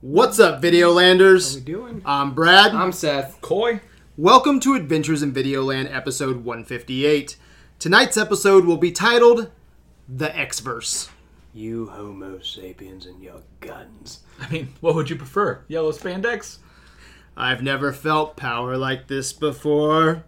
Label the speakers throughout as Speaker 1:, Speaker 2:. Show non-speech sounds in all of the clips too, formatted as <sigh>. Speaker 1: What's up,
Speaker 2: How we
Speaker 1: Videolanders?
Speaker 2: doing?
Speaker 1: I'm Brad.
Speaker 2: I'm Seth.
Speaker 3: Coy?
Speaker 1: Welcome to Adventures in Videoland, episode 158. Tonight's episode will be titled The X Verse.
Speaker 2: You Homo sapiens and your guns.
Speaker 3: I mean, what would you prefer? Yellow spandex?
Speaker 1: I've never felt power like this before.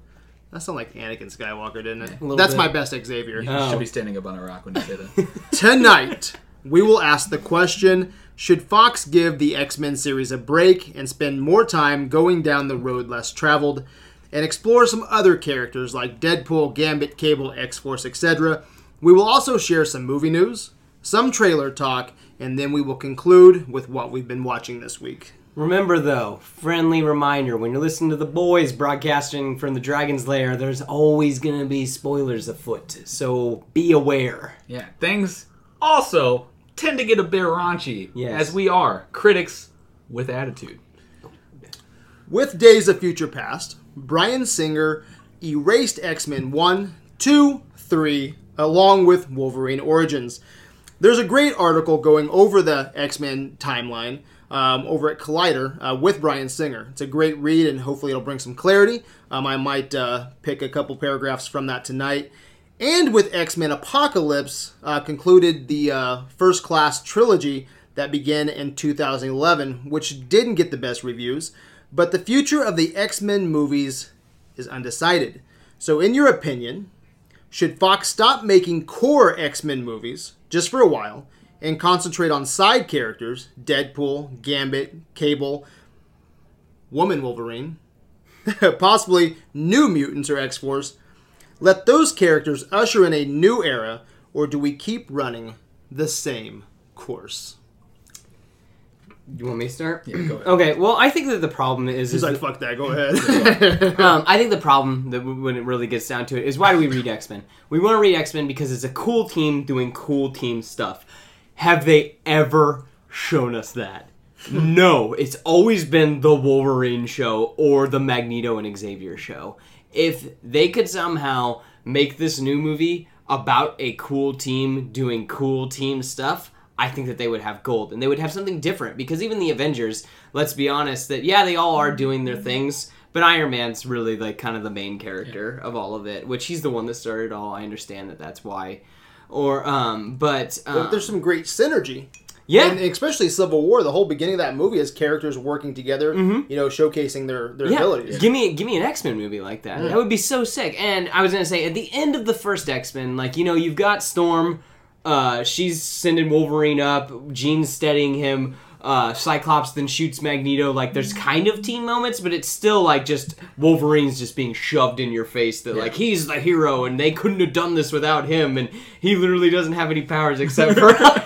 Speaker 1: That sounded like Anakin Skywalker, didn't it?
Speaker 2: little
Speaker 1: That's
Speaker 2: bit.
Speaker 1: my best Xavier.
Speaker 3: You should be standing up on a rock when you say that. <laughs>
Speaker 1: Tonight, we will ask the question Should Fox give the X Men series a break and spend more time going down the road less traveled and explore some other characters like Deadpool, Gambit, Cable, X Force, etc.? We will also share some movie news, some trailer talk, and then we will conclude with what we've been watching this week.
Speaker 2: Remember, though, friendly reminder when you're listening to the boys broadcasting from the Dragon's Lair, there's always going to be spoilers afoot, so be aware.
Speaker 3: yeah, things also tend to get a bit raunchy,
Speaker 2: Yes.
Speaker 3: as we are critics with attitude.
Speaker 1: With Days of Future Past, Brian Singer erased X Men 1, 2, 3, along with Wolverine Origins. There's a great article going over the X Men timeline um, over at Collider uh, with Brian Singer. It's a great read, and hopefully, it'll bring some clarity. Um, I might uh, pick a couple paragraphs from that tonight. And with X Men Apocalypse, uh, concluded the uh, First Class trilogy that began in 2011, which didn't get the best reviews. But the future of the X Men movies is undecided. So, in your opinion, should Fox stop making core X Men movies just for a while and concentrate on side characters Deadpool, Gambit, Cable, Woman Wolverine, <laughs> possibly New Mutants or X Force? Let those characters usher in a new era, or do we keep running the same course?
Speaker 2: You want me to start?
Speaker 3: Yeah, go ahead.
Speaker 2: Okay, well, I think that the problem is. is
Speaker 1: He's like, fuck that,
Speaker 2: <laughs>
Speaker 1: go <laughs> ahead.
Speaker 2: um, I think the problem that w- when it really gets down to it is why do we read X Men? We want to read X Men because it's a cool team doing cool team stuff. Have they ever shown us that? no, it's always been the Wolverine show or the Magneto and Xavier show. If they could somehow make this new movie about a cool team doing cool team stuff, I think that they would have gold and they would have something different because even the Avengers, let's be honest, that yeah, they all are doing their things, but Iron Man's really like kind of the main character of all of it, which he's the one that started it all. I understand that that's why. Or um but um,
Speaker 1: There's some great synergy
Speaker 2: yeah,
Speaker 1: and especially Civil War, the whole beginning of that movie is characters working together,
Speaker 2: Mm-hmm.
Speaker 1: you know, showcasing their their abilities.
Speaker 2: Give me give me an X Men movie like that. That would be so sick. And I was gonna say at the end of the first X Men, like you know, you've got Storm. Uh, she's sending Wolverine up. Jean's steadying him. Uh, Cyclops then shoots Magneto. Like there's kind of team moments, but it's still like just Wolverine's just being shoved in your face that like he's the hero and they couldn't have done this without him and he literally doesn't have any powers except for. <laughs>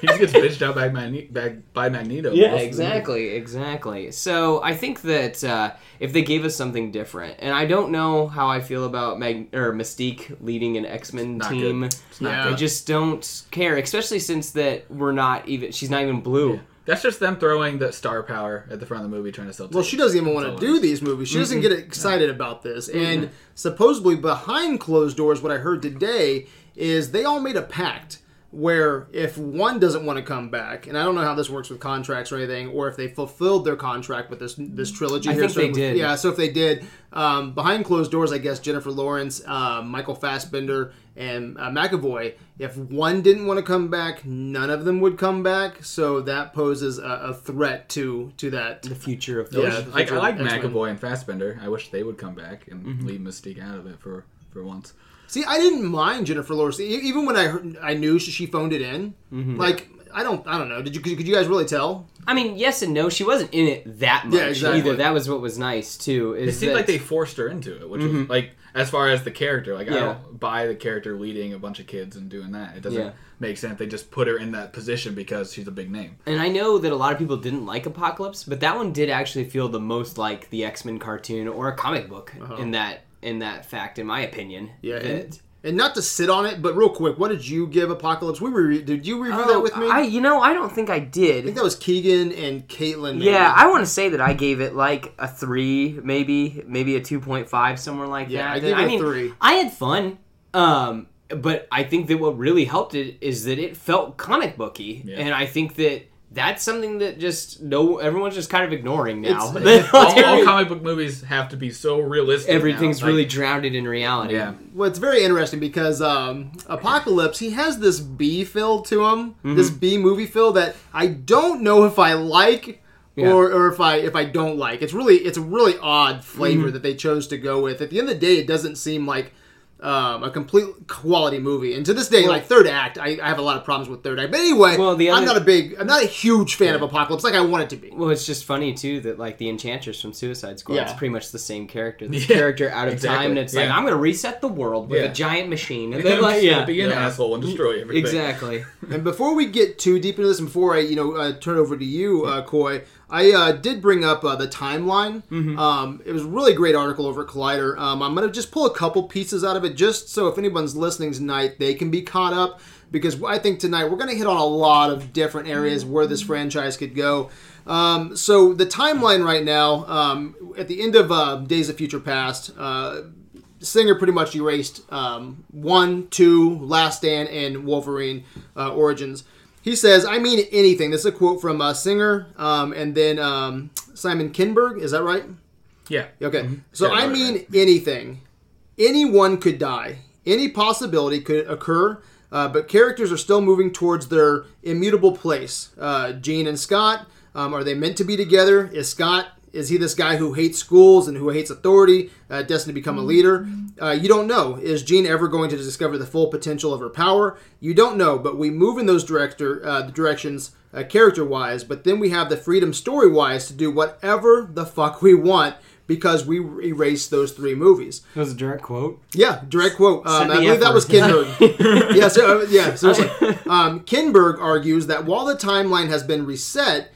Speaker 3: He just gets bitched out by, Magne- by, by Magneto.
Speaker 2: Yeah,
Speaker 3: Most of the
Speaker 2: exactly, exactly. So I think that uh, if they gave us something different, and I don't know how I feel about Mag- or Mystique leading an X Men
Speaker 3: not
Speaker 2: team,
Speaker 3: good. It's not
Speaker 1: good.
Speaker 2: I just don't care, especially since that we're not even. She's not even blue.
Speaker 3: movie. That's just them throwing the star power at the front of the movie trying to sell
Speaker 1: Well, she doesn't even want to do these movies. She doesn't get excited about this. And supposedly behind closed doors, what I heard today is they all made a pact where if one doesn't want to come back, and I don't know how this works with contracts or anything, or if they fulfilled their contract with this this trilogy.
Speaker 2: I
Speaker 1: here.
Speaker 2: think
Speaker 1: so
Speaker 2: they did.
Speaker 1: Yeah, so if they did, um, behind closed doors, I guess Jennifer Lawrence, uh, Michael Fassbender, and uh, McAvoy. If one didn't want to come back, none of them would come back. So that poses a, a threat to to that
Speaker 2: The future of
Speaker 1: Yeah.
Speaker 3: I, I like
Speaker 1: X-Men.
Speaker 3: McAvoy and Fassbender. I wish they would come back and leave Mystique out of it for, for once.
Speaker 1: See, I didn't mind Jennifer Lawrence E- even when I heard, I knew she- she phoned it in.
Speaker 2: Mm-hmm.
Speaker 1: Like I don't I don't know. Did you could, could you guys really tell?
Speaker 2: I mean, yes and no. She wasn't in it that much
Speaker 1: exactly.
Speaker 2: either. That was what was nice too. Is
Speaker 3: It seemed
Speaker 2: that- Mm-hmm.
Speaker 3: like they forced her into it, which is like as far as the character, like I
Speaker 2: Yeah.
Speaker 3: don't buy the character leading a bunch of kids and doing that. It doesn't
Speaker 2: Yeah.
Speaker 3: make sense. They just put her in that position because she's a big
Speaker 2: <laughs>
Speaker 3: name.
Speaker 2: And I know that a lot of people didn't like Apocalypse, but that one did actually feel the most like the X Men cartoon or a comic book in that in that fact, in my opinion.
Speaker 1: Uh-huh. Yeah,
Speaker 2: That-
Speaker 1: and, and not to sit on it, but real quick, what did you give Apocalypse? We re- did you review that with me?
Speaker 2: Oh, I
Speaker 1: I
Speaker 2: you know I don't think I did.
Speaker 1: think that was Keegan and Caitlin. maybe.
Speaker 2: yeah, I want to say that I gave it like a three, maybe maybe a two point five, somewhere like
Speaker 1: Yeah,
Speaker 2: that.
Speaker 1: I gave
Speaker 2: And
Speaker 1: it a three.
Speaker 2: I had fun, um, but I think that what really helped it is that it felt comic booky, and I think that that's something that just no everyone's just kind of ignoring <laughs> now.
Speaker 3: It's- all, all comic book movies have to be so realistic. now.
Speaker 2: Everything's
Speaker 3: Like,
Speaker 2: really drowned in reality. <laughs>
Speaker 3: yeah.
Speaker 1: Well, it's very interesting because um, Apocalypse, he has this B feel to him,
Speaker 2: Mm-hmm.
Speaker 1: this B movie feel that I don't know if I like
Speaker 2: Yeah.
Speaker 1: or, or if I if I don't like. It's really it's a really odd flavor
Speaker 2: Mm-hmm.
Speaker 1: that they chose to go with. At the end of the day, it doesn't seem like um, a complete quality movie. And to this day, like third act, I, I have a lot of problems with third act. But anyway,
Speaker 2: Well, the
Speaker 1: I'm
Speaker 2: other-
Speaker 1: not a big, I'm not a huge fan of Apocalypse like I want it to be.
Speaker 2: Well, it's just funny too that like the Enchantress from Suicide Squad is
Speaker 1: Yeah.
Speaker 2: pretty much the same character. This
Speaker 3: Yeah,
Speaker 2: character out of
Speaker 3: exactly,
Speaker 2: time, and it's like
Speaker 3: yeah.
Speaker 2: I'm gonna reset the world with
Speaker 3: Yeah.
Speaker 2: a giant machine, and
Speaker 3: Then
Speaker 2: then like yeah,
Speaker 3: be an Yeah. asshole and destroy everything.
Speaker 2: exactly.
Speaker 1: And before we get too deep into this, and before I, you know, uh, turn it over to you, uh, Coy, I uh, did bring up uh, the timeline. Um, it was a really great article over at Collider. Um, I'm going to just pull a couple pieces out of it, just so if anyone's listening tonight, they can be caught up. Because I think tonight we're going to hit on a lot of different areas where this franchise could go. Um, so the timeline right now, um, at the end of uh, Days of Future Past, uh, Singer pretty much erased um, one, two, Last Stand, and Wolverine uh, Origins. He says, "I mean anything." This is a quote from uh, Singer, um, and then um, Simon Kinberg. Is that right?
Speaker 3: Yeah.
Speaker 1: Okay. So
Speaker 3: Yeah,
Speaker 1: Mm-hmm. I
Speaker 3: right,
Speaker 1: mean
Speaker 3: right.
Speaker 1: anything. Anyone could die. Any possibility could occur. Uh, but characters are still moving towards their immutable place. Uh, Gene and Scott, um, are they meant to be together? Is Scott is he this guy who hates schools and who hates authority, uh, destined to become a leader? Uh, you don't know. Is Jean ever going to discover the full potential of her power? You don't know. But we move in those director uh, directions uh, character wise, but then we have the freedom story wise to do whatever the fuck we want because we erase those three movies.
Speaker 2: That was a direct quote.
Speaker 1: Yeah, direct quote. Um,
Speaker 2: Send
Speaker 1: I
Speaker 2: the
Speaker 1: believe that
Speaker 2: F
Speaker 1: was
Speaker 2: word.
Speaker 1: Kinberg.
Speaker 2: <laughs>
Speaker 1: yeah, so, uh, yeah, seriously. Um, Kinberg argues that while the timeline has been reset,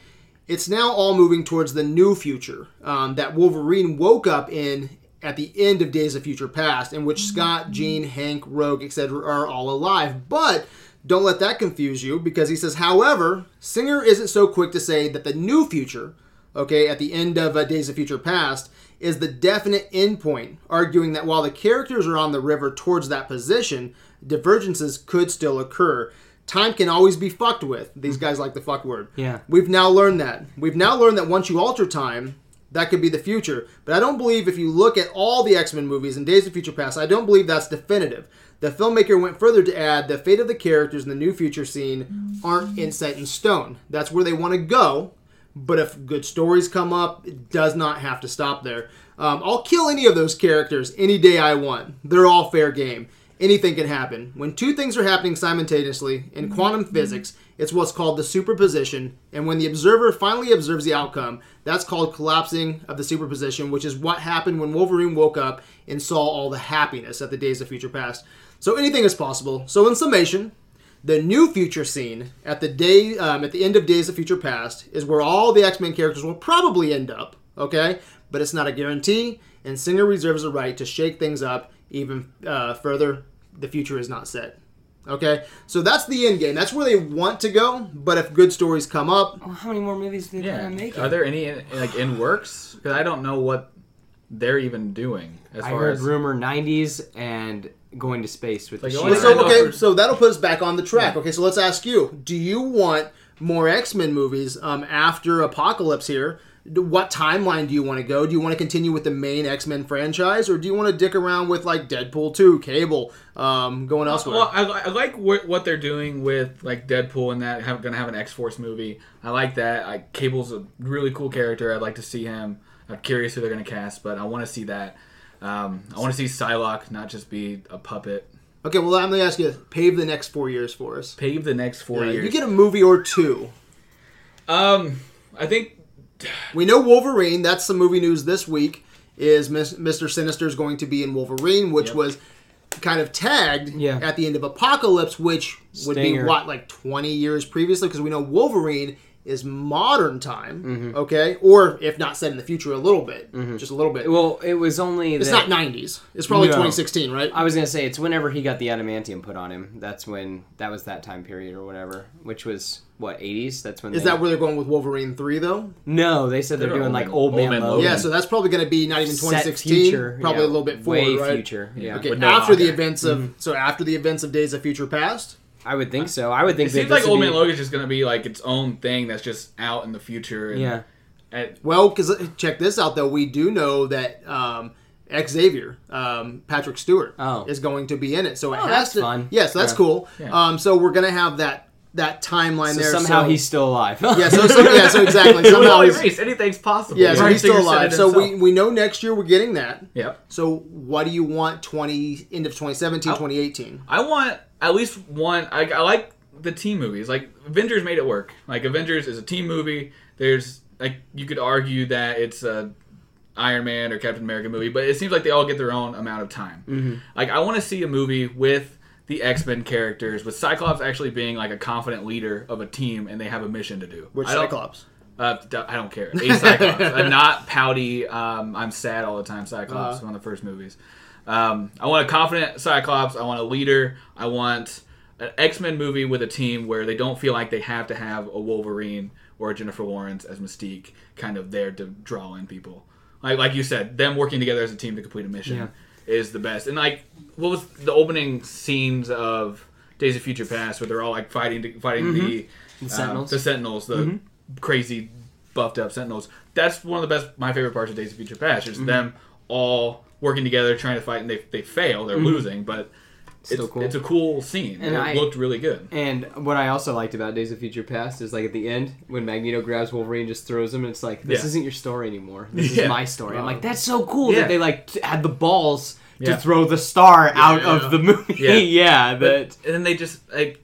Speaker 1: it's now all moving towards the new future um, that Wolverine woke up in at the end of Days of Future Past, in which Scott, Jean, Hank, Rogue, etc., are all alive. But don't let that confuse you because he says, however, Singer isn't so quick to say that the new future, okay, at the end of uh, Days of Future Past, is the definite endpoint, arguing that while the characters are on the river towards that position, divergences could still occur. Time can always be fucked with. These guys like the fuck word.
Speaker 2: Yeah.
Speaker 1: We've now learned that. We've now learned that once you alter time, that could be the future. But I don't believe if you look at all the X Men movies and Days of Future Past, I don't believe that's definitive. The filmmaker went further to add the fate of the characters in the new future scene aren't in set in stone. That's where they want to go. But if good stories come up, it does not have to stop there. Um, I'll kill any of those characters any day I want. They're all fair game. Anything can happen. When two things are happening simultaneously in quantum physics, it's what's called the superposition. And when the observer finally observes the outcome, that's called collapsing of the superposition, which is what happened when Wolverine woke up and saw all the happiness at the days of future past. So anything is possible. So, in summation, the new future scene at the day um, at the end of Days of Future Past is where all the X Men characters will probably end up. Okay, but it's not a guarantee, and Singer reserves the right to shake things up even uh, further. The future is not set. Okay, so that's the end game. That's where they want to go. But if good stories come up,
Speaker 2: Well, how many more movies do they
Speaker 3: Yeah.
Speaker 2: plan on making?
Speaker 3: Are there any in, like in works? Because I don't know what they're even doing as
Speaker 2: I
Speaker 3: far
Speaker 2: heard
Speaker 3: as
Speaker 2: rumor '90s and going to space with
Speaker 3: Like,
Speaker 2: the
Speaker 3: oh,
Speaker 2: shield.
Speaker 3: yeah.
Speaker 1: so
Speaker 3: know.
Speaker 1: okay, so that'll put us back on the track. Okay, so let's ask you: Do you want more X Men movies um, after Apocalypse? Here, D- what timeline do you want to go? Do you want to continue with the main X Men franchise, or do you want to dick around with like Deadpool two, Cable, um, going elsewhere?
Speaker 3: Well, I, I like what, what they're doing with like Deadpool and that have, gonna have an X Force movie. I like that. I, Cable's a really cool character. I'd like to see him. I'm curious who they're gonna cast, but I want to see that. Um, I want to see Psylocke not just be a puppet.
Speaker 1: okay, well I'm gonna ask you: Pave the next four years for us.
Speaker 3: Pave the next four
Speaker 1: You
Speaker 3: years.
Speaker 1: get a movie or two.
Speaker 3: um, I think
Speaker 1: We know Wolverine. That's the movie news this week. Is Mis- Mr. Sinister is going to be in Wolverine, which
Speaker 3: Yep.
Speaker 1: was kind of tagged
Speaker 2: Yeah.
Speaker 1: at the end of Apocalypse, which would be
Speaker 2: Stinger.
Speaker 1: what like twenty years previously, because we know Wolverine is modern time, okay, or if not set in the future, a little bit, just a little bit.
Speaker 2: Well, it was only
Speaker 1: it's
Speaker 2: that-
Speaker 1: not nineties. It's probably
Speaker 2: No.
Speaker 1: twenty sixteen, right?
Speaker 2: I was gonna say it's whenever he got the adamantium put on him. That's when that was that time period or whatever, which was what '80s. That's when
Speaker 1: Is
Speaker 2: they,
Speaker 1: that where they're going with Wolverine three though?
Speaker 2: No, they said they're,
Speaker 3: They're
Speaker 2: doing
Speaker 3: old
Speaker 2: like
Speaker 3: man-
Speaker 2: old man, Logan.
Speaker 1: Yeah, so that's probably going to be not even
Speaker 2: Set
Speaker 1: twenty sixteen,
Speaker 2: future,
Speaker 1: probably
Speaker 2: yeah, Mm-hmm.
Speaker 1: a little bit forward,
Speaker 2: way
Speaker 1: right?
Speaker 2: future. Yeah.
Speaker 1: Okay,
Speaker 3: With no
Speaker 1: after the
Speaker 3: Hawkeye.
Speaker 1: events of so after the events of Days of Future Past,
Speaker 2: I would think so. I would think
Speaker 3: It
Speaker 2: that
Speaker 3: seems
Speaker 2: this
Speaker 3: like
Speaker 2: would
Speaker 3: Old
Speaker 2: be-
Speaker 3: Man Logan's just gonna be like its own thing that's just out in the future. And,
Speaker 2: Yeah.
Speaker 3: and-
Speaker 1: Well, because check this out though, we do know that um, Xavier, um, Patrick Stewart,
Speaker 2: Oh.
Speaker 1: is going to be in it. So it
Speaker 2: Oh,
Speaker 1: has
Speaker 2: that's
Speaker 1: to.
Speaker 2: fun.
Speaker 1: Yeah, so that's
Speaker 2: Yeah.
Speaker 1: cool.
Speaker 3: Yeah.
Speaker 1: Um, so we're gonna have that that timeline
Speaker 2: So
Speaker 1: there.
Speaker 2: somehow
Speaker 1: so-
Speaker 2: he's still alive.
Speaker 1: <laughs> yeah,
Speaker 2: <laughs>
Speaker 1: so, so yeah, so exactly.
Speaker 3: With <laughs>
Speaker 1: Somehow
Speaker 3: Wally
Speaker 1: he's,
Speaker 3: Reese, anything's possible.
Speaker 1: yeah, so
Speaker 3: Brian
Speaker 1: he's still
Speaker 3: Singer said
Speaker 1: alive.
Speaker 3: it
Speaker 1: So we,
Speaker 3: himself.
Speaker 1: we know next year we're getting that.
Speaker 3: Yep.
Speaker 1: So what do you want 20 end of 2017, 2018?
Speaker 3: I want at least one. I, I like the team movies. Like Avengers made it work. Like Avengers is a team movie. There's like you could argue that it's a Iron Man or Captain America movie, but it seems like they all get their own amount of time.
Speaker 1: Mm-hmm.
Speaker 3: Like I want to see a movie with the X Men characters, with Cyclops actually being like a confident leader of a team, and they have a mission to do.
Speaker 1: Which
Speaker 3: I don't-
Speaker 1: Cyclops?
Speaker 3: Uh, d- I don't care. A
Speaker 2: <laughs>
Speaker 3: Cyclops, a not pouty. Um, I'm sad all the time. Cyclops,
Speaker 2: Uh-huh.
Speaker 3: one of the first movies. Um, I want a confident Cyclops. I want a leader. I want an X Men movie with a team where they don't feel like they have to have a Wolverine or a Jennifer Lawrence as Mystique, kind of there to draw in people. Like like you said, them working together as a team to complete a mission
Speaker 2: Yeah.
Speaker 3: is the best. And like, what was the opening scenes of Days of Future Past where they're all like fighting to, fighting the uh,
Speaker 2: Mm-hmm. Sentinels.
Speaker 3: the Sentinels, the
Speaker 2: Mm-hmm.
Speaker 3: crazy buffed up Sentinels. That's one of the best, my favorite parts of Days of Future Past.
Speaker 2: Mm-hmm.
Speaker 3: Is them all working together trying to fight, and they they fail, they're losing, but it's,
Speaker 2: Mm-hmm. Still cool.
Speaker 3: it's a cool scene.
Speaker 2: And
Speaker 3: it
Speaker 2: I-
Speaker 3: looked really good.
Speaker 2: And what I also liked about Days of Future Past is like at the end when Magneto grabs Wolverine, and just throws him, and it's like this
Speaker 3: Yeah.
Speaker 2: isn't your story anymore.
Speaker 1: <laughs>
Speaker 2: This
Speaker 3: Yeah.
Speaker 2: is my story. I'm like that's so cool
Speaker 3: Yeah.
Speaker 2: that they like t- had the balls
Speaker 3: Yeah.
Speaker 2: to throw the star out
Speaker 1: yeah.
Speaker 2: of the movie.
Speaker 3: Yeah.
Speaker 2: <laughs> Yeah, that
Speaker 3: and then they just like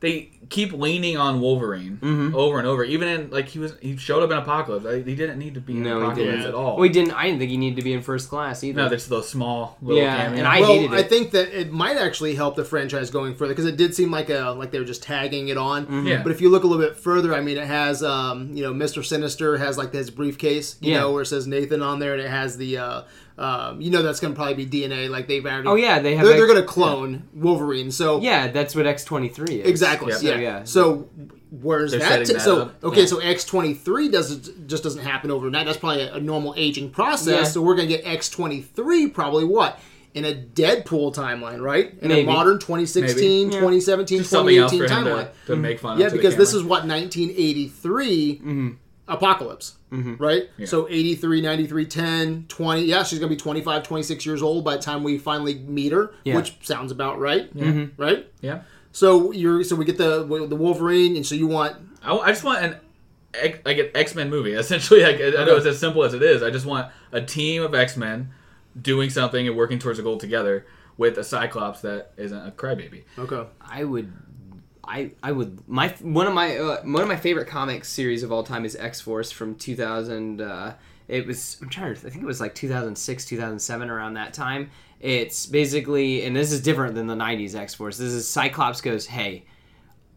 Speaker 3: they keep leaning on Wolverine
Speaker 2: Mm-hmm.
Speaker 3: over and over. Even in like he was he showed up in Apocalypse. I, he didn't need to be in
Speaker 2: no, he
Speaker 3: Apocalypse
Speaker 2: didn't
Speaker 3: at all.
Speaker 2: Well, he didn't. I didn't think he needed to be in first class either.
Speaker 3: no, that's the small little
Speaker 2: Yeah,
Speaker 3: cameo.
Speaker 2: and I
Speaker 1: well,
Speaker 2: hated
Speaker 1: I
Speaker 2: it.
Speaker 1: think that it might actually help the franchise going further because it did seem like a like they were just tagging it on.
Speaker 2: Mm-hmm.
Speaker 3: Yeah.
Speaker 1: But if you look a little bit further, I mean, it has um, you know Mister Sinister has like his briefcase, you
Speaker 2: Yeah.
Speaker 1: know, where it says Nathan on there, and it has the uh, um, you know that's going to probably be DNA. Like they've already.
Speaker 2: oh yeah, they have.
Speaker 1: they're,
Speaker 2: X-
Speaker 1: they're going to clone Wolverine. So
Speaker 2: Yeah, that's what X twenty three is.
Speaker 1: Exactly.
Speaker 3: Yeah.
Speaker 1: Yeah.
Speaker 2: So, yeah.
Speaker 1: So where's
Speaker 3: They're
Speaker 1: that?
Speaker 3: setting
Speaker 1: t-
Speaker 3: that
Speaker 1: so
Speaker 3: up.
Speaker 1: okay.
Speaker 2: Yeah.
Speaker 1: So X twenty three doesn't just doesn't happen overnight. That's probably a, a normal aging process.
Speaker 2: Yeah.
Speaker 1: So we're gonna get X twenty three probably what in a Deadpool timeline, right? In
Speaker 2: Maybe.
Speaker 1: a modern 2016,
Speaker 2: Maybe. Yeah.
Speaker 1: 2017,
Speaker 3: Just something else
Speaker 1: 2018
Speaker 3: for him
Speaker 1: timeline.
Speaker 3: to, to make fun
Speaker 1: Yeah,
Speaker 3: of. to the
Speaker 1: because this
Speaker 3: camera.
Speaker 1: is what 1983
Speaker 3: Mm-hmm.
Speaker 1: apocalypse, right? So 83, 93, 10, 20. Yeah, she's going to be 25, 26 years old by the time we finally meet her,
Speaker 2: Yeah.
Speaker 1: which sounds about right,
Speaker 3: Mm-hmm.
Speaker 1: right?
Speaker 3: yeah.
Speaker 1: So you're so we get the the Wolverine, and so you want
Speaker 3: I, I just want an X- like an X Men movie. <laughs> Essentially, like, I know it's as simple as it is. I just want a team of X Men doing something and working towards a goal together with a Cyclops that isn't a crybaby.
Speaker 1: okay.
Speaker 2: I would, I I would my one of my uh, one of my favorite comic series of all time is X Force from 2000. Uh, it was I'm trying to I think it was like 2006 2007 around that time. It's basically and this is different than the 90s X Force. This is Cyclops goes hey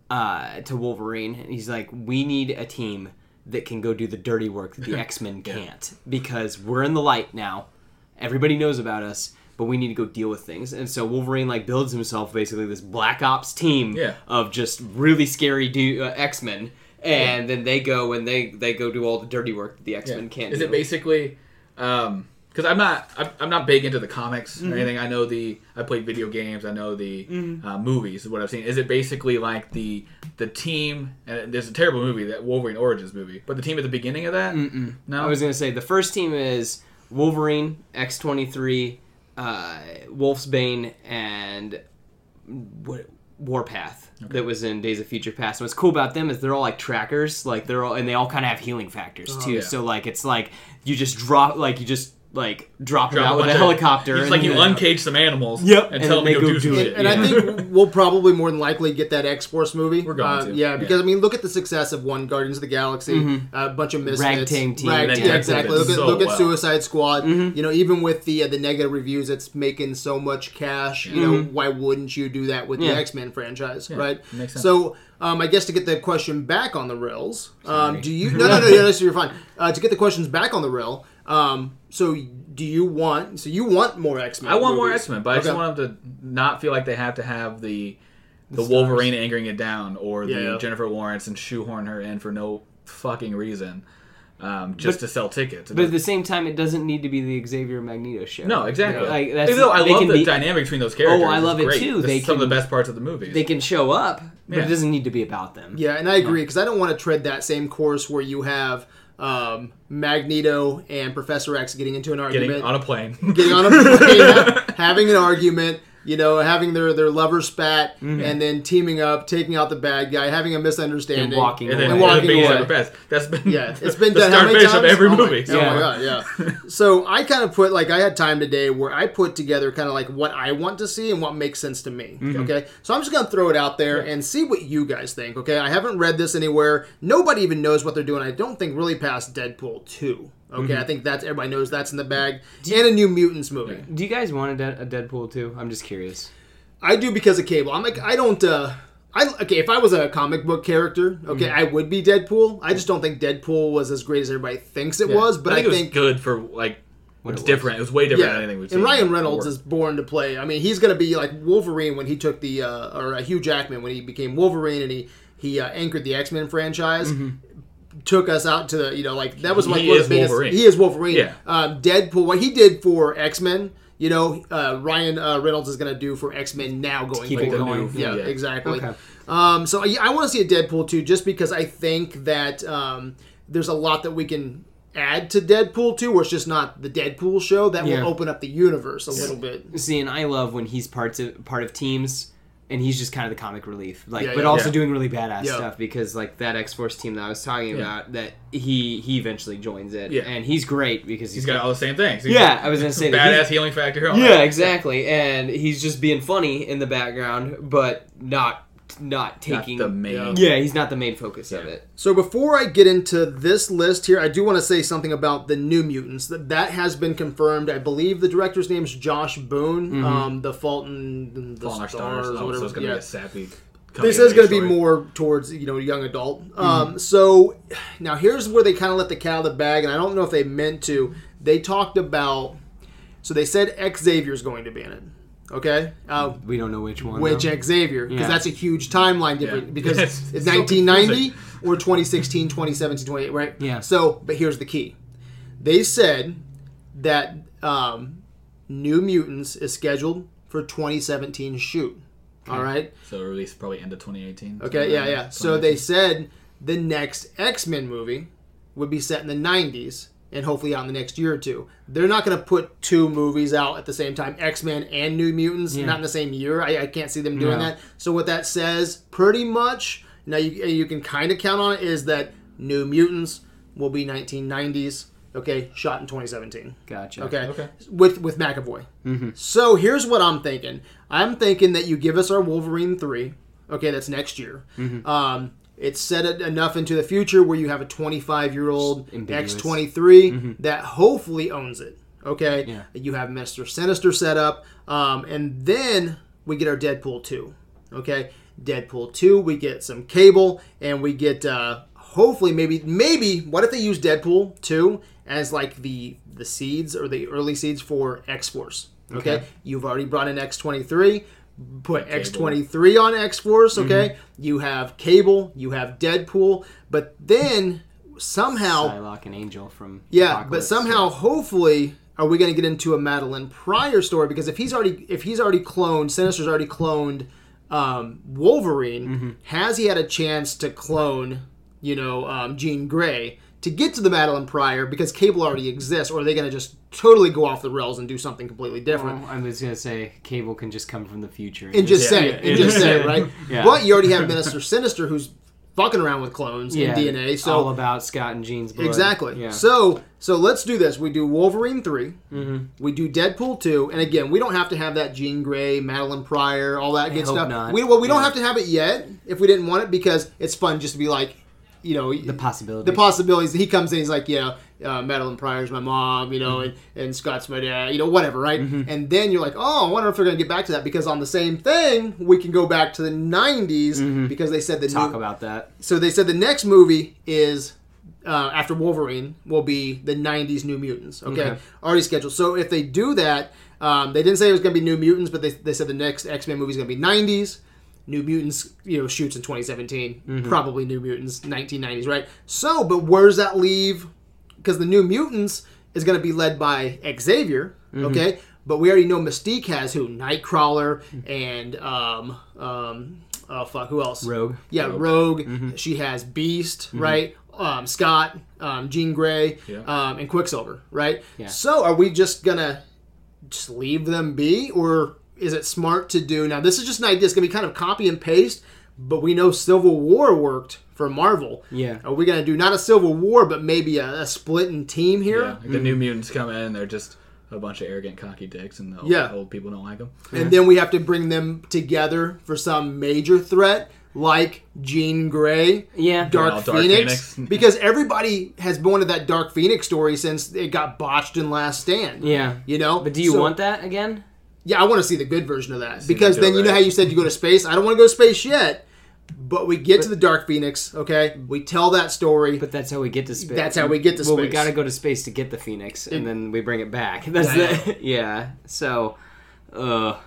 Speaker 2: uh, to Wolverine and he's like we need a team that can go do the dirty work that the
Speaker 3: <laughs>
Speaker 2: X Men can't because we're in the light now. Everybody knows about us, but we need to go deal with things. And so Wolverine like builds himself basically this Black Ops team
Speaker 3: Yeah.
Speaker 2: of just really scary du- uh, X Men, and then they go and they they go do all the dirty work that the X Men can't.
Speaker 3: Is
Speaker 2: do.
Speaker 3: it basically? Um, because I'm not, I'm- I'm not big into the comics
Speaker 2: Mm-hmm.
Speaker 3: or anything. I know the, I played video games. I know the uh, movies. What I've seen is it basically like the the team. And there's a terrible movie that Wolverine Origins movie, but the team at the beginning of that. Mm-mm. No,
Speaker 2: I was gonna say the first team is Wolverine, X twenty three, Wolfsbane, and what Warpath that was in Days of Future Past. And what's cool about them is they're all like trackers, like they're all and they all kind of have healing factors too.
Speaker 3: Oh, yeah.
Speaker 2: So like it's like you just drop, like you just like drop, them
Speaker 3: Drop
Speaker 2: out with a
Speaker 3: bunch of-
Speaker 2: helicopter.
Speaker 3: It's
Speaker 2: and
Speaker 3: like you
Speaker 2: then- uh,
Speaker 3: uncage some animals.
Speaker 2: Yep,
Speaker 3: and,
Speaker 2: and
Speaker 3: tell
Speaker 2: then
Speaker 3: them to
Speaker 2: they
Speaker 3: go, do some
Speaker 2: it.
Speaker 3: shit.
Speaker 1: And I think
Speaker 3: <laughs>
Speaker 1: we'll probably more than likely get that X Force movie.
Speaker 3: We're going
Speaker 1: Uh,
Speaker 3: to.
Speaker 1: yeah, because
Speaker 3: Yeah. Mm-hmm.
Speaker 1: I mean, look at the success of one Guardians of the Galaxy, a bunch of misfits,
Speaker 2: Ragtag team.
Speaker 1: Rag-
Speaker 2: That
Speaker 1: yeah,
Speaker 3: did
Speaker 1: exactly. Look at
Speaker 3: so Mm-hmm.
Speaker 1: look at
Speaker 3: well.
Speaker 1: Suicide Squad. You know, even with the uh, the negative reviews, it's making so much cash. You know,
Speaker 3: Mm-hmm.
Speaker 1: why wouldn't you do that with
Speaker 2: Yeah.
Speaker 1: the X Men franchise, right?
Speaker 3: makes sense.
Speaker 1: So. Um, I guess to get the question back on the rails, um, do
Speaker 3: <laughs>
Speaker 1: you? No, no, no, no, no, you're fine. Uh, to get the questions back on the rail, um, so do you want? So you want more X Men?
Speaker 3: I want more X Men, but I just
Speaker 1: Okay.
Speaker 3: want them to not feel like they have to have the the,
Speaker 2: stars.
Speaker 3: Wolverine angering it down or
Speaker 1: Yeah.
Speaker 3: the Jennifer Lawrence and shoehorn her in for no fucking reason. um, just to sell tickets. It
Speaker 2: But at
Speaker 3: doesn't-
Speaker 2: the same time, it doesn't need to be the Xavier Magneto show.
Speaker 3: no, exactly.
Speaker 2: Like,
Speaker 3: Like,
Speaker 2: that's-
Speaker 3: I
Speaker 2: they
Speaker 3: love
Speaker 2: can
Speaker 3: the
Speaker 2: be- Oh,
Speaker 3: dynamic between those characters.
Speaker 2: I
Speaker 3: It's
Speaker 2: love it
Speaker 3: great.
Speaker 2: too.
Speaker 3: This
Speaker 2: They
Speaker 3: is some of
Speaker 2: can-
Speaker 3: the best parts of the movies.
Speaker 2: They can show up, but
Speaker 3: Yeah.
Speaker 2: it doesn't need to be about them.
Speaker 1: Yeah, and I agree because I don't want to tread that same course where you have um, Magneto and Professor X getting into an
Speaker 3: getting
Speaker 1: argument,
Speaker 3: on a
Speaker 2: <laughs>
Speaker 3: plane.
Speaker 1: getting on a plane, ha- having an argument, you know, having their their lover spat, and then teaming up, taking out the bad guy, having a misunderstanding,
Speaker 2: And walking
Speaker 3: and then
Speaker 1: And
Speaker 3: and
Speaker 2: away.
Speaker 1: walking
Speaker 3: the biggest
Speaker 1: away.
Speaker 3: ever best. That's been
Speaker 1: Yeah,
Speaker 3: <laughs>
Speaker 1: it's been
Speaker 3: the
Speaker 1: done how
Speaker 3: start
Speaker 1: many
Speaker 3: finish
Speaker 1: times?
Speaker 3: of every
Speaker 1: Oh my-
Speaker 3: movie.
Speaker 1: Oh my
Speaker 2: Yeah.
Speaker 1: god, yeah. <laughs> So I kind of put like I had time today where I put together kind of like what I want to see and what makes sense to me.
Speaker 3: Mm-hmm.
Speaker 1: Okay, so I'm just gonna throw it out there and see what you guys think. Okay, I haven't read this anywhere. Nobody even knows what they're doing. I don't think really past Deadpool two. Okay,
Speaker 3: Mm-hmm.
Speaker 1: I think that's everybody knows that's in the bag. And a New Mutants movie.
Speaker 2: Do you guys want a, Dead- a Deadpool too? I'm just curious.
Speaker 1: I do because of cable. I'm like I don't. uh I, okay, if I was a comic book character, okay,
Speaker 3: Mm-hmm.
Speaker 1: I would be Deadpool. I just don't think Deadpool was as great as everybody thinks it was, but I think,
Speaker 3: it was good for like
Speaker 2: What
Speaker 3: it's
Speaker 2: it was.
Speaker 3: different. It was way different than anything we've seen.
Speaker 1: And Ryan Reynolds
Speaker 3: before.
Speaker 1: is born to play. I mean, he's going to be like Wolverine when he took the uh, or uh, Hugh Jackman when he became Wolverine and he he uh, anchored the X Men franchise. Took us out to the you know like that was like
Speaker 3: Mm-hmm. He
Speaker 1: one of
Speaker 3: is
Speaker 1: the biggest.
Speaker 3: Wolverine.
Speaker 1: He is Wolverine.
Speaker 3: Yeah.
Speaker 1: Um, Deadpool. What he did for X Men. You know, uh, Ryan uh, Reynolds is going to do for X Men now going
Speaker 2: keep it
Speaker 1: forward.
Speaker 2: going.
Speaker 1: Yeah,
Speaker 3: Yeah.
Speaker 1: exactly.
Speaker 2: Okay.
Speaker 1: Um, so yeah, I want to see a Deadpool too, just because I think that um, there's a lot that we can add to Deadpool too, where it's just not the Deadpool show. That
Speaker 2: Yeah.
Speaker 1: will open up the universe a little bit.
Speaker 2: See, and I love when he's parts of part of teams, and he's just kind of the comic relief, like,
Speaker 1: Yeah,
Speaker 2: but
Speaker 1: yeah.
Speaker 2: also
Speaker 3: Yeah.
Speaker 2: doing really badass
Speaker 1: Yeah.
Speaker 2: stuff because like that X Force team that I was talking about, that he he eventually joins it,
Speaker 3: Yeah.
Speaker 2: and he's great because
Speaker 3: He's got all the same things. He's
Speaker 2: yeah, I was gonna say that he's-
Speaker 3: badass healing factor. all
Speaker 2: Yeah,
Speaker 3: that.
Speaker 2: exactly. And he's just being funny in the background, but not not
Speaker 3: Not
Speaker 2: taking
Speaker 3: the main.
Speaker 2: Yeah, he's not the main focus of it.
Speaker 1: So before I get into this list here, I do want to say something about the New Mutants. That that has been confirmed. I believe the director's name's Josh Boone. Um, the Fault in the
Speaker 3: Mm-hmm. Fallen Our
Speaker 1: Stars,
Speaker 3: Stars.
Speaker 1: or
Speaker 3: Oh,
Speaker 1: whatever.
Speaker 3: so it's gonna
Speaker 1: yeah.
Speaker 3: be a sappy.
Speaker 1: this
Speaker 3: coming Mm-hmm.
Speaker 1: is
Speaker 3: of
Speaker 1: going
Speaker 3: age
Speaker 1: to be
Speaker 3: story.
Speaker 1: more towards you know young adult. Um, so now here's where they kind of let the cat out of the bag, and I don't know if they meant to. They talked about so they said Xavier's going to be in it. Okay, uh,
Speaker 2: We don't know which one.
Speaker 1: which
Speaker 2: though.
Speaker 1: Xavier because
Speaker 2: Yeah.
Speaker 1: that's a huge timeline difference
Speaker 3: Mm-hmm. Yeah.
Speaker 1: because
Speaker 3: It's
Speaker 1: it's
Speaker 3: so
Speaker 1: 1990 or 2016, 2017, 28, right?
Speaker 2: Yeah.
Speaker 1: So, but here's the key: they said that um, New Mutants is scheduled for 2017 shoot. All right.
Speaker 3: So released probably end of 2018.
Speaker 1: Okay. Yeah. Yeah. So they said the next X Men movie would be set in the 90s and hopefully out in the next year or two. They're not going to put two movies out at the same time, X Men and New Mutants, not in the same year. I, I can't see them doing
Speaker 2: No.
Speaker 1: that. So what that says, pretty much, now you you can kind of count on it is that New Mutants will be 1990s. Okay, shot in 2017.
Speaker 2: Gotcha.
Speaker 1: Okay.
Speaker 3: Okay.
Speaker 1: With with McAvoy. So here's what I'm thinking. I'm thinking that you give us our Wolverine three. Okay, that's next year. Um, it's set it enough into the future where you have a 25 year old
Speaker 2: Ambiguous.
Speaker 1: X 23 that hopefully owns it. Okay.
Speaker 2: Yeah.
Speaker 1: You have Mister Sinister set up, um, and then we get our Deadpool two. Okay. Deadpool two. We get some Cable, and we get uh, hopefully maybe maybe what if they use Deadpool two as like the the seeds or the early seeds for X Force. Okay?
Speaker 2: Okay.
Speaker 1: You've already brought in X twenty three. Put
Speaker 3: Cable.
Speaker 1: X twenty three on X Force. Okay. You have Cable. You have Deadpool. But then somehow
Speaker 2: Psylocke and Angel from
Speaker 1: yeah, but
Speaker 2: Apocalypse.
Speaker 1: somehow, hopefully, are we going to get into a Madeline Pryor story? Because if he's already if he's already cloned, Sinister's already cloned um, Wolverine.
Speaker 2: Mm-hmm.
Speaker 1: Has he had a chance to clone, you know, um, Jean Grey to get to the Madeline Pryor? Because Cable already exists, or are they going to just totally go off the rails and do something completely different?
Speaker 2: Well, I was gonna say Cable can just come from the future
Speaker 1: and just say it,
Speaker 2: Oh. yeah,
Speaker 1: and
Speaker 2: yeah.
Speaker 1: just say it, right?
Speaker 2: <laughs> Yeah.
Speaker 1: But you already have Minister Sinister who's fucking around with clones
Speaker 2: yeah,
Speaker 1: and DNA, so
Speaker 2: all about Scott and Jean's blood.
Speaker 1: Exactly.
Speaker 2: Yeah.
Speaker 1: So so let's do this. We do Wolverine 3
Speaker 2: Mm-hmm.
Speaker 1: We do Deadpool two, and again, we don't have to have that Jean Grey, Madeline Pryor, all that good
Speaker 2: hope
Speaker 1: stuff.
Speaker 2: not.
Speaker 1: We well, we don't have to have it yet if we didn't want it because it's fun just to be like, you know,
Speaker 2: the possibility.
Speaker 1: the possibilities. He comes in, he's like, yeah, uh, Madeline Pryor's my mom, you know,
Speaker 2: Mm-hmm.
Speaker 1: and, and Scott's my dad, you know, whatever, right? And then you're like, oh, I wonder if they're going to get back to that because on the same thing, we can go back to the 90s because they said the
Speaker 2: Mm-hmm. Talk
Speaker 1: new,
Speaker 2: about that.
Speaker 1: so they said the next movie is uh, after Wolverine will be the '90s New Mutants. Okay,
Speaker 2: Okay.
Speaker 1: already scheduled. So if they do that, um, they didn't say it was going to be New Mutants, but they, they said the next X Men movie is going to be '90s. New Mutants, you know,
Speaker 2: Mm-hmm.
Speaker 1: shoots in 2017. Probably New Mutants, 1990s, right? So, but where does that leave because the New Mutants is going to be led by Xavier.
Speaker 2: Mm-hmm.
Speaker 1: Okay, but we already know Mystique has who Nightcrawler and um um oh fuck who else
Speaker 2: Rogue.
Speaker 1: yeah Rogue, she has Beast right um Scott um Jean Grey
Speaker 3: Yeah.
Speaker 1: um and Quicksilver right so are we just gonna just leave them be or is it smart to do now this is just an idea it's gonna be kind of copy and paste but we know civil war worked for marvel
Speaker 2: Yeah.
Speaker 1: are we gonna do not a civil war but maybe a, a split in team
Speaker 3: Yeah,
Speaker 1: here
Speaker 3: like the new mutants come in, and they're just a bunch of arrogant, cocky dicks, and the old,
Speaker 1: Yeah.
Speaker 3: old people don't like them.
Speaker 1: and then we have to bring them together for some major threat like jean gray
Speaker 2: Yeah.
Speaker 1: Dark,
Speaker 3: Well, Dark
Speaker 1: Phoenix,
Speaker 3: Phoenix.
Speaker 1: because everybody has been wanted that Dark Phoenix story since it got botched in Last Stand.
Speaker 2: Yeah.
Speaker 1: you know.
Speaker 2: But do you
Speaker 1: So-
Speaker 2: want that again?
Speaker 1: Yeah, I want to see the good version of that because
Speaker 3: the good,
Speaker 1: then you know
Speaker 3: right?
Speaker 1: how you said you go to space. I don't want to go to space yet, but we get to the Dark Phoenix. Okay, we tell that story.
Speaker 2: But that's how we get to space.
Speaker 1: That's how we get to
Speaker 2: well, we
Speaker 1: space.
Speaker 2: got to go to space to get the Phoenix, and then we bring it back. <laughs> That's
Speaker 1: Yeah, I
Speaker 2: the yeah. So, uh,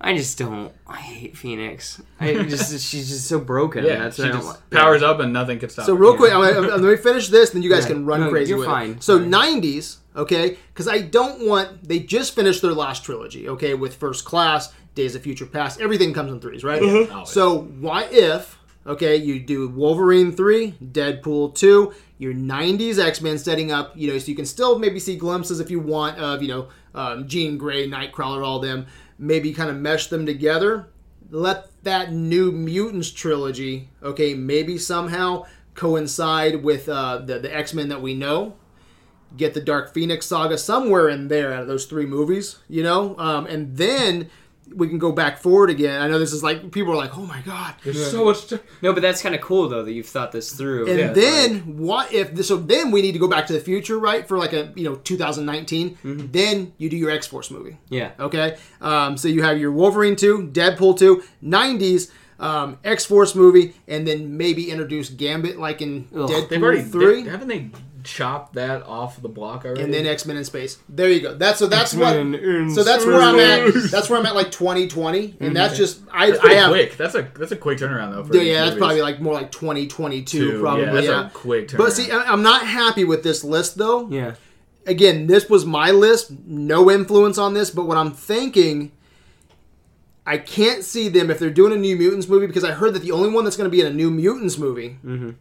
Speaker 2: I just don't. I hate Phoenix.
Speaker 1: <laughs>
Speaker 2: I just she's just so broken.
Speaker 3: Yeah,
Speaker 2: that's
Speaker 3: she
Speaker 2: what I don't
Speaker 3: just
Speaker 2: like.
Speaker 3: powers up, and nothing can stop.
Speaker 1: so
Speaker 3: her.
Speaker 1: real quick, I'm, gonna- I'm- let me finish this, then you guys
Speaker 2: Yeah.
Speaker 1: can run
Speaker 2: No,
Speaker 1: crazy.
Speaker 2: you're
Speaker 1: with it.
Speaker 2: fine.
Speaker 1: So
Speaker 2: Fine.
Speaker 1: '90s, okay, because I don't want. They just finished their last trilogy, okay, with First Class, Days of Future Past. Everything comes in threes, right?
Speaker 3: Always.
Speaker 1: So what if, okay, you do Wolverine three, Deadpool two, your '90s X-Men setting up, you know, so you can still maybe see glimpses if you want of, you know, um, Jean Grey, Nightcrawler, all them. Maybe kind of mesh them together. Let that new mutants trilogy, okay, maybe somehow coincide with uh, the the X Men that we know get the Dark Phoenix saga somewhere in there out of those three movies, you know? Um, and then we can go back forward again. I know this is like, people are like, oh my God.
Speaker 3: There's so much. To-
Speaker 2: No, but that's kind of cool though that you've thought this through.
Speaker 1: And
Speaker 3: Yeah.
Speaker 1: then what if this? So then we need to go back to the future, right? For like a, you know, 2019.
Speaker 3: Mm-hmm.
Speaker 1: Then you do your X Force movie.
Speaker 2: yeah.
Speaker 1: Okay. Um, so you have your Wolverine 2, Deadpool 2, 90s. Um, X Force movie, and then maybe introduce Gambit like in
Speaker 2: Ugh.
Speaker 1: Deadpool
Speaker 3: they've already
Speaker 1: three,
Speaker 3: They, haven't they chopped that off the block already?
Speaker 1: and then X Men in space. There you go. That's so. That's what.
Speaker 2: in
Speaker 1: So that's where I'm at. That's where I'm at, like 2020, and that's
Speaker 2: Mm-hmm.
Speaker 1: just I,
Speaker 3: That's
Speaker 1: I
Speaker 3: pretty
Speaker 1: have.
Speaker 3: quick. That's a that's a quick turnaround though. For
Speaker 1: Yeah,
Speaker 3: these
Speaker 1: yeah, that's
Speaker 3: movies.
Speaker 1: probably like more like 2022,
Speaker 3: Two,
Speaker 1: probably. Yeah,
Speaker 3: Yeah, that's a quick turnaround.
Speaker 1: but see, I- I'm not happy with this list though.
Speaker 2: Yeah.
Speaker 1: Again, this was my list. No influence on this, but what I'm thinking, I can't see them if they're doing a New Mutants movie because I heard that the only one that's going to be in a New Mutants movie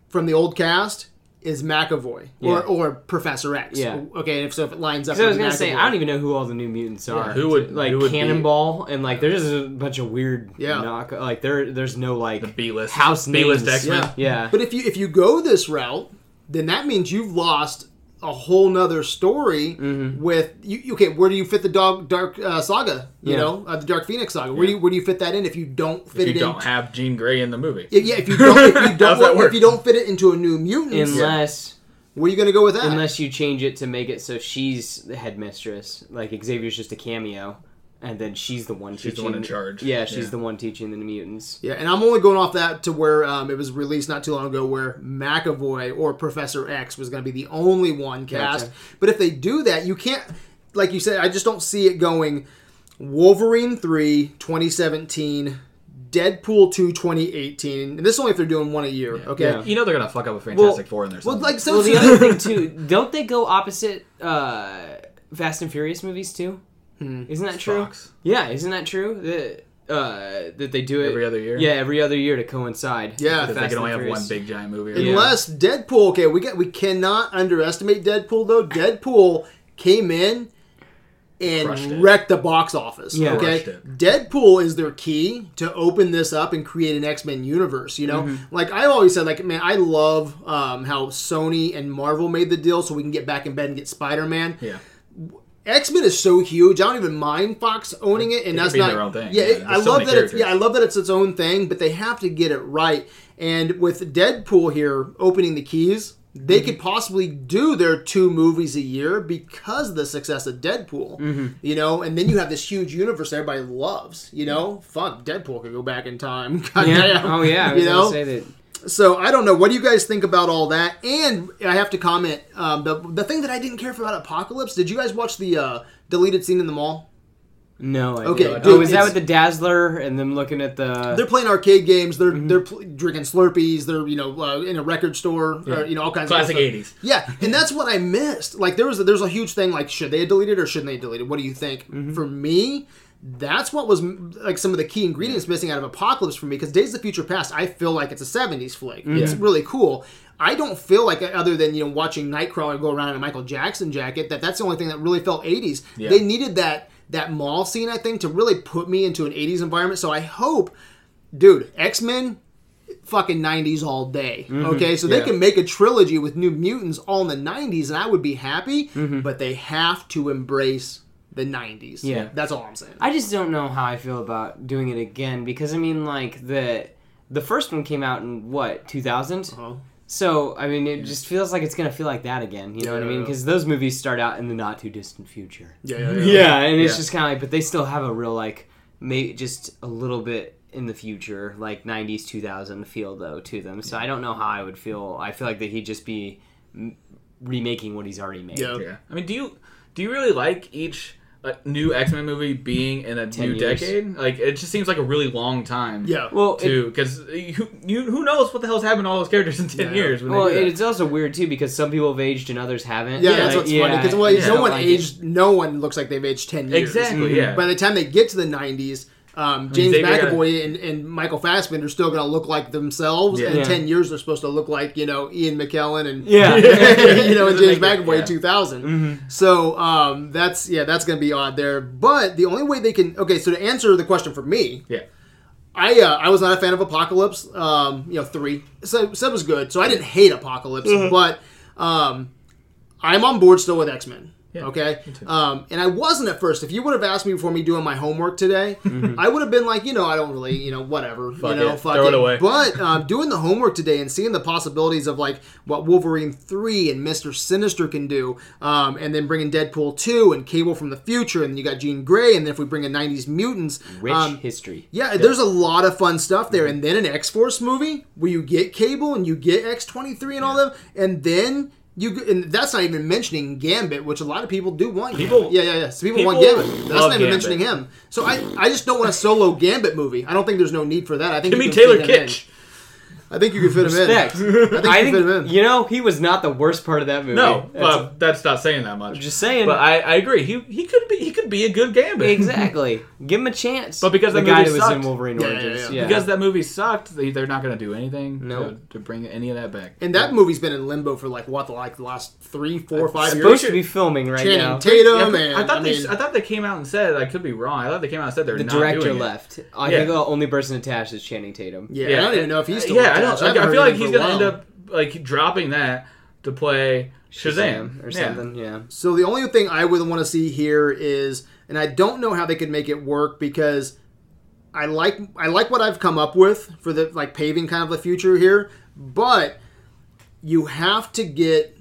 Speaker 1: from the old cast is McAvoy
Speaker 2: Mm-hmm. Yeah.
Speaker 1: or, or Professor X.
Speaker 2: Yeah.
Speaker 1: Okay, if so, if it lines up.
Speaker 2: So I was
Speaker 1: with
Speaker 2: gonna say
Speaker 1: McAvoy.
Speaker 2: I don't even know who all the new mutants are.
Speaker 3: who would-
Speaker 2: like
Speaker 3: who would be-
Speaker 2: Cannonball and like there's just a bunch of weird
Speaker 1: Yeah.
Speaker 2: knock like there there's no like
Speaker 3: the B list
Speaker 2: house
Speaker 3: B list
Speaker 2: names.
Speaker 3: X Men.
Speaker 1: Yeah. <laughs>
Speaker 2: yeah
Speaker 1: But if you if you go this route, then that means you've lost a whole nother story
Speaker 3: Mm-hmm.
Speaker 1: with you. you- Okay, where do you fit the dog dark uh, saga? You
Speaker 2: Yeah.
Speaker 1: know, uh, the Dark Phoenix saga. Where do you where do you fit that in if you don't fit
Speaker 3: You
Speaker 1: it in?
Speaker 3: don't have Jean Grey in the movie.
Speaker 1: If- yeah, if
Speaker 3: <laughs>
Speaker 1: you don't, if you
Speaker 3: How's
Speaker 1: don't,
Speaker 3: that
Speaker 1: well,
Speaker 3: work?
Speaker 1: if you don't fit it into a new mutant,
Speaker 2: unless
Speaker 1: where are you going to go with that?
Speaker 2: unless you change it to make it so she's the headmistress like Xavier's just a cameo and then she's the one
Speaker 3: She's the
Speaker 2: teaching
Speaker 3: one in charge.
Speaker 2: yeah she's
Speaker 3: Yeah.
Speaker 2: the one teaching the mutants
Speaker 1: yeah, and I'm only going off that to where um, it was released not too long ago, where McAvoy or Professor X was going to be the only one cast.
Speaker 2: Gotcha.
Speaker 1: But if they do that, you can't, like you said, I just don't see it going. Wolverine 3 2017, Deadpool 2 2018. And this is only if they're doing one a year, okay?
Speaker 2: Yeah.
Speaker 3: You know they're gonna fuck up a Fantastic
Speaker 2: Well-
Speaker 3: Four in there.
Speaker 1: Well, like so
Speaker 2: well
Speaker 1: <laughs>
Speaker 2: the other thing too don't they go opposite uh Fast and Furious movies too
Speaker 1: Hmm.
Speaker 2: isn't that true
Speaker 3: Fox.
Speaker 2: yeah isn't that true that uh, that they do it
Speaker 3: Every other year?
Speaker 2: Yeah, every other year to coincide.
Speaker 1: Yeah. Because
Speaker 3: Because
Speaker 2: with
Speaker 3: they
Speaker 2: Fast
Speaker 3: can
Speaker 2: and
Speaker 3: only have
Speaker 1: <laughs>
Speaker 2: Furious.
Speaker 3: one big giant movie. or
Speaker 2: Yeah.
Speaker 1: Unless Deadpool, okay, we got we cannot underestimate Deadpool though. Deadpool came in
Speaker 3: Crushed it.
Speaker 1: and wrecked the box office.
Speaker 2: Yeah.
Speaker 1: okay,
Speaker 3: Crushed it.
Speaker 1: Deadpool is their key to open this up and create an X Men universe. You know,
Speaker 3: Mm-hmm.
Speaker 1: like I always said, like man, I love um, how Sony and Marvel made the deal so we can get back in bed and get Spider Man.
Speaker 3: Yeah.
Speaker 1: X Men is so huge. I don't even mind Fox owning it, and that's
Speaker 3: be
Speaker 1: not
Speaker 3: their own thing.
Speaker 1: Yeah,
Speaker 3: Yeah,
Speaker 1: it-
Speaker 3: there's
Speaker 1: I
Speaker 3: so
Speaker 1: love
Speaker 3: many
Speaker 1: that. It's, yeah, I
Speaker 3: characters.
Speaker 1: love that it's its own thing, but they have to get it right. And with Deadpool here opening the keys, they could possibly do their two movies a year because of the success of Deadpool. You know, and then you have this huge universe that everybody loves. You know, fuck, Deadpool could go back in time. <laughs> God
Speaker 2: Yeah.
Speaker 1: damn.
Speaker 2: <laughs> Oh yeah. I was
Speaker 1: you
Speaker 2: gonna
Speaker 1: know,
Speaker 2: say that.
Speaker 1: so I don't know. What do you guys think about all that? And I have to comment um, the the thing that I didn't care for about Apocalypse. Did you guys watch the uh, deleted scene in the mall?
Speaker 2: No. Idea.
Speaker 1: Okay,
Speaker 2: Oh,
Speaker 1: dude,
Speaker 2: is that
Speaker 1: it's-
Speaker 2: with the Dazzler and them looking at the?
Speaker 1: They're playing arcade games. They're they're pl- drinking Slurpees. They're you know uh, in a record store. Or, you know all kinds
Speaker 3: Classic
Speaker 1: of stuff.
Speaker 3: 80s.
Speaker 1: Yeah, and that's what I missed. Like there was a, there's a huge thing like should they have deleted or shouldn't they have deleted? What do you think?
Speaker 3: Mm-hmm.
Speaker 1: For me, that's what was m- like some of the key ingredients missing out of Apocalypse for me because Days of Future Past I feel like it's a 70s flick. It's really cool. I don't feel like uh, other than you know watching Nightcrawler go around in a Michael Jackson jacket that that's the only thing that really felt 80s.
Speaker 3: Yeah.
Speaker 1: They needed that that mall scene I think to really put me into an 80s environment. So I hope dude, X-Men fucking 90s all day. Okay, so they
Speaker 3: Mm-hmm. Yeah.
Speaker 1: can make a trilogy with New Mutants all in the 90s, and I would be happy.
Speaker 2: Mm-hmm.
Speaker 1: But they have to embrace the 90s.
Speaker 2: Yeah.
Speaker 1: that's all I'm saying.
Speaker 2: I just don't know how I feel about doing it again because I mean, like the the first one came out in what 2000.
Speaker 1: Uh-huh.
Speaker 2: So I mean, it just feels like it's gonna feel like that again. You know what I
Speaker 1: Yeah.
Speaker 2: mean? Because those movies start out in the not too distant future.
Speaker 1: Yeah, yeah,
Speaker 2: <laughs> Yeah, and it's
Speaker 3: Yeah.
Speaker 2: just kind of like, but they still have a real like, maybe just a little bit in the future, like '90s, 2000 feel though to them. So I don't know how I would feel. I feel like that he'd just be m- remaking what he's already made.
Speaker 1: Yeah.
Speaker 3: Yeah. I mean, do you do you really like each uh, new X Men movie being in a new
Speaker 2: years.
Speaker 3: decade? Like, it just seems like a really long time.
Speaker 1: Yeah.
Speaker 2: Well, it-
Speaker 3: Too, because you, you who knows what the hell's happened to all those characters in ten
Speaker 1: Yeah.
Speaker 3: years? When
Speaker 2: Well,
Speaker 3: they do that.
Speaker 2: it's also weird too because some people have aged and others haven't.
Speaker 1: Yeah, that's what's funny because well,
Speaker 2: yeah, I
Speaker 1: no
Speaker 2: don't
Speaker 1: one
Speaker 2: like it.
Speaker 1: aged. No one looks like they've aged ten years. Mm-hmm.
Speaker 3: Exactly, Mhm. yeah.
Speaker 1: By the time they get to the nineties, um, James
Speaker 3: they- they gotta-
Speaker 1: McAvoy and, and Michael Fassbender are still going to look like themselves.
Speaker 3: Yeah.
Speaker 1: And
Speaker 2: Yeah.
Speaker 1: ten years, they're supposed to look like you know Ian McKellen and <laughs>
Speaker 2: Yeah.
Speaker 1: you know, and
Speaker 3: Doesn't
Speaker 1: James
Speaker 3: make it-
Speaker 1: McAvoy in
Speaker 3: yeah. Mm-hmm.
Speaker 1: two So um, that's yeah, that's going to be odd there. But the only way they can okay, so to answer the question for me,
Speaker 3: yeah,
Speaker 1: I uh, I was not a fan of Apocalypse. Um, you know, three. So Seb was good, so I didn't hate Apocalypse,
Speaker 3: Mm-hmm.
Speaker 1: but um, I'm on board still with X Men.
Speaker 3: Yeah,
Speaker 1: okay,
Speaker 3: me too.
Speaker 1: um, and I wasn't at first. If you would have asked me before me doing my homework today, I would have been like, you know, I don't really, you know, whatever,
Speaker 3: Mm-hmm. Fuck
Speaker 1: you know,
Speaker 3: it. Throw it away.
Speaker 1: But um, doing the homework today and seeing the possibilities of like what Wolverine three and Mister Sinister can do, um, and then bringing Deadpool two and Cable from the future, and you got Jean Grey, and then if we bring in '90s mutants,
Speaker 2: rich
Speaker 1: um,
Speaker 2: history.
Speaker 1: yeah, there's a lot of fun stuff
Speaker 3: Mm-hmm.
Speaker 1: there. And then an X Force movie where you get Cable and you get X twenty three and all them, and then you g- and that's not even mentioning Gambit, which a lot of people do want.
Speaker 3: People-
Speaker 1: Gambit. yeah, yeah, yeah. So people, want
Speaker 3: people
Speaker 1: Gambit. That's
Speaker 3: love
Speaker 1: not even
Speaker 3: Gambit.
Speaker 1: mentioning him. So I, I just don't want a solo Gambit movie. I don't think there's no need for that. I think
Speaker 3: Timmy
Speaker 1: you can
Speaker 3: Taylor
Speaker 1: fit him in.
Speaker 3: Kitsch.
Speaker 1: I think you can fit him in.
Speaker 2: Respect.
Speaker 1: I think you
Speaker 2: I
Speaker 1: can
Speaker 2: think
Speaker 1: fit him in.
Speaker 2: you know he was not the worst part of that movie.
Speaker 3: No,
Speaker 2: That's-
Speaker 3: well, that's not saying that much.
Speaker 2: I'm just saying.
Speaker 3: But I, I agree. He he could be he could be a good Gambit. <laughs>
Speaker 2: exactly. Give him a chance.
Speaker 3: But because
Speaker 2: the
Speaker 3: that
Speaker 2: guy
Speaker 3: movie
Speaker 2: that was
Speaker 3: sucked.
Speaker 2: in Wolverine
Speaker 1: Yeah, yeah, yeah.
Speaker 2: Origins, yeah.
Speaker 3: Because that movie sucked, they, they're not going to do anything
Speaker 2: Nope.
Speaker 3: to, to bring any of that back.
Speaker 1: And that movie's been in limbo for like what, like the last three, four, five years.
Speaker 2: supposed to be filming right
Speaker 1: Channing
Speaker 2: now.
Speaker 1: Tatum
Speaker 3: Yeah,
Speaker 1: and
Speaker 3: I thought
Speaker 1: I
Speaker 3: they
Speaker 1: mean-
Speaker 3: I thought they came out and said I could be wrong. I thought they came out and said they're
Speaker 2: the
Speaker 3: not
Speaker 2: director
Speaker 3: doing it.
Speaker 2: left. I
Speaker 3: Yeah.
Speaker 2: think the only person attached is Channing Tatum.
Speaker 1: Yeah,
Speaker 3: Yeah. Uh,
Speaker 1: I don't even know if he's still.
Speaker 3: yeah, I
Speaker 1: attached.
Speaker 3: don't. I,
Speaker 1: haven't
Speaker 3: I feel
Speaker 1: heard
Speaker 3: like
Speaker 1: anything
Speaker 3: he's
Speaker 1: for a
Speaker 3: gonna end
Speaker 1: while.
Speaker 3: up like dropping that to play Shazam,
Speaker 2: or
Speaker 3: Yeah.
Speaker 2: something. Yeah.
Speaker 1: So the only thing I would want to see here is, and I don't know how they could make it work because I like I like what I've come up with for the like paving kind of the future here, but you have to get.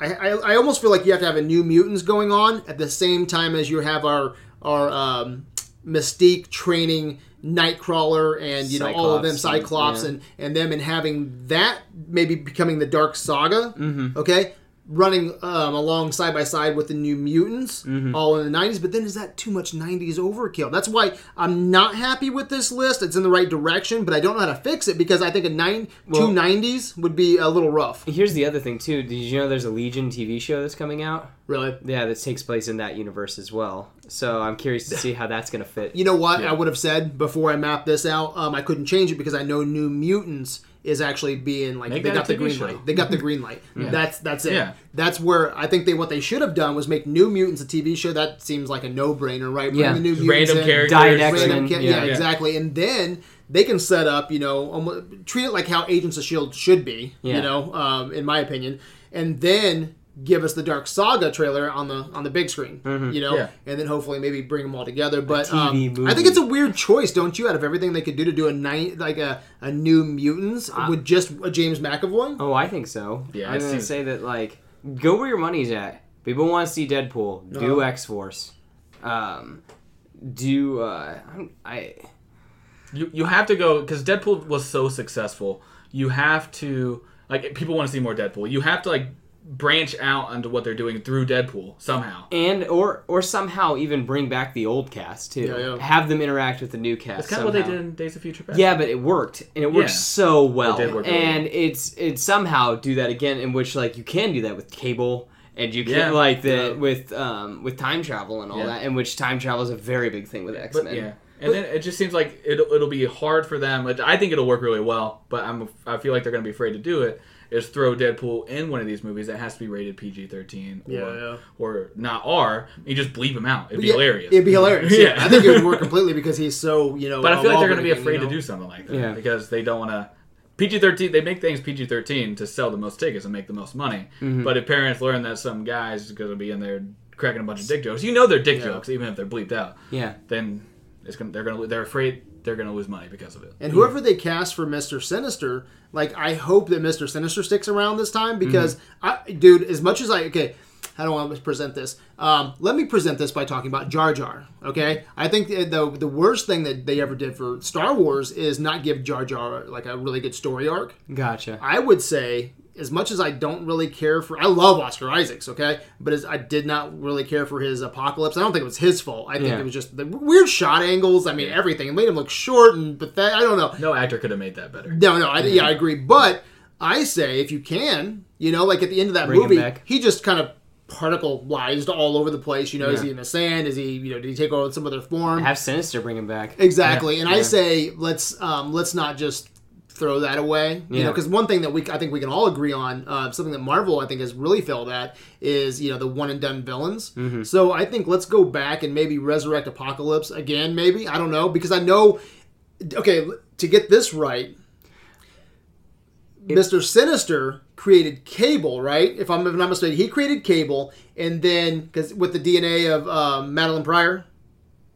Speaker 1: I, I, I almost feel like you have to have a new mutants going on at the same time as you have our our um, Mystique training Nightcrawler and you know all of them
Speaker 2: Cyclops and-
Speaker 1: Cyclops
Speaker 2: yeah.
Speaker 1: and and them and having that maybe becoming the Dark Saga. Mm-hmm. Okay, running um, along side by side with the New Mutants, all in the '90s. But then is that too much '90s overkill? That's why I'm not happy with this list. It's in the right direction, but I don't know how to fix it because I think a nine
Speaker 2: Well-
Speaker 1: two '90s would be a little rough.
Speaker 2: Here's the other thing too. Did you know there's a Legion TV show that's coming out?
Speaker 1: Really.
Speaker 2: Yeah, that takes place in that universe as well. So I'm curious to see how that's gonna fit.
Speaker 3: <laughs>
Speaker 1: You know what I would have said before I mapped this out? Um, I couldn't change it because I know New Mutants is actually being like
Speaker 3: Make
Speaker 1: they
Speaker 3: that a
Speaker 1: got the
Speaker 3: TV
Speaker 1: green
Speaker 3: show.
Speaker 1: light. They got the green light. That's that's it.
Speaker 3: <laughs> Yeah.
Speaker 1: That's where I think they what they should have done was make New Mutants a TV show. That seems like a no brainer, right? Bring
Speaker 2: Yeah.
Speaker 1: the New
Speaker 3: Just Random
Speaker 1: Mutants in.
Speaker 3: characters.
Speaker 2: Diet X-Men.
Speaker 1: Random ca-
Speaker 2: Yeah.
Speaker 1: yeah,
Speaker 2: Yeah.
Speaker 1: exactly. And then they can set up, you know, almo- treat it like how Agents of Shield E should be, you
Speaker 2: Yeah.
Speaker 1: know, um, in my opinion. And then give us the Dark Saga trailer on the on the big screen, you know,
Speaker 3: Yeah.
Speaker 1: and then hopefully maybe bring them all together. But
Speaker 2: TV
Speaker 1: um, I
Speaker 2: movie.
Speaker 1: think it's a weird choice, don't you? Out of everything they could do to do a night like a, a new Mutants with just a James McAvoy.
Speaker 2: Oh, I think so.
Speaker 3: Yeah,
Speaker 2: I'm
Speaker 3: it
Speaker 2: gonna
Speaker 3: seems-
Speaker 2: say that like go where your money's at. People want to see Deadpool. Do
Speaker 3: Uh-huh.
Speaker 2: X Force. Um, do uh, I'm- I
Speaker 3: You you have to go because Deadpool was so successful. You have to like people want to see more Deadpool. You have to like branch out onto what they're doing through Deadpool somehow.
Speaker 2: and or or somehow even bring back the old cast too.
Speaker 1: Yeah, yeah.
Speaker 2: Have them interact with the new
Speaker 3: That's
Speaker 2: cast.
Speaker 3: kind of what they
Speaker 2: somehow.
Speaker 3: did in Days of Future Past.
Speaker 2: Yeah, but it worked, and it worked
Speaker 3: Yeah.
Speaker 2: so well.
Speaker 3: It did work really
Speaker 2: and it's it somehow do that again, in which like you can do that with cable, and you can
Speaker 3: Yeah.
Speaker 2: like the
Speaker 3: Yeah.
Speaker 2: with um with time travel and all
Speaker 3: Yeah.
Speaker 2: that, in which time travel is a very big thing with X
Speaker 3: but
Speaker 2: Men.
Speaker 3: yeah. And then it just seems like it'll, it'll be hard for them. but I think it'll work really well, but I'm I feel like they're going to be afraid to do it. Is throw Deadpool in one of these movies that has to be rated PG-13 or
Speaker 1: Yeah, yeah.
Speaker 3: or not R. You just bleep him out. It'd be
Speaker 1: Yeah,
Speaker 3: hilarious.
Speaker 1: It'd be hilarious. Yeah,
Speaker 3: <laughs> Yeah.
Speaker 1: I think it would work completely because he's so you know.
Speaker 3: But I feel like they're going to be
Speaker 1: all-over
Speaker 3: afraid
Speaker 1: again,
Speaker 3: to
Speaker 1: you know?
Speaker 3: do something like that
Speaker 2: Yeah.
Speaker 3: because they don't want to. PG thirteen, they make things PG thirteen to sell the most tickets and make the most money.
Speaker 2: Mm-hmm.
Speaker 3: But if parents learn that some guys is going to be in there cracking a bunch of dick jokes, you know they're dick
Speaker 1: Yeah.
Speaker 3: jokes even if they're bleeped out.
Speaker 2: Yeah.
Speaker 3: Then it's going to they're going to they're afraid they're going to lose money because of it.
Speaker 1: And whoever they cast for Mister Sinister, like I hope that Mister Sinister sticks around this time because I, dude, as much as I okay, I don't want to present this. Um, let me present this by talking about Jar Jar. Okay, I think the, the the worst thing that they ever did for Star Wars is not give Jar Jar like a really good story arc.
Speaker 2: Gotcha.
Speaker 1: I would say, as much as I don't really care for, I love Oscar Isaacs, okay, but as I did not really care for his apocalypse. I don't think it was his fault. I think
Speaker 2: Yeah.
Speaker 1: it was just the weird shot angles. I mean, everything. It made him look short and pathetic. I don't know.
Speaker 3: No actor could have made that better.
Speaker 1: No, no, I, yeah, I agree. But I say, if you can, you know, like at the end of that
Speaker 2: Bring him
Speaker 1: movie,
Speaker 2: back.
Speaker 1: he just kind of particleized all over the place. You know, is he in the sand? Is he, you know, did he take on some other form?
Speaker 2: Have Sinister bring him back.
Speaker 1: Exactly, and I
Speaker 2: Yeah.
Speaker 1: say let's um, let's not just throw that away. You know,
Speaker 2: Yeah.
Speaker 1: because one thing that we I think we can all agree on, uh, something that Marvel I think has really failed at is you know the one and done villains. So I think let's go back and maybe resurrect Apocalypse again. Maybe I don't know because I know. Okay, to get this right, Mister Sinister created Cable, right? If I'm if I'm not mistaken, he created Cable, and then because with the DNA of um, Madeline Pryor.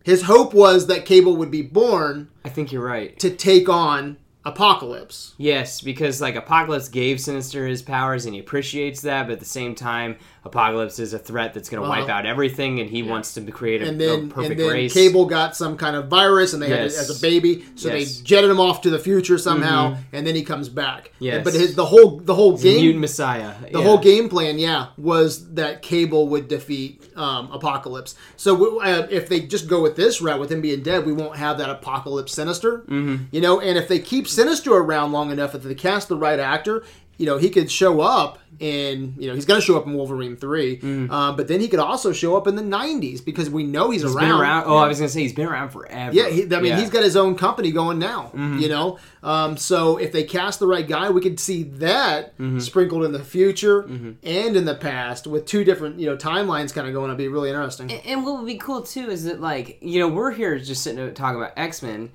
Speaker 1: His hope was that Cable would be born
Speaker 2: I think you're right.
Speaker 1: to take on Apocalypse.
Speaker 2: Yes, because like Apocalypse gave Sinister his powers and he appreciates that, but at the same time, Apocalypse is a threat that's going to wipe
Speaker 1: Uh-huh.
Speaker 2: out everything, and he wants to create a,
Speaker 1: And
Speaker 2: a
Speaker 1: then,
Speaker 2: perfect
Speaker 1: and then
Speaker 2: race.
Speaker 1: Cable got some kind of virus, and they had it
Speaker 2: Yes.
Speaker 1: as a baby, so
Speaker 2: Yes. Mm-hmm.
Speaker 1: they jetted him off to the future somehow, and then he comes back.
Speaker 2: Yes.
Speaker 1: But his, the whole the whole
Speaker 2: The
Speaker 1: game
Speaker 2: mutant Messiah.
Speaker 1: the whole game plan, yeah, was that Cable would defeat um, Apocalypse. So w- uh, if they just go with this route, with him being dead, we won't have that Apocalypse Sinister, mm-hmm. you know. And if they keep Sinister around long enough, if they cast the right actor, you know, he could show up in, you know, he's going to show up in Wolverine three, uh, but then he could also show up in the '90s because we know he's,
Speaker 2: He's
Speaker 1: around.
Speaker 2: been around. Oh, I was gonna say he's been around forever.
Speaker 1: Yeah, he, I mean,
Speaker 2: Yeah.
Speaker 1: he's got his own company going now. You know, um, so if they cast the right guy, we could see that sprinkled in the future and in the past with two different you know timelines kind of going. It'd be really interesting.
Speaker 2: And what would be cool too is that like you know we're here just sitting and talking about X Men.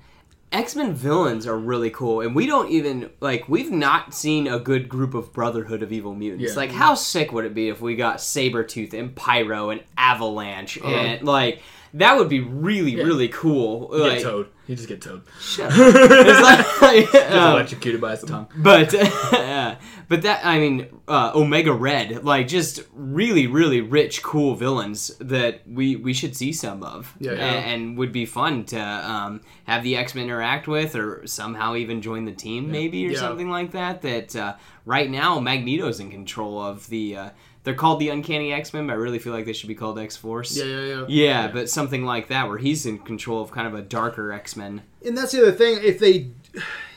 Speaker 2: X Men villains are really cool, and we don't even like we've not seen a good group of Brotherhood of Evil Mutants.
Speaker 3: Yeah.
Speaker 2: Like, how sick would it be if we got Sabretooth and Pyro and Avalanche and like that would be really really cool. Like,
Speaker 3: Get towed. You just get towed.
Speaker 2: <laughs>
Speaker 3: <laughs>
Speaker 2: it's like- <laughs>
Speaker 3: Just
Speaker 2: um,
Speaker 3: electrocuted by his tongue.
Speaker 2: but <laughs> but that I mean uh, Omega Red like just really really rich cool villains that we we should see some of
Speaker 1: Yeah,
Speaker 2: A-
Speaker 1: yeah.
Speaker 2: And, would be fun to um, have the X Men interact with or somehow even join the team maybe or
Speaker 1: Yeah.
Speaker 2: something like that that uh, right now Magneto's in control of the uh, they're called the Uncanny X Men but I really feel like they should be called X Force
Speaker 1: Yeah, yeah, yeah,
Speaker 2: yeah but something like that where he's in control of kind of a darker X Men
Speaker 1: And that's the other thing. If they,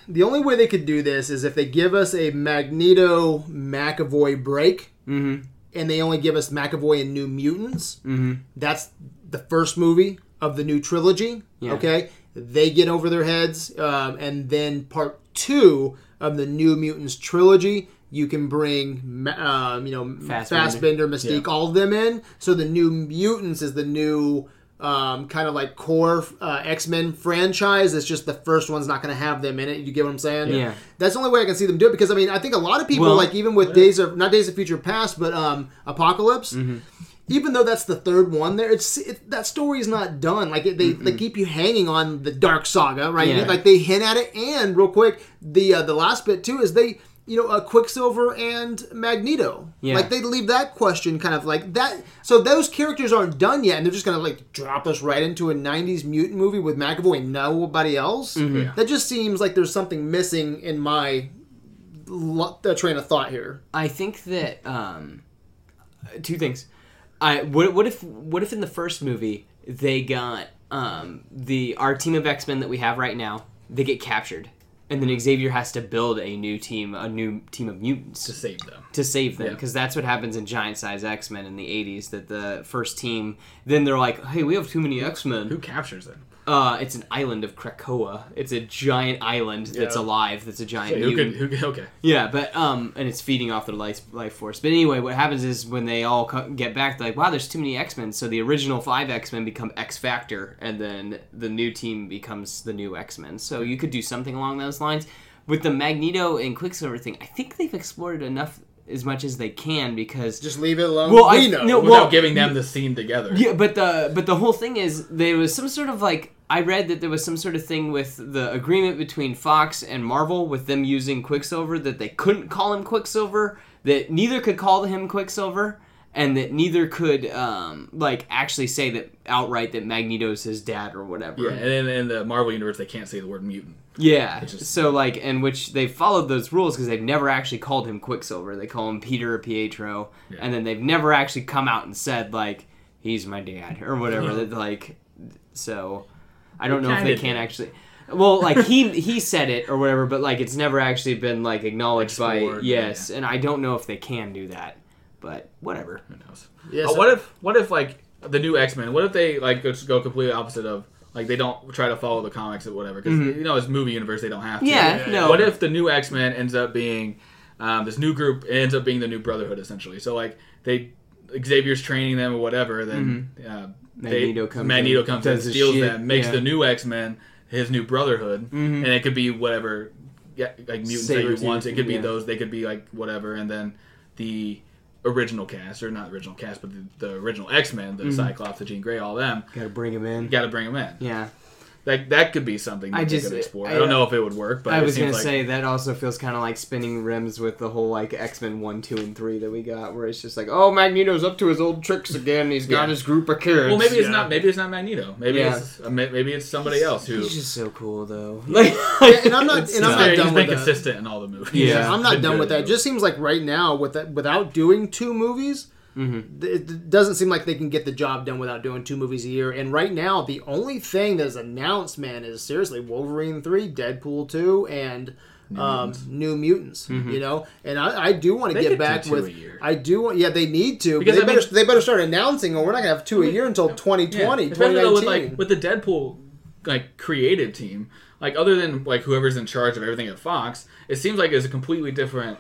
Speaker 1: the only way they could do this is if they give us a Magneto McAvoy break, and they only give us McAvoy and New Mutants. That's the first movie of the new trilogy.
Speaker 2: Yeah.
Speaker 1: Okay, they get over their heads, um, and then part two of the New Mutants trilogy, you can bring Ma- um, you know
Speaker 2: Fassbender.
Speaker 1: Fassbender, Mystique, all of them in. So the New Mutants is the new. Um, kind of like core uh, X Men franchise. It's just the first one's not going to have them in it. You get what I'm saying?
Speaker 2: Yeah.
Speaker 1: That's the only way I can see them do it because I mean I think a lot of people
Speaker 2: Well-
Speaker 1: like even with Days of not Days of Future Past but um Apocalypse
Speaker 2: Mm-hmm.
Speaker 1: even though that's the third one there it's it, that story is not done like it, they, they keep you hanging on the dark saga right
Speaker 2: Yeah.
Speaker 1: like they hint at it and real quick the uh, the last bit too is they you know uh, quicksilver and magneto
Speaker 2: Yeah.
Speaker 1: like they leave that question kind of like that so those characters aren't done yet and they're just gonna like drop us right into a 90s mutant movie with mcavoy and nobody else
Speaker 3: Yeah.
Speaker 1: that just seems like there's something missing in my lo- uh, train of thought here
Speaker 2: I think that um, two things. I what, what if what if in the first movie they got um, the our team of X Men that we have right now they get captured and then Xavier has to build a new team a new team of
Speaker 3: to
Speaker 2: mutants
Speaker 3: save them.
Speaker 2: to save them
Speaker 3: Yeah.
Speaker 2: because that's what happens in giant size X Men in the eighties that the first team then they're like hey we have too many X Men
Speaker 3: Who captures them?
Speaker 2: uh, it's an island of Krakoa. It's a giant island that's
Speaker 3: Yeah.
Speaker 2: alive. That's a giant
Speaker 3: Who
Speaker 2: mutant.
Speaker 3: can? Who can? Okay.
Speaker 2: Yeah, but um, and it's feeding off their life life force. But anyway, what happens is when they all co- get back, they're like, "Wow, there's too many X Men." So the original five X Men become X Factor, and then the new team becomes the new X Men. So you could do something along those lines with the Magneto and Quicksilver thing. I think they've explored enough as much as they can because
Speaker 1: Just leave it alone.
Speaker 2: Well,
Speaker 1: we
Speaker 2: I-
Speaker 1: know.
Speaker 2: no,
Speaker 1: No,
Speaker 2: well-
Speaker 3: Without giving them the scene together.
Speaker 2: yeah, but the but the whole thing is there was some sort of like I read that there was some sort of thing with the agreement between Fox and Marvel with them using Quicksilver that they couldn't call him Quicksilver, that neither could call him Quicksilver, and that neither could um, like actually say that outright that Magneto's his dad or whatever.
Speaker 3: Yeah, and in, in the Marvel universe, they can't say the word mutant.
Speaker 2: Yeah.
Speaker 3: is-
Speaker 2: so like, and which they followed those rules because they've never actually called him Quicksilver. They call him Peter or Pietro, and then they've never actually come out and said like he's my dad or whatever. That like, so I don't know if
Speaker 3: kinda
Speaker 2: they can
Speaker 3: did.
Speaker 2: actually. Well, like he he said it or whatever, but like it's never actually been like acknowledged by
Speaker 3: Explored,
Speaker 2: yes, and I don't know if they can do that, but whatever.
Speaker 3: Who knows?
Speaker 1: Yes,
Speaker 3: Uh, what if? What if like the new X Men? What if they like go, go completely opposite of like they don't try to follow the comics or whatever? Because you know, it's movie universe, they don't have to.
Speaker 2: Mm-hmm. Yeah, Yeah. no.
Speaker 3: What if the new X Men ends up being um, this new group? It ends up being the new Brotherhood essentially. So like they Xavier's training them or whatever, then uh, they-
Speaker 2: Mm-hmm. Magneto comes
Speaker 3: Magneto
Speaker 2: in,
Speaker 3: comes in,
Speaker 2: does his
Speaker 3: steals
Speaker 2: shit,
Speaker 3: them, makes
Speaker 2: yeah. Mm-hmm.
Speaker 3: the new X Men his new Brotherhood, and it could be whatever. Yeah, like mutants that you
Speaker 2: Sabretooth,
Speaker 3: want. It could be
Speaker 2: yeah.
Speaker 3: those. They could be like whatever, and then the original cast, or not original cast, but the, the original X Men,
Speaker 2: Mm-hmm.
Speaker 3: the Cyclops, the Jean Grey, all them.
Speaker 2: Gotta bring him in.
Speaker 3: You got to bring them in.
Speaker 2: Yeah,
Speaker 3: Like that could be something that
Speaker 2: I
Speaker 3: I
Speaker 2: just-
Speaker 3: could explore.
Speaker 2: I,
Speaker 3: I, don't
Speaker 2: uh,
Speaker 3: know if it would work, but
Speaker 2: I
Speaker 3: it
Speaker 2: was
Speaker 3: seems
Speaker 2: gonna
Speaker 3: like,
Speaker 2: say that also feels kind of like spinning rims with the whole like X Men one, two, and three that we got, where it's just like, oh, Magneto's up to his old tricks again. He's got
Speaker 3: Yeah.
Speaker 2: his group of kids.
Speaker 3: Well, maybe it's
Speaker 1: yeah.
Speaker 3: not. Maybe it's not Magneto. Maybe
Speaker 2: Yeah.
Speaker 3: it's uh, ma- maybe it's somebody else who.
Speaker 2: he's just so cool though. <laughs> Like,
Speaker 1: and I'm not-
Speaker 2: it's
Speaker 1: and I'm not
Speaker 3: he's very- he's
Speaker 1: done
Speaker 3: been
Speaker 1: with that.
Speaker 3: consistent in all the movies.
Speaker 2: Yeah.
Speaker 1: I'm not
Speaker 3: Been
Speaker 1: done
Speaker 3: good
Speaker 1: with
Speaker 3: in
Speaker 1: that. It just seems like right now, with that, without doing two movies,
Speaker 2: Mm-hmm,
Speaker 1: th- it doesn't seem like they can get the job done without doing two movies a year. And right now, the only thing that is announced, man, is seriously Wolverine three, Deadpool two, and um, New Mutants. You know, and I, I do want to
Speaker 3: Mm-hmm. They
Speaker 1: get
Speaker 3: could do
Speaker 1: back
Speaker 3: two
Speaker 1: with.
Speaker 3: a year.
Speaker 1: I do want. Yeah, they need to. But
Speaker 3: Because
Speaker 1: they
Speaker 3: I
Speaker 1: better
Speaker 3: mean-
Speaker 1: they better start announcing, or we're not gonna have two a year until 2020,
Speaker 3: Yeah. Especially
Speaker 1: 2019.
Speaker 3: though with like with the Deadpool like creative team, like other than like whoever's in charge of everything at Fox, it seems like it's a completely different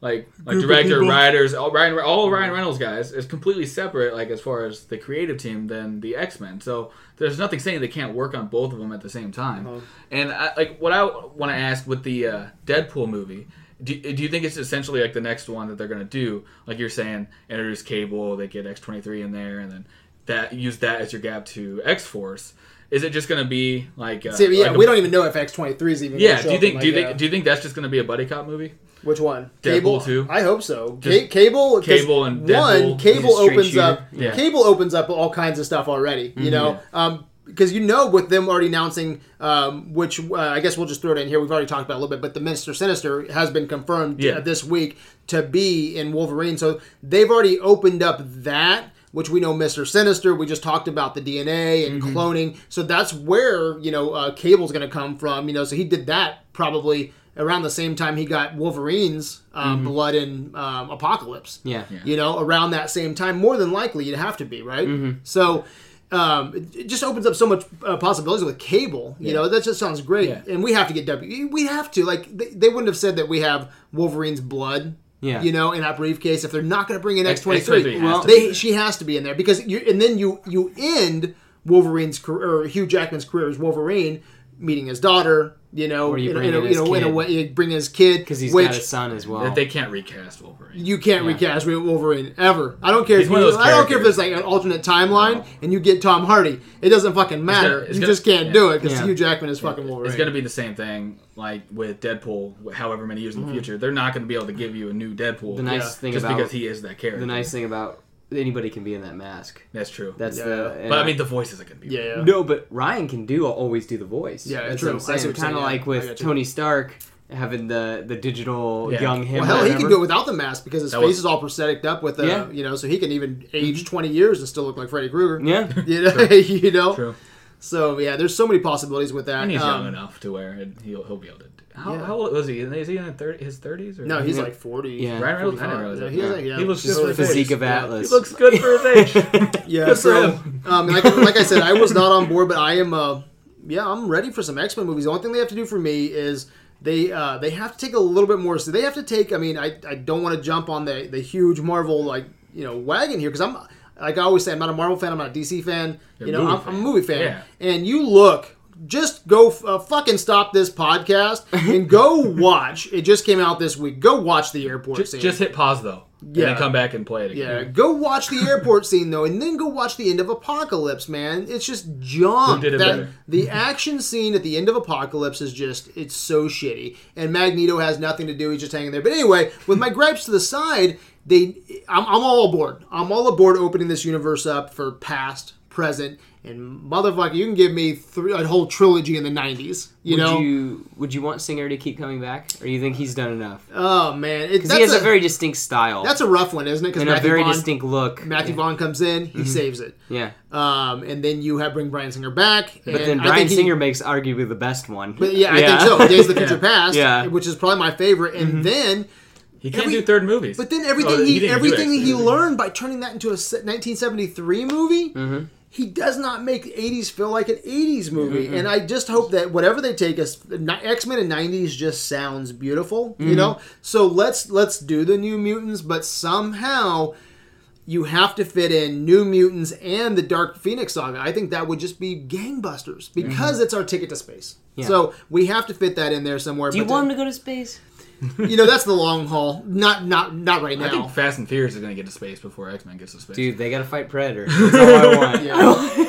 Speaker 3: like like director, writers, all Ryan all Ryan Reynolds guys is completely separate like as far as the creative team than the X Men. So there's nothing saying they can't work on both of them at the same time.
Speaker 1: Uh-huh.
Speaker 3: And I, like what I want to ask with the uh, Deadpool movie. Do, do you think it's essentially like the next one that they're gonna do? Like you're saying, introduce Cable, they get X twenty three in there, and then that use that as your gap to X Force. Is it just gonna be like? Uh,
Speaker 1: See, yeah,
Speaker 3: like a-
Speaker 1: we don't even know if X twenty three is even. gonna
Speaker 3: Yeah,
Speaker 1: show
Speaker 3: do you
Speaker 1: up
Speaker 3: think
Speaker 1: in,
Speaker 3: do you
Speaker 1: like, uh,
Speaker 3: think
Speaker 1: a-
Speaker 3: do you think that's just gonna be a buddy cop movie?
Speaker 1: Which one?
Speaker 3: Deadpool 2?
Speaker 1: I hope so. Ca-
Speaker 3: Just
Speaker 1: cable. 'cause
Speaker 3: Cable and Deadpool,
Speaker 1: One. Cable
Speaker 2: he's a straight
Speaker 1: opens
Speaker 2: shooter.
Speaker 1: up.
Speaker 3: Yeah. Mm-hmm.
Speaker 1: Cable opens up all kinds of stuff already. You know. Um, because you know, with them already announcing, um, which uh, I guess we'll just throw it in here. We've already talked about it a little bit, but the Minister Sinister has been confirmed
Speaker 3: Yeah.
Speaker 1: uh, this week to be in Wolverine. So they've already opened up that, which we know Mister Sinister. We just talked about the DNA and cloning. So that's where you know uh, Cable's going to come from. You know, so he did that probably around the same time he got Wolverine's um, blood in um, Apocalypse
Speaker 2: yeah.
Speaker 1: you know, around that same time. More than likely, you'd have to be right. So. Um, it- it just opens up so much uh, possibilities with cable. You know that just sounds great,
Speaker 3: Yeah.
Speaker 1: and we have to get W. We have to like they, they wouldn't have said that we have Wolverine's blood.
Speaker 2: Yeah.
Speaker 1: you know, in that briefcase if they're not going to bring in X twenty
Speaker 3: X-23
Speaker 1: three.
Speaker 3: has
Speaker 2: Well,
Speaker 3: to be
Speaker 1: They
Speaker 3: there.
Speaker 1: she has to be in there because you and then you you end Wolverine's career or Hugh Jackman's career as Wolverine meeting his daughter. You know,
Speaker 2: Or you
Speaker 1: in a-
Speaker 2: bring
Speaker 1: in a-
Speaker 2: in
Speaker 1: you
Speaker 2: his
Speaker 1: know, in a
Speaker 2: kid.
Speaker 1: way, you bring his kid
Speaker 2: because he's
Speaker 1: which,
Speaker 2: got a son as well.
Speaker 3: That they can't recast Wolverine.
Speaker 1: you can't recast Wolverine ever. I don't care. If
Speaker 3: He's one of
Speaker 1: you-
Speaker 3: those
Speaker 1: I don't care if
Speaker 3: characters.
Speaker 1: there's like an alternate timeline and you get Tom Hardy. It doesn't fucking matter.
Speaker 3: it's
Speaker 1: you
Speaker 3: gonna-
Speaker 1: just can't
Speaker 3: yeah.
Speaker 1: do it because
Speaker 2: Yeah.
Speaker 1: Hugh Jackman is fucking Wolverine.
Speaker 3: It's gonna be the same thing like with Deadpool, however many years in the future, they're not gonna be able to give you a new Deadpool.
Speaker 2: Mm-hmm. The nice
Speaker 1: Yeah.
Speaker 2: thing
Speaker 3: just
Speaker 2: about
Speaker 3: because he is that character.
Speaker 2: the nice thing about anybody can be in that mask.
Speaker 3: That's true.
Speaker 2: That's the.
Speaker 1: Yeah.
Speaker 2: and
Speaker 3: but I mean, the voice isn't gonna be.
Speaker 1: yeah, yeah.
Speaker 2: No, but Ryan can do always do the voice.
Speaker 1: Yeah,
Speaker 2: that's
Speaker 1: true.
Speaker 2: what I'm
Speaker 1: I see
Speaker 2: saying.
Speaker 1: what you're saying,
Speaker 2: Kind of
Speaker 1: yeah.
Speaker 2: like
Speaker 1: I
Speaker 2: with
Speaker 1: got you.
Speaker 2: Tony Stark having the the digital
Speaker 3: Yeah.
Speaker 2: young him.
Speaker 1: Well,
Speaker 2: or
Speaker 1: hell, he can
Speaker 2: whatever.
Speaker 1: do it without the mask because his
Speaker 3: That
Speaker 1: face
Speaker 3: was- Mm-hmm.
Speaker 1: is all prosthetic up with, a,
Speaker 2: Yeah.
Speaker 1: you know, so he can even age 20 years and still look like Freddy Krueger.
Speaker 2: Yeah.
Speaker 1: <laughs> You know, you know?
Speaker 3: True.
Speaker 1: So, yeah, there's so many possibilities with that.
Speaker 3: And he's
Speaker 1: Um,
Speaker 3: young enough to where it, he'll he'll be able to. Do. How,
Speaker 1: Yeah.
Speaker 3: how old was he? Is he in the 30, his thirties?
Speaker 1: No, he's
Speaker 2: Yeah.
Speaker 1: like 40.
Speaker 2: Yeah.
Speaker 3: Ryan Reynolds. I
Speaker 1: 45.
Speaker 3: didn't realize
Speaker 1: Yeah,
Speaker 3: that.
Speaker 1: he was like, yeah.
Speaker 3: He looks
Speaker 1: Just
Speaker 3: just
Speaker 1: the
Speaker 3: like
Speaker 2: physique
Speaker 1: face.
Speaker 2: of
Speaker 1: Yeah.
Speaker 2: Atlas.
Speaker 3: He looks good
Speaker 1: <laughs>
Speaker 3: for his age.
Speaker 1: Yeah,
Speaker 3: Good for
Speaker 1: so
Speaker 3: him.
Speaker 1: um, like, like I said, I was not on board, but I am. Uh, yeah, I'm ready for some X Men movies. The only thing they have to do for me is they uh, they have to take a little bit more. So they have to take. I mean, I, I don't want to jump on the the huge Marvel like you know wagon here because I'm like I always say I'm not a Marvel fan. I'm not a DC fan. you know,
Speaker 3: movie
Speaker 1: I'm, I'm a movie fan.
Speaker 3: Yeah.
Speaker 1: And you look. Just go f- uh, fucking stop this
Speaker 3: <laughs>
Speaker 1: podcast and go watch. It just came out this week. Go watch the airport
Speaker 3: just,
Speaker 1: scene.
Speaker 3: just hit pause though.
Speaker 1: Yeah.
Speaker 3: Yeah. And then come back and play it
Speaker 1: Yeah,
Speaker 3: again.
Speaker 1: go watch the
Speaker 2: <laughs>
Speaker 1: airport scene though, and then go watch the end of Apocalypse, man. It's just junk.
Speaker 3: Who did it
Speaker 1: That-
Speaker 3: better?
Speaker 1: The action scene at the end of Apocalypse is just it's so shitty. And Magneto has nothing to do; he's just hanging there. But anyway, with my gripes to the side, they I'm, I'm all aboard. I'm all aboard opening this universe up for past, present, and motherfucker, you can give me three, a whole trilogy in the '90s. You
Speaker 2: would
Speaker 1: know?
Speaker 2: <laughs> you would you want Singer to keep coming back, or you think he's done enough?
Speaker 1: oh man, it,
Speaker 2: Because
Speaker 1: that's
Speaker 2: he has
Speaker 1: a,
Speaker 2: a, very distinct style
Speaker 1: that's a rough one, isn't it? Because
Speaker 2: and a
Speaker 1: Matthew
Speaker 2: very
Speaker 1: Vaughn,
Speaker 2: distinct look.
Speaker 1: Matthew
Speaker 2: yeah. Mm-hmm.
Speaker 1: Vaughn comes in, he saves it.
Speaker 2: yeah.
Speaker 1: Um, and then you have bring Brian Singer back.
Speaker 2: But then
Speaker 1: I
Speaker 2: Brian
Speaker 1: think he-
Speaker 2: Singer makes arguably the best one.
Speaker 1: but yeah, I think so. Days of the Future
Speaker 3: Yeah.
Speaker 1: Past,
Speaker 2: <laughs> Yeah. Mm-hmm.
Speaker 1: which is probably my favorite. And then,
Speaker 3: He can't
Speaker 1: Every-
Speaker 3: do third movies.
Speaker 1: but then everything
Speaker 3: Oh, he
Speaker 1: he
Speaker 3: didn't do
Speaker 1: everything
Speaker 3: it.
Speaker 1: that he learned by turning that into a se- 1973 movie,
Speaker 3: Mm-hmm.
Speaker 1: he does not make 80s feel like an 80s movie.
Speaker 3: Mm-hmm.
Speaker 1: And I just hope that whatever they take us, X Men and 90s just sounds beautiful,
Speaker 3: Mm-hmm.
Speaker 1: you know. So let's let's do the New Mutants, but somehow you have to fit in New Mutants and the Dark Phoenix saga. I think that would just be gangbusters
Speaker 3: Mm-hmm.
Speaker 1: because it's our ticket to space.
Speaker 2: Yeah.
Speaker 1: So we have to fit that in there somewhere.
Speaker 2: Do you
Speaker 1: but
Speaker 2: want him to go to space?
Speaker 1: you know, that's the long haul. Not not not right
Speaker 3: I think
Speaker 1: now.
Speaker 3: Fast and Furious is gonna get to space before X Men gets to space.
Speaker 2: Dude, they gotta fight
Speaker 1: <laughs>
Speaker 2: Predator. That's all I want. <laughs>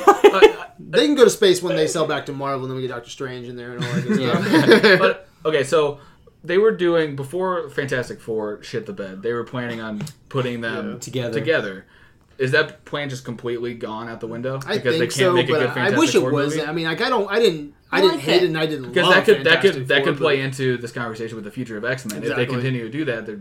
Speaker 1: They can go to space when they sell back to Marvel, and then we get Doctor Strange in there and all that good <laughs>
Speaker 2: Yeah.
Speaker 1: stuff.
Speaker 3: <laughs> but okay, so they were doing before Fantastic Four shit the bed. They were planning on putting them
Speaker 1: Yeah.
Speaker 2: Together.
Speaker 3: Together, is that plan just completely gone out the window
Speaker 1: I think so, but I, I wish it was. I mean, like I don't, I didn't, I,
Speaker 2: I
Speaker 1: didn't
Speaker 2: like
Speaker 1: hate
Speaker 2: it.
Speaker 1: it, and I didn't
Speaker 3: Because
Speaker 1: love
Speaker 3: that could that could
Speaker 1: Fantastic
Speaker 3: that
Speaker 1: Four,
Speaker 3: could
Speaker 1: but-
Speaker 3: play into this conversation with the future of X Men. If
Speaker 1: Exactly.
Speaker 3: they continue to do that, they're,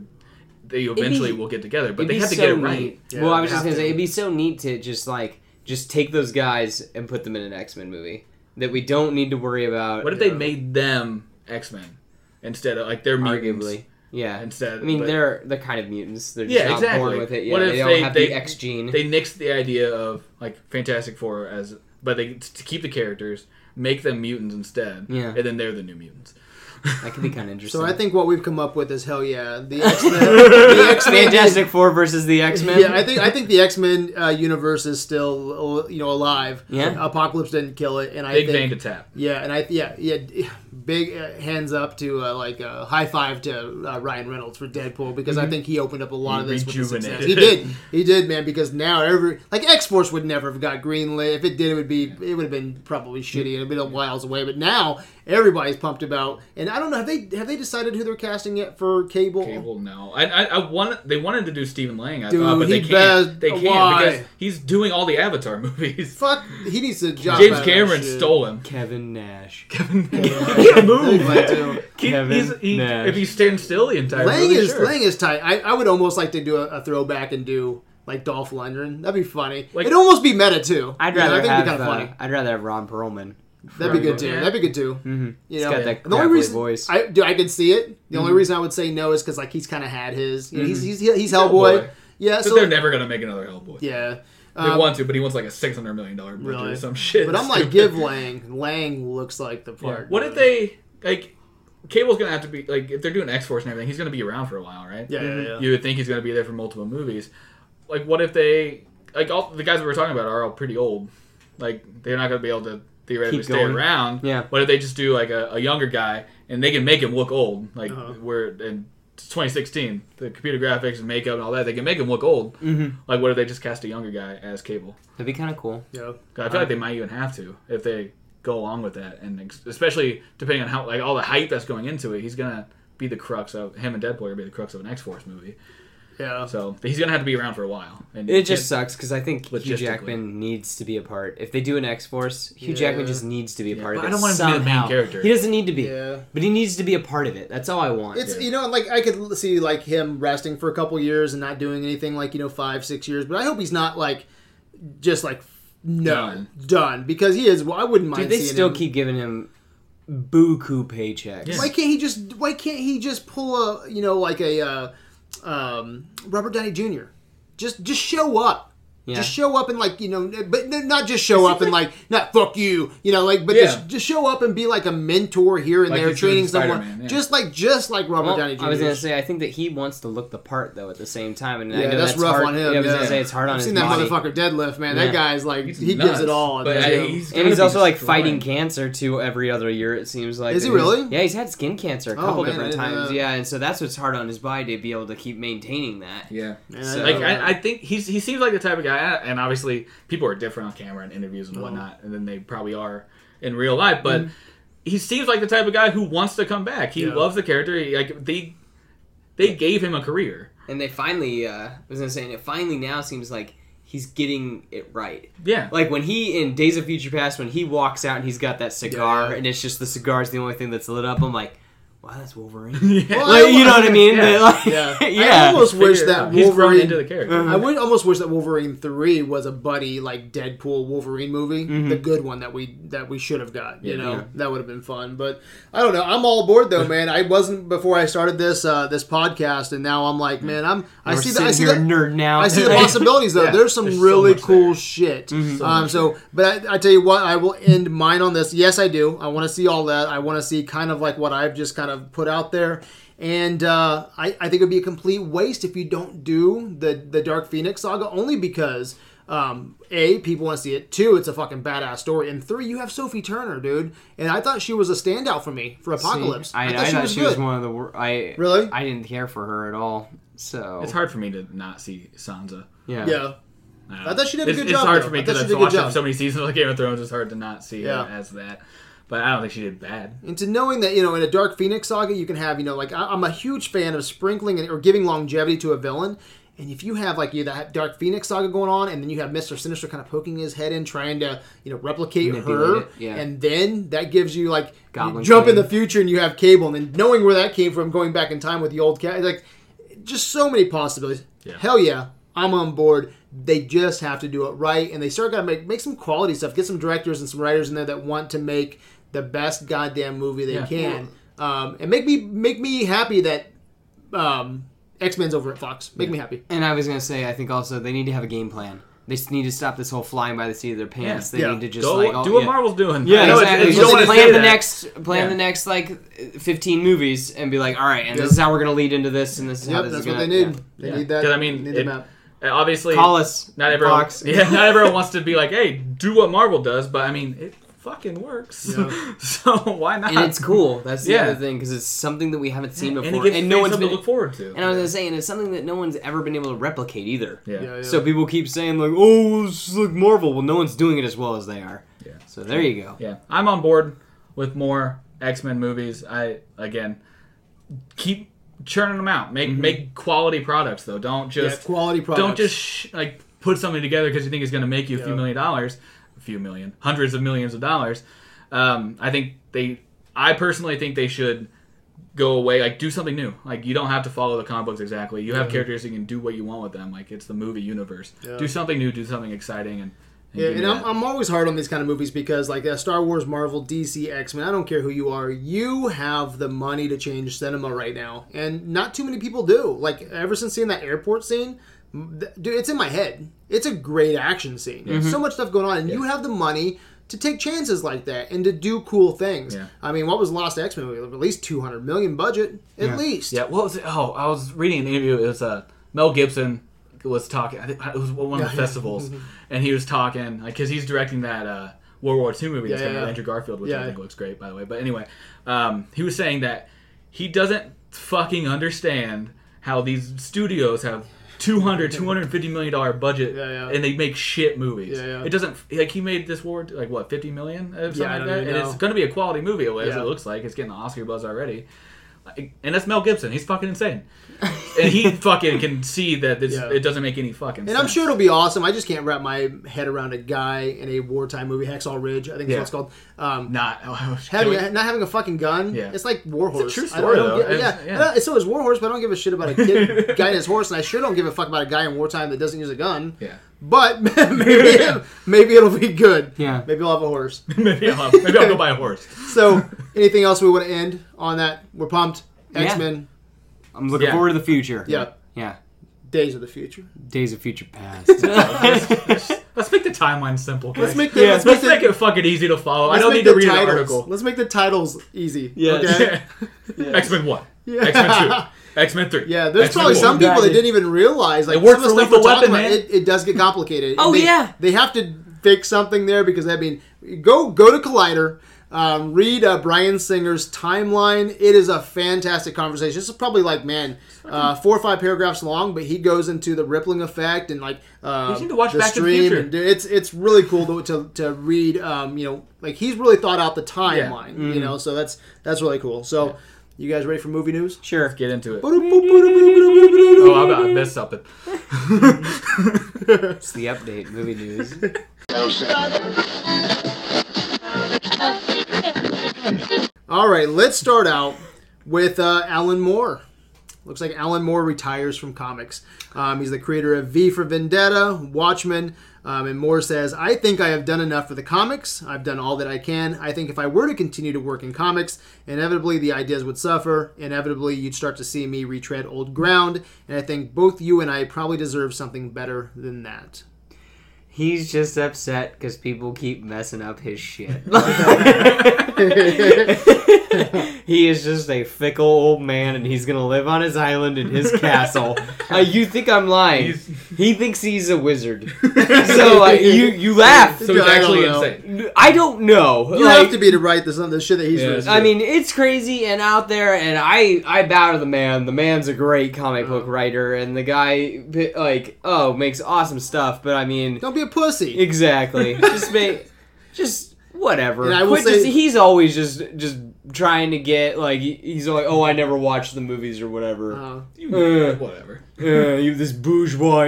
Speaker 3: they eventually will get together. But
Speaker 2: It'd
Speaker 3: they
Speaker 2: be
Speaker 3: have to
Speaker 2: so
Speaker 3: get it
Speaker 2: neat.
Speaker 3: right.
Speaker 1: Yeah,
Speaker 2: well, I was
Speaker 1: they
Speaker 2: just
Speaker 1: have
Speaker 2: gonna
Speaker 1: to.
Speaker 2: say it'd be so neat to just like just take those guys and put them in an X Men movie that we don't need to worry about.
Speaker 3: What if they made them X Men instead of like their mutants?
Speaker 2: arguably? Yeah.
Speaker 3: Instead,
Speaker 2: I mean,
Speaker 3: but-
Speaker 2: they're they're kind of mutants. They're just
Speaker 3: Yeah,
Speaker 2: not
Speaker 3: exactly.
Speaker 2: born with it. Yeah,
Speaker 3: What if
Speaker 2: they don't
Speaker 3: they-
Speaker 2: have
Speaker 3: they-
Speaker 2: the X
Speaker 1: Mm-hmm.
Speaker 2: gene.
Speaker 3: they nixed the idea of like Fantastic Four as, but they to keep the characters, make them mutants instead.
Speaker 2: Yeah.
Speaker 3: and then they're the new mutants.
Speaker 2: that could be kind of interesting.
Speaker 1: So I think what we've come up with is hell yeah,
Speaker 2: <laughs>
Speaker 1: the X Men, the X Men
Speaker 2: Fantastic Four versus the X Men.
Speaker 1: Yeah, I think I think the X Men uh, universe is still you know alive.
Speaker 2: Yeah.
Speaker 1: Apocalypse didn't kill it, and I
Speaker 3: Big
Speaker 1: think
Speaker 3: vein to tap.
Speaker 1: yeah, and I yeah yeah <sighs> big uh, hands up to uh, like uh, high five to uh, Ryan Reynolds for Deadpool because I think he opened up a lot
Speaker 3: He
Speaker 1: of this with his success. He
Speaker 3: Mhm. rejuvenated.
Speaker 1: did, he did, man. Because now every like X Force would never have got greenlit. If it did, it would be it would have been probably shitty. It'd have been a miles away. But now everybody's pumped about, and I don't know have they have they decided who they're casting yet for
Speaker 3: Cable, no. I, I, I want. They wanted to do Stephen Lang, I
Speaker 1: Dude,
Speaker 3: thought, but
Speaker 1: he
Speaker 3: they can't.
Speaker 1: best-
Speaker 3: they can't
Speaker 1: why?
Speaker 3: because he's doing all the Avatar <laughs> movies.
Speaker 1: Fuck, he needs to jump.
Speaker 3: James
Speaker 1: out of that
Speaker 3: Cameron
Speaker 1: shit.
Speaker 3: stole him. <laughs>
Speaker 2: Kevin Nash.
Speaker 1: <laughs>
Speaker 2: <laughs>
Speaker 1: Move.
Speaker 3: <laughs> He,
Speaker 2: Kevin
Speaker 3: he's, he,
Speaker 2: Nash.
Speaker 3: if he stands still the entire
Speaker 1: Lang
Speaker 3: movie,
Speaker 1: is
Speaker 3: sure.
Speaker 1: Lang is tight. I, I would almost like to do a, a throwback and do like Dolph Lundgren. That'd be funny.
Speaker 3: Like-
Speaker 1: It'd almost be meta too.
Speaker 2: I'd
Speaker 1: You know,
Speaker 2: rather
Speaker 1: I
Speaker 2: have.
Speaker 1: think it'd be kind of
Speaker 2: uh,
Speaker 1: funny.
Speaker 2: I'd rather have Ron Perlman.
Speaker 1: That'd be good too.
Speaker 3: Yeah.
Speaker 1: That'd be good too.
Speaker 2: Mm-hmm.
Speaker 1: You
Speaker 2: He's
Speaker 1: know,
Speaker 2: got that
Speaker 1: the only
Speaker 2: gravelly
Speaker 1: reason
Speaker 2: voice.
Speaker 1: I do I can see it. The
Speaker 3: Mm-hmm.
Speaker 1: only reason I would say no is because like he's kind of had his. You know, he's, he's he's Hellboy.
Speaker 3: Hellboy.
Speaker 1: Yeah.
Speaker 3: But
Speaker 1: So
Speaker 3: they're never gonna make another Hellboy.
Speaker 1: yeah.
Speaker 3: They
Speaker 1: Um,
Speaker 3: want to, but he wants like a six hundred million dollar budget
Speaker 1: Really?
Speaker 3: or some shit. <laughs>
Speaker 1: but I'm like,
Speaker 3: Stupid.
Speaker 1: give Lang. Lang looks like the part.
Speaker 3: What if
Speaker 1: dude.
Speaker 3: they like? Cable's gonna have to be like if they're doing X Force and everything, he's gonna be around for a while, right?
Speaker 1: Yeah,
Speaker 2: Mm-hmm.
Speaker 1: yeah, yeah.
Speaker 3: You would think he's gonna be there for multiple movies. Like, what if they like all the guys we were talking about are all pretty old. Like, they're not gonna be able to theoretically
Speaker 2: Keep
Speaker 3: stay
Speaker 2: going.
Speaker 3: around.
Speaker 2: Yeah.
Speaker 3: What if they just do like a, a younger guy and they can make him look old? Like,
Speaker 1: Uh-huh.
Speaker 3: we're in 2016, the computer graphics and makeup and all that, they can make him look old. Mm-hmm. Like, what if they just cast a younger guy as Cable?
Speaker 2: That'd be kind of cool.
Speaker 1: Yeah.
Speaker 3: 'Cause I feel like
Speaker 2: Um,
Speaker 3: they might even have to if they go along with that, and ex- especially depending on how like all the hype that's going into it, he's gonna be the crux of him and Deadpool are gonna be the crux of an X Force movie.
Speaker 1: Yeah.
Speaker 3: So he's gonna have to be around for a while. And
Speaker 2: It just sucks because I think Hugh
Speaker 3: Logistically.
Speaker 2: Jackman needs to be a part. If they do an X Force, Hugh
Speaker 1: Yeah.
Speaker 2: Jackman just needs to be a part of
Speaker 3: but
Speaker 2: it.
Speaker 3: I don't want him to be the main
Speaker 2: somehow.
Speaker 3: character.
Speaker 2: He doesn't need to be,
Speaker 1: Yeah.
Speaker 2: but he needs to be a part of it. That's all I want.
Speaker 1: It's you know like I could see like him resting for a couple years and not doing anything like you know five six years, but I hope he's not like just like no done,
Speaker 3: Done.
Speaker 1: because he is. Well, I wouldn't mind.
Speaker 2: Dude, they
Speaker 1: seeing
Speaker 2: still
Speaker 1: him.
Speaker 2: keep giving him buku paychecks.
Speaker 3: Yeah.
Speaker 1: Why can't he just? Why can't he just pull a you know like a uh, um, Robert Downey Jr. Just just show up.
Speaker 2: Yeah.
Speaker 1: Just show up and like you know, but n- not just show up and like not fuck you, you know, like but
Speaker 3: Yeah.
Speaker 1: just, just show up and be like a mentor here and
Speaker 3: Like
Speaker 1: there,
Speaker 3: he's doing
Speaker 1: training
Speaker 3: in
Speaker 1: someone,
Speaker 3: Spider-Man, yeah.
Speaker 1: just like just like Robert
Speaker 2: Well,
Speaker 1: Downey Jr.
Speaker 2: I was gonna say I think that he wants to look the part though at the same time, and
Speaker 1: Yeah,
Speaker 2: I know
Speaker 1: that's, rough
Speaker 2: hard.
Speaker 1: on him.
Speaker 2: Yeah, I was
Speaker 1: yeah.
Speaker 2: gonna say it's hard on
Speaker 1: I've
Speaker 2: his
Speaker 1: seen
Speaker 2: body.
Speaker 1: that motherfucker deadlift, man. That
Speaker 2: Yeah.
Speaker 1: guy's like
Speaker 3: He's
Speaker 1: he gives
Speaker 3: nuts,
Speaker 1: it all.
Speaker 3: but,
Speaker 1: at the
Speaker 3: uh,
Speaker 1: gym.
Speaker 3: he's
Speaker 2: And
Speaker 3: gonna
Speaker 2: he's
Speaker 3: be
Speaker 2: also like
Speaker 3: destroyed.
Speaker 2: fighting cancer too every other year. It seems like
Speaker 1: Is he
Speaker 2: And he's-
Speaker 1: really?
Speaker 2: Yeah, he's had skin cancer a
Speaker 1: Oh,
Speaker 2: couple
Speaker 1: man, I
Speaker 2: different
Speaker 1: didn't know
Speaker 2: times.
Speaker 1: that.
Speaker 2: Yeah, and so that's what's hard on his body to be able to keep maintaining that.
Speaker 3: Yeah.
Speaker 1: Man,
Speaker 2: So-
Speaker 1: I
Speaker 3: Like
Speaker 1: don't know.
Speaker 3: I, I think he's he seems like the type of guy, and obviously people are different on camera and interviews
Speaker 2: Oh.
Speaker 3: and whatnot, and then they probably are in real life. But
Speaker 2: Mm.
Speaker 3: he seems like the type of guy who wants to come back. He
Speaker 1: Yeah.
Speaker 3: loves the character. He, like they they gave him a career.
Speaker 2: And they finally, uh, I was gonna say, and it finally now seems like he's getting it right.
Speaker 3: Yeah, <laughs>
Speaker 2: Like when he in Days of Future Past, when he walks out and he's got that cigar,
Speaker 1: Yeah.
Speaker 2: and it's just the cigar's the only thing that's lit up. I'm like, wow, that's Wolverine.
Speaker 3: yeah.
Speaker 1: Well,
Speaker 2: like, you know what I mean?
Speaker 3: Yeah.
Speaker 2: They, like-
Speaker 1: Yeah. I
Speaker 2: <laughs> yeah.
Speaker 1: almost wish
Speaker 3: Figure it
Speaker 1: that
Speaker 3: out. he's grown
Speaker 1: Wolverine-
Speaker 3: into the character.
Speaker 2: Uh-huh.
Speaker 1: I would almost wish that Wolverine three was a buddy like Deadpool Wolverine movie, the good one that we that we should have got. You
Speaker 3: Yeah.
Speaker 1: know,
Speaker 2: Mm-hmm. Yeah.
Speaker 1: that would have been fun. But I don't know. I'm all aboard
Speaker 2: <laughs>
Speaker 1: though, man. I wasn't before I started this uh, this podcast, and now I'm like, man, I'm I
Speaker 2: We're
Speaker 1: see that
Speaker 2: sitting
Speaker 1: I see
Speaker 2: here
Speaker 1: that.
Speaker 2: nerd now.
Speaker 1: I see
Speaker 2: <laughs>
Speaker 1: the possibilities though.
Speaker 3: Yeah,
Speaker 1: there's some
Speaker 3: there's so
Speaker 1: really
Speaker 3: much
Speaker 1: cool
Speaker 3: there.
Speaker 1: shit.
Speaker 3: So
Speaker 1: um,
Speaker 3: much
Speaker 1: so, but I, I tell you what, I will end mine on this. Yes, I do. I want to see all that. I want to see kind of like what I've just kind of put out there. And uh, I, I think it would be a complete waste if you don't do the the Dark Phoenix saga only because. Um, a people want to see it. Two, it's a fucking badass story. And three, you have Sophie Turner, dude. And I thought she was a standout for me
Speaker 2: <laughs>
Speaker 1: for Apocalypse.
Speaker 2: I, I thought, she, was, one of the. wor- I
Speaker 1: Really?
Speaker 2: I didn't care for her at all. So
Speaker 3: It's hard for me to not see Sansa.
Speaker 2: Yeah.
Speaker 1: Yeah,
Speaker 3: I
Speaker 1: thought she did a
Speaker 3: it's,
Speaker 1: good
Speaker 3: it's
Speaker 1: job,
Speaker 3: hard
Speaker 1: though.
Speaker 3: for me
Speaker 1: I thought
Speaker 3: because
Speaker 1: she
Speaker 3: I've
Speaker 1: did a good
Speaker 3: watched
Speaker 1: job.
Speaker 3: so many seasons of Game of Thrones. It's hard to not see
Speaker 1: Yeah.
Speaker 3: her as that. But I don't think she did bad.
Speaker 1: and to knowing that you know in a dark phoenix saga you can have you know like I, i'm a huge fan of sprinkling and, or giving longevity to a villain and if you have like you that dark phoenix saga going on and then you have mr sinister kind of poking his head in trying to you know replicate her
Speaker 2: Manipulate it, yeah.
Speaker 1: and then that gives you like you
Speaker 2: Goblin
Speaker 1: jump in
Speaker 2: King.
Speaker 1: the future and you have cable and then knowing where that came from going back in time with the old cat like just so many possibilities
Speaker 3: Yeah.
Speaker 1: hell yeah i'm on board they just have to do it right and they start gotta make, make some quality stuff get some directors and some writers in there that want to make the best goddamn movie they
Speaker 3: Yeah.
Speaker 1: can um, and make me make me happy that um, x-men's over at fox make me happy
Speaker 2: And I was gonna say, I think also they need to have a game plan. They s- need to stop this whole flying by the seat of their pants.
Speaker 1: Yeah.
Speaker 2: They
Speaker 1: Yeah.
Speaker 2: need to just
Speaker 3: Go,
Speaker 2: like all-
Speaker 3: do what
Speaker 2: yeah.
Speaker 3: Marvel's doing.
Speaker 2: Yeah,
Speaker 3: I know it's-
Speaker 2: exactly.
Speaker 3: it's-
Speaker 1: you don't
Speaker 2: Just
Speaker 1: wanna
Speaker 2: plan
Speaker 3: say
Speaker 2: the
Speaker 3: that.
Speaker 2: next, plan
Speaker 3: Yeah.
Speaker 2: the next like fifteen movies, and be like, all right, and this is how we're gonna lead into this, and this is how
Speaker 1: yep
Speaker 2: this
Speaker 1: that's
Speaker 2: is
Speaker 1: what
Speaker 2: gonna.
Speaker 1: they need
Speaker 2: yeah.
Speaker 1: they
Speaker 3: Yeah.
Speaker 1: need that
Speaker 3: 'Cause I mean,
Speaker 1: they need the
Speaker 3: it-
Speaker 1: map
Speaker 3: Uh, Obviously,
Speaker 2: Call us.
Speaker 3: not everyone.
Speaker 2: Fox.
Speaker 3: <laughs> Yeah, not everyone wants to be like, "Hey, do what Marvel does," but I mean, it fucking works.
Speaker 1: Yeah.
Speaker 3: <laughs> so why not?
Speaker 2: And
Speaker 3: <laughs>
Speaker 2: it's cool. That's the
Speaker 3: Yeah.
Speaker 2: other thing because it's something that we haven't seen
Speaker 3: And
Speaker 2: before,
Speaker 3: it gives
Speaker 2: no
Speaker 3: fans
Speaker 2: one's
Speaker 3: something
Speaker 2: been.
Speaker 3: to look forward to.
Speaker 2: and I was gonna say, and it's something that no one's ever been able to replicate either.
Speaker 3: yeah.
Speaker 1: Yeah, yeah.
Speaker 2: So people keep saying like, "Oh, it's like Marvel." Well, no one's doing it as well as they are.
Speaker 3: Yeah.
Speaker 2: So there you go.
Speaker 3: Yeah, I'm on board with more X Men movies. I again keep churning them out. Make make quality products though. Don't
Speaker 1: Mm-hmm. yeah,
Speaker 3: just
Speaker 1: quality products
Speaker 3: don't just sh- like put something together because you think it's going to make you a
Speaker 1: Yeah.
Speaker 3: few million dollars, a few million, hundreds of millions of dollars. Um, I think they, I personally think they should go away, like do something new. Like you don't have to follow the comic books exactly. You have characters you can do what you want with them. Like it's the movie universe.
Speaker 1: Yeah.
Speaker 3: Do something new, do something exciting, and, and
Speaker 1: Yeah,
Speaker 3: give
Speaker 1: and
Speaker 3: me
Speaker 1: I'm,
Speaker 3: that.
Speaker 1: I'm always hard on these kind of movies because, like, uh, Star Wars, Marvel, DC, X Men, I don't care who you are, you have the money to change cinema right now. And not too many people do. Like, ever since seeing that airport scene, m- th- dude, it's in my head. It's a great action scene.
Speaker 3: Mm-hmm.
Speaker 1: There's so much stuff going on, and you have the money to take chances like that and to do cool things.
Speaker 3: Yeah.
Speaker 1: I mean, what was Lost X Men? At least 200 million budget, at least.
Speaker 3: yeah, what was it? Oh, I was reading an interview. It was uh, Mel Gibson was talking. I think it was one of
Speaker 1: <laughs>
Speaker 3: the festivals, and he was talking like because he's directing that uh, World War II movie that's
Speaker 1: Yeah,
Speaker 3: coming out,
Speaker 1: yeah.
Speaker 3: Andrew Garfield, which
Speaker 1: Yeah.
Speaker 3: I think looks great by the way. But anyway, um, he was saying that he doesn't fucking understand how these studios have.
Speaker 1: <laughs>
Speaker 3: 200 250 million dollar budget
Speaker 1: Yeah, yeah.
Speaker 3: and they make shit movies
Speaker 1: Yeah, yeah.
Speaker 3: it doesn't like he made this war like what 50 million or something
Speaker 1: Yeah, I
Speaker 3: like
Speaker 1: don't
Speaker 3: that
Speaker 1: even
Speaker 3: and
Speaker 1: know.
Speaker 3: it's gonna be a quality movie as
Speaker 1: Yeah. <laughs>
Speaker 3: it looks like it's getting the oscar buzz already and that's Mel Gibson. He's fucking insane. and he fucking can see that this,
Speaker 1: Yeah.
Speaker 3: it doesn't make any fucking sense.
Speaker 1: And I'm sure it'll be awesome. I just can't wrap my head around a guy in a wartime movie, Hacksaw Ridge. I think that's
Speaker 3: Yeah.
Speaker 1: what it's called. Um, <laughs>
Speaker 3: not. <laughs> Oh,
Speaker 1: having not having a fucking gun.
Speaker 3: Yeah.
Speaker 1: It's like Warhorse.
Speaker 3: It's a true
Speaker 1: I don't- I
Speaker 3: story,
Speaker 1: don't
Speaker 3: though.
Speaker 1: get-
Speaker 3: It's-
Speaker 1: yeah.
Speaker 3: yeah.
Speaker 1: I don't- so is Warhorse, but I don't give a shit about a
Speaker 3: <laughs>
Speaker 1: kid guy and his horse, and I sure don't give a fuck about a guy in wartime that doesn't use a gun.
Speaker 3: yeah. <laughs>
Speaker 1: But <laughs> maybe it, maybe it'll be good.
Speaker 2: Yeah.
Speaker 1: Maybe I'll have a horse.
Speaker 3: maybe, I'll, maybe I'll go buy
Speaker 1: <laughs>
Speaker 3: a horse. <laughs>
Speaker 1: So anything else we want to end on that? We're pumped.
Speaker 2: Yeah.
Speaker 1: X Men.
Speaker 2: I'm looking
Speaker 3: Yeah.
Speaker 2: forward to the future.
Speaker 1: Yeah.
Speaker 2: Yeah.
Speaker 1: Days of the Future.
Speaker 2: Days of Future
Speaker 3: <laughs>
Speaker 2: Past. <laughs>
Speaker 3: Let's make the timeline simple. guys.
Speaker 1: Let's make the,
Speaker 2: Yeah,
Speaker 1: let's make
Speaker 3: Let's
Speaker 1: the,
Speaker 3: make it fucking easy to follow. I
Speaker 1: let's
Speaker 3: don't
Speaker 1: make
Speaker 3: need to
Speaker 1: the
Speaker 3: read
Speaker 1: titles. <laughs>
Speaker 3: an article.
Speaker 1: Let's make the titles easy.
Speaker 2: Yes.
Speaker 3: <laughs>
Speaker 1: Okay?
Speaker 3: X Men One,
Speaker 1: Yeah.
Speaker 3: X Men
Speaker 1: <laughs>
Speaker 3: Two, X Men Three.
Speaker 1: Yeah, there's
Speaker 3: X-Men
Speaker 1: probably
Speaker 3: four.
Speaker 1: some people that
Speaker 2: Exactly.
Speaker 1: didn't even realize like
Speaker 3: It worked
Speaker 1: some of
Speaker 3: for
Speaker 1: the stuff
Speaker 3: Lethal
Speaker 1: we're talking
Speaker 3: Weapon,
Speaker 1: about,
Speaker 3: man.
Speaker 1: it, it does get
Speaker 3: <laughs>
Speaker 1: complicated.
Speaker 2: Oh,
Speaker 1: they,
Speaker 2: yeah.
Speaker 1: they have to fix something there because I mean, go go to Collider, um, read uh, Brian Singer's timeline. It is a fantastic conversation. This is probably like man, uh, four or five paragraphs long, but he goes into the rippling effect and like uh,
Speaker 3: You need to watch Back to the Future.
Speaker 1: and do- it's it's really cool to, to, to read. Um, you know, like he's really thought out the timeline.
Speaker 3: Mm-hmm.
Speaker 1: You know, so that's that's really cool. So. You guys ready for movie
Speaker 3: <laughs>
Speaker 1: news? <laughs>
Speaker 2: sure.
Speaker 3: Get into it.
Speaker 1: Oh,
Speaker 3: Oh, I, I missed something.
Speaker 1: <laughs>
Speaker 3: <laughs>
Speaker 2: It's the update movie news.
Speaker 1: All right, let's start out with uh, Alan Moore. Looks like Alan Moore retires from comics. Um, he's the creator of V for Vendetta, Watchmen, um, and Moore says, I think I have done enough for the comics. I've done all that I can. I think if I were to continue to work in comics, inevitably the ideas would suffer. Inevitably, you'd start to see me retread old ground. And I think both you and I probably deserve something better than that.
Speaker 2: He's just upset because people keep messing up his
Speaker 1: <laughs>
Speaker 2: shit. <laughs> he is just a fickle old man, and he's gonna live on his island in his
Speaker 1: <laughs>
Speaker 2: castle. Uh, you think I'm lying?
Speaker 3: He's-
Speaker 2: He thinks he's
Speaker 1: <laughs>
Speaker 2: a wizard. so uh, you you laugh.
Speaker 3: So he's
Speaker 1: I don't
Speaker 3: actually
Speaker 1: know.
Speaker 3: insane.
Speaker 2: I don't know.
Speaker 1: You
Speaker 2: Like,
Speaker 1: have to be to write this, the shit that he's
Speaker 3: Yeah.
Speaker 1: written.
Speaker 2: I mean, it's crazy and out there, and I I bow to the man. The man's a great comic
Speaker 1: Mm.
Speaker 2: book writer, and the guy like oh makes awesome stuff. But I mean,
Speaker 1: Don't be a pussy. <laughs>
Speaker 2: Exactly. just make, just whatever.
Speaker 1: And I will
Speaker 2: Quit just-
Speaker 1: say-
Speaker 2: he's always just just trying to get like he- he's like, oh, I never watched the movies or whatever. Uh,
Speaker 1: Uh,
Speaker 3: You- Whatever.
Speaker 2: you this bourgeois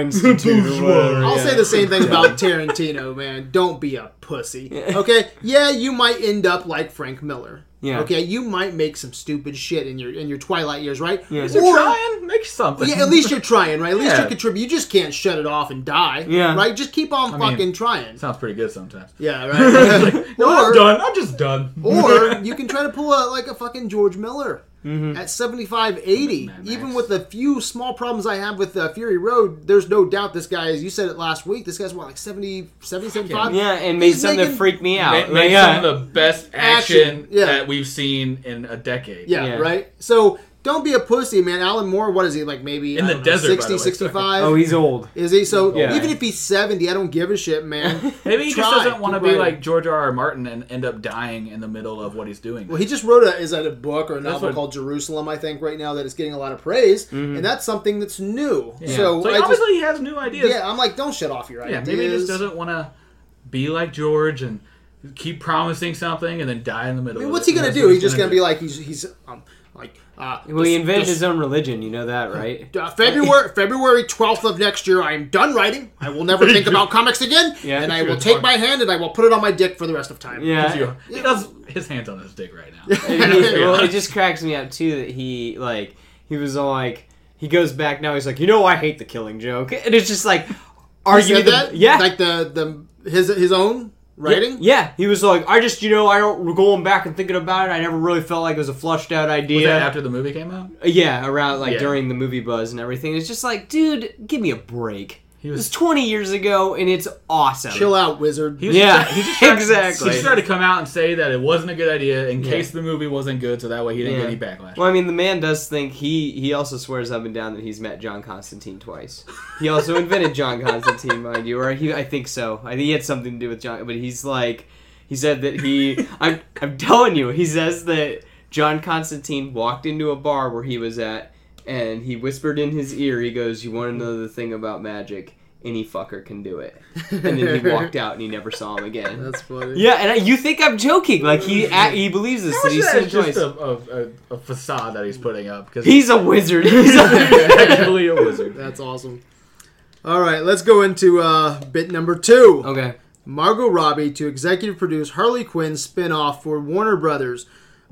Speaker 1: <laughs>
Speaker 2: institute. or
Speaker 3: Bourgeois.
Speaker 2: whatever,
Speaker 1: I'll
Speaker 2: yeah.
Speaker 1: say the same thing about
Speaker 2: <laughs>
Speaker 1: Tarantino, man. Don't be a pussy. Okay? Yeah, you might end up like Frank Miller.
Speaker 2: Yeah.
Speaker 1: Okay, you might make some stupid shit in your in your twilight years, right?
Speaker 2: Yeah. Is
Speaker 3: You're trying. Make something.
Speaker 1: Yeah, at least you're trying, right? At least
Speaker 3: Yeah.
Speaker 1: you're contributing. You just can't shut it off and die,
Speaker 2: Yeah.
Speaker 1: right? Just keep on
Speaker 3: mean-
Speaker 1: fucking trying.
Speaker 3: <laughs> sounds pretty good sometimes. <laughs>
Speaker 1: Yeah,
Speaker 2: <laughs>
Speaker 1: right.
Speaker 3: No, I'm
Speaker 1: Or-
Speaker 3: done. I'm just done. <laughs>
Speaker 1: or you can try to pull a, like a fucking George Miller
Speaker 2: Mm-hmm.
Speaker 1: at 75, 80.
Speaker 3: Mad Max.
Speaker 1: Even with the few small problems I have with uh, Fury Road, there's no doubt this guy, as you said it last week, this guy's what, like 70, 70 75?
Speaker 2: yeah, and made
Speaker 1: He's
Speaker 2: something
Speaker 1: making-
Speaker 2: that freaked me out.
Speaker 3: Ma-
Speaker 2: Like,
Speaker 3: made
Speaker 2: <laughs> yeah.
Speaker 3: some of the best
Speaker 1: Action,
Speaker 3: action,
Speaker 1: yeah.
Speaker 3: that we've seen in a decade.
Speaker 1: Yeah,
Speaker 2: Yeah.
Speaker 1: right? So don't be a pussy, man. Alan Moore, what is he, like maybe
Speaker 3: In
Speaker 1: I
Speaker 3: the
Speaker 1: don't know,
Speaker 3: desert, by
Speaker 1: 60,
Speaker 3: the way.
Speaker 1: 65?
Speaker 2: oh, he's old.
Speaker 1: is he? So
Speaker 2: Yeah.
Speaker 1: even if he's 70, I don't give a shit, man.
Speaker 3: <laughs> Maybe he just
Speaker 1: Try.
Speaker 3: doesn't want to
Speaker 1: Keep
Speaker 3: be
Speaker 1: writing.
Speaker 3: like George R. R. Martin and end up dying in the middle of what he's doing.
Speaker 1: Well, he just wrote a is that a book or a novel
Speaker 3: what-
Speaker 1: called Jerusalem, I think, right now that is getting a lot of praise,
Speaker 2: Mm-hmm.
Speaker 1: and that's something that's new. So,
Speaker 3: So
Speaker 1: I
Speaker 3: obviously
Speaker 1: just,
Speaker 3: he has new ideas.
Speaker 1: yeah, I'm like, don't shut off your
Speaker 3: Yeah,
Speaker 1: ideas.
Speaker 3: maybe he just doesn't want to be like George and keep promising something and then die in the middle.
Speaker 1: I mean,
Speaker 3: of
Speaker 1: what's
Speaker 3: it.
Speaker 1: he gonna
Speaker 3: That's
Speaker 1: do?
Speaker 3: what
Speaker 1: He's just gonna be like he's he's um like uh
Speaker 2: Well, he
Speaker 1: this-
Speaker 2: invented
Speaker 1: this-
Speaker 2: his own religion. You
Speaker 1: <laughs>
Speaker 2: know that, right?
Speaker 1: uh, February February twelfth of next year. I am done writing. I will
Speaker 2: <laughs>
Speaker 1: never think about comics again.
Speaker 2: Yeah.
Speaker 1: and I
Speaker 3: Sure,
Speaker 1: will
Speaker 3: it's
Speaker 1: take
Speaker 3: hard.
Speaker 1: my hand and I will put it on my dick for the rest of time.
Speaker 2: Yeah.
Speaker 3: do. He does his hands on his dick
Speaker 1: <laughs>
Speaker 3: right <laughs> now.
Speaker 2: And he- <laughs> well, it just cracks me up too that he like he was all like he goes back now. He's like, you know, I hate the Killing Joke, and it's just like, are
Speaker 1: He
Speaker 2: you
Speaker 1: said
Speaker 2: the-
Speaker 1: that?
Speaker 2: yeah?
Speaker 1: like the the his his own writing.
Speaker 2: Yeah, he was like, I just, you know, I don't going back and thinking about it. I never really felt like it was a flushed out
Speaker 3: Was
Speaker 2: idea. Uh,
Speaker 3: that after the movie came out?
Speaker 2: yeah, around like
Speaker 3: Yeah.
Speaker 2: during the movie buzz and everything. It's just like, dude, give me a break. It
Speaker 3: was-
Speaker 2: was 20 years ago, and it's awesome.
Speaker 1: Chill out, wizard. <laughs>
Speaker 3: He was
Speaker 2: Yeah,
Speaker 3: just, he just tried,
Speaker 2: exactly.
Speaker 3: He just tried to come out and say that it wasn't a good idea in case the movie wasn't good, so that way he didn't
Speaker 2: Yeah.
Speaker 3: get any backlash.
Speaker 2: Well, I mean, the man does think he he also swears up and down that he's met John Constantine twice. He also invented John Constantine, mind you, or he I think so. I think he had something to do with John, but he's like he said that he I'm I'm telling you, he says that John Constantine walked into a bar where he was at and he whispered in his ear, he goes, "You want to know the thing about magic?" any fucker can do it. <laughs> And then
Speaker 3: <laughs>
Speaker 2: he walked out and he never saw him again.
Speaker 1: That's funny.
Speaker 2: yeah, and I, you think I'm joking? Like he a he believes this.
Speaker 3: How
Speaker 2: And
Speaker 3: much of that
Speaker 2: he's so
Speaker 3: is just
Speaker 2: joyous.
Speaker 3: a, a, a, a facade that he's putting up? Because <laughs>
Speaker 2: He's a
Speaker 1: <laughs>
Speaker 2: wizard. He's a-
Speaker 3: actually
Speaker 2: <laughs>
Speaker 3: a wizard.
Speaker 1: That's awesome. All right, let's go into uh, bit number two.
Speaker 2: okay.
Speaker 1: Margot Robbie to executive produce Harley Quinn spin-off for Warner Brothers.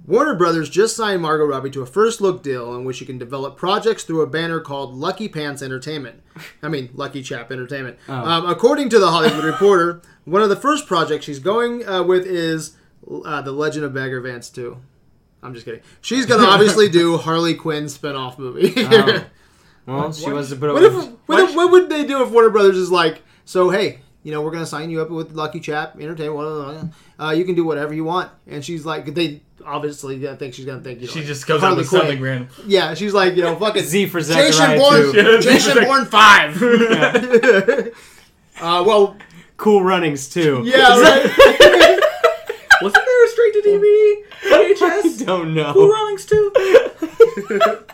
Speaker 1: Warner Brothers just signed Margot Robbie to a first look deal in which she can develop projects through a banner called Lucky Pants Entertainment. I mean, Lucky Chap Entertainment. Um, according to the Hollywood <laughs> Reporter, one of the first projects she's going uh, with is uh, The Legend of Bagger Vance 2. I'm just kidding. She's going to obviously do Harley Quinn spin-off movie.
Speaker 2: Oh. Well, she wants to put
Speaker 1: What, if,
Speaker 2: up.
Speaker 1: what, if- what would they do if Warner Brothers is like, so hey, you know, we're gonna sign you up with Lucky Chap Entertainment. blah, blah, blah. Uh, you can do whatever you want, and she's like, they obviously gonna think she's gonna think you know,
Speaker 3: She
Speaker 1: like,
Speaker 3: just comes
Speaker 1: Harley
Speaker 3: up with
Speaker 1: Quinn.
Speaker 3: something random.
Speaker 1: Yeah, she's like, you know, fucking
Speaker 2: <laughs> Z for
Speaker 1: Jason
Speaker 2: Zachariah
Speaker 1: Bourne,
Speaker 2: too. <laughs>
Speaker 1: Jason Bourne five. <laughs> uh, well,
Speaker 2: Cool runnings too.
Speaker 1: <laughs>
Speaker 2: <laughs>
Speaker 1: yeah, right?
Speaker 3: Wasn't there a straight to DVD?
Speaker 2: <laughs>
Speaker 3: VHS? Cool
Speaker 2: Don't know.
Speaker 3: Runnings too?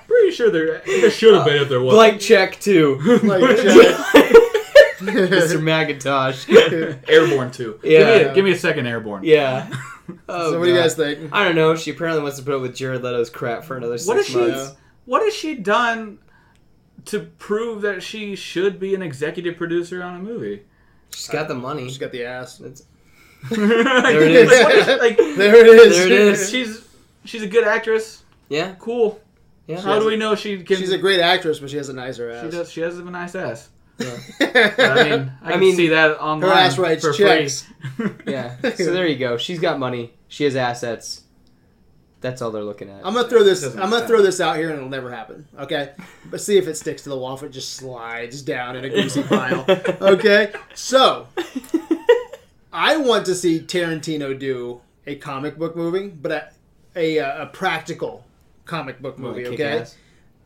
Speaker 3: Pretty sure there there should have been if there was.
Speaker 2: <laughs> Blank check too.
Speaker 1: Like,
Speaker 2: <laughs>
Speaker 1: yeah.
Speaker 2: Mr.
Speaker 1: <laughs>
Speaker 3: <laughs>
Speaker 2: Macintosh.
Speaker 3: Airborne too.
Speaker 2: Yeah.
Speaker 3: Give me a, give me a second Airborne.
Speaker 2: Yeah. <laughs> Oh,
Speaker 1: so what do you
Speaker 2: God.
Speaker 1: guys think?
Speaker 2: I don't know. She apparently wants to put up with Jared Leto's crap for another six
Speaker 3: What has she
Speaker 2: months.
Speaker 3: <laughs> What has she done to prove that she should be an executive producer on a movie?
Speaker 2: She's got the money.
Speaker 1: She's got the ass.
Speaker 2: <laughs> That's-
Speaker 3: <laughs> there
Speaker 2: it is.
Speaker 1: <laughs>
Speaker 3: like,
Speaker 1: There it is.
Speaker 2: There
Speaker 1: <laughs>
Speaker 2: it is.
Speaker 3: she's she's a good actress.
Speaker 2: yeah,
Speaker 3: Cool.
Speaker 2: yeah.
Speaker 3: How do we know she can?
Speaker 1: She's a great actress, but she has a nicer
Speaker 3: She
Speaker 1: ass.
Speaker 3: does. She has a nice ass.
Speaker 1: Her <laughs>
Speaker 3: I mean, I,
Speaker 2: <laughs> I
Speaker 3: can
Speaker 2: mean,
Speaker 3: see that online.
Speaker 1: ass writes
Speaker 3: for <laughs>
Speaker 1: checks.
Speaker 3: free.
Speaker 2: yeah. So there you go. She's got money. She has assets. That's all they're looking at.
Speaker 1: I'm gonna throw this. I'm
Speaker 3: Doesn't
Speaker 1: gonna
Speaker 3: sound-
Speaker 1: throw this out here, and it'll never happen. Okay, but see if it sticks to the wall. If it just slides down in a greasy
Speaker 2: <laughs>
Speaker 1: pile. Okay, so I want to see Tarantino do a comic book movie, but a a, uh, a practical comic book
Speaker 2: Wanna
Speaker 1: movie.
Speaker 2: kick
Speaker 1: Okay,
Speaker 2: ass.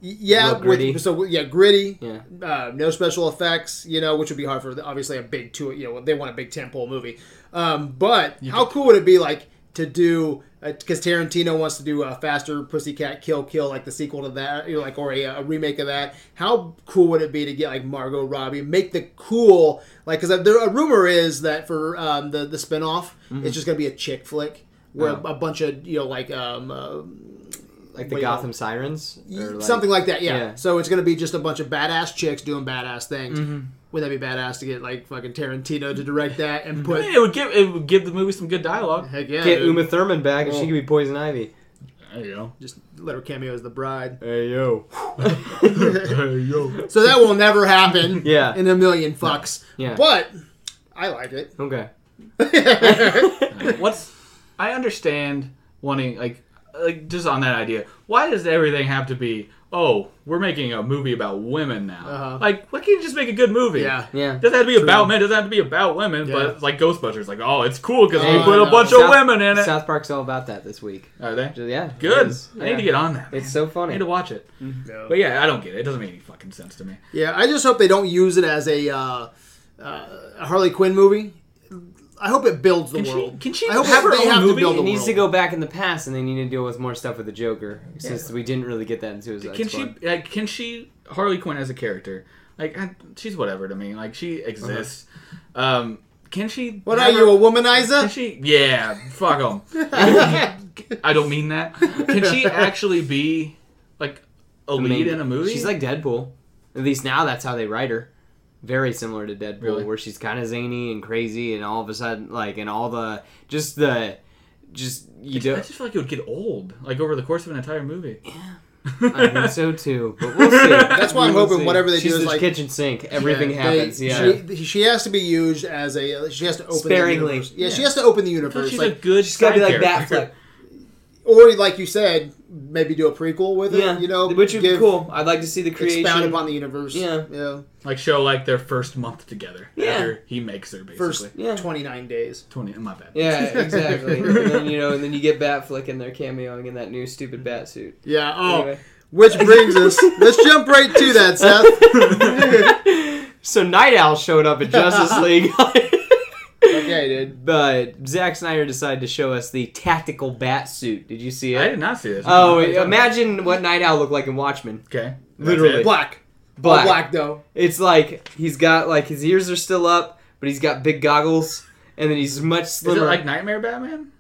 Speaker 1: Y- yeah,
Speaker 2: Real
Speaker 1: with,
Speaker 2: gritty.
Speaker 1: so yeah, gritty.
Speaker 2: Yeah.
Speaker 1: Uh, no special effects, you know, which would be hard for obviously a big two. You know, they want a big tentpole movie. Um, but how cool would it be like to do? Because Tarantino wants to do a faster Pussycat Kill Kill, like the sequel to that, you know, like or a, a remake of that. How cool would it be to get like Margot Robbie, make the cool like because there a rumor is that for um, the the spinoff, it's just gonna be a chick flick where
Speaker 2: Mm-hmm. Oh.
Speaker 1: a bunch of you know like um, uh,
Speaker 2: Like the
Speaker 1: Wait,
Speaker 2: Gotham Sirens. Or like-
Speaker 1: something like that. Yeah.
Speaker 2: yeah.
Speaker 1: So it's gonna be just a bunch of badass chicks doing badass things.
Speaker 2: Mm-hmm.
Speaker 1: Would that be badass to get like fucking Tarantino to direct that and put?
Speaker 2: <laughs>
Speaker 3: I mean, it would give it would give the movie some
Speaker 1: <laughs>
Speaker 3: good dialogue.
Speaker 1: Heck yeah,
Speaker 2: Get
Speaker 1: dude.
Speaker 2: Uma Thurman back, and
Speaker 1: Well-
Speaker 2: she could be Poison Ivy.
Speaker 3: There you go.
Speaker 1: Just let her cameo as the bride.
Speaker 2: Hey yo.
Speaker 1: <laughs>
Speaker 2: <laughs>
Speaker 3: Hey, yo.
Speaker 1: So that will never happen.
Speaker 2: <laughs> Yeah.
Speaker 1: In a million fucks.
Speaker 2: Yeah.
Speaker 1: But I like
Speaker 2: <laughs>
Speaker 1: it. <laughs>
Speaker 2: Okay.
Speaker 3: What's I understand wanting like like just on that idea. Why does everything have to be? Oh, we're making a movie about women now.
Speaker 1: Uh-huh.
Speaker 3: Like, why can't you just make a good movie?
Speaker 1: Yeah.
Speaker 2: Yeah.
Speaker 3: Doesn't have to be about men. Doesn't have to be about women.
Speaker 1: Yeah.
Speaker 3: But like Ghostbusters, like oh, it's cool because
Speaker 1: Oh,
Speaker 3: we put
Speaker 1: I
Speaker 3: a
Speaker 1: know.
Speaker 3: bunch of
Speaker 2: South-
Speaker 3: women in it.
Speaker 2: South Park's all about that this week.
Speaker 3: Are they
Speaker 2: Yeah. it
Speaker 3: good?
Speaker 2: is.
Speaker 3: I need
Speaker 2: Yeah.
Speaker 3: to get on that.
Speaker 2: It's so
Speaker 3: I
Speaker 2: funny.
Speaker 3: need to watch it.
Speaker 1: No.
Speaker 3: But yeah, I don't get it. It doesn't make any fucking sense to me.
Speaker 1: Yeah, I just hope they don't use it as a uh, uh, a Harley Quinn movie. I hope it builds the
Speaker 3: Can she?
Speaker 1: world.
Speaker 3: Can she
Speaker 1: I
Speaker 3: have
Speaker 1: hope
Speaker 3: her
Speaker 1: they
Speaker 3: own
Speaker 1: have to
Speaker 3: movie?
Speaker 1: build a
Speaker 2: It
Speaker 1: world.
Speaker 2: needs to go back in the past, and they need to deal with more stuff with the Joker, since we didn't really get that in Suicide
Speaker 3: can
Speaker 2: Squad.
Speaker 3: she like can she Harley Quinn as a character like I, she's whatever to me like she exists um can she
Speaker 1: What are
Speaker 3: have
Speaker 1: you,
Speaker 3: her-
Speaker 1: a
Speaker 3: can
Speaker 2: <laughs>
Speaker 1: womanizer?
Speaker 3: she yeah fuck
Speaker 1: <laughs>
Speaker 3: 'em. I don't mean that can she actually be like a
Speaker 2: I
Speaker 3: lead
Speaker 2: mean,
Speaker 3: in a movie
Speaker 2: She's like Deadpool. At least now that's how they write her. Very similar to Deadpool,
Speaker 3: Really?
Speaker 2: where she's kind of zany and crazy, and all of a sudden, like, and all the just the just you
Speaker 3: I
Speaker 2: do.
Speaker 3: just feel like it would get old like over the course of an entire movie <laughs>
Speaker 2: I think so too, but we'll
Speaker 1: <laughs>
Speaker 2: see.
Speaker 1: That's why I'm
Speaker 2: We'll
Speaker 1: hoping
Speaker 2: see.
Speaker 1: whatever they
Speaker 2: she's
Speaker 1: do is
Speaker 2: the
Speaker 1: like-
Speaker 2: kitchen sink. Everything
Speaker 1: Yeah, they-
Speaker 2: happens. yeah,
Speaker 1: She, she has to be used as a. She has to open
Speaker 2: Sparingly.
Speaker 1: The universe. Yeah, she
Speaker 2: Yeah.
Speaker 1: has to open the
Speaker 3: So
Speaker 1: universe.
Speaker 3: she's a
Speaker 1: Like,
Speaker 3: good
Speaker 2: she's gotta be
Speaker 3: side
Speaker 2: like that.
Speaker 3: character.
Speaker 2: Flick.
Speaker 1: or like you said, maybe do a prequel with it.
Speaker 2: Yeah,
Speaker 1: you know,
Speaker 2: which would be
Speaker 1: give-
Speaker 2: cool. I'd like to see the creation.
Speaker 1: Expound upon the universe.
Speaker 2: Yeah.
Speaker 1: yeah.
Speaker 3: like show like their first month together
Speaker 2: Yeah.
Speaker 3: after he makes her basically
Speaker 1: First
Speaker 2: Yeah.
Speaker 1: twenty nine days.
Speaker 3: 20 my bad
Speaker 2: Yeah,
Speaker 1: <laughs>
Speaker 2: exactly. and then you know, and then you get Batflick in there cameoing in that new stupid bat suit.
Speaker 1: Yeah. Oh,
Speaker 2: Anyway.
Speaker 1: which brings
Speaker 2: <laughs>
Speaker 1: us. Let's jump right to that, Seth.
Speaker 2: <laughs> So Night Owl showed up
Speaker 1: <laughs>
Speaker 2: at Justice League.
Speaker 1: okay, dude.
Speaker 2: But Zack Snyder decided to show us the tactical bat suit. Did you see
Speaker 3: I
Speaker 2: it?
Speaker 3: did not see this
Speaker 2: Oh,
Speaker 3: What are you talking about?
Speaker 2: imagine what Night Owl looked like in Watchmen.
Speaker 3: okay That's
Speaker 2: Literally.
Speaker 3: it.
Speaker 1: Black. Black.
Speaker 2: black.
Speaker 1: black though.
Speaker 2: It's like he's got like his ears are still up, but he's got big goggles, and then he's much
Speaker 3: Is it
Speaker 2: slimmer.
Speaker 3: like Nightmare Batman?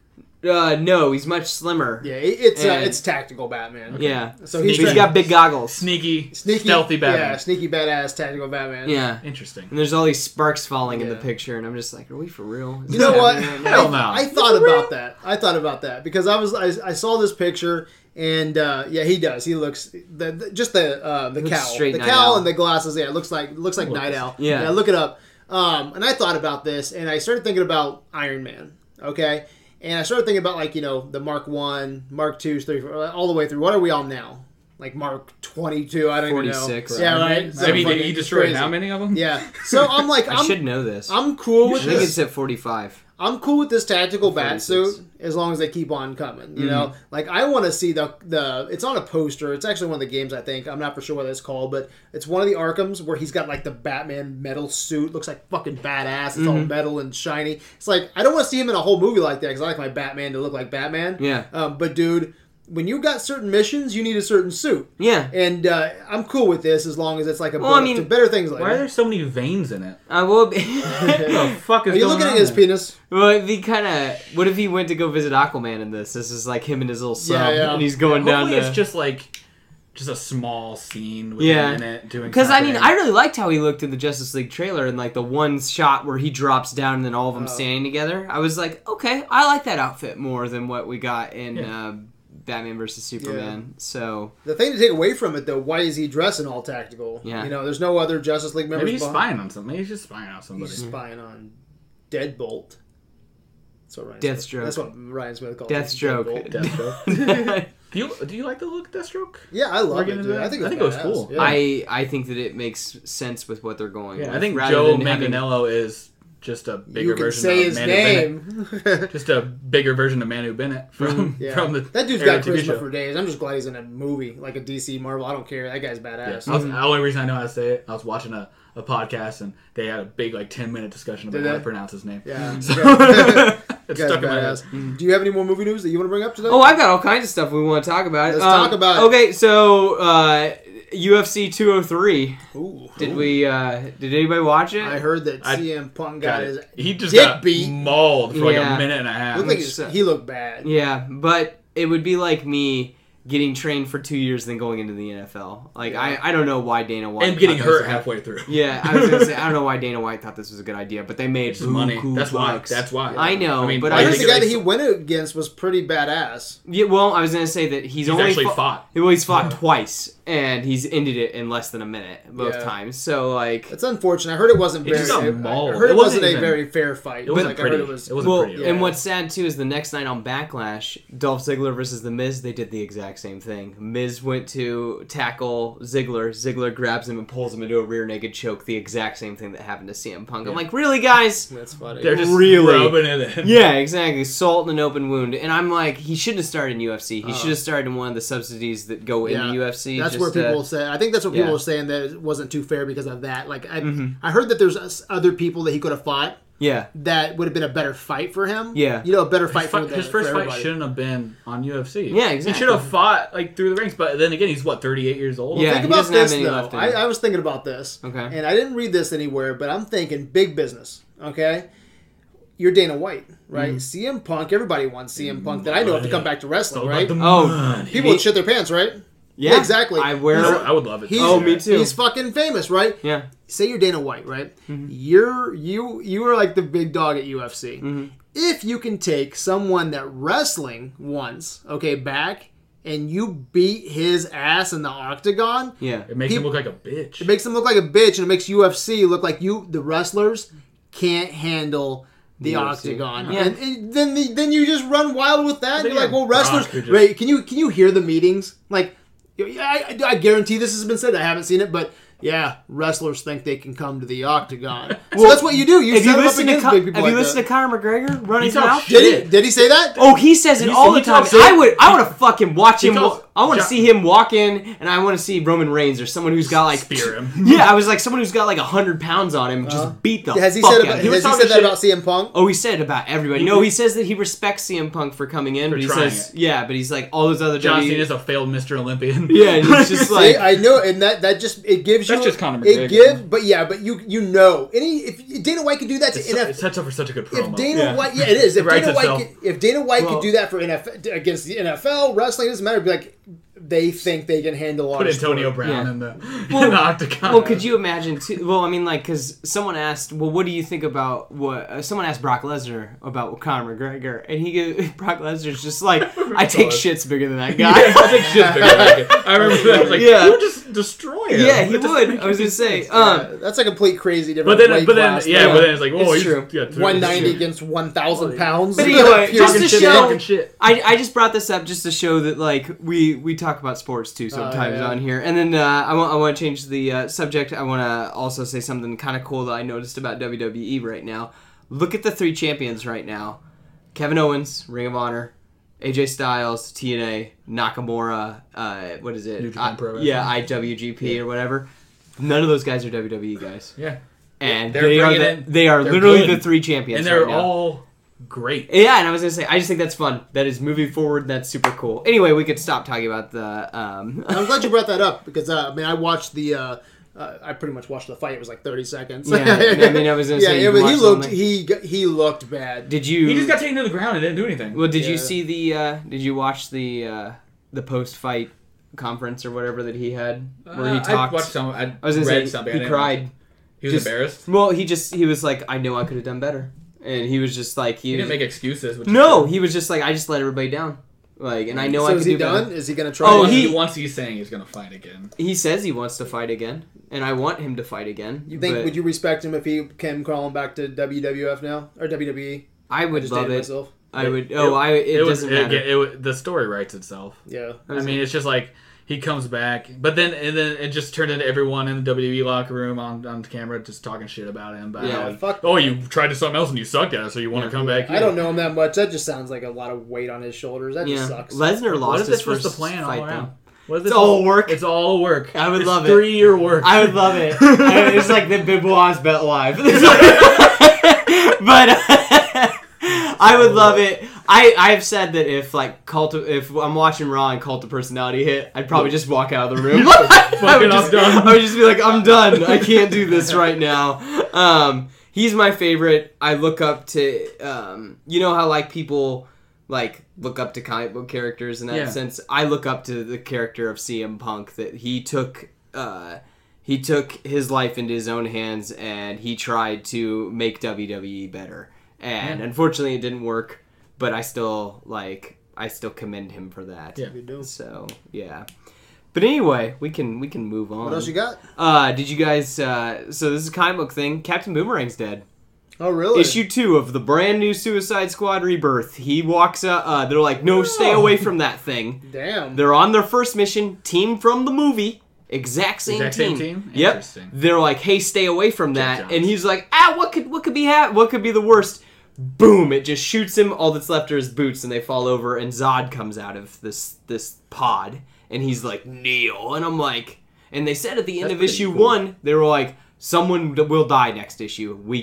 Speaker 2: uh, no, he's much slimmer.
Speaker 1: Yeah, it, it's uh,
Speaker 2: And-
Speaker 1: it's tactical Batman.
Speaker 2: Yeah.
Speaker 1: So he's
Speaker 2: he's
Speaker 1: trying-
Speaker 2: got big goggles.
Speaker 3: Sneaky, stealthy Batman.
Speaker 1: Yeah, sneaky badass tactical Batman.
Speaker 2: Yeah.
Speaker 3: Interesting.
Speaker 2: And there's all these sparks falling in the
Speaker 1: Yeah.
Speaker 2: picture, and I'm just like, are we for real? Is
Speaker 1: You
Speaker 2: this
Speaker 1: know what?
Speaker 2: happening right now?
Speaker 3: Hell no.
Speaker 1: I, I thought about that. I thought about that because I was I, I saw this picture and uh, yeah, he does. He looks the, the- just the uh, the
Speaker 2: Looks
Speaker 1: cowl,
Speaker 2: straight
Speaker 1: the
Speaker 2: Night
Speaker 1: cowl
Speaker 2: Owl.
Speaker 1: and the glasses. Yeah, it looks like looks like
Speaker 3: Look.
Speaker 1: Night Owl.
Speaker 2: Yeah.
Speaker 1: look it up. Um, and I thought about this and I started thinking about Iron Man. Okay, and I started thinking about like you know the Mark One, Mark Two, Three, Four, all the way through. What are we on now? Like Mark Twenty Two. I don't even
Speaker 2: 46.
Speaker 1: know. Yeah, right.
Speaker 3: Maybe
Speaker 1: So
Speaker 3: they-
Speaker 1: fucking
Speaker 3: he destroyed
Speaker 1: crazy.
Speaker 3: how many of them?
Speaker 1: Yeah. So I'm like
Speaker 2: <laughs> I
Speaker 1: I'm
Speaker 2: should know this. i
Speaker 1: I'm cool with
Speaker 2: think
Speaker 1: this.
Speaker 2: it's at 45.
Speaker 1: I'm cool with this tactical
Speaker 2: 46.
Speaker 1: batsuit as long as they keep on coming. You know,
Speaker 3: Mm-hmm.
Speaker 1: like I want to see the the. It's on a poster. It's actually one of the games. I think I'm not for sure what it's called, but it's one of the Arkhams where he's got like the Batman metal suit. Looks like fucking badass. It's
Speaker 3: Mm-hmm.
Speaker 1: all metal and shiny. It's like I don't want to see him in a whole movie like that because I like my Batman to look like Batman.
Speaker 2: Yeah.
Speaker 1: Um, but dude, when you got certain missions, you need a certain suit.
Speaker 2: Yeah.
Speaker 1: And uh, I'm cool with this as long as it's like a.
Speaker 2: Well, I
Speaker 1: build-up
Speaker 2: mean,
Speaker 1: to better things like.
Speaker 3: Why are there so many veins in
Speaker 2: <laughs>
Speaker 3: it?
Speaker 2: I will be.
Speaker 3: What the fuck is
Speaker 1: are you
Speaker 3: going
Speaker 1: looking
Speaker 3: on
Speaker 1: at his
Speaker 3: there?
Speaker 1: penis?
Speaker 2: well, it'd be kind of. What if he went to go visit Aquaman in this? This is like him and his little sub,
Speaker 1: Yeah, yeah.
Speaker 2: and he's going down
Speaker 3: Hopefully
Speaker 2: to.
Speaker 3: it's just like just a small scene with
Speaker 2: Yeah.
Speaker 3: him in it doing.
Speaker 2: Because I mean,
Speaker 3: something.
Speaker 2: I really liked how he looked in the Justice League trailer, and like the one shot where he drops down and then all of them
Speaker 1: Oh.
Speaker 2: standing together. I was like, okay, I like that outfit more than what we got in
Speaker 3: Yeah.
Speaker 2: uh, Batman versus Superman. So
Speaker 1: The thing to take away from it, though, why is he dressed in all tactical?
Speaker 2: Yeah.
Speaker 1: You know, there's no other Justice League members.
Speaker 3: maybe he's
Speaker 1: behind-
Speaker 3: spying on something. Maybe he's just spying on somebody.
Speaker 1: He's spying on Deadbolt. That's what Ryan.
Speaker 2: Deathstroke.
Speaker 1: That's what Ryan Smith calls him,
Speaker 2: Deathstroke.
Speaker 1: Deadbolt.
Speaker 2: <laughs>
Speaker 3: Deathstroke. do you do you like the look of Deathstroke?
Speaker 1: <laughs> Yeah, I
Speaker 3: We're
Speaker 1: love it.
Speaker 3: getting
Speaker 1: dude.
Speaker 3: into that?
Speaker 1: I think it
Speaker 3: I
Speaker 1: was,
Speaker 3: think it was
Speaker 1: badass.
Speaker 3: cool.
Speaker 1: Yeah.
Speaker 2: I I think that it makes sense with what they're going.
Speaker 3: Yeah,
Speaker 2: with,
Speaker 3: I think
Speaker 2: rather
Speaker 3: Joe
Speaker 2: than having-
Speaker 3: Manganiello is just a bigger
Speaker 1: you can
Speaker 3: version
Speaker 1: say
Speaker 3: of
Speaker 1: his
Speaker 3: Manu Bennett.
Speaker 1: name.
Speaker 3: <laughs> Just a bigger version of Manu Bennett <laughs> from
Speaker 1: Mm, yeah.
Speaker 3: from the
Speaker 1: that dude's
Speaker 3: era
Speaker 1: got
Speaker 3: TV show.
Speaker 1: charisma for days. I'm just glad he's in a movie like a DC Marvel. I don't care. That guy's
Speaker 3: Yeah,
Speaker 1: badass.
Speaker 3: I was, the only reason I know how to say it, I was watching a, a podcast and they had a big like ten minute discussion about
Speaker 1: Did
Speaker 3: how to
Speaker 1: they?
Speaker 3: pronounce his name. <laughs>
Speaker 1: Yeah.
Speaker 3: So- it's
Speaker 1: That
Speaker 3: stuck in my
Speaker 1: guy's
Speaker 3: head.
Speaker 1: badass. Do you have any more movie news that you want to bring up today?
Speaker 2: Oh, I've got all kinds of stuff we want to talk about.
Speaker 1: Let's
Speaker 2: Um,
Speaker 1: talk about it.
Speaker 2: Okay, so uh, UFC 203.
Speaker 1: Ooh.
Speaker 2: Did we? Uh, did anybody watch it?
Speaker 1: I heard that
Speaker 3: I
Speaker 1: CM Punk got,
Speaker 3: Got
Speaker 1: his.
Speaker 3: it. He just
Speaker 1: dick
Speaker 3: got
Speaker 1: beat.
Speaker 3: mauled for like
Speaker 2: Yeah.
Speaker 3: a minute and a half.
Speaker 1: Looked like his- he looked bad.
Speaker 2: Yeah, but it would be like me getting trained for two years then going into the NFL. Like I, I don't know why Dana White
Speaker 3: and getting
Speaker 2: thought this
Speaker 3: hurt
Speaker 2: was-
Speaker 3: halfway through.
Speaker 2: Yeah, I was gonna say I don't know why Dana White thought this was a good idea, but they made
Speaker 3: It's just money.
Speaker 2: buku
Speaker 3: That's why.
Speaker 2: bucks.
Speaker 3: That's why.
Speaker 2: I know, but
Speaker 3: why
Speaker 1: I
Speaker 2: I
Speaker 3: do
Speaker 1: heard
Speaker 3: you
Speaker 2: think
Speaker 1: the
Speaker 3: it
Speaker 1: guy that
Speaker 3: makes-
Speaker 1: he went against was pretty badass.
Speaker 2: Yeah, well, I was gonna say that he's,
Speaker 3: <laughs> he's
Speaker 2: only
Speaker 3: actually
Speaker 2: fought,
Speaker 3: fought.
Speaker 2: well, he's fought twice, and he's ended it in less than a minute both
Speaker 1: Yeah.
Speaker 2: times. So like,
Speaker 1: It's unfortunate. I heard it wasn't
Speaker 3: It
Speaker 1: very.
Speaker 3: just got
Speaker 1: I- I
Speaker 3: mauled.
Speaker 1: heard it,
Speaker 3: It wasn't
Speaker 1: wasn't, a
Speaker 3: even-
Speaker 1: very fair fight.
Speaker 3: It wasn't
Speaker 1: like, I heard
Speaker 3: pretty.
Speaker 1: it was-
Speaker 3: It wasn't
Speaker 2: well,
Speaker 3: pretty.
Speaker 2: and
Speaker 1: yeah.
Speaker 2: what's sad too is the next night on Backlash, Dolph Ziggler versus The Miz, they did the exact same thing. Miz went to tackle Ziggler, Ziggler grabs him and pulls him into a rear naked choke, the exact same thing that happened to CM Punk. I'm like, really, guys?
Speaker 1: That's funny.
Speaker 3: They're just
Speaker 2: Really?
Speaker 3: rubbing it in.
Speaker 2: Yeah, exactly. Salt in an open wound, and I'm like, he shouldn't have started in UFC. He
Speaker 3: Uh-huh.
Speaker 1: Oh.
Speaker 2: should have started in one of the subsidies that go
Speaker 1: Yeah.
Speaker 2: in the UFC.
Speaker 1: That's
Speaker 2: just
Speaker 1: where
Speaker 2: to-
Speaker 1: people say. I think that's what
Speaker 2: yeah.
Speaker 1: people were saying that it wasn't too fair because of that. Like I, I heard that there's us- other people that he could have fought
Speaker 2: yeah,
Speaker 1: that would have been a better fight for him.
Speaker 2: Yeah.
Speaker 1: you know, a better fight
Speaker 3: His, fi-
Speaker 1: for the-
Speaker 3: his
Speaker 1: for
Speaker 3: first fight
Speaker 1: everybody.
Speaker 3: shouldn't have been on UFC.
Speaker 2: Yeah,
Speaker 3: He
Speaker 2: exactly.
Speaker 3: should have fought like through the ranks, but then again, he's what thirty eight years old.
Speaker 2: Yeah,
Speaker 1: Think
Speaker 2: he
Speaker 1: about
Speaker 2: doesn't have
Speaker 1: this
Speaker 2: any
Speaker 1: though.
Speaker 2: left in
Speaker 1: I,
Speaker 2: him.
Speaker 1: I was thinking about this.
Speaker 2: Okay.
Speaker 1: And I didn't read this anywhere, but I'm thinking big business. Okay. You're Dana White, right?
Speaker 2: Mm-hmm.
Speaker 1: CM Punk. Everybody wants CM Punk that I know of to come back to
Speaker 3: So,
Speaker 1: wrestling,
Speaker 3: like,
Speaker 1: right?
Speaker 3: the
Speaker 2: Oh,
Speaker 3: money.
Speaker 1: People would shit their pants, right?
Speaker 2: yeah,
Speaker 1: exactly.
Speaker 2: I wear.
Speaker 3: I would- I would love it.
Speaker 1: He's,
Speaker 2: Oh, me too.
Speaker 1: He's fucking famous, right?
Speaker 2: yeah, Mm-hmm.
Speaker 1: Say you're Dana White, right? You're you you are like the big dog at UFC.
Speaker 2: Mm-hmm.
Speaker 1: If you can take someone that wrestling once, okay, back, and you beat his ass in the octagon,
Speaker 2: yeah.
Speaker 3: It makes
Speaker 1: He-
Speaker 3: him look like a bitch.
Speaker 1: it makes him look like a bitch, and it makes UFC look like you the wrestlers can't handle. The,
Speaker 2: UFC.
Speaker 1: octagon,
Speaker 2: Yeah.
Speaker 1: and, and then the, then you just run wild with that. And
Speaker 3: They
Speaker 1: you're like,
Speaker 3: have
Speaker 1: well,
Speaker 3: Brock
Speaker 1: wrestlers,
Speaker 3: who just-
Speaker 1: right? Can you can you hear the meetings? Like, I, I- I guarantee this has been said. I haven't seen it, but yeah, wrestlers think they can come to the
Speaker 2: <laughs>
Speaker 1: octagon. so that's what you do. You
Speaker 2: If
Speaker 1: set
Speaker 2: you
Speaker 1: them up
Speaker 2: listen to
Speaker 1: against
Speaker 2: Con-
Speaker 1: big
Speaker 2: have
Speaker 1: people like
Speaker 2: you listened
Speaker 1: that.
Speaker 2: to Conor McGregor run his
Speaker 3: talks
Speaker 2: mouth?
Speaker 3: shit.
Speaker 1: Did he did he say that?
Speaker 2: Oh, he says it
Speaker 3: He-
Speaker 2: all
Speaker 3: he
Speaker 2: the time.
Speaker 3: talks-
Speaker 2: I would, I would have fucking watched
Speaker 3: He
Speaker 2: him.
Speaker 3: calls,
Speaker 2: I want to
Speaker 3: Jo-
Speaker 2: see him walk in, and I want to see Roman Reigns or someone who's got like
Speaker 3: Spear him.
Speaker 2: <laughs> yeah, I was like someone who's got like hundred pounds on him, just beat the
Speaker 1: Uh, Has he
Speaker 2: Oh, fuck
Speaker 1: said
Speaker 2: out.
Speaker 1: about,
Speaker 2: of him.
Speaker 1: has he
Speaker 2: talking
Speaker 1: said that
Speaker 2: shit-
Speaker 1: about CM Punk?
Speaker 2: Oh, he said about everybody. No, he says that he respects CM Punk for coming in, but he
Speaker 3: Mm-hmm. trying
Speaker 2: says
Speaker 3: it.
Speaker 2: yeah, but he's like all those other
Speaker 3: John
Speaker 2: WWE
Speaker 3: Cena is a failed Mr. Olympian.
Speaker 2: Yeah, and he's
Speaker 3: <laughs>
Speaker 2: just <laughs> like-
Speaker 1: See, I know, and that that just it gives
Speaker 3: That's
Speaker 1: you
Speaker 3: just Conor
Speaker 1: it
Speaker 3: McGregor.
Speaker 1: gives, but yeah, but you you know any if Dana White could do that to
Speaker 3: It's, su-
Speaker 1: NFL.
Speaker 3: it's sets up for such a good promo.
Speaker 1: If Dana
Speaker 2: Yeah.
Speaker 1: White, yeah, it
Speaker 3: <laughs>
Speaker 1: is. If
Speaker 3: It writes
Speaker 1: Dana White,
Speaker 3: itself.
Speaker 1: could, if Dana White
Speaker 2: Well-
Speaker 1: could do that for NFL against the NFL wrestling, it doesn't matter. It'd Be like, they think they can handle all.
Speaker 3: Put
Speaker 1: this
Speaker 3: Antonio
Speaker 1: work.
Speaker 3: Brown
Speaker 2: Yeah.
Speaker 3: in, the, in the octagon. <laughs>
Speaker 2: Well, could you imagine? Too, well, I mean, like, because someone asked, well, what do you think about what? Uh, someone asked Brock Lesnar about Conor McGregor, and he goes, <laughs> Brock Lesnar's just
Speaker 3: <laughs>
Speaker 2: like, I take shits bigger than that guy.
Speaker 3: I think shit's bigger than I
Speaker 2: <laughs>
Speaker 3: can- I remember that. I was like,
Speaker 2: Yeah.
Speaker 3: you would just destroy him.
Speaker 2: yeah, he
Speaker 3: It doesn't
Speaker 2: would.
Speaker 3: make
Speaker 2: I was
Speaker 3: any
Speaker 2: gonna say,
Speaker 3: sense.
Speaker 2: um,
Speaker 1: Yeah, that's a complete crazy
Speaker 3: But
Speaker 1: different.
Speaker 3: then,
Speaker 1: weight
Speaker 3: but then,
Speaker 1: class,
Speaker 3: yeah,
Speaker 2: yeah.
Speaker 1: though.
Speaker 3: but then it's like, whoa,
Speaker 2: It's
Speaker 3: he's
Speaker 2: true.
Speaker 3: Yeah, through-
Speaker 1: 190 against 1,000 pounds.
Speaker 2: But anyway,
Speaker 1: <laughs> Pure
Speaker 2: just to
Speaker 1: shit.
Speaker 2: show-
Speaker 3: Fucking shit.
Speaker 2: I, I just brought this up just to show that like we we talk about sports
Speaker 3: Oh,
Speaker 2: too sometimes
Speaker 1: yeah.
Speaker 2: on here and then uh, I want I want to change the uh, subject I want to also say something kind of cool that I noticed about WWE right now look at the three champions right now Kevin Owens Ring of Honor AJ Styles TNA Nakamura uh, what is it
Speaker 3: New Japan
Speaker 2: I-
Speaker 3: Pro Wrestling.
Speaker 2: yeah IWGP or whatever none of those guys are WWE guys
Speaker 3: Yeah.
Speaker 2: and
Speaker 3: They're
Speaker 2: they are
Speaker 3: bringing
Speaker 2: the,
Speaker 3: in-
Speaker 2: they are
Speaker 3: they're
Speaker 2: literally
Speaker 3: good.
Speaker 2: the three champions
Speaker 3: And they're
Speaker 2: right now.
Speaker 3: all great.
Speaker 2: Yeah, and I was gonna say, I just think that's fun. That is moving forward. That's super cool. Anyway, we could stop talking about the. Um, <laughs>
Speaker 1: I'm glad you brought that up because uh, I mean I watched the. Uh, uh, I pretty much watched the fight. It was like 30 seconds.
Speaker 2: Yeah, I mean, I was
Speaker 1: <laughs>
Speaker 2: gonna
Speaker 1: yeah,
Speaker 2: say,
Speaker 1: it
Speaker 2: you
Speaker 1: was- he
Speaker 2: watched
Speaker 1: looked
Speaker 2: all night.
Speaker 1: he got- he looked bad.
Speaker 2: did you?
Speaker 3: He just got taken to the ground and didn't do anything.
Speaker 2: well, did
Speaker 1: Yeah.
Speaker 2: you see the? Uh, did you watch the uh, the post fight conference or whatever that he had where
Speaker 3: Uh,
Speaker 2: he talked?
Speaker 3: I watched some. I,
Speaker 2: I was gonna
Speaker 3: read
Speaker 2: say
Speaker 3: something. I
Speaker 2: he
Speaker 3: didn't watch
Speaker 2: cried.
Speaker 3: it. He was
Speaker 2: Just-
Speaker 3: embarrassed.
Speaker 2: Well, he just he was like, I know I could have done better, and he was just like he,
Speaker 3: He
Speaker 2: was,
Speaker 3: didn't make excuses. Which
Speaker 2: no, he was just like I just let everybody down, like, and I know
Speaker 1: so
Speaker 2: I could
Speaker 1: is he
Speaker 2: do
Speaker 1: done?
Speaker 2: better.
Speaker 1: Is he gonna try?
Speaker 2: Oh,
Speaker 3: Once,
Speaker 1: again?
Speaker 2: he-
Speaker 3: he, once he's saying he's gonna fight again.
Speaker 2: He says he wants to fight again, and I want him to fight again.
Speaker 1: You think
Speaker 2: but
Speaker 1: would you respect him if he came crawling back to WWF now or WWE?
Speaker 2: I
Speaker 1: I
Speaker 2: would
Speaker 1: just
Speaker 2: love
Speaker 1: dated
Speaker 2: it.
Speaker 1: myself.
Speaker 2: I would. Oh, I. It,
Speaker 3: was-
Speaker 2: doesn't matter.
Speaker 3: It, it, the story writes itself.
Speaker 1: Yeah.
Speaker 3: I mean, it's just like he comes back, but then and then it just turned into everyone in the WWE locker room on, on camera just talking shit about him. About
Speaker 2: Yeah,
Speaker 3: how he-
Speaker 1: fuck
Speaker 3: oh, you tried to something else and you sucked at it, so you want
Speaker 2: Yeah.
Speaker 3: to come back?
Speaker 1: I
Speaker 3: here.
Speaker 1: don't know him that much. That just sounds like a lot of weight on his shoulders. That just sucks.
Speaker 2: Lesnar
Speaker 3: What
Speaker 2: lost
Speaker 3: is
Speaker 2: his
Speaker 3: this
Speaker 2: first
Speaker 3: supposed to plan all
Speaker 2: fight
Speaker 3: around?
Speaker 2: though.
Speaker 3: What is
Speaker 2: It's
Speaker 3: this
Speaker 2: all work.
Speaker 3: It's all work.
Speaker 2: I would
Speaker 3: It's
Speaker 2: love it.
Speaker 3: Three year work.
Speaker 2: I would
Speaker 3: <laughs>
Speaker 2: love <laughs> it. I mean, it's like the Bibois bet <laughs> live. but uh, <laughs> I would love it. I I've said that if like cult of, if I'm watching Raw and Cult of Personality hit, I'd probably just walk out of
Speaker 3: <laughs>
Speaker 2: the room. <laughs> I
Speaker 3: Fucking, I'm
Speaker 2: would just
Speaker 3: done.
Speaker 2: I would just be like, I'm done. I can't do this right now. Um, he's my favorite. I look up to um, you know how like people like look up to comic book characters in that
Speaker 3: Yeah.
Speaker 2: sense. I look up to the character of CM Punk that he took uh, he took his life into his own hands and he tried to make WWE better. And unfortunately, it didn't work. But I still like I still commend him for that.
Speaker 3: Yeah.
Speaker 1: We do.
Speaker 2: So yeah. But anyway, we can we can move on.
Speaker 1: What else you got?
Speaker 2: Uh, did you guys? Uh, so this is a comic book thing. Captain Boomerang's dead.
Speaker 1: Oh, really?
Speaker 2: Issue two of the brand new Suicide Squad Rebirth. He walks up. Uh, they're like, no, stay away from that
Speaker 3: <laughs>
Speaker 2: thing.
Speaker 1: Damn.
Speaker 2: They're on their first mission. Team from the movie. Exact same
Speaker 3: Exact
Speaker 2: team.
Speaker 3: same team?
Speaker 2: Yep.
Speaker 3: Interesting.
Speaker 2: They're like, hey, stay away from that.
Speaker 3: Jones.
Speaker 2: And he's like, ah, what could what could be ha- what could be the worst? Boom! It just shoots him. All that's left are his boots, and they fall over. And Zod comes out of this this pod, and he's like, kneel. And I'm like, and they said at the end
Speaker 3: That's
Speaker 2: of
Speaker 3: pretty
Speaker 2: issue
Speaker 3: cool.
Speaker 2: one, they were like, someone d- will die next issue. We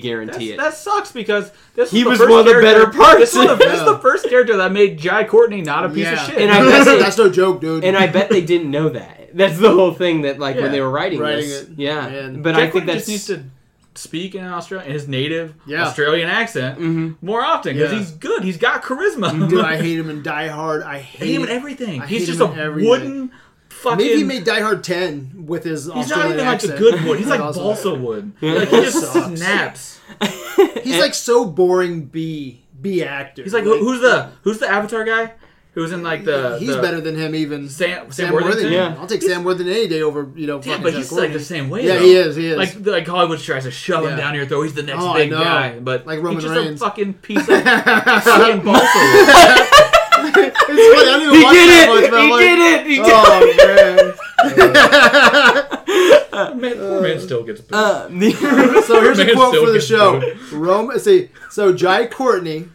Speaker 3: That's-
Speaker 2: guarantee it.
Speaker 3: That sucks because this
Speaker 2: He
Speaker 3: the
Speaker 2: was
Speaker 3: first
Speaker 2: one of the
Speaker 3: character-
Speaker 2: better
Speaker 3: This, was the, this
Speaker 1: Yeah.
Speaker 3: is the first character that made Jai Courtney not a piece of
Speaker 1: <laughs>
Speaker 3: shit.
Speaker 2: And I
Speaker 1: that's,
Speaker 3: <laughs>
Speaker 2: bet they-
Speaker 1: that's no joke, dude.
Speaker 2: and I bet they didn't know that. <laughs> That's the whole thing that like
Speaker 3: Yeah,
Speaker 2: when they were writing,
Speaker 1: writing
Speaker 2: this.
Speaker 1: it.
Speaker 2: Yeah,
Speaker 1: Man.
Speaker 2: but
Speaker 3: Jai
Speaker 2: I think
Speaker 3: Courtney
Speaker 2: that's <laughs>
Speaker 3: just needs to speak in Australia in his native
Speaker 1: Yeah.
Speaker 3: Australian accent
Speaker 2: Mm-hmm.
Speaker 3: more often because
Speaker 1: Yeah. Mm-hmm.
Speaker 3: he's good. He's got charisma.
Speaker 1: dude,
Speaker 3: <laughs>
Speaker 2: <laughs>
Speaker 1: I hate him in Die Hard. I hate
Speaker 3: hate him in
Speaker 1: it.
Speaker 3: everything.
Speaker 1: I
Speaker 3: he's
Speaker 1: hate
Speaker 3: just
Speaker 1: him
Speaker 3: a
Speaker 1: in everything.
Speaker 3: wooden fucking.
Speaker 1: Maybe he made Die Hard 10 with his
Speaker 3: He's not
Speaker 1: Australian
Speaker 3: even like
Speaker 1: accent.
Speaker 3: a good wood. He's like
Speaker 1: Awesome.
Speaker 3: balsa wood. Like he
Speaker 1: <laughs>
Speaker 3: just
Speaker 1: Sucks.
Speaker 3: snaps.
Speaker 1: He's like so boring B B actor.
Speaker 3: He's like, who, who's the who's the Avatar guy? Who's in like the?
Speaker 1: He's
Speaker 3: the-
Speaker 1: better than him even.
Speaker 3: Sam- Sam
Speaker 1: Worthington.
Speaker 3: Worthington?
Speaker 2: Yeah.
Speaker 1: I'll take Sam Worthington any day over you know.
Speaker 3: Yeah,
Speaker 1: fucking
Speaker 3: but
Speaker 1: Jack
Speaker 3: he's like
Speaker 1: Courtney.
Speaker 3: the same way.
Speaker 1: Yeah,
Speaker 3: though.
Speaker 1: he is. He is. <laughs>
Speaker 3: Like, like Hollywood tries to shove
Speaker 1: Yeah.
Speaker 3: him down your throat. He's the next
Speaker 1: Oh, I
Speaker 3: big
Speaker 1: know.
Speaker 3: guy, but
Speaker 1: Like Roman
Speaker 3: he's just
Speaker 1: Reigns.
Speaker 3: a
Speaker 1: <laughs>
Speaker 3: fucking piece of fucking balsa. wood.
Speaker 1: It's funny, I don't even
Speaker 2: he
Speaker 1: watch that much, but I'm like,
Speaker 2: did it. He did it. He did it.
Speaker 1: Oh
Speaker 3: Man, poor man still gets booed.
Speaker 2: Uh, <laughs>
Speaker 3: <laughs>
Speaker 2: the-
Speaker 1: man! so here's a
Speaker 3: Man
Speaker 1: quote
Speaker 3: still
Speaker 1: for the
Speaker 3: gets
Speaker 1: show.
Speaker 3: booed.
Speaker 1: Rome. See, so Jai Courtney,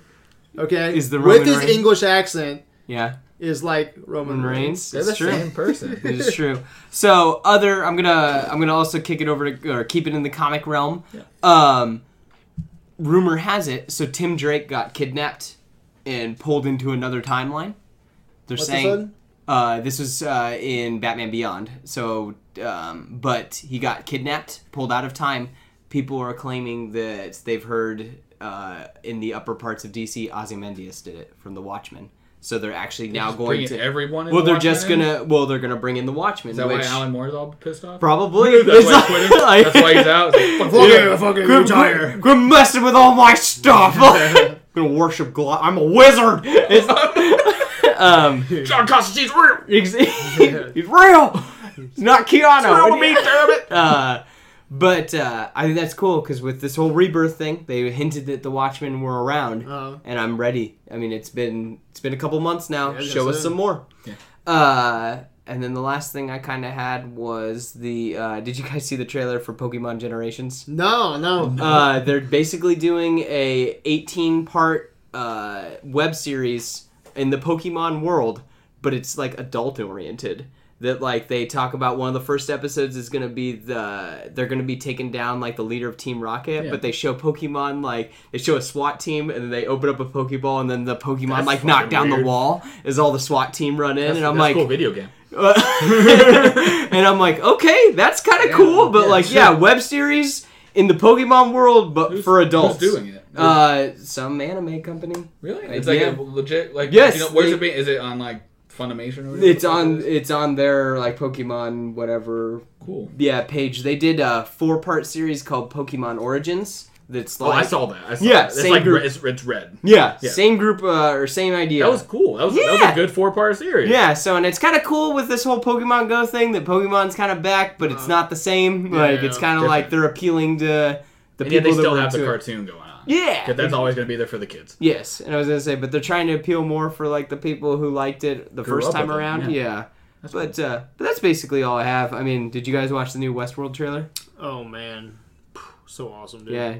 Speaker 1: okay,
Speaker 2: Is the
Speaker 1: with
Speaker 2: Roman
Speaker 1: his
Speaker 2: Reigns.
Speaker 1: English accent
Speaker 2: yeah.
Speaker 1: is like Roman Reigns.
Speaker 2: Reigns.
Speaker 3: They're
Speaker 2: It's
Speaker 3: the
Speaker 2: true.
Speaker 1: <laughs>
Speaker 3: same person.
Speaker 2: It is true. So other, I'm gonna I'm gonna also kick it over to or keep it in the comic realm. Um, rumor has it, so Tim Drake got kidnapped and pulled into another timeline. They're
Speaker 1: What's this
Speaker 2: saying
Speaker 1: one?
Speaker 2: uh, this was uh, in Batman Beyond. So, um, but he got kidnapped, pulled out of time. People are claiming that they've heard uh, in the upper parts of DC, Ozymandias did it from The Watchmen. So they're actually now going
Speaker 3: Bringing
Speaker 2: to
Speaker 3: everyone. in
Speaker 2: well, they're
Speaker 3: Watchmen
Speaker 2: just
Speaker 3: in?
Speaker 2: gonna. Well, they're gonna bring in the Watchmen,
Speaker 3: Is that
Speaker 2: which
Speaker 3: why Alan Moore's all pissed
Speaker 2: <laughs>
Speaker 3: off? <laughs>
Speaker 2: probably
Speaker 3: That's
Speaker 2: It's
Speaker 3: why,
Speaker 2: not-
Speaker 3: he's quitting? That's why
Speaker 2: <laughs>
Speaker 3: he's out. It's like, fuck
Speaker 1: Fuck
Speaker 3: you.
Speaker 1: it, fuck it,
Speaker 2: Quit-
Speaker 1: retire.
Speaker 2: Quit messing with all my
Speaker 3: <laughs>
Speaker 2: stuff. I'm gonna worship God. I'm a wizard.
Speaker 3: <laughs>
Speaker 2: It's- <laughs> um,
Speaker 3: John Constantine's real.
Speaker 2: <laughs> he's, he's real. He's not
Speaker 3: Follow me,
Speaker 2: Keanu.
Speaker 3: damn it.
Speaker 2: <laughs> Uh, but uh, I think that's cool because with this whole rebirth thing, they hinted that the Watchmen were around,
Speaker 1: Uh,
Speaker 2: and I'm ready. I mean, it's been it's been a couple months now.
Speaker 1: Yeah,
Speaker 2: Show
Speaker 1: that's
Speaker 2: us
Speaker 1: it.
Speaker 2: some more. Uh, and then the last thing I kind of had was the. Uh, did you guys see the trailer for Pokemon Generations?
Speaker 1: no, no.
Speaker 3: Oh,
Speaker 2: Uh, they're basically doing a 18 part uh, web series in the Pokemon world, but it's like adult oriented. That like they talk about one of the first episodes is gonna be the they're gonna be taking down like the leader of Team Rocket,
Speaker 3: Yeah.
Speaker 2: but they show Pokemon like they show a SWAT team and then they open up a Pokeball and then the Pokemon
Speaker 3: That's
Speaker 2: like knock
Speaker 3: fucking
Speaker 2: down the
Speaker 3: weird.
Speaker 2: wall as all the SWAT team run in and I'm
Speaker 3: That's
Speaker 2: like
Speaker 3: cool video game.
Speaker 2: <laughs> and I'm like, okay, that's kind of
Speaker 3: Yeah,
Speaker 2: cool, but
Speaker 3: yeah,
Speaker 2: like,
Speaker 3: sure.
Speaker 2: yeah, web series in the Pokemon world, but
Speaker 3: Who's-
Speaker 2: for adults.
Speaker 3: who's doing it?
Speaker 2: Uh, some anime company.
Speaker 3: Really?
Speaker 2: Uh,
Speaker 3: It's like
Speaker 2: yeah.
Speaker 3: a legit. Like
Speaker 2: Yes,
Speaker 3: You know, where's
Speaker 2: they-
Speaker 3: it being? Is it on like Funimation or? whatever
Speaker 2: It's
Speaker 3: the fuck
Speaker 2: on.
Speaker 3: it is?
Speaker 2: It's on their like Pokemon whatever.
Speaker 3: Cool.
Speaker 2: Yeah, page. They did a four part series called Pokemon Origins. That's
Speaker 3: Oh,
Speaker 2: like
Speaker 3: I saw that. I saw
Speaker 2: Yeah,
Speaker 3: that. It's
Speaker 2: same
Speaker 3: like
Speaker 2: group.
Speaker 3: re- it's, it's red.
Speaker 2: Yeah,
Speaker 3: Yeah.
Speaker 2: same group uh, or same idea.
Speaker 3: That was cool. That was, that was
Speaker 2: Yeah.
Speaker 3: a good four part series.
Speaker 2: Yeah, so and it's kind of cool with this whole Pokemon Go thing that Pokemon's kind of back, but it's not the same. like it's kind of like
Speaker 3: Uh-huh. different.
Speaker 2: they're appealing to the
Speaker 3: And
Speaker 2: people
Speaker 3: yet they
Speaker 2: that
Speaker 3: still
Speaker 2: were
Speaker 3: have the
Speaker 2: into it.
Speaker 3: cartoon going on.
Speaker 2: Yeah,
Speaker 3: 'Cause that's always going to be there for the kids.
Speaker 2: Yes, and I was gonna say, but they're trying to appeal more for like the people who liked it the
Speaker 3: Grew
Speaker 2: first
Speaker 3: up
Speaker 2: time
Speaker 3: with it,
Speaker 2: around.
Speaker 3: yeah.
Speaker 2: yeah. But uh, but that's basically all I have. I mean, did you guys watch the new Westworld trailer?
Speaker 1: Oh man, so awesome, dude.
Speaker 2: Yeah.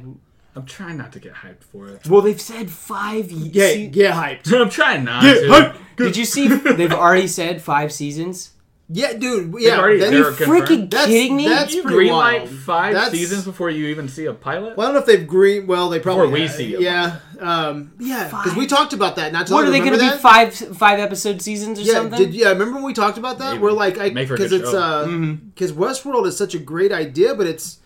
Speaker 3: I'm trying not to get hyped for it. <laughs>
Speaker 2: Well, they've said five. Ye-
Speaker 1: Get,
Speaker 2: se-
Speaker 1: get hyped.
Speaker 3: I'm trying not
Speaker 1: Get
Speaker 3: to.
Speaker 1: hyped.
Speaker 2: Did
Speaker 3: <laughs>
Speaker 2: you see? they've already said five seasons.
Speaker 1: Yeah, dude. Yeah,
Speaker 3: already-
Speaker 1: then-
Speaker 3: they're
Speaker 2: You're freaking
Speaker 3: confirmed.
Speaker 1: That's-
Speaker 2: kidding me?
Speaker 1: that's-
Speaker 3: You
Speaker 1: pretty
Speaker 3: green light
Speaker 1: wild.
Speaker 3: five
Speaker 1: That's-
Speaker 3: seasons before you even see a pilot?
Speaker 1: Well, I don't know if they've green. Well, they probably.
Speaker 3: Before we see it.
Speaker 1: Yeah, um, yeah, because we
Speaker 2: Five.
Speaker 1: talked about that. Not to
Speaker 2: what are they
Speaker 1: going to
Speaker 2: be five five episode seasons or
Speaker 1: Yeah,
Speaker 2: something?
Speaker 1: did yeah? Remember when we talked about that?
Speaker 3: Maybe.
Speaker 1: We're like, I
Speaker 3: Make for a
Speaker 1: because
Speaker 3: good
Speaker 1: it's
Speaker 3: show. Mm-hmm.
Speaker 1: uh, because Westworld is such a great idea, but it's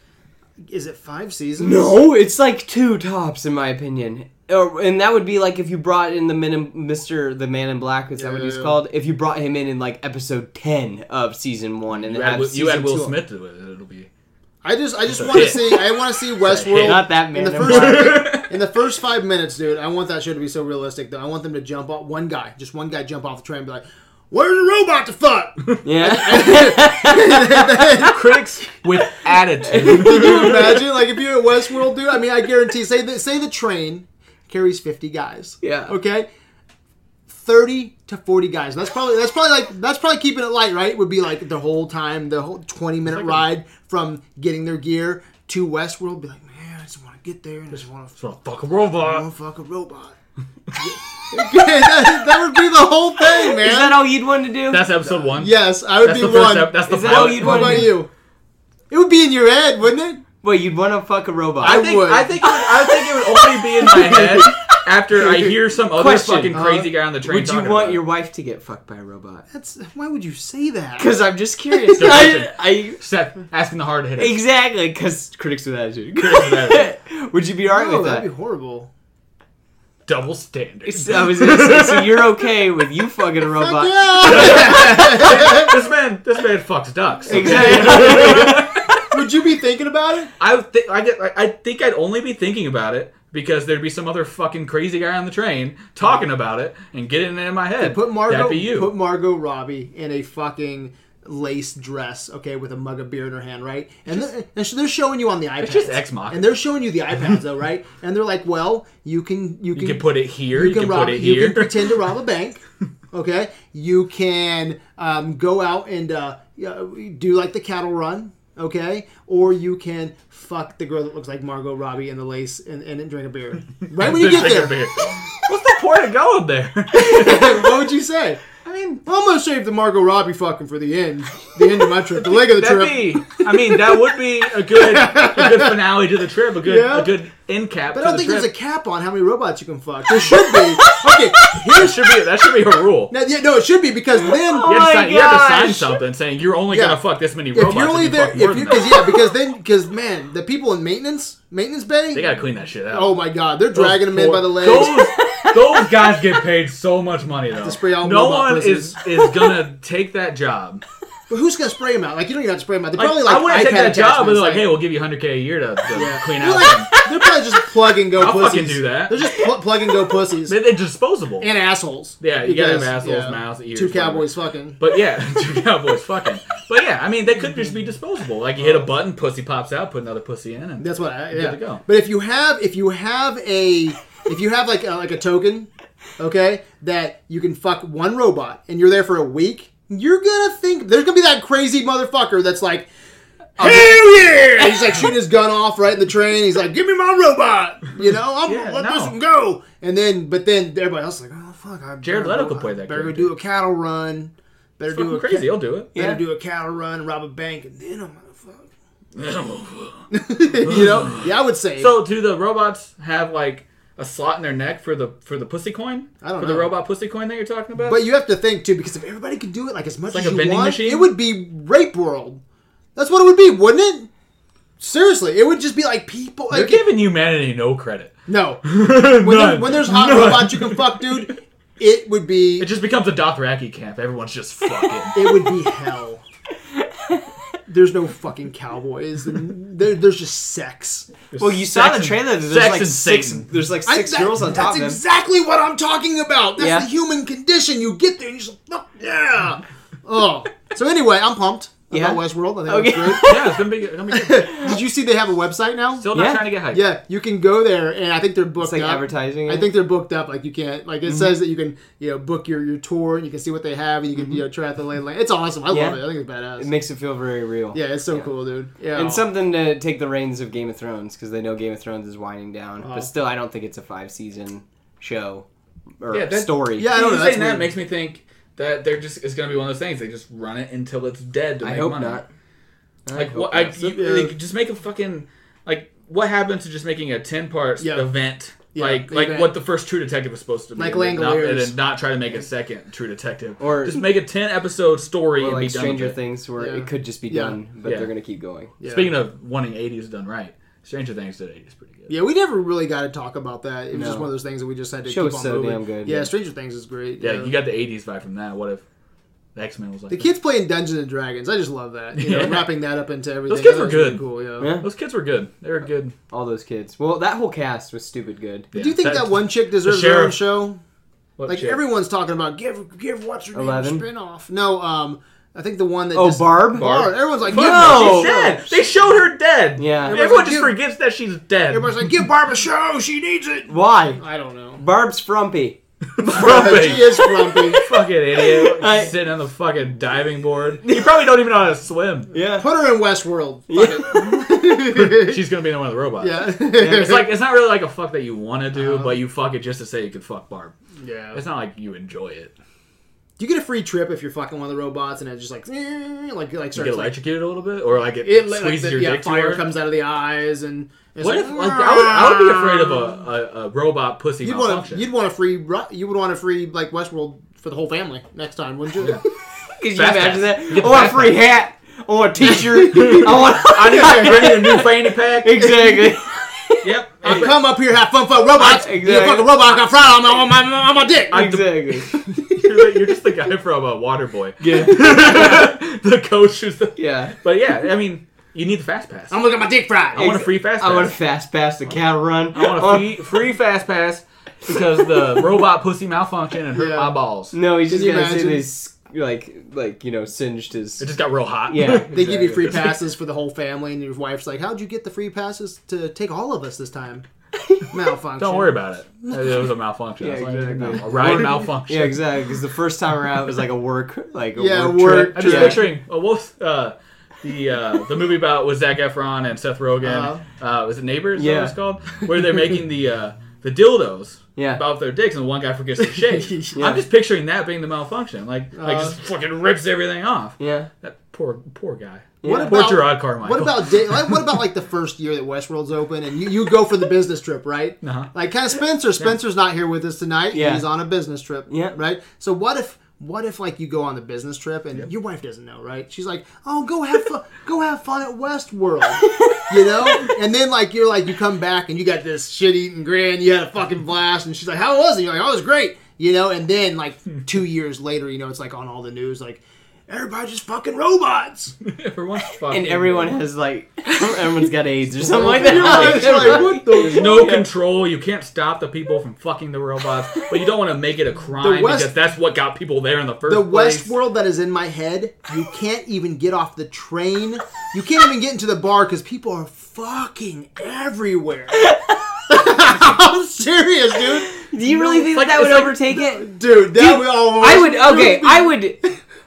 Speaker 1: is it five seasons?
Speaker 2: No, it's like two tops in my opinion. Or, and that would be like if you brought in the men in, Mr. the Man in Black, is that what he's
Speaker 1: Yeah.
Speaker 2: called? If you brought him in in like episode 10 of season 1 and
Speaker 3: you
Speaker 2: then
Speaker 3: add,
Speaker 2: have
Speaker 3: Will- you add
Speaker 2: season
Speaker 3: Will
Speaker 2: two-
Speaker 3: Smith to it, it'll be.
Speaker 1: I just I just want to
Speaker 3: hit.
Speaker 1: see I want to see Westworld.
Speaker 3: hit.
Speaker 2: Not that
Speaker 1: in
Speaker 2: Man
Speaker 1: the
Speaker 2: in
Speaker 1: first
Speaker 2: Black.
Speaker 1: in the first five minutes, dude, I want that show to be so realistic though. I want them to jump off one guy, just one guy jump off the train and be like, Where's the robot to fuck? <laughs>
Speaker 2: Yeah.
Speaker 3: Critics with attitude.
Speaker 1: Can
Speaker 3: <laughs>
Speaker 1: you imagine? Like if you're at Westworld, dude, I mean I guarantee say the say the train carries fifty guys.
Speaker 2: Yeah.
Speaker 1: Okay? Thirty to forty guys. That's probably that's probably like that's probably keeping it light, right? Would be like the whole time, the whole twenty minute ride from getting their gear to Westworld, be like, Man, I just wanna get there and I just wanna
Speaker 3: So fuck a
Speaker 1: Oh,
Speaker 3: robot.
Speaker 1: fuck a robot. <laughs> that, that would be the whole thing, man.
Speaker 2: Is that all you'd want to do?
Speaker 3: That's episode one.
Speaker 1: yes, I would
Speaker 3: That's
Speaker 1: be
Speaker 3: the first
Speaker 1: one.
Speaker 3: ep- that's the
Speaker 2: Is that all
Speaker 3: pilot.
Speaker 2: you'd
Speaker 1: what
Speaker 2: want
Speaker 1: about
Speaker 2: to do?
Speaker 1: you? It would be in your head, wouldn't it?
Speaker 2: Wait, you'd want to fuck a robot.
Speaker 1: I
Speaker 3: I think,
Speaker 1: would.
Speaker 3: I think it would, I think it would only be
Speaker 1: <laughs>
Speaker 3: in my head after I hear some other
Speaker 2: Question.
Speaker 3: fucking crazy
Speaker 1: Uh,
Speaker 3: guy on the train.
Speaker 2: would you
Speaker 3: talking
Speaker 2: want
Speaker 1: <laughs>
Speaker 3: about
Speaker 2: your
Speaker 3: it.
Speaker 2: wife to get fucked by a robot?
Speaker 1: That's why would you say that?
Speaker 2: Cuz I'm just curious.
Speaker 3: Depression.
Speaker 2: I, I
Speaker 3: Seth asking the hard hitter?
Speaker 2: <laughs> exactly cuz critics with attitude.
Speaker 3: Critics with attitude.
Speaker 2: <laughs> would you be alright
Speaker 1: no,
Speaker 2: with that?
Speaker 1: Oh, that'd be horrible.
Speaker 3: Double standard.
Speaker 2: So <laughs> I
Speaker 1: <laughs>
Speaker 2: was gonna say, so you're okay with you fucking a robot?
Speaker 1: Yeah.
Speaker 3: <laughs> this man, this man fucks ducks.
Speaker 2: Exactly.
Speaker 1: <laughs> would you be thinking about it?
Speaker 3: I would thi- I get I- I think I'd only be thinking about it because there'd be some other fucking crazy guy on the train talking about it and getting it in my head.
Speaker 1: Put Margot,
Speaker 3: That'd be you.
Speaker 1: put Margot Robbie in a fucking lace dress, okay, with a mug of beer in her hand, right? And they're, and so they're showing you on the iPads.
Speaker 3: just Ex Machina.
Speaker 1: And they're showing you the iPads, though, right? And they're like, well, you can you can,
Speaker 3: you can put it here.
Speaker 1: You,
Speaker 3: You
Speaker 1: can,
Speaker 3: can,
Speaker 1: rob.
Speaker 3: put it
Speaker 1: you
Speaker 3: here.
Speaker 1: can
Speaker 3: <laughs>
Speaker 1: pretend to rob a bank. Okay. You can um, go out and uh, yeah, do like the cattle run. Okay. Or you can
Speaker 3: <laughs>
Speaker 1: fuck the girl that looks like Margot Robbie in the lace and, and drink a beer. Right when you
Speaker 3: Just
Speaker 1: get
Speaker 3: drink a
Speaker 1: there.
Speaker 3: beer.
Speaker 2: What's the
Speaker 3: Where to go with there?
Speaker 1: <laughs> what would you say?
Speaker 3: I mean,
Speaker 1: Well, I'm gonna save the Margot Robbie fucking for the end, the end of my trip, the leg of the
Speaker 3: <laughs> that'd
Speaker 1: trip.
Speaker 3: be. I mean, that would be a good, a
Speaker 1: <laughs>
Speaker 3: good finale to the trip. A good,
Speaker 1: Yeah.
Speaker 3: a good end cap.
Speaker 1: But I don't think there's a cap on how many robots you can fuck. There should be. <laughs> Okay,
Speaker 3: That should be. That should be a rule.
Speaker 1: now, yeah, no, it should be because
Speaker 3: <laughs>
Speaker 1: then
Speaker 3: You have, to
Speaker 2: my
Speaker 3: sign, you have to sign
Speaker 2: gosh.
Speaker 3: something saying you're only
Speaker 1: Yeah.
Speaker 3: gonna fuck this many robots.
Speaker 1: if you're only
Speaker 3: you
Speaker 1: there,
Speaker 3: fuck
Speaker 1: if
Speaker 3: more
Speaker 1: you,
Speaker 3: than
Speaker 1: cause,
Speaker 3: that.
Speaker 1: yeah, because then, because man, the people in maintenance, maintenance bay,
Speaker 3: they gotta clean that shit out.
Speaker 1: oh my god, they're dragging them in by the legs.
Speaker 3: Those, those guys get paid so much money though.
Speaker 1: spray out
Speaker 3: no
Speaker 1: robot
Speaker 3: one
Speaker 1: prisoners.
Speaker 3: is is gonna take that job.
Speaker 1: But who's gonna spray them out? Like you don't even have to spray them out. They <laughs>
Speaker 3: Like,
Speaker 1: probably like
Speaker 3: I wouldn't take
Speaker 1: iPad
Speaker 3: that job, but
Speaker 1: attachments,
Speaker 3: they're like, hey, we'll give you 100k a year to, to clean
Speaker 1: They're
Speaker 3: out.
Speaker 1: like- they're probably just plug and go
Speaker 3: <laughs> I'll
Speaker 1: pussies.
Speaker 3: fucking do that.
Speaker 1: They're just pl- plug and
Speaker 3: <laughs>
Speaker 1: go pussies
Speaker 3: They, they're disposable.
Speaker 1: and assholes.
Speaker 3: yeah, you gotta have
Speaker 1: Because,
Speaker 3: assholes,
Speaker 1: yeah,
Speaker 3: mouths, ears.
Speaker 1: Two
Speaker 3: whatever.
Speaker 1: cowboys fucking.
Speaker 3: But yeah, <laughs> two cowboys fucking. But yeah, I mean, they could just be disposable. Like you hit a
Speaker 1: Oh.
Speaker 3: button, pussy pops out, put another pussy in, and
Speaker 1: That's what I yeah.
Speaker 3: to go.
Speaker 1: But if you have if you have a if you have like a, like a token, okay, that you can fuck one robot and you're there for a week, you're gonna think there's gonna be that crazy motherfucker that's like, hell yeah! And he's like shooting his gun off right in the train. He's like, give me my robot, you know, I'm
Speaker 3: Yeah,
Speaker 1: gonna let
Speaker 3: no.
Speaker 1: this one go. And then but then everybody else is like, oh fuck, I
Speaker 3: Jared
Speaker 1: better
Speaker 3: Leto
Speaker 1: go-
Speaker 3: could play
Speaker 1: I
Speaker 3: that
Speaker 1: Better go
Speaker 3: character.
Speaker 1: do a cattle run. Better do
Speaker 3: fucking
Speaker 1: a
Speaker 3: crazy. Oh,
Speaker 1: Ca-
Speaker 3: He'll do it.
Speaker 1: better
Speaker 2: Yeah.
Speaker 1: do a cattle run, rob a bank, and then I'm gonna fuck. <laughs> you know, yeah, I would say.
Speaker 3: So do the robots have like a slot in their neck for the for the pussy coin?
Speaker 1: I don't
Speaker 3: for
Speaker 1: know.
Speaker 3: the robot pussy coin that you're talking about.
Speaker 1: But you have to think too, because if everybody could do it like as much
Speaker 3: like
Speaker 1: as
Speaker 3: a
Speaker 1: you
Speaker 3: vending
Speaker 1: want,
Speaker 3: machine?
Speaker 1: it would be rape world. That's what it would be, wouldn't it? Seriously, it would just be like people.
Speaker 3: they're
Speaker 1: Like,
Speaker 3: giving humanity no credit. <laughs>
Speaker 1: no, <laughs>
Speaker 3: None.
Speaker 1: when, there- when there's hot
Speaker 3: None.
Speaker 1: robots you can fuck, dude, it would be
Speaker 3: it
Speaker 1: it,
Speaker 3: just becomes a Dothraki camp.
Speaker 1: <laughs>
Speaker 3: Everyone's just fucking.
Speaker 1: would be hell. There's no fucking cowboys. and there, there's just sex.
Speaker 2: Well, you saw
Speaker 3: Sex
Speaker 2: the
Speaker 3: and-
Speaker 2: trailer. There's
Speaker 3: sex
Speaker 2: like
Speaker 3: and
Speaker 2: six.
Speaker 3: Satan.
Speaker 2: There's like
Speaker 1: I-
Speaker 2: six
Speaker 1: that-
Speaker 2: girls on top
Speaker 1: That's
Speaker 2: of him.
Speaker 1: exactly what I'm talking about. That's
Speaker 2: Yeah.
Speaker 1: the human condition. You get there and you're just like, "Oh, yeah. Oh. So anyway, I'm pumped
Speaker 2: Yeah.
Speaker 1: about Westworld. I think it's
Speaker 2: Okay.
Speaker 1: great.
Speaker 3: yeah, it's gonna be. It's
Speaker 1: <laughs>
Speaker 3: gonna be good.
Speaker 1: Did you see they have a website now?
Speaker 3: Still not
Speaker 2: Yeah.
Speaker 3: trying to get hyped.
Speaker 1: yeah, you can go there, and I think they're booked
Speaker 2: It's like
Speaker 1: up.
Speaker 2: advertising.
Speaker 1: I
Speaker 2: it.
Speaker 1: think they're booked up. Like you can't, like it says that you can, you know, book your your tour, and you can see what they have, and you can, you know, try out the lay land. It's awesome. I
Speaker 2: Yeah.
Speaker 1: love it. I think it's
Speaker 2: it
Speaker 1: badass.
Speaker 2: makes it feel very real.
Speaker 1: yeah, it's so cool, dude. Yeah,
Speaker 2: And something to take the reins of Game of Thrones because they know Game of Thrones is winding down.
Speaker 3: Uh-huh.
Speaker 2: But still, I don't think it's a five season show or
Speaker 3: Yeah, that-
Speaker 2: story.
Speaker 1: yeah, I don't know.
Speaker 3: You saying
Speaker 1: That's
Speaker 3: that
Speaker 1: weird.
Speaker 3: makes me think that they're just. It's gonna be one of those things. They just run it until it's dead. To
Speaker 2: I
Speaker 3: make
Speaker 2: hope
Speaker 3: money.
Speaker 2: not. I
Speaker 3: Like
Speaker 2: hope
Speaker 3: what? I,
Speaker 2: not.
Speaker 3: you,
Speaker 1: Yeah.
Speaker 3: like, just make a fucking like. What happens to just making a ten part
Speaker 1: Yeah.
Speaker 3: event?
Speaker 1: Yeah,
Speaker 3: like
Speaker 1: the
Speaker 3: like
Speaker 1: event.
Speaker 3: what the first True Detective was supposed to be,
Speaker 1: Like
Speaker 3: and then not, and
Speaker 1: Langoliers.
Speaker 3: then not try to make a second True Detective,
Speaker 2: Or-
Speaker 3: just make a ten episode story
Speaker 2: Or
Speaker 3: and
Speaker 2: like
Speaker 3: be done.
Speaker 2: Stranger
Speaker 3: with it.
Speaker 2: Things, where
Speaker 1: Yeah.
Speaker 2: it could just be
Speaker 1: Yeah.
Speaker 2: done, but
Speaker 3: Yeah.
Speaker 2: they're gonna keep going.
Speaker 1: Yeah.
Speaker 3: Speaking of wanting eighties done right, Stranger Things did eighties pretty good.
Speaker 1: Yeah, we never really got to talk about that. It was just
Speaker 2: No.
Speaker 1: one of those things that we just had to
Speaker 2: Show
Speaker 1: keep
Speaker 2: is
Speaker 1: on
Speaker 2: so
Speaker 1: moving.
Speaker 2: damn good,
Speaker 1: Yeah,
Speaker 2: yeah.
Speaker 1: Stranger Things is great.
Speaker 3: Yeah, you got the eighties vibe from that. What if X Men was like
Speaker 1: the kids playing Dungeons and Dragons. I just love that. You know,
Speaker 3: Yeah.
Speaker 1: wrapping that up into everything.
Speaker 3: kids
Speaker 1: I thought
Speaker 3: were
Speaker 1: it was really
Speaker 3: good.
Speaker 1: cool. Yeah.
Speaker 2: Yeah.
Speaker 3: Those kids were good. They were good.
Speaker 2: All those kids. Well, that whole cast was stupid good.
Speaker 1: Do you think that, one chick deserves
Speaker 3: the
Speaker 1: her own
Speaker 3: sheriff-
Speaker 1: show?
Speaker 3: what
Speaker 1: Like
Speaker 3: shit?
Speaker 1: everyone's talking about give give what's your
Speaker 2: Eleven?
Speaker 1: name spin off. No, um I think the one that
Speaker 2: Oh,
Speaker 1: just,
Speaker 2: Barb?
Speaker 1: Barb. Everyone's like give Barb a show.
Speaker 3: She's
Speaker 2: No!
Speaker 3: dead. They showed her dead.
Speaker 2: Yeah.
Speaker 3: everyone
Speaker 1: Everyone's
Speaker 3: just
Speaker 1: like, "Dude."
Speaker 3: forgets that she's dead. <laughs>
Speaker 1: Everybody's like give Barb a show. She needs it.
Speaker 2: Why?
Speaker 1: I don't know.
Speaker 2: Barb's frumpy.
Speaker 1: she is grumpy.
Speaker 3: <laughs> fucking idiot
Speaker 2: <laughs> I-
Speaker 3: sitting on the fucking diving board. <laughs> You probably don't even know how to swim.
Speaker 2: Yeah.
Speaker 1: Put her in Westworld.
Speaker 2: <laughs>
Speaker 1: Fuck it. <laughs>
Speaker 3: <laughs> She's gonna be in one of the robots.
Speaker 1: yeah.
Speaker 3: <laughs> It's like it's not really like a fuck that you want to do, but you fuck it just to say you could fuck Barb.
Speaker 1: yeah.
Speaker 3: It's not like you enjoy it.
Speaker 1: You get a free trip if you're fucking one of the robots and it's just like eh, like like
Speaker 3: You
Speaker 1: starts
Speaker 3: get
Speaker 1: like
Speaker 3: electrocuted a little bit, or like it,
Speaker 1: it like,
Speaker 3: squeezes
Speaker 1: the,
Speaker 3: your
Speaker 1: yeah,
Speaker 3: dick. too
Speaker 1: fire
Speaker 3: hard?
Speaker 1: comes out of the eyes and it's
Speaker 3: What if like I would, I would be afraid of a, a, a robot pussy
Speaker 1: You'd want
Speaker 3: malfunction.
Speaker 1: a, you'd want a free ru- you would want a free like Westworld for the whole family next time, wouldn't you? <laughs>
Speaker 2: Could you
Speaker 3: Fast pass.
Speaker 2: imagine that?
Speaker 3: Get
Speaker 2: I want a
Speaker 3: fast
Speaker 2: free hat. I want a
Speaker 3: <laughs>
Speaker 2: t-shirt. I
Speaker 3: I
Speaker 2: want
Speaker 3: need, I <laughs> need a new fanny pack.
Speaker 2: exactly. <laughs>
Speaker 3: Yep.
Speaker 1: I
Speaker 3: Hey,
Speaker 1: come up here have fun for robots.
Speaker 2: Exactly.
Speaker 1: You're a fucking robot. I got fried on my on my, on my dick.
Speaker 2: Exactly.
Speaker 3: <laughs> you're, the- you're just the guy from uh, Waterboy. <laughs>
Speaker 2: Yeah.
Speaker 3: the coach who's the. <laughs>
Speaker 2: Yeah.
Speaker 3: But yeah, I mean, you need the fast pass.
Speaker 1: I'm gonna get my dick fried.
Speaker 3: I want a free fast pass.
Speaker 2: I want to fast pass the cattle run.
Speaker 3: <laughs> I <laughs> want a free, free fast pass because <laughs> the robot pussy malfunctioned and hurt
Speaker 1: Yeah.
Speaker 3: my balls. It
Speaker 2: No, he's
Speaker 1: Can
Speaker 2: just
Speaker 1: you
Speaker 2: gonna say
Speaker 1: imagine?
Speaker 2: this, like, like you know, singed his.
Speaker 3: just got real hot. <laughs>
Speaker 2: yeah,
Speaker 1: they give you
Speaker 2: exactly.
Speaker 1: free passes for the whole family, and your wife's like, "How'd you get the free passes to take all of us this <laughs> time?" Malfunction.
Speaker 3: Don't worry about it. It was a malfunction.
Speaker 2: Yeah,
Speaker 3: It's like,
Speaker 2: exactly.
Speaker 3: A ride
Speaker 2: Work-
Speaker 3: malfunction.
Speaker 2: Yeah, exactly. Because the first time around it was like a work, like a
Speaker 1: Yeah,
Speaker 2: work,
Speaker 1: work
Speaker 2: trip.
Speaker 3: I'm just
Speaker 1: Yeah.
Speaker 3: picturing uh, what was, uh, the uh, the movie about with Zach Efron and Seth Rogen.
Speaker 1: Uh-huh.
Speaker 3: uh was it Neighbors? Yeah,
Speaker 2: Yeah.
Speaker 3: that was called where they're making the uh, the dildos
Speaker 2: Yeah.
Speaker 3: off their dicks, and one guy forgets
Speaker 1: <laughs>
Speaker 3: to shave. I'm just picturing that being the malfunction, like like
Speaker 1: Uh.
Speaker 3: just fucking rips everything off.
Speaker 2: Yeah.
Speaker 3: That poor poor guy.
Speaker 1: What
Speaker 2: Yeah.
Speaker 1: about
Speaker 3: Poor Gerard Carmichael.
Speaker 1: What about day, like, what about like the first year that Westworld's open and you, you go for the business trip, right?
Speaker 3: Uh-huh. <laughs>
Speaker 1: Like kind of Spencer. Spencer's not here with us tonight.
Speaker 2: Yeah.
Speaker 1: he's on a business trip.
Speaker 2: Yeah.
Speaker 1: right. So what if what if like you go on the business trip and your wife doesn't know, right? She's like, oh, go have fun, <laughs> go have fun at Westworld, <laughs> you know. And then like you're like you come back and you got this shit eating grin. You had a fucking blast, and she's like, how was it? You're like, oh, it was great. You know, and then like
Speaker 2: Hmm.
Speaker 1: two years later, you know, it's like on all the news, like everybody's just fucking robots. <laughs>
Speaker 3: Everyone's fucking
Speaker 2: And everyone has like <laughs> everyone's got AIDS <laughs> or something <laughs> like that.
Speaker 1: Yeah,
Speaker 2: <laughs>
Speaker 1: it's like, what the
Speaker 3: There's no control. You can't stop the people from fucking the robots, but you don't want to make it a crime
Speaker 1: The West-
Speaker 3: because that's what got people there in the first
Speaker 1: the
Speaker 3: place.
Speaker 1: West world that is in my head. You can't even get off the train. You can't even get into the bar because people are fucking everywhere. <laughs> I'm serious, dude.
Speaker 2: Do you really think
Speaker 3: Like,
Speaker 2: that
Speaker 3: it's
Speaker 2: would
Speaker 3: like-
Speaker 2: overtake it?
Speaker 1: Dude, that would almost.
Speaker 2: I would. Okay, I <laughs> Oh, would.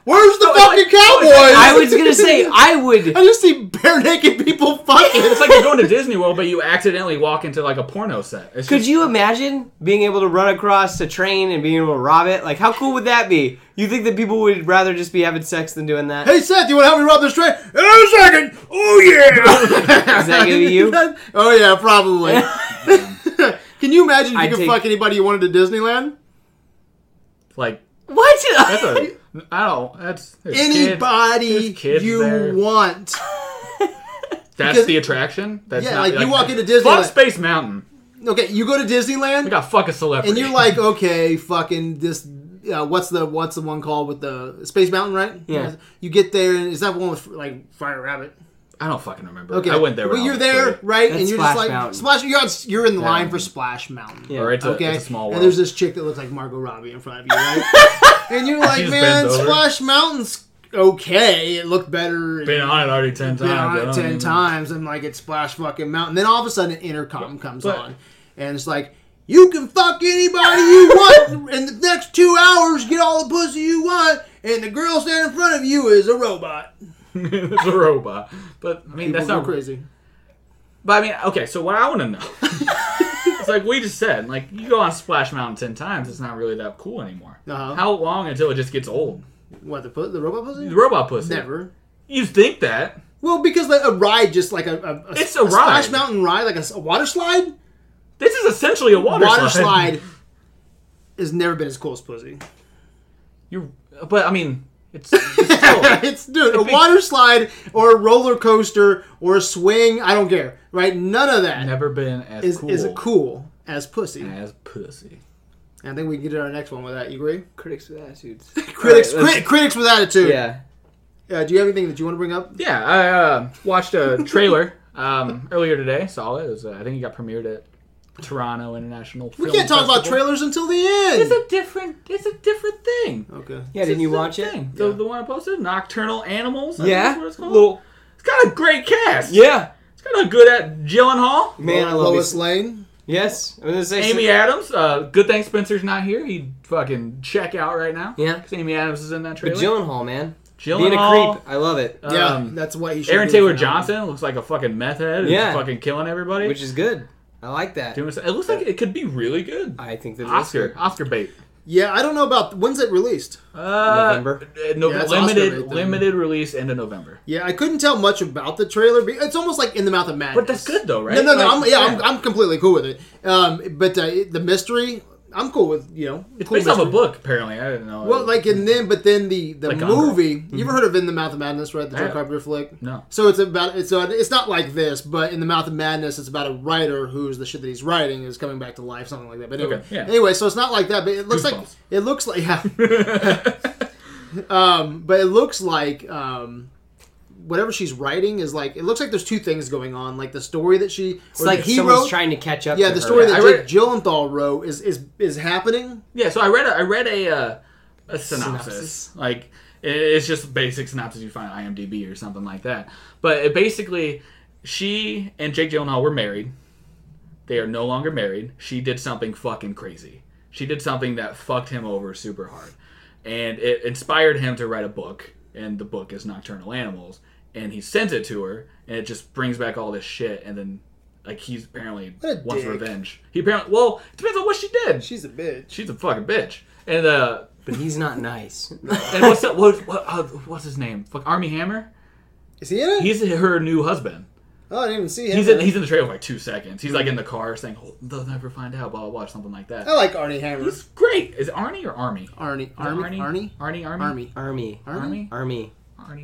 Speaker 1: Where's the fucking cowboys?
Speaker 2: I was
Speaker 1: <laughs>
Speaker 2: gonna say I would.
Speaker 1: I just see bare naked people fucking.
Speaker 3: It's like you're going to Disney World, but you accidentally walk into like a porno set. It's <laughs>
Speaker 2: Could
Speaker 3: just-
Speaker 2: you imagine being able to run across a train and being able to rob it? Like, how cool would that be? You think that people would rather just be having sex than
Speaker 3: <laughs>
Speaker 2: doing that?
Speaker 1: Hey Seth, you want to help me rob this train? In a second. Oh yeah.
Speaker 2: Is that gonna be <laughs> you?
Speaker 1: <laughs> oh yeah, probably.
Speaker 2: <laughs>
Speaker 1: <laughs> Can you imagine if you
Speaker 2: I'd
Speaker 1: could
Speaker 2: take-
Speaker 1: fuck anybody you wanted to Disneyland?
Speaker 3: like
Speaker 2: What?
Speaker 3: that's <laughs> a I don't that's there's
Speaker 1: Anybody
Speaker 3: kids- there's kids
Speaker 1: you
Speaker 3: there.
Speaker 1: want.
Speaker 3: kids. that's
Speaker 1: because-
Speaker 3: the attraction. That's
Speaker 1: Yeah,
Speaker 3: not,
Speaker 1: like, you walk into Disneyland-
Speaker 3: Fuck Space Mountain.
Speaker 1: Okay, you go to
Speaker 3: We
Speaker 1: Disneyland
Speaker 3: got fuck a celebrity.
Speaker 1: and you're like, okay, fucking this. Uh, what's the what's the one called with the Space Mountain, right?
Speaker 2: Yeah.
Speaker 1: You get there, and is that one with like Fire Rabbit?
Speaker 3: I don't fucking remember.
Speaker 1: Okay,
Speaker 3: I went there. when
Speaker 1: But
Speaker 3: I
Speaker 1: you're
Speaker 3: was
Speaker 1: there,
Speaker 3: three.
Speaker 1: right?
Speaker 2: That's
Speaker 1: and you're
Speaker 2: Splash
Speaker 1: just like
Speaker 2: Mountain.
Speaker 1: Splash. You're on, you're in the line for Splash Mountain.
Speaker 2: Yeah.
Speaker 3: Or it's a,
Speaker 1: Okay.
Speaker 3: it's a small world.
Speaker 1: and there's this chick that looks like Margot Robbie in front of you, right?
Speaker 3: <laughs>
Speaker 1: and you're like,
Speaker 3: just
Speaker 1: man,
Speaker 3: bends over.
Speaker 1: Splash Mountain's okay. It looked better.
Speaker 3: been on it already ten times.
Speaker 1: been
Speaker 3: I
Speaker 1: on
Speaker 3: don't
Speaker 1: it ten
Speaker 3: even-
Speaker 1: times and like it's splash fucking mountain. Then all of a sudden an intercom comes
Speaker 3: but-
Speaker 1: on and it's like you can fuck anybody
Speaker 3: <laughs>
Speaker 1: you want in the next two hours, get all the pussy you want, and the girl standing in front of you is a robot.
Speaker 3: <laughs> it's a robot. But I mean that's
Speaker 1: People go
Speaker 3: not
Speaker 1: crazy.
Speaker 3: But I mean, okay, so what I want
Speaker 1: <laughs>
Speaker 3: to know. it's like we just said, like you go on Splash Mountain 10 times, it's not really that cool anymore.
Speaker 1: Uh-huh.
Speaker 3: How long until it just gets old?
Speaker 1: What the pu- the robot pussy?
Speaker 3: The robot pussy.
Speaker 1: Never.
Speaker 3: You think that?
Speaker 1: Well, because like, a ride, just like a, a, a
Speaker 3: It's a
Speaker 1: splash
Speaker 3: ride.
Speaker 1: mountain ride, like a, s- a water slide,
Speaker 3: This is essentially a water,
Speaker 1: water
Speaker 3: <laughs>
Speaker 1: slide has never been as cool as pussy.
Speaker 3: You but I mean, it's,
Speaker 1: <laughs>
Speaker 3: it's still
Speaker 1: it's dude, a water slide or a roller coaster or a swing. I don't care, right? None of that
Speaker 3: never been as
Speaker 1: is
Speaker 3: cool,
Speaker 1: is cool as pussy.
Speaker 3: as pussy.
Speaker 1: And I think we can get to our next one with that. You agree?
Speaker 2: Critics with attitudes.
Speaker 1: Critics, crit, critics with attitude.
Speaker 2: Yeah.
Speaker 1: Uh, do you have anything that you want to bring up?
Speaker 3: Yeah, I uh, watched a trailer um, earlier today. Saw it. it was, uh, I think it got premiered at Toronto International.
Speaker 1: We can't talk about trailers until the end.
Speaker 3: It's a different. It's a different thing.
Speaker 1: okay.
Speaker 2: Yeah. Didn't you watch it?
Speaker 3: Thing. The, the one I posted, Nocturnal Animals. I think
Speaker 2: Yeah.
Speaker 3: that's what it's called.
Speaker 2: Little.
Speaker 3: It's got a great cast.
Speaker 2: Yeah.
Speaker 3: it's got a good at Gyllenhaal,
Speaker 2: Man, I love
Speaker 1: Lois
Speaker 2: these-
Speaker 1: Lane.
Speaker 2: Yes. I'm gonna say
Speaker 3: Amy Adams. Uh, good thing Spencer's not here. He'd fucking check out right now.
Speaker 2: Yeah.
Speaker 3: because Amy Adams is in that
Speaker 2: But
Speaker 3: trailer.
Speaker 2: Gyllenhaal, man. Being a
Speaker 3: Gyllenhaal,
Speaker 2: creep. I love it.
Speaker 1: yeah,
Speaker 3: um,
Speaker 1: that's what he should.
Speaker 3: Aaron
Speaker 1: do
Speaker 3: Taylor
Speaker 1: for now.
Speaker 3: Johnson looks like a fucking meth head. who's
Speaker 2: Yeah.
Speaker 3: fucking killing everybody.
Speaker 2: Which is good. I like that.
Speaker 3: Doing something- it looks like it could be really good.
Speaker 2: I think that
Speaker 3: Oscar, Oscar bait.
Speaker 1: Yeah, I don't know about when's it released.
Speaker 3: Uh,
Speaker 2: November?
Speaker 3: uh, no-
Speaker 1: Yeah, it's Oscar
Speaker 3: limited,
Speaker 1: bait, then.
Speaker 3: limited release end of November.
Speaker 1: Yeah, I couldn't tell much about the trailer. But it's almost like in the mouth of madness.
Speaker 3: But that's good though, right?
Speaker 1: No, no, no. I'm,
Speaker 3: Like,
Speaker 1: yeah, I'm, I'm completely cool with it. Um, but uh, it- the mystery, I'm cool with. You know,
Speaker 3: it's
Speaker 1: cool
Speaker 3: based off a
Speaker 1: mystery.
Speaker 3: book apparently. I didn't know.
Speaker 1: Well, like and then, but then the the
Speaker 3: Like Gone Girl.
Speaker 1: movie. You ever heard of In the Mouth of Madness? Right, the John
Speaker 3: Yeah.
Speaker 1: Carpenter flick.
Speaker 3: No.
Speaker 2: <laughs>
Speaker 3: <laughs>
Speaker 1: So it's about it's uh, it's not like this, but in the Mouth of Madness, it's about a writer who's the shit that he's writing is coming back to life, something like that. But anyway,
Speaker 3: Okay, yeah.
Speaker 1: anyway, so it's not like that, but it looks like
Speaker 3: Goosebumps.
Speaker 1: it looks like <laughs> yeah. um, but it looks like um. Whatever she's writing is like it looks like there's two things going on. Like the story that she,
Speaker 2: It's like
Speaker 1: he
Speaker 2: someone's
Speaker 1: wrote,
Speaker 2: trying to catch up.
Speaker 1: yeah,
Speaker 2: to
Speaker 1: the
Speaker 2: her.
Speaker 1: story that
Speaker 3: I
Speaker 1: Jake
Speaker 3: read-
Speaker 1: Gyllenhaal wrote is is is happening.
Speaker 3: Yeah, so I read a, I read a, uh, a synopsis.
Speaker 2: Synopsis.
Speaker 3: Like it, it's just basic synopsis you find on IMDb or something like that. But it basically, she and Jake Gyllenhaal were married. They are no longer married. She did something fucking crazy. She did something that fucked him over super hard, and it inspired him to write a book. And the book is Nocturnal Animals, and he sends it to her, and it just brings back all this shit. And then Like he's apparently
Speaker 1: What a
Speaker 3: wants
Speaker 1: dick.
Speaker 3: revenge. He apparently well it depends on what she did.
Speaker 1: She's a bitch.
Speaker 3: She's a fucking bitch. And uh,
Speaker 2: But he's not nice.
Speaker 3: and what's that, what, what uh, what's his name? Fuck Army Hammer.
Speaker 1: Is he in it?
Speaker 3: He's her new husband.
Speaker 1: oh, I didn't even see him.
Speaker 3: He's in, he's in the trailer for like two seconds. He's like in the car saying, oh, "They'll never find out." Blah blah blah, something like that.
Speaker 1: I
Speaker 2: Oh.
Speaker 1: like Arnie Hammer.
Speaker 3: He's great. Is it Arnie or Army?
Speaker 1: Arnie.
Speaker 3: Is it
Speaker 1: Arnie. Arnie. Army.
Speaker 3: Arnie. Army.
Speaker 2: <laughs> Army.
Speaker 1: Army.
Speaker 3: Army?
Speaker 2: Army,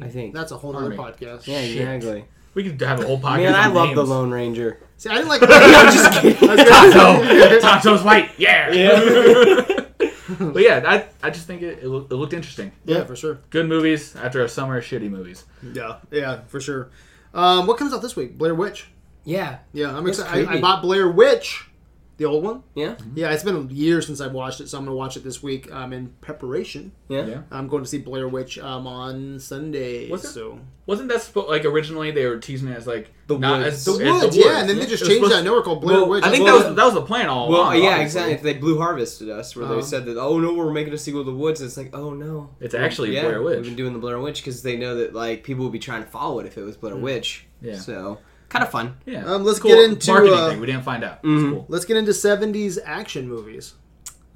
Speaker 3: Arnie.
Speaker 2: I think.
Speaker 1: That's a whole other
Speaker 3: Army.
Speaker 1: podcast.
Speaker 2: yeah,
Speaker 3: shit.
Speaker 2: exactly.
Speaker 3: We could have a whole podcast.
Speaker 2: Man, I
Speaker 3: on
Speaker 2: love
Speaker 3: names. <laughs>
Speaker 2: the Lone Ranger.
Speaker 1: See, I didn't <laughs> like. I'm just kidding. I was gonna <laughs>
Speaker 3: Tonto.
Speaker 1: say-
Speaker 3: Tonto's white. Yeah.
Speaker 2: Yeah.
Speaker 3: <laughs> but yeah, I I just think it, it, looked, it looked interesting.
Speaker 1: yeah, for sure.
Speaker 3: Good movies after a summer of shitty movies.
Speaker 1: Yeah, yeah, for sure. Um, what comes out this week? Blair Witch.
Speaker 2: Yeah.
Speaker 1: Yeah, I'm
Speaker 2: That's
Speaker 1: excited. I, I
Speaker 2: creepy.
Speaker 1: bought Blair Witch, the old one. Mm-hmm.
Speaker 2: Yeah.
Speaker 1: Yeah, it's been a year since I've watched it, so I'm gonna watch it this week. Um, in preparation,
Speaker 2: Yeah.
Speaker 3: Yeah.
Speaker 1: I'm going to see Blair Witch um on Sunday.
Speaker 3: What's it?
Speaker 1: so
Speaker 3: Wasn't that supposed like originally they were teasing it as like
Speaker 2: The
Speaker 3: not
Speaker 2: Woods.
Speaker 3: as
Speaker 1: the
Speaker 2: The
Speaker 3: as
Speaker 1: woods, yeah, and then they
Speaker 3: It
Speaker 1: just
Speaker 3: was
Speaker 1: changed
Speaker 3: supposed-
Speaker 1: that. Now we're called Blair
Speaker 2: Well,
Speaker 1: Witch.
Speaker 2: I
Speaker 3: I think
Speaker 2: Well,
Speaker 3: that was that was the plan all
Speaker 2: Well,
Speaker 3: along.
Speaker 2: yeah,
Speaker 3: obviously.
Speaker 2: exactly. They Blue Harvested us, where
Speaker 1: Um,
Speaker 2: they said that, oh no, we're making a sequel to The Woods. It's like, oh no,
Speaker 3: It's actually
Speaker 2: yeah,
Speaker 3: Blair Witch.
Speaker 2: We've been doing the Blair Witch because they know that like people would be trying to follow it if it was Blair
Speaker 1: Mm.
Speaker 2: Witch.
Speaker 3: Yeah.
Speaker 2: So kind of fun.
Speaker 3: Yeah.
Speaker 1: Um, let's
Speaker 3: Cool
Speaker 1: get into,
Speaker 3: marketing
Speaker 1: uh,
Speaker 3: thing. We didn't find out.
Speaker 2: Mhm.
Speaker 3: It's cool.
Speaker 1: Let's get into 70s action movies.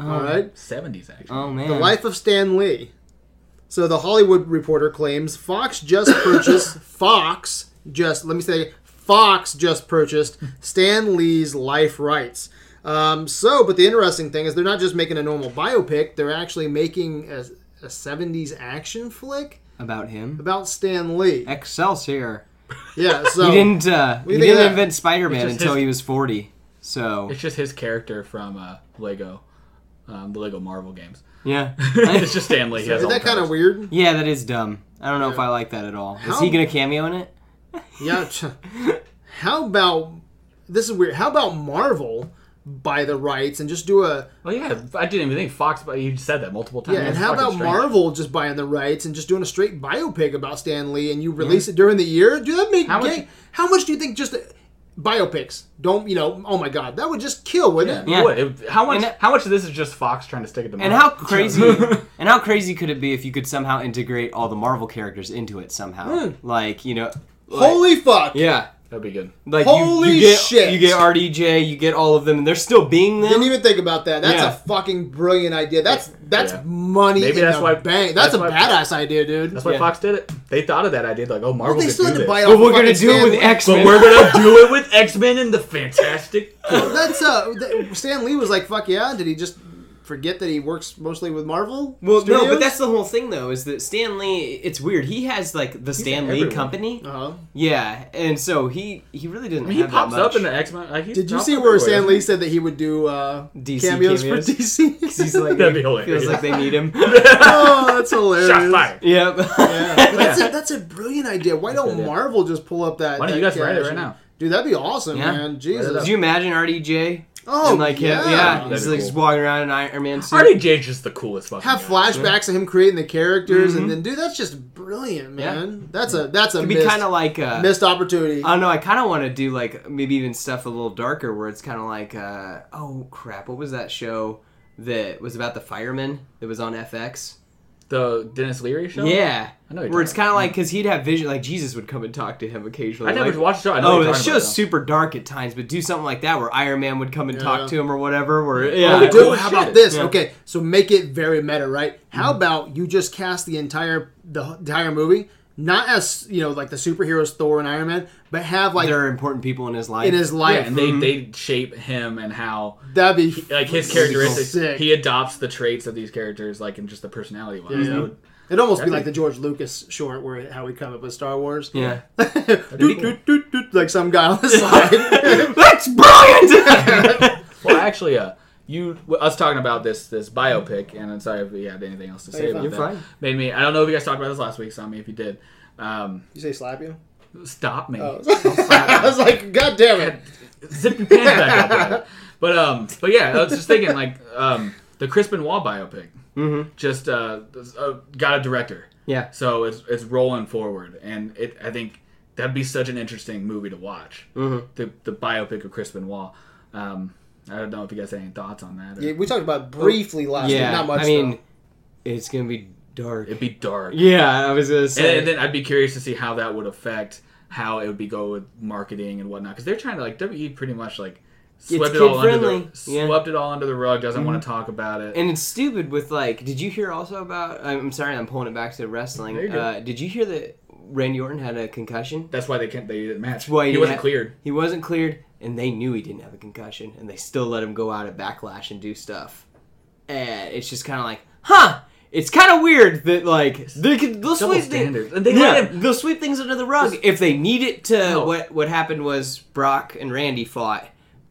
Speaker 1: All right.
Speaker 3: Seventies actually.
Speaker 2: Oh man.
Speaker 1: The Life of Stan Lee. So the Hollywood Reporter claims Fox just purchased Fox just let me say Fox just purchased Stan Lee's life rights. Um, so, but the interesting thing is they're not just making a normal biopic; they're actually making a, a '70s action flick
Speaker 2: about him.
Speaker 1: about Stan Lee.
Speaker 2: Excelsior.
Speaker 1: Yeah. So
Speaker 2: He didn't. Uh, he
Speaker 1: do you think of
Speaker 2: didn't
Speaker 1: that?
Speaker 2: invent Spider-Man
Speaker 3: It's just
Speaker 2: until
Speaker 3: his-
Speaker 2: he was forty.
Speaker 3: <laughs>
Speaker 2: So
Speaker 3: It's just his character from uh, Lego, um, the Lego Marvel games.
Speaker 2: yeah,
Speaker 3: it's just Stanley.
Speaker 1: <laughs>
Speaker 3: He has
Speaker 1: is
Speaker 3: all
Speaker 1: that
Speaker 3: the
Speaker 1: kind of
Speaker 3: powers.
Speaker 1: weird?
Speaker 2: <laughs> yeah, that is dumb. I don't know if I like that at all. Is
Speaker 1: How-
Speaker 2: he gonna cameo in it?
Speaker 1: Yeah. t- How about this is weird? How about Marvel buy the rights and just do a
Speaker 3: Well, yeah, I didn't even think Fox, but you said that multiple times.
Speaker 1: Yeah, and
Speaker 3: That's
Speaker 1: how
Speaker 3: fucking
Speaker 1: about
Speaker 3: strange.
Speaker 1: Marvel just buying the rights and just doing a straight biopic about Stan Lee and you release it during the year? Do that make
Speaker 3: Mm-hmm. How much-
Speaker 1: gay- how much do you think just uh, biopics don't you know? Oh my god, that would just kill, wouldn't
Speaker 2: Yeah.
Speaker 1: it?
Speaker 3: What? It- how much?
Speaker 2: And it-
Speaker 3: how much of this is just Fox trying to stick it to?
Speaker 2: And
Speaker 1: Oh,
Speaker 3: Marvel?
Speaker 1: <laughs>
Speaker 2: how crazy and how crazy could it be if you could somehow integrate all the Marvel characters into it
Speaker 1: Hmm.
Speaker 2: somehow? Like, you know, like-
Speaker 1: Holy fuck!
Speaker 2: yeah.
Speaker 3: <laughs> That'd be good.
Speaker 2: Like
Speaker 1: Holy
Speaker 2: you, you get,
Speaker 1: shit.
Speaker 2: You get RDJ, you get all of them, and they're still being them.
Speaker 1: Didn't even think about that. That's
Speaker 2: Yeah.
Speaker 1: a fucking brilliant idea. That's that's
Speaker 3: Yeah.
Speaker 1: money.
Speaker 3: Maybe
Speaker 1: in
Speaker 3: that's
Speaker 1: the
Speaker 3: why-
Speaker 1: bank. That's,
Speaker 3: that's
Speaker 1: a
Speaker 3: why-
Speaker 1: badass idea, dude.
Speaker 3: That's why
Speaker 2: Yeah.
Speaker 3: Fox did it. They thought of that idea. Like, oh, Marvel.
Speaker 1: But they
Speaker 3: could
Speaker 1: still
Speaker 3: do
Speaker 1: had to
Speaker 3: this.
Speaker 1: buy
Speaker 2: but
Speaker 1: off.
Speaker 2: we're
Speaker 1: fucking
Speaker 2: gonna do it
Speaker 1: Stan
Speaker 2: with
Speaker 1: Lee.
Speaker 2: X
Speaker 3: But
Speaker 2: Men. <laughs>
Speaker 3: we're gonna do
Speaker 1: <laughs>
Speaker 3: it with X Men and the Fantastic. Four.
Speaker 1: That's uh, th- Stan Lee was like, "Fuck yeah!" Did he just forget that he works mostly with Marvel?
Speaker 2: Well, no,
Speaker 1: Studios?
Speaker 2: but that's the whole thing though. Is that Stan Lee? It's weird. He has like the Stan Lee
Speaker 3: everywhere.
Speaker 2: company.
Speaker 1: Uh-huh.
Speaker 2: Yeah, and so he he really didn't.
Speaker 3: I mean, he
Speaker 2: have that
Speaker 3: pops up
Speaker 2: much.
Speaker 3: in the X Men. Like, he's
Speaker 1: Did you
Speaker 3: popped
Speaker 1: see
Speaker 3: up
Speaker 1: where
Speaker 3: everywhere,
Speaker 1: Stan
Speaker 3: doesn't
Speaker 1: Lee said that he would do uh,
Speaker 2: DC
Speaker 1: cameos,
Speaker 2: cameos.
Speaker 1: for DC?
Speaker 2: 'Cause he's
Speaker 3: <laughs>
Speaker 2: like
Speaker 3: That'd be
Speaker 2: feels
Speaker 3: hilarious.
Speaker 2: like they
Speaker 3: <laughs>
Speaker 2: need him.
Speaker 1: <laughs>
Speaker 2: <laughs>
Speaker 1: oh, that's
Speaker 3: he?
Speaker 1: hilarious.
Speaker 3: Shot fired.
Speaker 2: yep. <laughs>
Speaker 1: Yeah. That's, a, that's a brilliant idea. Why don't Marvel just pull up that?
Speaker 3: Why don't you
Speaker 1: that
Speaker 3: guys write it
Speaker 1: cash?
Speaker 3: right now?
Speaker 1: Dude, that'd be awesome,
Speaker 2: Yeah.
Speaker 1: man.
Speaker 2: Did
Speaker 1: Jesus.
Speaker 2: you imagine RDJ?
Speaker 1: Oh,
Speaker 2: and like yeah,
Speaker 1: yeah.
Speaker 2: him, yeah.
Speaker 3: That'd
Speaker 2: He's
Speaker 3: be
Speaker 2: like
Speaker 3: cool.
Speaker 2: just walking around in Iron Man suit.
Speaker 3: RDJ is just the coolest fucking.
Speaker 1: Have
Speaker 3: guy.
Speaker 1: flashbacks of him creating the characters, and then dude, that's just brilliant, man. That's a that's a
Speaker 2: It'd be
Speaker 1: missed,
Speaker 2: kind of like uh,
Speaker 1: missed opportunity.
Speaker 2: I don't know. I kind of want to do like maybe even stuff a little darker, where it's kind of like, uh, oh crap, what was that show that was about the firemen that was on FX?
Speaker 3: The Dennis Leary show.
Speaker 2: Yeah,
Speaker 3: I know what you're
Speaker 2: where it's
Speaker 3: talking
Speaker 2: kind of like because he'd have vision, like Jesus would come and talk to him occasionally.
Speaker 3: I never
Speaker 2: like,
Speaker 3: watched the show. I know
Speaker 2: Oh,
Speaker 3: what you're
Speaker 2: the
Speaker 3: talking about,
Speaker 2: show's
Speaker 3: though.
Speaker 2: super dark at times, but do something like that where Iron Man would come and
Speaker 1: Yeah.
Speaker 2: talk to him or whatever. Where
Speaker 1: Oh,
Speaker 2: yeah,
Speaker 1: dude,
Speaker 3: cool
Speaker 1: how
Speaker 3: shit. Mm-hmm.
Speaker 1: about this?
Speaker 2: Yeah.
Speaker 1: Okay, so make it very meta, right? How about you just cast the entire the entire movie not as you know like the superheroes Thor and Iron Man, but have like
Speaker 2: there are important people in his life.
Speaker 1: in his life.
Speaker 3: Yeah, and they, they shape him and how
Speaker 1: That'd be
Speaker 3: like his
Speaker 1: that'd be
Speaker 3: characteristics.
Speaker 1: sick.
Speaker 3: He adopts the traits of these characters, like in just the personality wise.
Speaker 1: Yeah. It'd almost be
Speaker 3: mm-hmm. That'd
Speaker 1: like
Speaker 3: be-
Speaker 1: the George Lucas short where how we come up with Star Wars. <laughs>
Speaker 2: yeah,
Speaker 1: Doot, doot, doot, doot, like some guy on the
Speaker 3: <laughs>
Speaker 1: side.
Speaker 2: <laughs> that's
Speaker 1: <laughs>
Speaker 2: brilliant. <laughs>
Speaker 3: Well, actually, uh, you us talking about this this biopic, and I'm sorry if you had anything else to say
Speaker 1: Oh, you're fine.
Speaker 3: about that.
Speaker 2: You're fine.
Speaker 3: Made me. I don't know if you guys talked about this last week. So I mean, if you did, um,
Speaker 1: you say slap you?
Speaker 3: stop me.
Speaker 1: Oh. <laughs> I was like, God damn it.
Speaker 3: <laughs> Zip your pants back up. Brad. But um, but yeah, I was just thinking like um, the Crispin Wall biopic. Mm-hmm. Just uh, uh, got a director.
Speaker 2: yeah,
Speaker 3: So it's it's rolling forward, and it I think that'd be such an interesting movie to watch. Mm-hmm. The the biopic of Crispin Wall. Um, I don't know if you guys had any thoughts on that. or-
Speaker 1: Yeah, we talked about it briefly last
Speaker 2: yeah.
Speaker 1: week, not much.
Speaker 2: I mean, it's gonna be dark.
Speaker 3: It'd be dark.
Speaker 2: Yeah, I was gonna
Speaker 3: And,
Speaker 2: say.
Speaker 3: and then I'd be curious to see how that would affect how it would be go with marketing and whatnot because they're trying to like WE pretty much like
Speaker 2: It's
Speaker 3: swept it all under
Speaker 2: kid-friendly,
Speaker 3: the
Speaker 2: yeah. Mm-hmm.
Speaker 3: swept it all under the rug doesn't want to talk about it.
Speaker 2: And it's stupid with like. Did you hear also about? I'm sorry, I'm pulling it back to wrestling.
Speaker 3: There you go.
Speaker 2: Uh, did you hear that Randy Orton had a concussion?
Speaker 3: that's why they can't they didn't match.
Speaker 2: why
Speaker 3: he
Speaker 2: you
Speaker 3: wasn't
Speaker 2: have-
Speaker 3: cleared.
Speaker 2: He wasn't cleared, and they knew he didn't have a concussion, and they still let him go out at Backlash and do stuff. And it's just kind of like, huh? It's kind of weird that like they could they'll
Speaker 3: Double
Speaker 2: sweep
Speaker 3: standards.
Speaker 2: things.
Speaker 3: And they
Speaker 2: yeah,
Speaker 3: let him-
Speaker 2: they'll sweep things under the rug if they need it to.
Speaker 3: No.
Speaker 2: What what happened was Brock and Randy fought.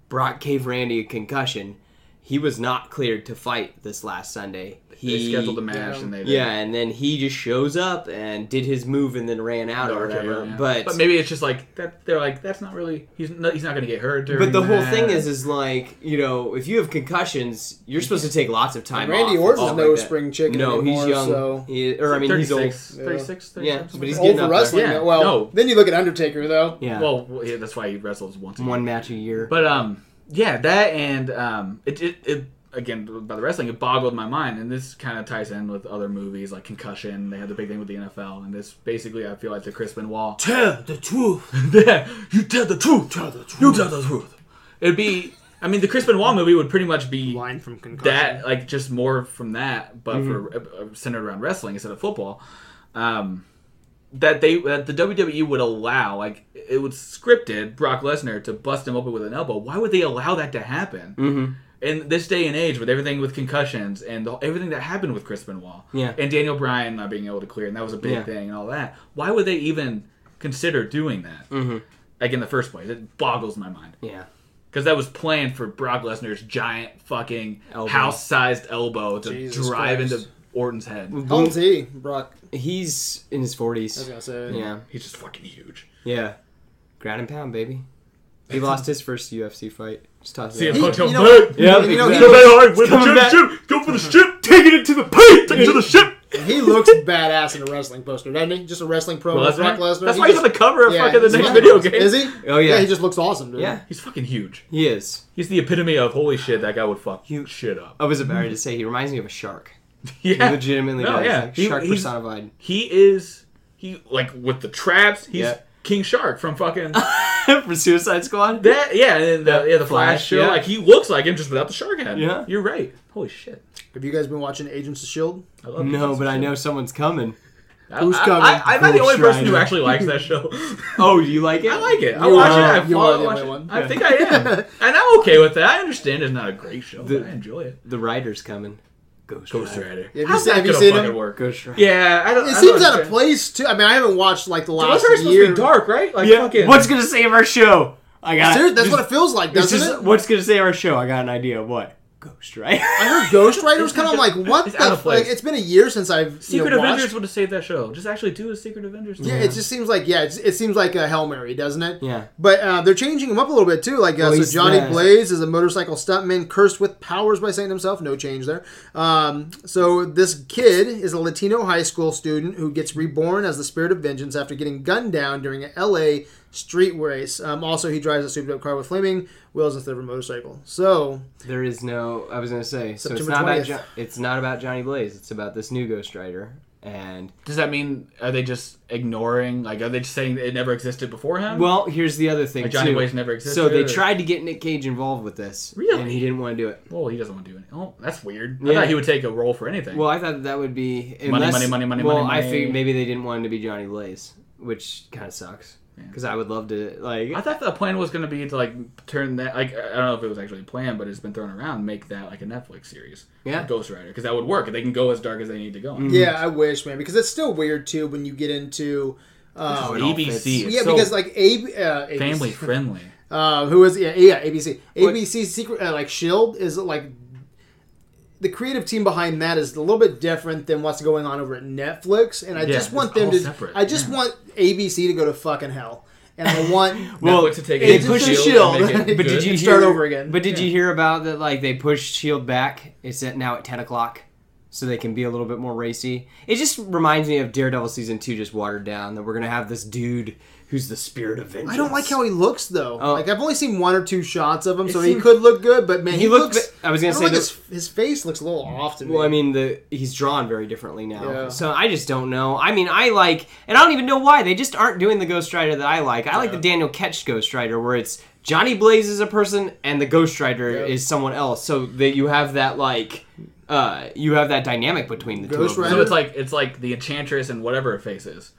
Speaker 2: Brock gave Randy a concussion. He was not cleared to fight this last Sunday.
Speaker 3: They
Speaker 2: He
Speaker 3: scheduled a match and they didn't.
Speaker 2: yeah, and then he just shows up and did his move and then ran out or
Speaker 3: Okay,
Speaker 2: whatever.
Speaker 3: yeah.
Speaker 2: But
Speaker 3: maybe it's just like that. They're like that's not really he's no, he's not going to get hurt. During
Speaker 2: But the whole
Speaker 3: that.
Speaker 2: thing is, is like you know, if you have concussions, you're supposed to take lots of time.
Speaker 1: Randy
Speaker 2: off and
Speaker 1: Orton's
Speaker 2: stuff
Speaker 1: no
Speaker 2: like that.
Speaker 1: spring chicken
Speaker 2: No,
Speaker 1: anymore,
Speaker 2: he's young.
Speaker 1: so-
Speaker 2: He- or I mean, he's old.
Speaker 3: 36,
Speaker 1: Yeah.
Speaker 3: 36, 37,
Speaker 2: Yeah,
Speaker 3: something
Speaker 2: but he's
Speaker 3: like
Speaker 1: Old
Speaker 2: getting
Speaker 1: for
Speaker 2: up
Speaker 1: wrestling.
Speaker 3: there. Yeah,
Speaker 1: Well,
Speaker 3: no.
Speaker 1: then you look at Undertaker though.
Speaker 2: Yeah,
Speaker 3: that. Well, yeah, that's why he wrestles once. a year.
Speaker 2: one match a year.
Speaker 3: But um, yeah, that and um, it it, it again about the wrestling, it boggled my mind, and this kind of ties in with other movies like Concussion. They had the big thing with the NFL, and this basically I feel like the Chris Benoit.
Speaker 1: Tell the truth.
Speaker 3: <laughs> yeah, you tell the truth. Tell the truth. You tell the truth. It'd be. I mean, the Chris Benoit movie would pretty much be
Speaker 1: Line from concussion.
Speaker 3: that like just more from that, but for uh, centered around wrestling instead of football. Um, that they that the WWE would allow like it was scripted Brock Lesnar to bust him open with an elbow. Why would they allow that to happen? Mm-hmm. In this day and age, with everything with concussions and the, everything that happened with Chris Benoit
Speaker 2: Yeah.
Speaker 3: and Daniel Bryan not being able to clear, and that was a big
Speaker 2: Yeah.
Speaker 3: thing and all that. Why would they even consider doing that? Mm-hmm. Like in the first place, it boggles my mind
Speaker 2: yeah,
Speaker 3: because that was planned for Brock Lesnar's giant fucking
Speaker 2: Elbow.
Speaker 3: house-sized elbow to
Speaker 1: Jesus
Speaker 3: drive
Speaker 1: Christ.
Speaker 3: into Orton's head.
Speaker 1: LT Brock.
Speaker 2: he's in his
Speaker 1: I was
Speaker 2: forties.
Speaker 1: gonna say.
Speaker 2: Yeah,
Speaker 3: He's just fucking huge.
Speaker 2: yeah, ground and pound, baby.
Speaker 3: <laughs>
Speaker 2: He lost his first UFC fight. Just toss
Speaker 3: See
Speaker 2: it.
Speaker 3: him
Speaker 2: out.
Speaker 1: He-
Speaker 3: punch him.
Speaker 1: you know-
Speaker 3: back.
Speaker 2: Yeah,
Speaker 1: You know,
Speaker 2: exactly.
Speaker 1: he-
Speaker 3: Go back hard, win the
Speaker 2: Coming back.
Speaker 3: championship. Go for the ship. Taking it to the paint. Taking it to the ship.
Speaker 1: He
Speaker 3: <laughs>
Speaker 2: <laughs>
Speaker 1: looks badass in a wrestling poster, doesn't he? Just a wrestling promo.
Speaker 3: Well,
Speaker 1: with
Speaker 3: that's
Speaker 1: Brock
Speaker 3: why-
Speaker 1: Lesnar.
Speaker 3: that's
Speaker 1: He
Speaker 3: why he's
Speaker 1: just-
Speaker 3: on the cover of
Speaker 1: yeah,
Speaker 3: fucking the
Speaker 1: he's
Speaker 3: next
Speaker 1: on
Speaker 3: video
Speaker 1: cover.
Speaker 3: game.
Speaker 1: Is he?
Speaker 2: Oh, yeah.
Speaker 1: Yeah, he just looks awesome, dude.
Speaker 2: <laughs> Yeah,
Speaker 3: He's fucking huge.
Speaker 2: he is.
Speaker 3: He's the epitome of holy shit. That guy would fuck shit up.
Speaker 2: I was about to say he reminds me of a shark.
Speaker 3: Yeah,
Speaker 2: Legitimately,
Speaker 3: No,
Speaker 2: does.
Speaker 3: yeah.
Speaker 2: Like,
Speaker 3: He-
Speaker 2: shark
Speaker 3: he's-
Speaker 2: personified. <laughs>
Speaker 3: He is. He like with the traps. He's
Speaker 2: Yeah.
Speaker 3: King Shark from fucking
Speaker 2: For Suicide Squad.
Speaker 3: that. Yeah, and the, yeah, the Flash,
Speaker 2: Flash,
Speaker 3: show.
Speaker 2: yeah.
Speaker 3: Like he looks like him just without the shark head.
Speaker 2: Yeah.
Speaker 3: you're right. Holy shit.
Speaker 1: Have you guys been watching Agents of Shield?
Speaker 3: I love
Speaker 2: No,
Speaker 3: Agents
Speaker 2: but
Speaker 3: of
Speaker 2: I
Speaker 3: Shield.
Speaker 2: know someone's coming.
Speaker 1: Who's
Speaker 3: I, I-
Speaker 1: coming?
Speaker 3: I, I'm not the
Speaker 2: Who's
Speaker 3: only person who
Speaker 2: trying?
Speaker 3: actually likes that <laughs> show.
Speaker 2: Oh, you like it?
Speaker 3: I like it. I
Speaker 1: You
Speaker 3: watch
Speaker 1: are-
Speaker 3: it. I
Speaker 1: you are the
Speaker 3: follow
Speaker 1: only
Speaker 3: watch it.
Speaker 1: one.
Speaker 3: I think I <laughs> am, and I'm okay with that. I understand it's not a great show, but I enjoy it.
Speaker 2: The writer's coming. Ghost,
Speaker 3: Ghost
Speaker 2: Rider.
Speaker 3: Rider.
Speaker 1: you
Speaker 3: How's
Speaker 1: seen-
Speaker 3: that
Speaker 1: have you
Speaker 3: gonna
Speaker 1: seen
Speaker 3: fucking
Speaker 1: him?
Speaker 3: Work.
Speaker 2: Ghost Rider.
Speaker 3: Yeah, I don't.
Speaker 1: It
Speaker 3: I
Speaker 1: seems
Speaker 3: don't
Speaker 1: out of
Speaker 3: understand.
Speaker 1: place too. I mean, I haven't watched like the
Speaker 3: Well, that's
Speaker 1: last
Speaker 3: supposed
Speaker 1: year.
Speaker 3: to be dark, right? Like
Speaker 2: Yeah.
Speaker 3: fucking.
Speaker 2: What's gonna save our show? I got.
Speaker 1: Seriously, that's
Speaker 2: just-
Speaker 1: what it feels like,
Speaker 2: it's
Speaker 1: doesn't
Speaker 2: just-
Speaker 1: it?
Speaker 2: What's gonna save our show? I got an idea. What? Ghost Rider.
Speaker 1: I heard Ghost Rider's kind of like what
Speaker 3: It's
Speaker 1: the
Speaker 3: out of
Speaker 1: f- like,
Speaker 3: place.
Speaker 1: it's been a year since I've
Speaker 3: Secret
Speaker 1: you know,
Speaker 3: Avengers
Speaker 1: watched.
Speaker 3: would have saved that show. Just actually do a Secret Avengers.
Speaker 1: Yeah, it just seems like yeah, it's, it seems like a hail mary, doesn't it?
Speaker 2: <laughs> Yeah.
Speaker 1: But uh, they're changing him up a little bit too. Like uh,
Speaker 2: Well,
Speaker 1: so,
Speaker 2: he's
Speaker 1: Johnny
Speaker 2: the-
Speaker 1: Blaze is a motorcycle stuntman cursed with powers by Satan himself. No change there. Um, so this kid is a Latino high school student who gets reborn as the spirit of vengeance after getting gunned down during a L.A. street race. Um, also, he drives a souped up car with flaming wheels instead of a motorcycle. So
Speaker 2: There is no. I was gonna say. So it's
Speaker 1: September
Speaker 2: not
Speaker 1: 20th.
Speaker 2: about. Jo- it's not about Johnny Blaze. It's about this new Ghost Rider. And
Speaker 3: Does that mean are they just ignoring? Like, are they just saying it never existed beforehand?
Speaker 2: well, here's the other thing
Speaker 3: Like Johnny
Speaker 2: too.
Speaker 3: Blaze never existed,
Speaker 2: So they
Speaker 3: or-
Speaker 2: tried to get Nick Cage involved with this,
Speaker 3: Really?
Speaker 2: and he didn't want to do it.
Speaker 3: well, he doesn't want to do it. Oh, that's weird. I
Speaker 2: Yeah.
Speaker 3: thought he would take a role for anything.
Speaker 2: Well, I thought that, that would be unless,
Speaker 3: money, money, money,
Speaker 2: Well,
Speaker 3: money,
Speaker 2: I
Speaker 3: money.
Speaker 2: figured maybe they didn't want him to be Johnny Blaze, which kind of sucks because I would love to like.
Speaker 3: I thought the plan was going to be to like turn that like I don't know if it was actually a plan, but it's been thrown around. Make that like a Netflix series,
Speaker 2: Yeah. Mm.
Speaker 3: like Ghost Rider, because that would work. They can go as dark as they need to go.
Speaker 1: yeah, I wish man because it's still weird too when you get into.
Speaker 2: Oh,
Speaker 1: Um,
Speaker 2: it all
Speaker 3: ABC.
Speaker 2: fits.
Speaker 1: yeah,
Speaker 3: so
Speaker 1: because like A, uh, ABC
Speaker 3: family friendly.
Speaker 1: Uh, who is yeah, yeah ABC ABC secret uh, like Shield is like the creative team behind that is a little bit different than what's going on over at Netflix, and I just
Speaker 3: it's
Speaker 1: want them
Speaker 3: all
Speaker 1: to.
Speaker 3: separate,
Speaker 1: I just
Speaker 3: yeah.
Speaker 1: want ABC to go to fucking hell, and
Speaker 2: <laughs>
Speaker 1: I want
Speaker 2: Well,
Speaker 3: Netflix to take
Speaker 1: they
Speaker 3: Agents of
Speaker 1: push the
Speaker 3: S.H.I.E.L.D. E and
Speaker 1: shield.
Speaker 3: make it
Speaker 2: <laughs> but
Speaker 3: good.
Speaker 2: did you
Speaker 1: And start
Speaker 2: hear-
Speaker 1: over again.
Speaker 2: But did you hear about that? Like they pushed Shield E back. It's at now at ten o'clock, so they can be a little bit more racy. It just reminds me of Daredevil season two, just watered down. That we're gonna have this dude who's the spirit of vengeance.
Speaker 1: I don't like how he looks though.
Speaker 2: Oh.
Speaker 1: Like I've only seen one or two shots of him, so he
Speaker 2: seems-
Speaker 1: could look good, but man, he,
Speaker 2: He looked
Speaker 1: looks.
Speaker 2: ve- I was gonna
Speaker 1: I don't
Speaker 2: say
Speaker 1: like
Speaker 2: the-
Speaker 1: his, his face looks a little off to me.
Speaker 2: Well, I mean, the he's drawn very differently now.
Speaker 1: Yeah.
Speaker 2: So I just don't know. I mean, I like, and I don't even know why they just aren't doing the Ghost Rider that I like. I like the Daniel Ketch Ghost Rider, where it's Johnny Blaze is a person and the Ghost Rider
Speaker 1: Yeah.
Speaker 2: is someone else, so that you have that like, uh, you have that dynamic between the
Speaker 1: Ghost
Speaker 2: two. Of
Speaker 1: Rider-
Speaker 2: them.
Speaker 3: So it's like it's like the enchantress and whatever her face is,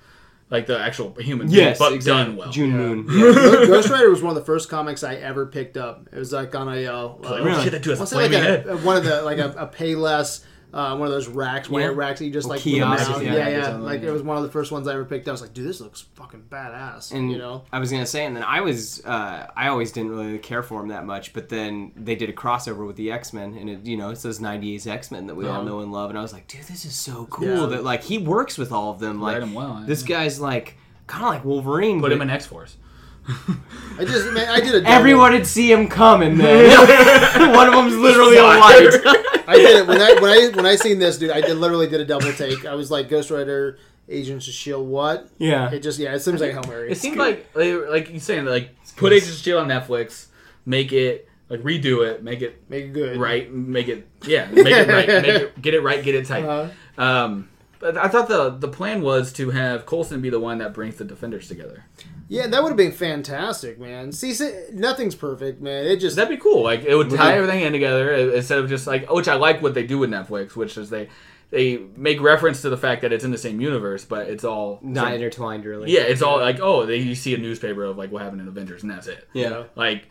Speaker 3: like the actual human. being,
Speaker 2: Yes,
Speaker 3: but
Speaker 2: exactly.
Speaker 3: done well.
Speaker 2: June Moon.
Speaker 1: Ghost Ghost Rider was one of the first comics I ever picked up. It was like on a uh,
Speaker 3: Like,
Speaker 1: uh,
Speaker 3: oh,
Speaker 2: Really?
Speaker 3: shit, that dude has a
Speaker 1: I'll say like
Speaker 3: flaming
Speaker 1: a,
Speaker 3: head.
Speaker 1: a- one of
Speaker 3: <laughs>
Speaker 1: the like a, a payless uh, one of those racks, one of
Speaker 2: Yeah.
Speaker 1: the racks that you just like
Speaker 2: kiosks,
Speaker 1: put them down. yeah,
Speaker 2: yeah,
Speaker 1: yeah.
Speaker 2: there's a-
Speaker 1: Like it was one of the first ones I ever picked up. I was like, dude, this looks fucking badass.
Speaker 2: And
Speaker 1: you know,
Speaker 2: I was gonna say, and then I was, uh, I always didn't really care for him that much. But then they did a crossover with the X Men, and it, you know, it's those '90s X Men that we all
Speaker 3: Yeah.
Speaker 2: know and love. And I was like, dude, this is so cool that like he works with all of them. Like
Speaker 3: Write 'em well,
Speaker 2: this guy's like kind of like Wolverine.
Speaker 3: Put
Speaker 2: but
Speaker 3: him
Speaker 2: <laughs>
Speaker 3: in X Force.
Speaker 1: I just man, I did a double.
Speaker 2: Everyone would see
Speaker 3: <laughs>
Speaker 2: him coming. Then <laughs> one of them's literally
Speaker 3: <laughs>
Speaker 2: a light.
Speaker 1: I did it when I when I when I seen this dude. I did literally did a double take. I was like, Ghost Rider, Agents of Shield, E what?
Speaker 2: yeah,
Speaker 1: It just yeah, it seems like Hail Mary.
Speaker 3: It seems like they were- like you saying like put Agents of Shield on Netflix, make it like redo it, make it
Speaker 1: Make it good.
Speaker 3: right, make it yeah, make it right, make it, get it right, get it tight.
Speaker 1: Uh-huh.
Speaker 3: Um, but I thought the the plan was to have Colson be the one that brings the Defenders together.
Speaker 1: Yeah, that would have been fantastic, man. See, s- nothing's perfect, man. It just
Speaker 3: That'd be cool. Like it would
Speaker 2: Would
Speaker 3: tie
Speaker 2: it-
Speaker 3: everything in together i- instead of just like which I like what they do with Netflix, which is they they make reference to the fact that it's in the same universe, but it's all
Speaker 2: not intertwined really.
Speaker 3: yeah, it's all like oh they, you see a newspaper of like what happened in Avengers and that's it.
Speaker 2: yeah.
Speaker 3: Like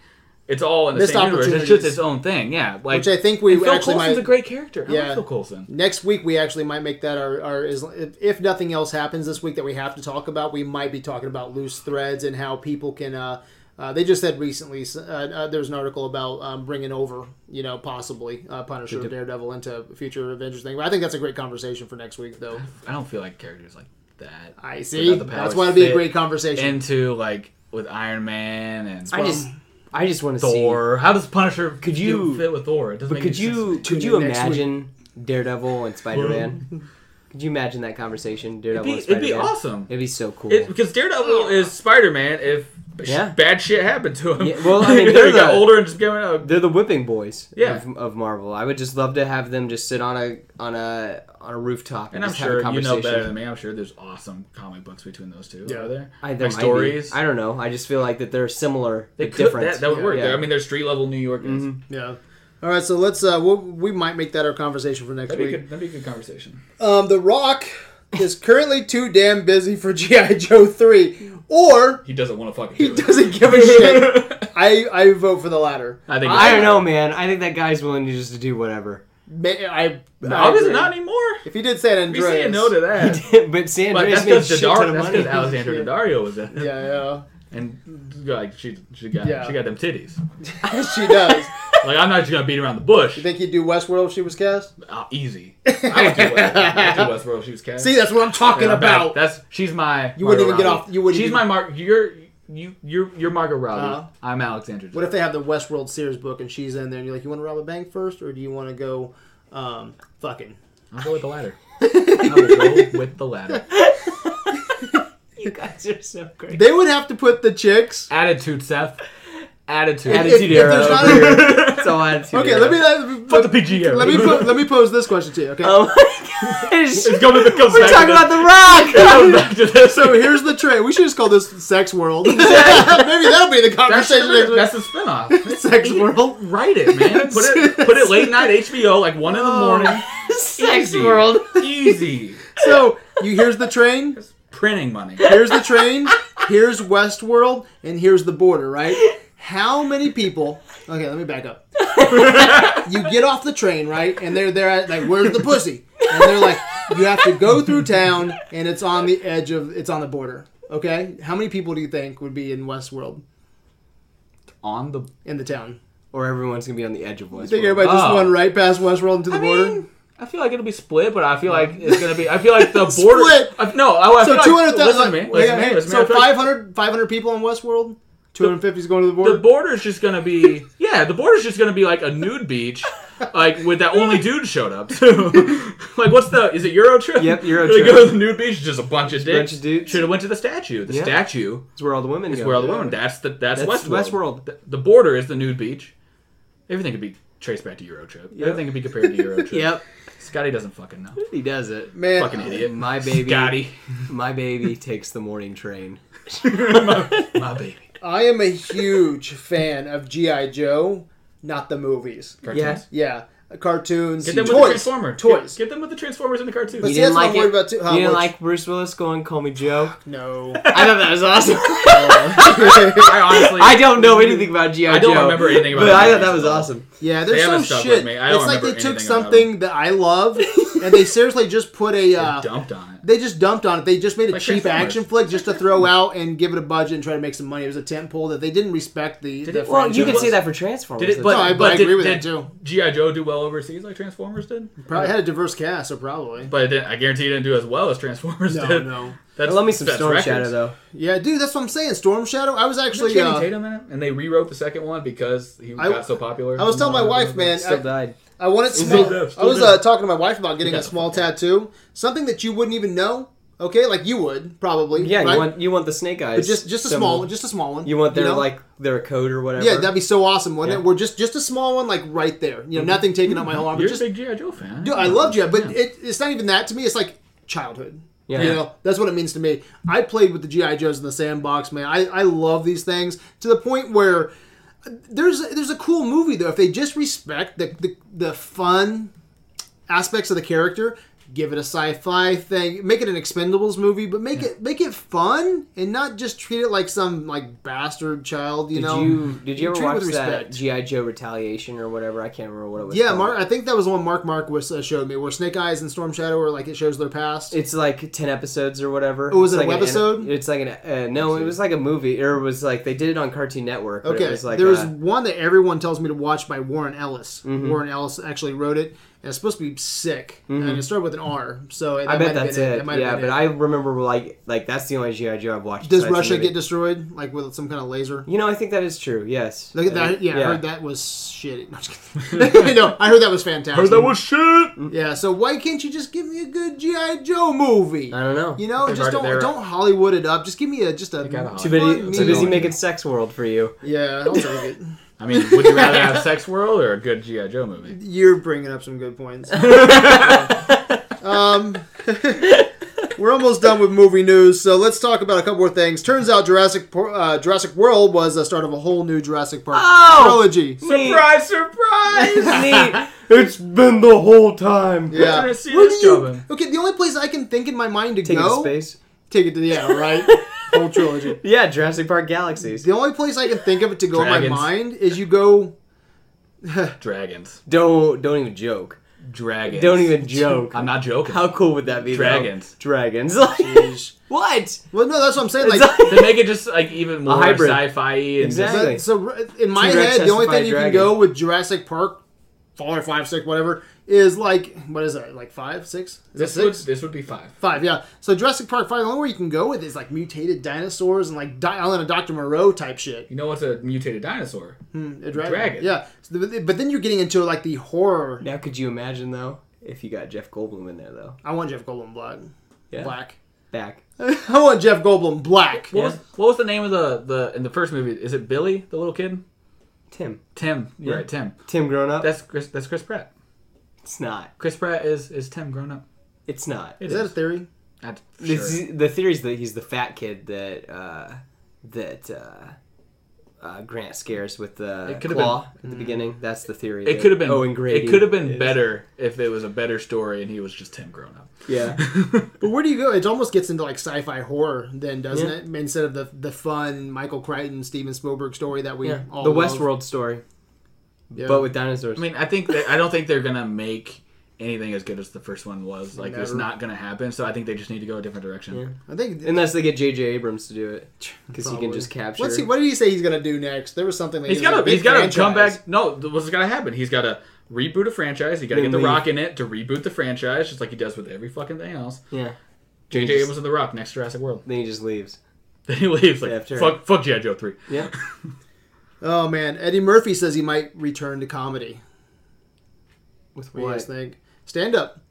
Speaker 3: it's all in the
Speaker 1: Missed
Speaker 3: same universe. It's just
Speaker 1: opportunities.
Speaker 3: its own thing. Yeah, like
Speaker 1: Which I think we
Speaker 3: and Phil
Speaker 1: actually
Speaker 3: Coulson's
Speaker 1: might-
Speaker 3: a great character. I
Speaker 1: Yeah.
Speaker 3: like Phil Coulson.
Speaker 1: next week we actually might make that our, our is if, if nothing else happens this week that we have to talk about we might be talking about loose threads and how people can uh, uh, they just said recently uh, uh, there was an article about um, bringing over you know possibly uh, punisher daredevil into future avengers thing but i think that's a great conversation for next week though
Speaker 3: I don't feel like characters like that
Speaker 1: i see
Speaker 3: Without the powers
Speaker 1: that's why it'd be a
Speaker 3: fit
Speaker 1: great conversation
Speaker 3: into like with Iron Man and
Speaker 2: I just, I just want to see.
Speaker 3: Thor. How does Punisher could
Speaker 2: you-
Speaker 3: fit with Thor? It doesn't make
Speaker 2: But could
Speaker 3: any sense.
Speaker 2: you
Speaker 1: Tune
Speaker 2: could you
Speaker 1: in next week.
Speaker 2: imagine Daredevil and Spider <laughs> Man? could you imagine that conversation? Daredevil
Speaker 3: It'd
Speaker 2: and
Speaker 3: be, it'd
Speaker 2: Spider
Speaker 3: be
Speaker 2: Man.
Speaker 3: awesome.
Speaker 2: It'd be so cool.
Speaker 3: It, because Daredevil is Spider Man if sh-
Speaker 2: Yeah.
Speaker 3: bad shit happened to him.
Speaker 2: Yeah, well,
Speaker 3: <laughs>
Speaker 2: I mean,
Speaker 3: He
Speaker 2: they're
Speaker 3: got
Speaker 2: the-
Speaker 3: older and just became a.
Speaker 2: They're the whipping boys
Speaker 3: Yeah.
Speaker 2: of, of Marvel. I would just love to have them just sit on a on a on a rooftop and,
Speaker 3: And I'm
Speaker 2: just have a
Speaker 3: sure you
Speaker 2: conversation.
Speaker 3: know better than me. I'm sure there's awesome comic books between those two.
Speaker 1: Yeah.
Speaker 3: Are there?
Speaker 2: I, there
Speaker 3: like
Speaker 2: might be.
Speaker 3: stories.
Speaker 2: I don't know. I just feel like that they're similar,
Speaker 3: They
Speaker 2: but
Speaker 3: could,
Speaker 2: different.
Speaker 3: That, that would
Speaker 1: Yeah.
Speaker 3: work.
Speaker 2: Yeah.
Speaker 3: I mean, there's street level New Yorkers.
Speaker 1: yeah all right so let's uh we'll, we might make that our conversation for next
Speaker 3: That'd, be
Speaker 1: week
Speaker 3: a good, that'd be a good conversation.
Speaker 1: Um, the Rock is currently too damn busy for GI Joe three, or
Speaker 3: He doesn't want to fucking.
Speaker 1: he
Speaker 3: do it.
Speaker 1: doesn't give a
Speaker 3: <laughs>
Speaker 1: shit. I I vote for the latter.
Speaker 3: I think.
Speaker 2: I don't know, man. I think that guy's willing to just to do whatever. <laughs>
Speaker 1: Ma- I, I
Speaker 3: Obviously
Speaker 1: agree.
Speaker 3: not anymore.
Speaker 1: If he did San
Speaker 3: He's saying
Speaker 1: Andreas,
Speaker 3: no to that.
Speaker 2: but San
Speaker 3: But
Speaker 2: Andreas
Speaker 3: that's
Speaker 2: made
Speaker 3: because
Speaker 2: shit ton of
Speaker 3: Daddario. That's
Speaker 2: money.
Speaker 3: because
Speaker 1: <laughs>
Speaker 3: Alexander
Speaker 1: Yeah.
Speaker 3: Daddario was in it.
Speaker 1: yeah,
Speaker 3: And like she, she got,
Speaker 1: Yeah.
Speaker 3: she got them titties.
Speaker 1: yeah, <laughs> she does.
Speaker 3: Like I'm not just gonna beat around the bush.
Speaker 1: You think he'd do Westworld if she was cast?
Speaker 3: Uh, easy. I would do
Speaker 1: <laughs>
Speaker 3: Westworld. I would do Westworld if she was cast.
Speaker 1: See, that's what I'm talking
Speaker 3: Yeah, I'm back.
Speaker 1: about.
Speaker 3: That's she's my.
Speaker 1: You wouldn't
Speaker 3: Margot
Speaker 1: even get
Speaker 3: Robbie.
Speaker 1: off- you wouldn't
Speaker 3: She's
Speaker 1: even-
Speaker 3: my Mark. You're you you're you're Margot Robbie.
Speaker 1: Uh-huh.
Speaker 3: I'm Alexandra.
Speaker 1: What if they have the Westworld series book and she's in there, and you're like, you want to rob a bank first, or do you want to go, um, fucking? <laughs>
Speaker 3: I'll go with the latter. I will go with the latter.
Speaker 2: <laughs> You guys are so great.
Speaker 1: They would have to put the chicks.
Speaker 3: Attitude, Seth. Attitude.
Speaker 1: If-
Speaker 2: Attitude
Speaker 1: if
Speaker 2: era.
Speaker 1: there's not
Speaker 2: over
Speaker 1: a-
Speaker 3: <laughs>
Speaker 2: here. It's all attitude
Speaker 1: Okay,
Speaker 2: era.
Speaker 1: let me let me
Speaker 3: Put the PG era.
Speaker 1: let
Speaker 3: <laughs>
Speaker 1: me put, let me pose this question to you. Okay,
Speaker 2: Oh <laughs> my gosh.
Speaker 3: It's going to the.
Speaker 2: We're talking
Speaker 3: <laughs>
Speaker 2: about the Rock.
Speaker 3: Come
Speaker 2: <laughs>
Speaker 3: back to this.
Speaker 1: So here's the trade. We should just call this Sex
Speaker 3: <laughs>
Speaker 1: World. Maybe that'll be the
Speaker 3: That's,
Speaker 1: conversation next week.
Speaker 3: that's a
Speaker 1: <laughs>
Speaker 3: spinoff.
Speaker 1: Sex World.
Speaker 3: Write it, man. Put it, put it late night HBO, like one in the
Speaker 1: Oh.
Speaker 3: morning.
Speaker 2: Sex
Speaker 3: Easy.
Speaker 2: world.
Speaker 3: Easy.
Speaker 1: So you here's the train. <laughs>
Speaker 3: Printing money.
Speaker 1: Here's the train. Here's Westworld, and here's the border. Right? How many people? Okay, let me back up. You get off the train, right? And they're there at like, where's the pussy? And they're like, you have to go through town, and it's on the edge of, it's on the border. Okay, how many people do you think would be in Westworld
Speaker 3: On the
Speaker 1: in the town?
Speaker 2: <laughs> Or everyone's gonna be on the edge of
Speaker 1: I think
Speaker 2: Westworld.
Speaker 1: everybody just
Speaker 3: Oh.
Speaker 1: went right past Westworld into the
Speaker 3: I
Speaker 1: border.
Speaker 3: mean, I feel like it'll be split, but I feel like it's gonna be. I feel like
Speaker 1: <laughs>
Speaker 3: the border.
Speaker 1: Split.
Speaker 3: I, no, I, I
Speaker 1: So
Speaker 3: feel
Speaker 1: two hundred
Speaker 3: Like, listen
Speaker 1: thousand.
Speaker 3: to me. Listen to me. Listen to me.
Speaker 1: so
Speaker 3: I feel like
Speaker 1: 500, 500 people in Westworld. Two hundred fifty is going to the border.
Speaker 3: the border is just gonna be. Yeah, the border is just gonna be like a nude beach like with that only dude showed
Speaker 2: <laughs>
Speaker 3: up <laughs> too. like what's the is it Eurotrip?
Speaker 2: Yep, Eurotrip.
Speaker 3: They go to the nude beach, just a bunch of dicks.
Speaker 2: bunch of dudes.
Speaker 3: Should have went to the statue. The
Speaker 2: Yeah.
Speaker 3: statue
Speaker 2: It's where all the women
Speaker 3: is
Speaker 2: go.
Speaker 3: where all the women. That's the that's,
Speaker 2: That's
Speaker 3: Westworld.
Speaker 2: Westworld.
Speaker 3: The, the border is the nude beach. Everything could be traced back to Eurotrip. Everything could be compared to
Speaker 2: <laughs>
Speaker 3: Eurotrip.
Speaker 2: Yep,
Speaker 3: Scotty doesn't fucking know.
Speaker 2: he does it.
Speaker 1: Man,
Speaker 3: Fucking idiot.
Speaker 2: My baby, <laughs>
Speaker 3: Scotty. <laughs>
Speaker 2: my baby takes the morning train.
Speaker 3: My baby.
Speaker 1: I am a huge fan of GI Joe, not the movies.
Speaker 3: Cartoons.
Speaker 2: Yeah.
Speaker 1: Yeah, cartoons,
Speaker 3: Get them with the
Speaker 1: toys,
Speaker 3: Transformer.
Speaker 1: toys.
Speaker 3: Get, get them with the Transformers in the cartoons.
Speaker 1: But
Speaker 2: You
Speaker 1: see,
Speaker 2: didn't
Speaker 1: that's what
Speaker 2: like
Speaker 1: I'm worried
Speaker 2: it.
Speaker 1: about too. How
Speaker 2: you didn't
Speaker 1: much-
Speaker 2: like Bruce Willis going "Call Me Joe."
Speaker 1: No. <laughs>
Speaker 2: I thought that was
Speaker 3: <laughs>
Speaker 2: awesome.
Speaker 3: I honestly,
Speaker 2: I don't know anything about GI Joe.
Speaker 3: I don't remember anything about
Speaker 2: But I
Speaker 3: movies
Speaker 2: thought that was
Speaker 3: at all.
Speaker 2: awesome.
Speaker 1: yeah,
Speaker 3: They
Speaker 1: there's
Speaker 3: haven't
Speaker 1: some
Speaker 3: stuck
Speaker 1: shit.
Speaker 3: with me. I don't
Speaker 1: it's like
Speaker 3: remember
Speaker 1: they took
Speaker 3: anything about
Speaker 1: something that I
Speaker 3: <laughs>
Speaker 1: love, and they seriously just put a. Uh,
Speaker 3: dumped on it.
Speaker 1: they just dumped on it. They just made a
Speaker 3: Like
Speaker 1: cheap
Speaker 3: Transformers.
Speaker 1: action flick just to throw out and give it a budget and try to make some money. It was a tent pole that they didn't respect the.
Speaker 3: Did
Speaker 1: the
Speaker 3: it-
Speaker 2: Well, you
Speaker 1: franchise.
Speaker 2: could say that for Transformers.
Speaker 3: Did it? But,
Speaker 1: No, I- but
Speaker 3: but
Speaker 1: I
Speaker 3: did,
Speaker 1: agree with
Speaker 3: did
Speaker 1: that, too.
Speaker 3: GI Joe do well overseas like Transformers did?
Speaker 1: probably had a diverse cast, so probably.
Speaker 3: But it didn't, I guarantee it didn't do as well as Transformers
Speaker 1: No,
Speaker 3: did.
Speaker 1: no.
Speaker 2: I
Speaker 3: That's,
Speaker 2: love me some
Speaker 3: that's
Speaker 2: Storm
Speaker 3: records.
Speaker 2: Shadow though.
Speaker 1: Yeah, dude, that's what I'm saying. Storm Shadow. I was
Speaker 3: Wasn't
Speaker 1: actually.
Speaker 3: Channing
Speaker 1: Uh,
Speaker 3: Tatum in it? And they rewrote the second one because he
Speaker 1: I-
Speaker 3: got so popular.
Speaker 1: I was telling my wife, man.
Speaker 2: Still
Speaker 1: I,
Speaker 2: died.
Speaker 1: I wanted
Speaker 3: Still
Speaker 1: small.
Speaker 3: deaf, still
Speaker 1: I was uh,
Speaker 3: deaf.
Speaker 1: talking to my wife about getting
Speaker 3: You
Speaker 1: a
Speaker 3: got a
Speaker 1: small
Speaker 3: fucking-
Speaker 1: tattoo, something that you wouldn't even know. Okay, like you would probably.
Speaker 2: Yeah,
Speaker 1: right?
Speaker 2: you want you want the snake eyes.
Speaker 1: But just just a
Speaker 2: symbol.
Speaker 1: small, just a small one.
Speaker 2: You want their
Speaker 1: know?
Speaker 2: like their code or whatever.
Speaker 1: Yeah, that'd be so awesome, wouldn't
Speaker 2: Yeah. Mm-hmm.
Speaker 1: it? We're just just a small one, like right there. You know, nothing taking up my whole arm. but
Speaker 3: You're
Speaker 1: just,
Speaker 3: a big GI Joe fan.
Speaker 1: dude, I loved you, but
Speaker 3: Yeah.
Speaker 1: it, it's not even that to me. It's like childhood.
Speaker 2: Yeah.
Speaker 1: You know, that's what it means to me. I played with the GI Joes in the sandbox, man. I, I love these things to the point where there's there's a cool movie though. If they just respect the the, the fun aspects of the character, give it a sci-fi thing, make it an Expendables movie, but make it make it fun and not just treat it like some like bastard child. You
Speaker 2: Did
Speaker 1: know?
Speaker 2: you did you ever
Speaker 1: treat it
Speaker 2: watch
Speaker 1: with
Speaker 2: that
Speaker 1: respect.
Speaker 2: GI Joe Retaliation or whatever? I can't remember what it was.
Speaker 1: Yeah,
Speaker 2: called.
Speaker 1: Mark. I think that was the one Mark Mark was uh, showed me, where Snake Eyes and Storm Shadow are like it shows their past.
Speaker 2: It's like ten episodes or whatever.
Speaker 1: Oh, was
Speaker 2: It's
Speaker 1: it a
Speaker 2: like an-
Speaker 1: webisode?
Speaker 2: it's like an uh, no. It was like a movie, or it was like they did it on Cartoon Network. but
Speaker 1: okay,
Speaker 2: it was like
Speaker 1: there was
Speaker 2: a- Mm-hmm.
Speaker 1: one that everyone tells me to watch by Warren Ellis. Warren Ellis actually wrote it, and it's supposed to be sick, and it started with an R. So that
Speaker 2: I bet
Speaker 1: might have
Speaker 2: that's
Speaker 1: been
Speaker 2: it.
Speaker 1: That might have
Speaker 2: Yeah,
Speaker 1: been
Speaker 2: but I remember like like that's the only GI Joe I've watched.
Speaker 1: does
Speaker 2: besides the
Speaker 1: Russia
Speaker 2: movie.
Speaker 1: get destroyed like with some kind of laser?
Speaker 2: You know, I think that is true. Yes.
Speaker 1: Look at that! Yeah,
Speaker 2: Uh, yeah.
Speaker 1: I heard that was shit. No, I'm just kidding. <laughs> No, I heard that was fantastic.
Speaker 3: Heard that was shit.
Speaker 2: Mm-hmm.
Speaker 1: yeah, so why can't you just give me a good GI Joe movie?
Speaker 2: I don't know.
Speaker 1: You know,
Speaker 3: They've
Speaker 1: just
Speaker 3: already-
Speaker 1: don't
Speaker 3: they're-
Speaker 1: don't Hollywood it up. Just give me a just a
Speaker 3: gotta
Speaker 2: uh, Too
Speaker 1: fun
Speaker 2: busy, too
Speaker 1: movie.
Speaker 2: busy making Sex World
Speaker 1: <laughs>
Speaker 2: for you.
Speaker 1: Yeah, I'll take it.
Speaker 3: I mean, would you rather have Sex World or a good GI Joe movie?
Speaker 1: You're bringing up some good points. um, <laughs> we're almost done with movie news, so let's talk about a couple more things. Turns out Jurassic Por- uh, Jurassic World was the start of a whole new Jurassic Park
Speaker 2: Oh!
Speaker 1: trilogy.
Speaker 2: Neat.
Speaker 3: Surprise! Surprise! <laughs>
Speaker 2: <laughs>
Speaker 1: <laughs>
Speaker 2: Neat. It's been the whole time.
Speaker 1: Yeah.
Speaker 3: didn't see
Speaker 1: Where
Speaker 3: this
Speaker 1: do you-
Speaker 3: coming.
Speaker 1: okay, the only place I can think in my mind to
Speaker 2: Take it
Speaker 1: go
Speaker 2: to space.
Speaker 1: take it to yeah right whole trilogy.
Speaker 2: Yeah, Jurassic Park Galaxies.
Speaker 1: The only place I can think of it to go in
Speaker 3: Dragons.
Speaker 1: my mind is you go.
Speaker 3: Dragons.
Speaker 2: Don't don't even joke.
Speaker 3: Dragons.
Speaker 2: Don't even joke.
Speaker 3: I'm not joking.
Speaker 2: How cool would that be? though?
Speaker 3: Dragons.
Speaker 2: Dragons. <laughs> Like, what?
Speaker 1: Well, no, that's what I'm saying.
Speaker 2: It's
Speaker 1: Like,
Speaker 2: like-
Speaker 3: they make it just like even more
Speaker 2: hybrid.
Speaker 3: sci-fi and
Speaker 2: Exactly.
Speaker 1: But- so r- in my
Speaker 2: T-Rex
Speaker 1: head, the only
Speaker 2: testified
Speaker 1: thing you can
Speaker 2: dragon.
Speaker 1: go with Jurassic Park, four, five, six, whatever, is like what is that? Like five, six? Is
Speaker 3: This
Speaker 1: that
Speaker 3: would
Speaker 1: six?
Speaker 3: this would be five.
Speaker 1: Five, yeah. So Jurassic Park Five, the only way you can go with is like mutated dinosaurs and like Di- Island of Doctor Moreau type shit.
Speaker 3: You know what's a mutated dinosaur?
Speaker 1: A dragon,
Speaker 3: Dragon.
Speaker 1: yeah. So the- but then you're getting into like the horror.
Speaker 2: Now, could you imagine though if you got Jeff Goldblum in there though?
Speaker 1: I want Jeff Goldblum black.
Speaker 2: Yeah.
Speaker 1: Black. <laughs>
Speaker 2: Back.
Speaker 1: I want Jeff Goldblum black.
Speaker 3: What, was, what was the name of the, the in the first movie? Is it Billy, the little kid?
Speaker 2: Tim.
Speaker 3: Tim. You're Right, Tim.
Speaker 2: Tim grown up.
Speaker 3: That's Chris. That's Chris Pratt.
Speaker 2: it's not.
Speaker 3: Chris Pratt is is Tim grown up.
Speaker 2: It's not.
Speaker 1: Is that a theory?
Speaker 3: That's for
Speaker 2: The,
Speaker 3: sure.
Speaker 2: the theory's that he's the fat kid that uh, that uh, uh, Grant scares with the
Speaker 3: It could've
Speaker 2: claw at the beginning. That's the theory.
Speaker 3: It
Speaker 2: that
Speaker 3: could have been.
Speaker 2: Owen Oh, Grady.
Speaker 3: it could have been
Speaker 2: is-
Speaker 3: better if it was a better story and he was just Tim grown up. <laughs>
Speaker 2: Yeah.
Speaker 1: But where do you go? It almost gets into like sci-fi horror, then doesn't
Speaker 2: Yeah.
Speaker 1: it? Instead of the the fun Michael Crichton, Steven Spielberg story that we
Speaker 2: yeah.
Speaker 1: all
Speaker 2: The
Speaker 1: love.
Speaker 2: Westworld story,
Speaker 1: Yeah.
Speaker 2: but with dinosaurs.
Speaker 3: I mean, I think that, I don't think they're gonna make anything as good as the first one was. Like, it's
Speaker 1: Never.
Speaker 3: not gonna happen. So I think they just need to go a different direction.
Speaker 1: I think.
Speaker 2: Unless they get J.J. Abrams to do it, because he can
Speaker 1: Probably.
Speaker 2: just capture.
Speaker 1: Let's see. What did he say he's gonna do next? There was something. Like
Speaker 3: He's
Speaker 1: it was
Speaker 3: got
Speaker 1: a
Speaker 3: to.
Speaker 1: big
Speaker 3: He's got
Speaker 1: franchise.
Speaker 3: to come back. No, th- what's gonna happen? He's got to reboot a franchise. He got to
Speaker 2: Then
Speaker 3: get the
Speaker 2: leave.
Speaker 3: Rock in it to reboot the franchise, just like he does with every fucking thing else.
Speaker 2: Yeah.
Speaker 3: JJ
Speaker 2: Just-
Speaker 3: Abrams and the Rock next Jurassic World. <laughs>
Speaker 2: Then he just leaves.
Speaker 3: Then he leaves like
Speaker 2: After-
Speaker 3: fuck, fuck GI Joe three.
Speaker 2: Yeah.
Speaker 1: Oh man, Eddie Murphy says he might return to comedy.
Speaker 2: With
Speaker 1: What do you
Speaker 2: what?
Speaker 1: guys think? Stand up.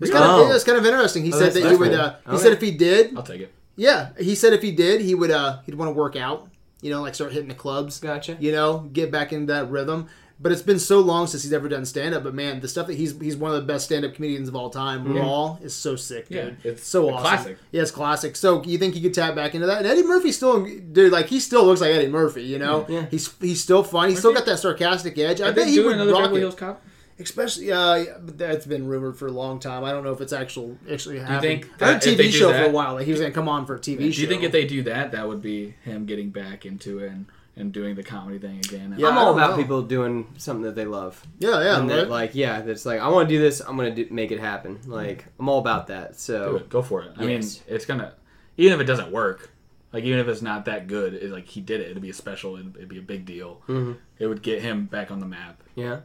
Speaker 1: It's kind of
Speaker 2: Oh.
Speaker 1: it's kind of interesting. He said
Speaker 2: that's Oh,
Speaker 1: that he would. Uh,
Speaker 2: different.
Speaker 1: he
Speaker 2: Okay.
Speaker 1: said if he did,
Speaker 3: I'll take it.
Speaker 1: yeah, he said if he did, he would. Uh, he'd want to work out. You know, like start hitting the clubs.
Speaker 2: Gotcha.
Speaker 1: You know, get back into that rhythm. But it's been so long since he's ever done stand up. But man, the stuff that he's he's one of the best stand up comedians of all time. Raw is so sick, dude.
Speaker 3: Yeah,
Speaker 1: it's
Speaker 3: it's
Speaker 1: so
Speaker 3: a
Speaker 1: awesome.
Speaker 3: classic.
Speaker 1: Yeah, it's classic. So you think he could tap back into that? And Eddie Murphy still, dude, like he still looks like Eddie Murphy. You know,
Speaker 2: Yeah.
Speaker 1: he's he's still fun. He's still
Speaker 3: Murphy?
Speaker 1: got that sarcastic edge. I
Speaker 3: I
Speaker 1: bet
Speaker 3: think
Speaker 1: he
Speaker 3: do
Speaker 1: would
Speaker 3: another
Speaker 1: rock
Speaker 3: Beverly
Speaker 1: it.
Speaker 3: Hills Cop.
Speaker 1: Especially, uh, yeah, but that's been rumored for a long time. I don't know if it's actual actually happening.
Speaker 3: think
Speaker 1: I heard
Speaker 3: that if
Speaker 1: TV
Speaker 3: they do
Speaker 1: show for a
Speaker 3: that-
Speaker 1: while. Like he was gonna come on for a TV
Speaker 3: Do
Speaker 1: show.
Speaker 3: you think if they do that, that would be him getting back into it and, and doing the comedy thing again?
Speaker 1: Yeah,
Speaker 2: I'm
Speaker 1: I
Speaker 2: all
Speaker 1: don't
Speaker 2: about
Speaker 1: know.
Speaker 2: people doing something that they love.
Speaker 1: Yeah, yeah,
Speaker 2: and
Speaker 1: right?
Speaker 2: that, like, yeah, that's like, I want to do this. I'm gonna do, make it happen. Like, I'm all about that.
Speaker 3: Do
Speaker 2: So,
Speaker 3: it. Go for it. I
Speaker 2: Yes.
Speaker 3: mean, it's gonna even if it doesn't work, like even if it's not that good, it, like he did it. It'd be a special. It'd, it'd be a big deal.
Speaker 1: Mm-hmm.
Speaker 3: It would get him back on the map.
Speaker 2: yeah,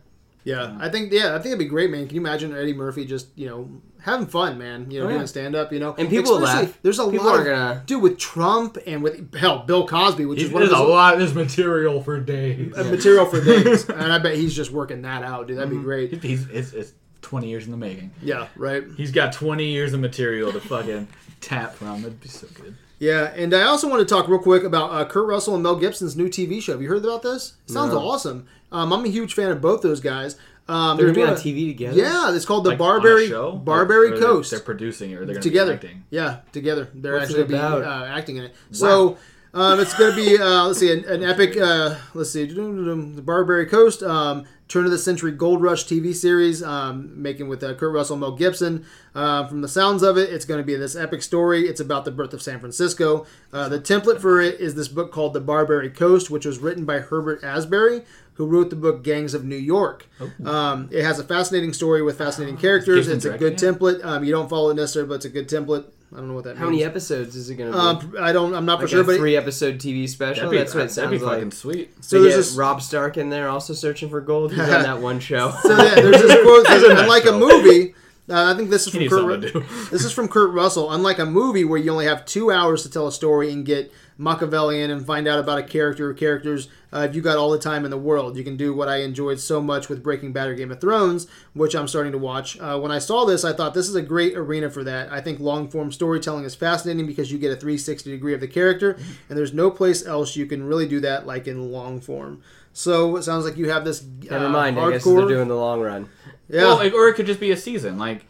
Speaker 1: yeah,
Speaker 2: Um,
Speaker 1: I think yeah, I think it'd be great, man. Can you imagine Eddie Murphy just you know having fun, man? You know,
Speaker 2: Oh, yeah.
Speaker 1: doing stand up, you know,
Speaker 2: And people will
Speaker 1: Especially-
Speaker 2: laugh.
Speaker 1: There's a
Speaker 2: People
Speaker 1: lot
Speaker 2: are
Speaker 1: of
Speaker 2: gonna-
Speaker 1: dude with Trump and with hell Bill Cosby, which is one of
Speaker 3: There's a
Speaker 1: his
Speaker 3: lot. There's material for days.
Speaker 1: uh, <laughs> material for
Speaker 2: <laughs>
Speaker 1: days, and I bet he's just working that out, dude. That'd
Speaker 2: Mm-hmm.
Speaker 1: be great.
Speaker 3: He's it's, it's 20 years in the making.
Speaker 1: Yeah, right.
Speaker 3: He's got 20 years of material to fucking tap from. It'd be so good.
Speaker 1: Yeah, and I also want to talk real quick about uh, Kurt Russell and Mel Gibson's new TV show. Have you heard about this? It sounds awesome. Um, I'm a huge fan of both those guys. Um,
Speaker 2: they're gonna be
Speaker 1: doing
Speaker 2: on
Speaker 1: a-
Speaker 2: TV together.
Speaker 1: Yeah, it's called the
Speaker 3: Like, on a
Speaker 1: Barbary
Speaker 3: show?
Speaker 1: Barbary
Speaker 3: Or- or they're-
Speaker 1: Coast.
Speaker 3: They're, producing it. Or they're gonna
Speaker 1: together.
Speaker 3: Be acting.
Speaker 1: Yeah, together. They're
Speaker 2: What's
Speaker 1: actually
Speaker 2: it
Speaker 1: gonna be
Speaker 2: about?
Speaker 1: uh, acting in it. So um, it's going to be uh, let's see an, an epic. Uh, let's see, the Barbary Coast, um, turn of the century gold rush TV series, um, making with uh, Kurt Russell, and Mel Gibson. Uh, from the sounds of it, it's going to be this epic story. It's about the birth of San Francisco. Uh, the template for it is this book called The Barbary Coast, which was written by Herbert Asbury. Who wrote the book Gangs of New York?
Speaker 3: Oh.
Speaker 1: Um, it has a fascinating story with fascinating characters.
Speaker 3: Jason
Speaker 1: It's a
Speaker 3: Drake,
Speaker 1: good
Speaker 3: yeah.
Speaker 1: template. Um, you don't follow it necessarily, but it's a good template. I don't know what that
Speaker 2: How
Speaker 1: means.
Speaker 2: many episodes is it gonna be?
Speaker 1: Um, I don't. I'm not for
Speaker 2: like
Speaker 1: sure,
Speaker 2: a
Speaker 1: but it-
Speaker 2: three episode TV special.
Speaker 3: That'd be,
Speaker 2: That's what it
Speaker 3: that'd be
Speaker 2: sounds like.
Speaker 3: fucking sweet.
Speaker 1: so
Speaker 2: So
Speaker 1: there's
Speaker 2: there's
Speaker 1: this.
Speaker 2: Rob Stark in there also searching for gold. He's
Speaker 1: <laughs>
Speaker 2: on that one show.
Speaker 1: so yeah, there's this quote. that says,
Speaker 3: Isn't that
Speaker 1: unlike a
Speaker 3: so?
Speaker 1: movie, uh, I think this is
Speaker 3: He
Speaker 1: from
Speaker 3: needs
Speaker 1: Kurt.
Speaker 3: something to
Speaker 1: Ru-
Speaker 3: do.
Speaker 1: this is from Kurt Russell. Unlike a movie where you only have two hours to tell a story and get Machiavellian and find out about a character or characters, uh, if you got all the time in the world, you can do what I enjoyed so much with Breaking Bad or Game of Thrones, which I'm starting to watch. Uh, when I saw this, I thought this is a great arena for that. I think long form storytelling is fascinating because you get a 360 degree of the character, and there's no place else you can really do that like in long form. So it sounds like you have this. Uh,
Speaker 2: Never mind. I guess
Speaker 1: hardcore-
Speaker 2: they're doing the long run.
Speaker 1: Yeah.
Speaker 3: Well, like, or it could just be a season. Like,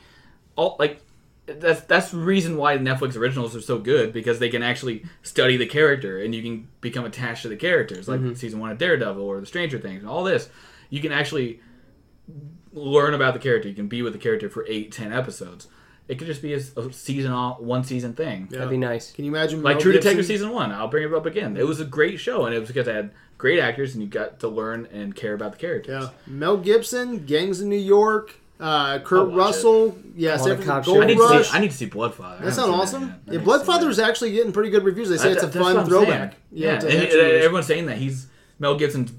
Speaker 3: all like that's that's the reason why Netflix originals are so good because they can actually study the character and you can become attached to the characters.
Speaker 1: Mm-hmm.
Speaker 3: Like season one of Daredevil or The Stranger Things and all this, you can actually learn about the character. You can be with the character for eight, ten episodes. It could just be a, a season all one season thing.
Speaker 1: Yeah.
Speaker 2: That'd be nice.
Speaker 1: Can you imagine?
Speaker 3: Like
Speaker 1: Mel
Speaker 3: True
Speaker 1: Gibson-
Speaker 3: Detective season one, I'll bring it up again. It was a great show, and it was because they had great actors, and you got to learn and care about the characters.
Speaker 1: Yeah. Mel Gibson, Gangs in New York, uh,
Speaker 3: I'll
Speaker 1: Kurt
Speaker 3: watch
Speaker 1: Russell. Yeah,
Speaker 2: All
Speaker 1: San
Speaker 2: the cop
Speaker 1: Francisco
Speaker 2: shows.
Speaker 3: I need,
Speaker 1: Gold
Speaker 3: to
Speaker 1: Rush.
Speaker 3: see, I need to see Bloodfather.
Speaker 1: That sounds awesome. Yeah, Bloodfather's actually getting pretty good reviews. They say it's a
Speaker 3: That's what
Speaker 1: fun
Speaker 3: I'm
Speaker 1: throwback.
Speaker 3: saying. Yeah,
Speaker 1: to
Speaker 3: and it- uh,
Speaker 1: action movies.
Speaker 3: everyone's saying that he's Mel Gibson's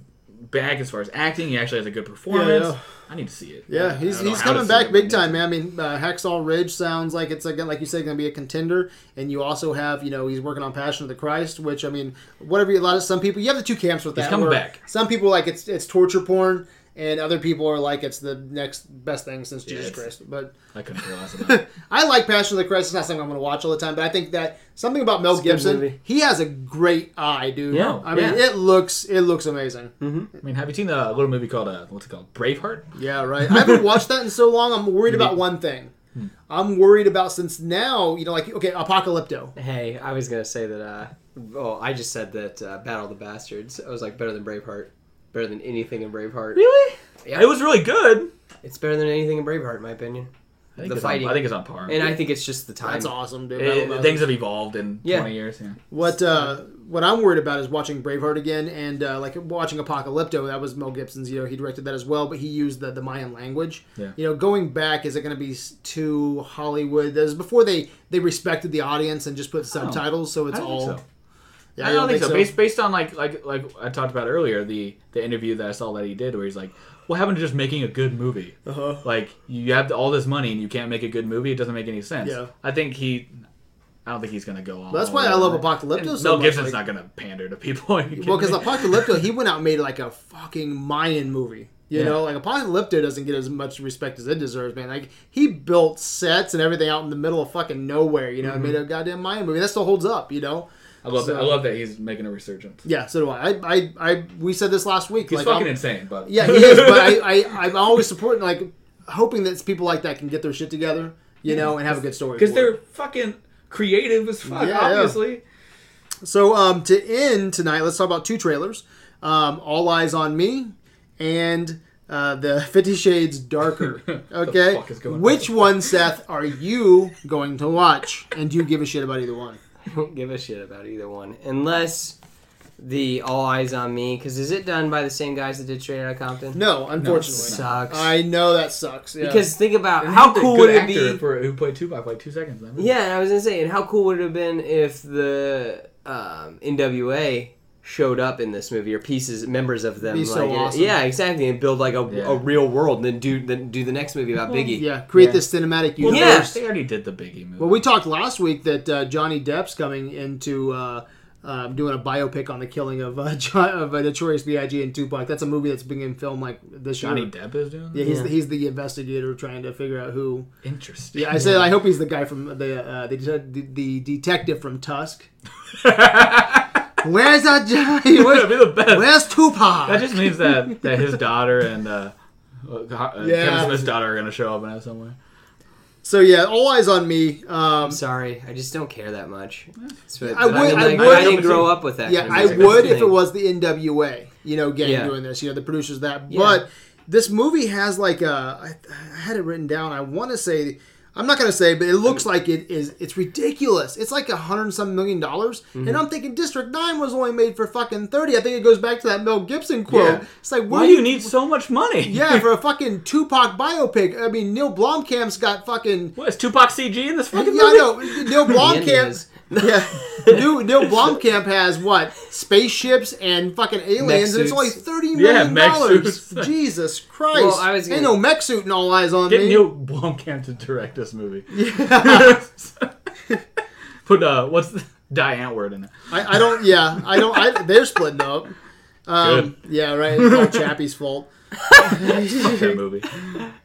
Speaker 3: back as far as acting. He actually has a good performance.
Speaker 1: Yeah, yeah.
Speaker 3: I need to see it. I
Speaker 1: Yeah,
Speaker 3: don't
Speaker 1: he's,
Speaker 3: know
Speaker 1: he's
Speaker 3: how to
Speaker 1: coming
Speaker 3: see
Speaker 1: back
Speaker 3: it,
Speaker 1: big
Speaker 3: but-
Speaker 1: time, man. I mean, uh, Hacksaw Ridge sounds like it's again, like you said, going to be a contender. And you also have, you know, he's working on Passion of the Christ, which I mean, whatever. you- A lot of some people, you have the two camps with that.
Speaker 3: coming
Speaker 1: where
Speaker 3: back.
Speaker 1: Some people like it's it's torture porn, and other people are like it's the next best thing since Jesus
Speaker 3: it's-
Speaker 1: Christ. But
Speaker 3: I couldn't care less about. it.
Speaker 1: I like Passion of the Christ. It's not something I'm going to watch all the time, but I think that something about Mel
Speaker 2: a good
Speaker 1: Gibson,
Speaker 2: movie.
Speaker 1: he has a great eye, dude.
Speaker 2: Yeah,
Speaker 1: I mean,
Speaker 3: yeah.
Speaker 1: it looks it looks amazing.
Speaker 2: Mm-hmm.
Speaker 3: I mean, have you seen the little movie called uh, what's it called Braveheart?
Speaker 1: Yeah, right. I haven't watched that in so long. I'm worried about one thing.
Speaker 3: Hmm.
Speaker 1: I'm worried about since now, you know, like okay, Apocalypto.
Speaker 2: Hey, I was gonna say that. uh Oh, I just said that uh, Battle of the Bastards. I was like better than Braveheart. Better than anything in Braveheart.
Speaker 3: Really?
Speaker 2: Yeah.
Speaker 3: It was really good.
Speaker 2: It's better than anything in Braveheart, in my opinion.
Speaker 3: I think
Speaker 2: The
Speaker 3: it's
Speaker 2: fighting.
Speaker 3: On, I think it's on par.
Speaker 2: And I think it's just the time.
Speaker 1: That's awesome, dude.
Speaker 3: It-
Speaker 1: I love
Speaker 3: it-
Speaker 1: that.
Speaker 3: things have evolved in
Speaker 2: Yeah.
Speaker 3: 20 years. uh, Yeah.
Speaker 1: What uh, what I'm worried about is watching Braveheart again and uh, like watching Apocalypto. That was Mel Gibson's. You know, he directed that as well, but he used the, the Mayan language.
Speaker 3: Yeah.
Speaker 1: You know, going back, is it going to be s- too Hollywood? That was before they they respected the audience and just put subtitles, so it's
Speaker 3: I don't
Speaker 1: all.
Speaker 3: think so.
Speaker 1: Yeah,
Speaker 3: I
Speaker 1: you
Speaker 3: don't think so. Based based on like like like I talked about earlier, the the interview that I saw that he did, where he's like, "What happened to just making a good movie?
Speaker 1: Uh-huh.
Speaker 3: Like you have all this money and you can't make a good movie. It doesn't make any sense."
Speaker 1: Yeah.
Speaker 3: I think he, I don't think he's gonna go on.
Speaker 1: That's why I love Apocalypto
Speaker 3: Oh, And
Speaker 1: so
Speaker 3: Mel
Speaker 1: much,
Speaker 3: Gibson's
Speaker 1: like-
Speaker 3: not gonna pander to people. <laughs> Are you
Speaker 1: Well,
Speaker 3: kidding
Speaker 1: because
Speaker 3: me?
Speaker 1: Apocalypto, he went out and made like a fucking Mayan movie. You
Speaker 3: Yeah.
Speaker 1: know, like Apocalypto doesn't get as much respect as it deserves, man. Like he built sets and everything out in the middle of fucking nowhere. You know, and made
Speaker 3: Mm-hmm.
Speaker 1: a goddamn Mayan movie. That still holds up. You know.
Speaker 3: I love that. I
Speaker 1: So-
Speaker 3: love that he's making a resurgence.
Speaker 1: Yeah, so do I. I, I, I we said this last week.
Speaker 3: He's
Speaker 1: like,
Speaker 3: fucking
Speaker 1: I'm-
Speaker 3: insane, but <laughs>
Speaker 1: Yeah, he is. But I, I, I'm always supporting, like, hoping that people like that can get their shit together, you know, and have a good
Speaker 3: <laughs>
Speaker 1: story.
Speaker 3: because
Speaker 1: for it.
Speaker 3: they're fucking creative as fuck.
Speaker 1: Yeah, yeah.
Speaker 3: obviously,
Speaker 1: So um, to end tonight, let's talk about two trailers: um, "All Eyes on Me" and uh, the Fifty Shades
Speaker 3: <laughs>
Speaker 1: Darker. Okay,
Speaker 3: fuck is going
Speaker 1: which one, Seth, are you going to watch? And do you give a shit about either one?
Speaker 2: <laughs> I don't give a shit about either one unless the all eyes on me. Because is it done by the same guys that did Straight Outta Compton?
Speaker 1: No, unfortunately,
Speaker 2: sucks.
Speaker 1: I uh, know that sucks yeah.
Speaker 2: Because think about
Speaker 3: And
Speaker 2: how
Speaker 3: he's a
Speaker 2: cool
Speaker 3: good
Speaker 2: would it
Speaker 3: actor
Speaker 2: be?
Speaker 3: for who played two by played two seconds. in that movie.
Speaker 2: Yeah, and I was gonna say, and how cool would it have been if the um, NWA showed up in this movie or pieces, members of them?
Speaker 1: Be
Speaker 2: like,
Speaker 1: so
Speaker 2: and-
Speaker 1: awesome.
Speaker 2: Yeah, exactly, and build like a,
Speaker 3: Yeah.
Speaker 2: a real world, and then do then do the next movie about Biggie.
Speaker 1: yeah, create
Speaker 3: Yeah.
Speaker 1: this cinematic
Speaker 3: Well,
Speaker 1: universe.
Speaker 3: yeah.
Speaker 2: Yeah.
Speaker 3: They already did the Biggie movie.
Speaker 1: Well, we talked last week that uh, Johnny Depp's coming into uh, uh, doing a biopic on the killing of uh, <laughs> John, of uh, Notorious B.I.G. and Tupac. That's a movie that's being in film like this
Speaker 3: Johnny
Speaker 1: year.
Speaker 3: Depp is doing.
Speaker 1: Yeah,
Speaker 3: that?
Speaker 1: he's,
Speaker 2: Yeah.
Speaker 1: The, he's the investigator trying to figure out who.
Speaker 3: Interesting.
Speaker 1: Yeah, I said
Speaker 3: <laughs>
Speaker 1: I hope he's the guy from the uh, the, the the detective from Tusk. Where's that <laughs> Johnny?
Speaker 3: That'd be
Speaker 1: Where's,
Speaker 3: the best.
Speaker 1: where's Tupac?
Speaker 3: That just means
Speaker 1: <laughs>
Speaker 3: that, that his daughter and uh, uh, Ho- uh,
Speaker 1: Yeah.
Speaker 3: Kevin Smith's daughter are gonna show up in it somewhere.
Speaker 1: so yeah, all eyes on me. Um,
Speaker 2: Sorry, I just don't care that much. That's what-
Speaker 1: I would-
Speaker 2: but mean,
Speaker 1: I
Speaker 2: like,
Speaker 1: would-
Speaker 2: didn't grow up with that.
Speaker 1: Yeah,
Speaker 2: kind of
Speaker 1: I
Speaker 2: music.
Speaker 1: would
Speaker 2: That's
Speaker 1: if
Speaker 2: the
Speaker 1: it
Speaker 2: thing.
Speaker 1: was the NWA, you know, gang
Speaker 2: Yeah.
Speaker 1: doing this, you know, the producers that.
Speaker 2: Yeah.
Speaker 1: But this movie has like a, I, I had it written down. I want to say, I'm not going to say, but it looks like it is. It's ridiculous. It's like a hundred and some million dollars,
Speaker 3: Mm-hmm.
Speaker 1: and I'm thinking District Nine was only made for fucking thirty. I think it goes back to that Mel Gibson quote.
Speaker 3: Yeah.
Speaker 1: It's like,
Speaker 3: Why do you need so much money? <laughs>
Speaker 1: Yeah, for a fucking Tupac biopic. I mean, Neil Blomkamp's got fucking
Speaker 3: What is Tupac CG in this fucking
Speaker 1: yeah, I
Speaker 3: movie?
Speaker 1: know. Neil
Speaker 3: <laughs>
Speaker 1: Blomkamp.
Speaker 2: <laughs>
Speaker 1: yeah, Neil, Neil Blomkamp has what spaceships and fucking aliens, and it's
Speaker 2: suits.
Speaker 1: only thirty
Speaker 3: Yeah,
Speaker 1: million
Speaker 3: mech
Speaker 1: dollars.
Speaker 2: <laughs>
Speaker 3: suits.
Speaker 1: Jesus Christ!
Speaker 2: Well, I was
Speaker 1: ain't
Speaker 2: gonna-
Speaker 1: no mech suit and all eyes on
Speaker 3: Get
Speaker 1: me.
Speaker 3: Neil Blomkamp to direct
Speaker 1: <laughs>
Speaker 3: this movie. <laughs> Put uh, what's the, Die Antwoord in it?
Speaker 1: I, I don't. Yeah, I don't. I, they're splitting up.
Speaker 2: <laughs>
Speaker 1: Um, yeah, right. It's all Chappie's fault.
Speaker 3: Fuck that
Speaker 1: <laughs>
Speaker 3: movie.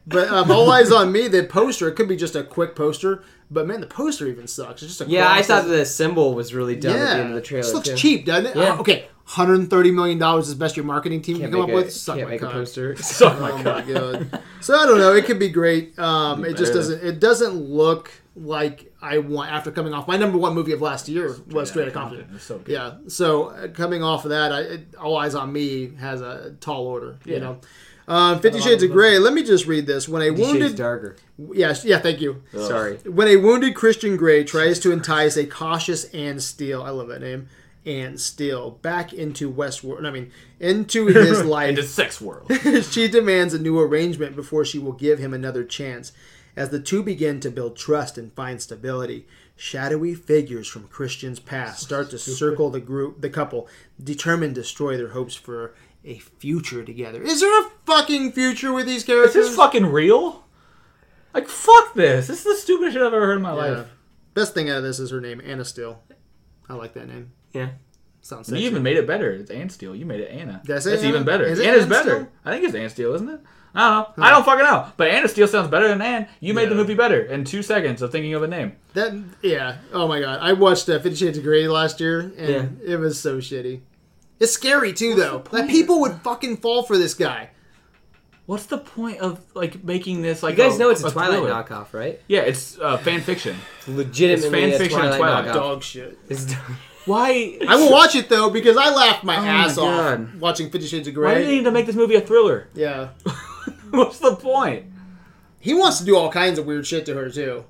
Speaker 1: But um, all eyes on me. The poster. It could be just a quick poster, but man, the poster even sucks. It's just a
Speaker 2: Yeah, I
Speaker 1: cross.
Speaker 2: thought the symbol was really dumb at the end of the trailer.
Speaker 1: This looks
Speaker 2: too.
Speaker 1: cheap, doesn't it?
Speaker 2: Yeah.
Speaker 1: Uh, okay, 130 million dollars is the best your marketing team
Speaker 2: Can't
Speaker 1: can come
Speaker 2: make,
Speaker 1: up
Speaker 2: a,
Speaker 1: with. Suck
Speaker 2: can't
Speaker 1: my
Speaker 2: make a
Speaker 1: cock.
Speaker 2: poster.
Speaker 3: Suck my
Speaker 1: Oh my
Speaker 3: cock.
Speaker 1: god. So I don't know. It could be great. Um, it just
Speaker 3: better.
Speaker 1: doesn't. It doesn't look like I want after coming off my number one movie of last year was Straight Outta Compton.
Speaker 3: It's so good.
Speaker 1: Yeah. So uh, coming off of that, I, it, All Eyes on Me has a tall order. You
Speaker 3: Yeah.
Speaker 1: know. Um, Fifty Shades of Grey. Let me just read this. When a
Speaker 2: Shades
Speaker 1: wounded,
Speaker 2: darker.
Speaker 1: yes, yeah, thank you.
Speaker 2: Sorry.
Speaker 1: When a wounded Christian Grey tries to entice a cautious Anne Steele, I love that name, Anne Steele, back into Westworld, I mean, into his
Speaker 3: Into
Speaker 1: life, <laughs>
Speaker 3: sex world.
Speaker 1: she demands a new arrangement before she will give him another chance. As the two begin to build trust and find stability, shadowy figures from Christian's past start to circle the group, the couple, determined to destroy their hopes for a future together. Is there a fucking future with these
Speaker 3: Is
Speaker 1: characters?
Speaker 3: this fucking real? Like fuck this. This is the stupidest shit I've ever heard in my
Speaker 1: Yeah.
Speaker 3: life.
Speaker 1: Best thing out of this is her name, Anna Steele. I like that name.
Speaker 2: Yeah.
Speaker 1: Sounds
Speaker 3: You
Speaker 1: sexy.
Speaker 3: even made it better. It's Ann Steele. You made it Anna.
Speaker 1: Did I say
Speaker 3: That's
Speaker 1: Anna?
Speaker 3: even better.
Speaker 1: Is it
Speaker 3: Anna's
Speaker 1: Ann
Speaker 3: better.
Speaker 1: Steele?
Speaker 3: I think it's Ann Steele, isn't it? I don't know. I don't fucking know. But Anna Steele sounds better than Ann. You made the
Speaker 1: Yeah.
Speaker 3: movie better in two seconds of thinking of a name.
Speaker 1: that yeah. Oh my god, I watched uh, Fifty Shades of Grey last year, and it was so shitty. It's scary too, though. Like people would fucking fall for this guy.
Speaker 3: What's the point of like making this like
Speaker 2: You guys
Speaker 1: Oh,
Speaker 3: a-
Speaker 2: know it's a
Speaker 3: a
Speaker 2: Twilight
Speaker 3: thriller?
Speaker 2: knockoff, right?
Speaker 3: Yeah, it's uh, fan fiction.
Speaker 2: Legitimately,
Speaker 3: fan
Speaker 2: a
Speaker 3: fiction and Twilight.
Speaker 2: Twilight knockoff.
Speaker 1: Dog shit.
Speaker 2: It's-
Speaker 3: <laughs>
Speaker 2: <laughs>
Speaker 3: Why?
Speaker 1: I will watch it though because I laughed my ass off
Speaker 2: God.
Speaker 1: watching Fifty Shades of
Speaker 3: Oh Why do they
Speaker 1: Grey.
Speaker 3: need to make this movie a thriller? <laughs>
Speaker 1: Yeah,
Speaker 3: What's the point?
Speaker 1: he wants to do all kinds of weird shit to her too.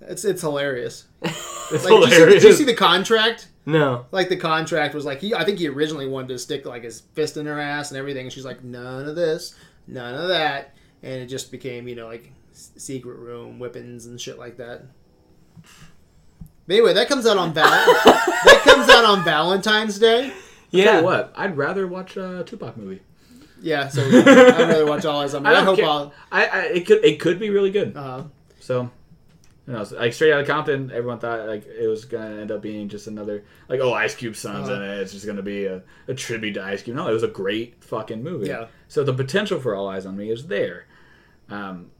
Speaker 1: It's it's hilarious.
Speaker 3: <laughs> It's
Speaker 1: Like, did, you see, did
Speaker 3: hilarious.
Speaker 1: you see the contract?
Speaker 2: no.
Speaker 1: Like the contract was like he. I think he originally wanted to stick like his fist in her ass and everything. And she's like, none of this, none of that, and it just became you know like s- secret room weapons and shit like that. But anyway, that comes out on Val. that comes out on Valentine's Day.
Speaker 3: Tell you
Speaker 2: Yeah.
Speaker 3: what? I'd rather watch a Tupac movie.
Speaker 1: Yeah, so yeah, I'd rather watch All Eyes on Me. I,
Speaker 3: don't
Speaker 1: hope uh-huh.
Speaker 3: care.
Speaker 1: I'll.
Speaker 3: I, I it could it could be really good.
Speaker 1: Uh,
Speaker 3: So You know, so, like straight out of Compton, everyone thought like it was gonna end up being just another like oh Ice Cube's son's
Speaker 1: Uh-huh.
Speaker 3: in it. It's just gonna be a, a tribute to Ice Cube. No, it was a great fucking movie.
Speaker 1: Yeah.
Speaker 3: So the potential for All Eyes on Me is there. Um,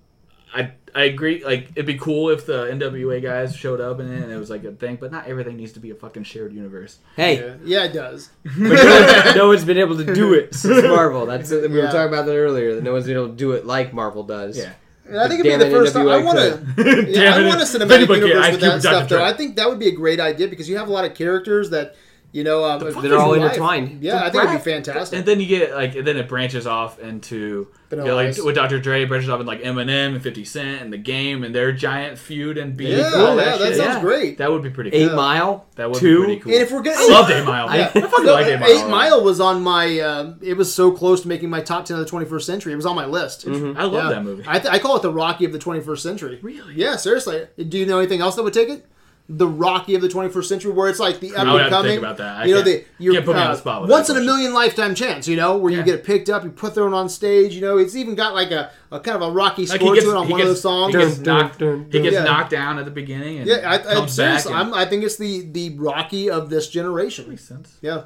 Speaker 3: I I agree. Like it'd be cool if the NWA guys showed up in it and it was like a thing, but not everything needs to be a fucking
Speaker 1: <laughs>
Speaker 3: shared universe.
Speaker 2: Hey,
Speaker 1: Yeah, yeah it does.
Speaker 2: But no,
Speaker 3: <laughs>
Speaker 2: one's, no one's been able to do <laughs> it since Marvel. That's we were
Speaker 1: Yeah.
Speaker 2: talking about that earlier. That no one's been able to do it like Marvel does.
Speaker 3: Yeah.
Speaker 1: And I think
Speaker 2: Damn
Speaker 1: it'd be the
Speaker 2: it,
Speaker 1: first time. I
Speaker 2: NWA
Speaker 1: want to. Yeah,
Speaker 3: Damn
Speaker 1: I
Speaker 3: it,
Speaker 1: want a
Speaker 3: if
Speaker 1: cinematic
Speaker 3: anybody
Speaker 1: universe
Speaker 3: can,
Speaker 1: with
Speaker 3: Ice
Speaker 1: that
Speaker 3: Cube, Dr.
Speaker 1: stuff, though.
Speaker 3: Dre.
Speaker 1: I think that would be a great idea because you have a lot of characters that, you know, um,
Speaker 2: fuck
Speaker 1: live
Speaker 2: is
Speaker 1: their
Speaker 2: all
Speaker 1: life.
Speaker 2: intertwined?
Speaker 1: Yeah, I think it'd be fantastic.
Speaker 3: And then you get like, and then it branches off into
Speaker 1: Vanilla
Speaker 3: yeah, like
Speaker 1: Ice.
Speaker 3: with Dr. Dre it branches off in like Eminem and Fifty Cent and the Game and their giant feud and beef.
Speaker 1: Yeah,
Speaker 3: and all
Speaker 1: yeah, that
Speaker 3: shit.
Speaker 1: sounds great.
Speaker 3: That would be pretty.
Speaker 2: Eight
Speaker 3: cool.
Speaker 2: Mile.
Speaker 3: That would
Speaker 2: two.
Speaker 3: be pretty cool.
Speaker 1: And if we're gonna,
Speaker 3: I love Eight Mile.
Speaker 1: Yeah.
Speaker 3: I fucking
Speaker 1: No,
Speaker 3: like Eight Mile.
Speaker 1: Eight Mile was on my. Um, it was so close to making my top ten of the 21st century. It was on my list.
Speaker 3: I love
Speaker 1: Yeah.
Speaker 3: that movie.
Speaker 1: I, th- I call it the Rocky of the 21st century.
Speaker 3: Really?
Speaker 1: Yeah, seriously. Do you know anything else that would take it? The Rocky of the 21st century, where it's like the up and
Speaker 3: would have to
Speaker 1: coming.
Speaker 3: think about that. I
Speaker 1: you know,
Speaker 3: can't-
Speaker 1: the you're,
Speaker 3: can't put me on
Speaker 1: uh,
Speaker 3: the spot with
Speaker 1: once
Speaker 3: that
Speaker 1: in a
Speaker 3: question.
Speaker 1: million lifetime chance. You know, where you
Speaker 3: Yeah.
Speaker 1: get picked up, you put thrown on stage. You know, it's even got like a, a kind of a Rocky
Speaker 3: Like,
Speaker 1: score to it on
Speaker 3: he
Speaker 1: one of those songs.
Speaker 3: He gets
Speaker 2: Dun, dun,
Speaker 3: knocked.
Speaker 2: dun,
Speaker 3: He
Speaker 2: dun.
Speaker 3: gets
Speaker 1: Yeah.
Speaker 3: knocked down at the beginning. And
Speaker 1: yeah, I, I,
Speaker 3: comes back.
Speaker 1: seriously,
Speaker 3: and-
Speaker 1: I'm, I think it's the the Rocky of this generation.
Speaker 3: makes sense.
Speaker 1: Yeah.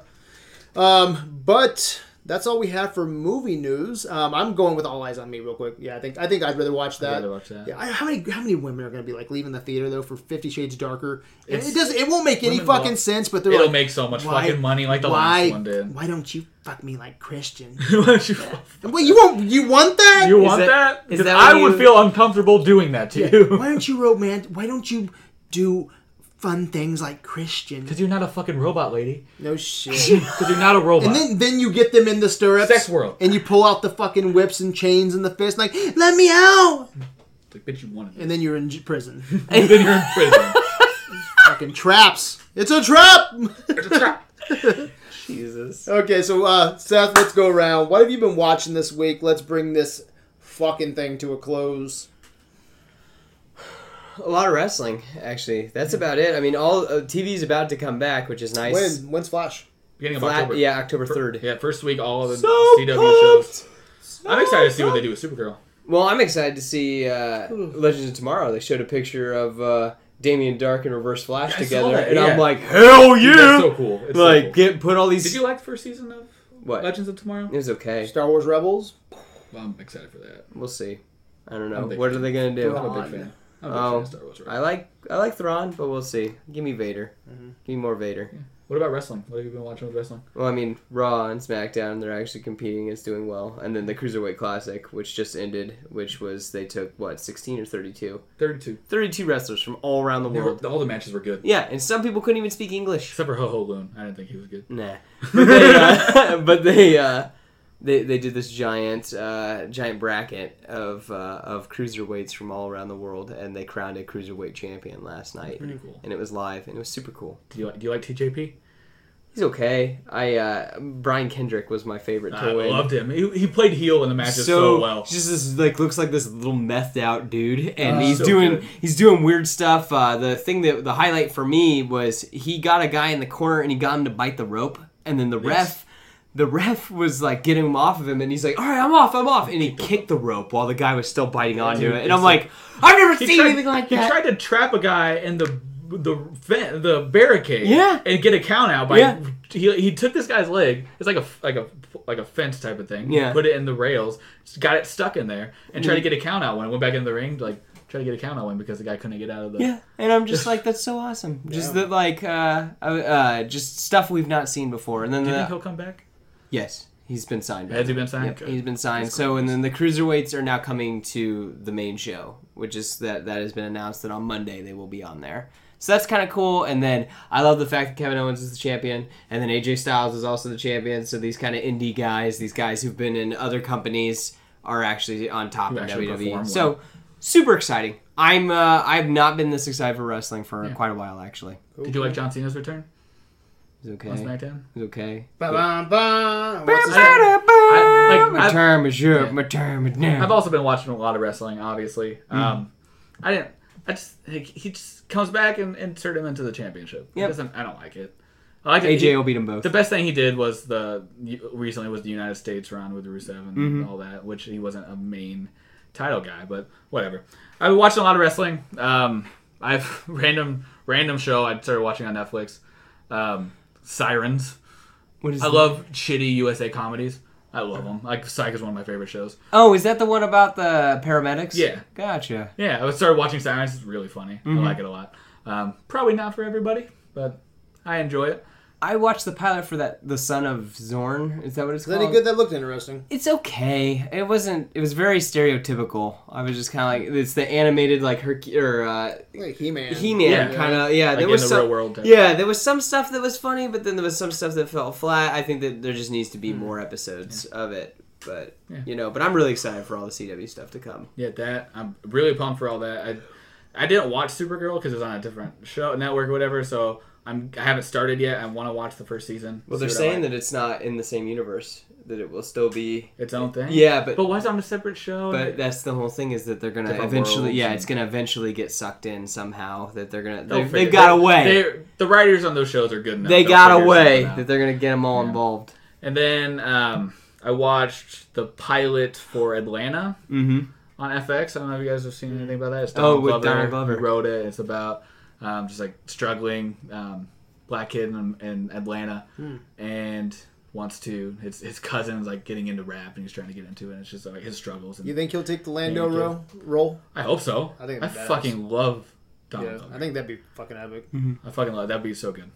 Speaker 1: Um, but that's all we have for movie news. Um, I'm going with All Eyes on Me real quick. Yeah, I think I think I'd rather watch that.
Speaker 3: rather watch that.
Speaker 1: Yeah, I, how many how many women are going to be like leaving the theater though for Fifty Shades Darker? And
Speaker 3: It's-
Speaker 1: it does not it won't make any
Speaker 3: women love-
Speaker 1: fucking sense. But they're
Speaker 3: It'll
Speaker 1: like,
Speaker 3: make so much
Speaker 1: why-
Speaker 3: fucking money, like the
Speaker 1: why
Speaker 3: last one did. <laughs>
Speaker 1: why don't you fuck me like Christian? <laughs>
Speaker 3: you
Speaker 1: Wait, you won't you want that?
Speaker 3: want
Speaker 2: that-
Speaker 3: that?
Speaker 2: is
Speaker 3: 'Cause
Speaker 2: that
Speaker 3: I
Speaker 2: what
Speaker 3: would
Speaker 2: you-
Speaker 3: feel uncomfortable doing that to you.
Speaker 1: <laughs> why don't you romance? Why don't you do fun things like Christian?
Speaker 3: <laughs> Because you're not a fucking robot, lady.
Speaker 1: No shit.
Speaker 3: Because you're not a robot.
Speaker 1: And then, then you get them in the stirrups.
Speaker 3: Sex world.
Speaker 1: And you pull out the fucking whips and chains and the fist, like, let me out!
Speaker 3: like, bitch, you wanted it.
Speaker 1: And then you're in j- prison.
Speaker 3: <laughs> And then you're in
Speaker 2: <laughs>
Speaker 3: prison.
Speaker 1: fucking traps. It's a trap! <laughs>
Speaker 2: Jesus.
Speaker 1: okay, so, uh, Seth, let's go around. What have you been watching this week? Let's bring this fucking thing to a close.
Speaker 2: A lot of wrestling, actually. That's about it. I mean, all uh, TV's about to come back, which is nice.
Speaker 1: When? When's Flash?
Speaker 3: Beginning of
Speaker 2: Flat,
Speaker 3: October.
Speaker 2: yeah, October third.
Speaker 3: Yeah, first week, all of the
Speaker 2: So
Speaker 3: CW
Speaker 2: pumped!
Speaker 3: shows. I'm excited to see what they do with Supergirl.
Speaker 2: Well, I'm excited to see uh, Legends of Tomorrow. They showed a picture of uh, Damien Dark and Reverse Flash
Speaker 3: I saw
Speaker 2: together,
Speaker 3: that,
Speaker 2: and
Speaker 3: yeah.
Speaker 2: I'm like, hell yeah!
Speaker 3: That's so cool. It's so
Speaker 2: like,
Speaker 3: cool.
Speaker 2: get put all these.
Speaker 3: Did you like the first season of
Speaker 2: what?
Speaker 3: Legends of Tomorrow?
Speaker 2: It was okay.
Speaker 1: Star Wars Rebels?
Speaker 3: Well, I'm excited for that.
Speaker 2: We'll see. I don't know.
Speaker 3: I'm a big
Speaker 2: What are
Speaker 3: fan.
Speaker 2: they gonna do?
Speaker 1: Come
Speaker 3: I'm a
Speaker 1: on.
Speaker 3: big fan. I'm a big
Speaker 2: Oh.
Speaker 3: fan of Star Wars. Right?
Speaker 2: I like I like Thrawn, but we'll see. Give me Vader.
Speaker 3: Mm-hmm.
Speaker 2: Give me more Vader.
Speaker 3: What about wrestling? What have you been watching with wrestling?
Speaker 2: Well, I mean, Raw and SmackDown, they're actually competing. It's doing well. And then the Cruiserweight Classic, which just ended, which was they took, what, 16 or 32?
Speaker 3: 32.
Speaker 2: 32 wrestlers from all around the
Speaker 3: They
Speaker 2: world.
Speaker 3: were, all the matches were good.
Speaker 2: Yeah, and some people couldn't even speak English.
Speaker 3: Except for Ho Ho Loon. I didn't think he was good. <laughs>
Speaker 2: Nah. But they, uh, <laughs> but they, uh, they, they did this giant uh, giant bracket of, uh, of cruiserweights from all around the world, and they crowned a cruiserweight champion last night.
Speaker 3: Pretty cool.
Speaker 2: And it was live, and it was super cool.
Speaker 3: Do you like, do you like TJP?
Speaker 2: He's okay. I uh, Brian Kendrick was my favorite to
Speaker 3: I
Speaker 2: win.
Speaker 3: loved him. He, he played heel in the matches so, well.
Speaker 2: Just this, like looks like this little methed out dude, and
Speaker 3: Uh,
Speaker 2: he's
Speaker 3: so
Speaker 2: doing
Speaker 3: good.
Speaker 2: he's doing weird stuff. Uh, the thing that the highlight for me was he got a guy in the corner and he got him to bite the rope, and then the ref. The ref was like getting him off of him, and he's like, "All right, I'm off, I'm off," and he kicked the rope while the guy was still biting onto
Speaker 3: dude,
Speaker 2: it. And
Speaker 3: it's
Speaker 2: I'm like, "I've never
Speaker 3: He
Speaker 2: seen
Speaker 3: tried-
Speaker 2: anything like
Speaker 3: he
Speaker 2: that."
Speaker 3: tried to trap a guy in the the vent, the barricade,
Speaker 2: Yeah.
Speaker 3: and get a count out by
Speaker 2: Yeah.
Speaker 3: he, he took this guy's leg. It's like a like a like a fence type of thing.
Speaker 2: Yeah. Mm.
Speaker 3: put it in the rails, got it stuck in there, and tried to get a count out one. Went back into the ring, like tried to get a count out one because the guy couldn't get out of the.
Speaker 2: Yeah, and I'm just like, that's so awesome. Just that, like, uh, uh, uh, just stuff we've not seen before. And then
Speaker 3: Do you
Speaker 2: the,
Speaker 3: think he'll come back?
Speaker 2: Yes, he's been signed. back.
Speaker 3: Has he been signed?
Speaker 2: Yep,
Speaker 3: Okay.
Speaker 2: he's been signed. So, and then the cruiserweights are now coming to the main show, which is that that has been announced that on Monday they will be on there. So that's kind of cool. And then I love the fact that Kevin Owens is the champion, and then AJ Styles is also the champion. So these kind of indie guys, these guys who've been in other companies, are actually on top
Speaker 3: Who
Speaker 2: of
Speaker 3: actually
Speaker 2: WWE.
Speaker 3: perform
Speaker 2: So super exciting. I'm uh, I've not been this excited for wrestling for quite a while actually.
Speaker 3: Did you like John Cena's return
Speaker 2: It's okay.
Speaker 3: on SmackDown?
Speaker 2: It's okay.
Speaker 1: Ba-ba-ba. What's his name?
Speaker 2: I,
Speaker 3: like,
Speaker 2: my
Speaker 3: I've-
Speaker 2: term is up.
Speaker 3: yeah.
Speaker 2: My term is now.
Speaker 3: I've also been watching a lot of wrestling, obviously.
Speaker 2: Mm.
Speaker 3: Um, I didn't. I just like, he just comes back and insert him into the championship. It
Speaker 2: Yep.
Speaker 3: doesn't- I don't like it. I like it-
Speaker 2: AJ
Speaker 3: he-
Speaker 2: will beat them both.
Speaker 3: The best thing he did was the recently was the United States run with Rusev and
Speaker 2: Mm-hmm.
Speaker 3: all that, which he wasn't a main title guy, but whatever. I've been watching a lot of wrestling. Um, I've <laughs> random random show I started watching on Netflix, um, Sirens.
Speaker 2: What is
Speaker 3: I
Speaker 2: that?
Speaker 3: love shitty USA comedies. I love them. Like Psych is one of my favorite shows.
Speaker 2: Oh, is that the one about the paramedics?
Speaker 3: Yeah.
Speaker 2: Gotcha.
Speaker 3: Yeah, I started watching Sirens. It's really funny.
Speaker 2: Mm-hmm.
Speaker 3: I like it a lot. Um, probably not for everybody, but I enjoy it.
Speaker 2: I watched the pilot for that The Son of Zorn. Is that what it's
Speaker 1: Is
Speaker 2: called?
Speaker 1: that any good? That looked interesting.
Speaker 2: It's okay. It wasn't it was very stereotypical. I was just kind of like it's the animated like her or uh
Speaker 1: Like He-Man.
Speaker 2: He-Man
Speaker 3: Yeah.
Speaker 2: kind of yeah,
Speaker 3: Like
Speaker 2: there
Speaker 3: in
Speaker 2: was
Speaker 3: the
Speaker 2: some,
Speaker 3: real world type.
Speaker 2: Yeah, there was some stuff that was funny, but then there was some stuff that felt flat. I think that there just needs to be more episodes of it. But
Speaker 3: Hmm. Yeah.
Speaker 2: you know, but I'm really excited for all the CW stuff to come.
Speaker 3: Yeah, that I'm really pumped for all that. I I didn't watch Supergirl because it was on a different show network or whatever, so I'm I haven't started yet. I want to watch the first season.
Speaker 2: Well, they're saying that it's not in the same universe; that it will still be.
Speaker 3: its own thing.
Speaker 2: Yeah, but
Speaker 3: but why is it on a separate show?
Speaker 2: but that's the whole thing is that they're gonna
Speaker 3: Different
Speaker 2: eventually.
Speaker 3: worlds
Speaker 2: Yeah,
Speaker 3: and-
Speaker 2: it's gonna eventually get sucked in somehow. That they're gonna
Speaker 3: They'll
Speaker 2: they've,
Speaker 3: figure-
Speaker 2: they've got
Speaker 3: they-
Speaker 2: a way.
Speaker 3: oh, they're- The writers on those shows are good enough.
Speaker 2: They
Speaker 3: They'll
Speaker 2: got a
Speaker 3: figure
Speaker 2: way
Speaker 3: something out.
Speaker 2: that they're gonna get them all involved.
Speaker 3: And then um, I watched the pilot for Atlanta
Speaker 2: Mm-hmm.
Speaker 3: on FX. I don't know if you guys have seen anything about that. It's
Speaker 2: Oh,
Speaker 3: Donald
Speaker 2: with
Speaker 3: Glover,
Speaker 2: Donald Glover.
Speaker 3: who wrote it. It's about um, just like struggling um, black kid in, in Atlanta
Speaker 2: Hmm.
Speaker 3: and wants to. His his cousin's like getting into rap and he's trying to get into it. And it's just like his struggles. And
Speaker 1: You think he'll take the Lando
Speaker 3: Yeah, he
Speaker 1: ro- role?
Speaker 3: I hope so.
Speaker 1: I think
Speaker 3: I
Speaker 1: it'd be badass.
Speaker 3: fucking love Donald.
Speaker 1: Yeah,
Speaker 3: Glover.
Speaker 1: I think that'd be fucking epic.
Speaker 3: I fucking love. That'd be so good.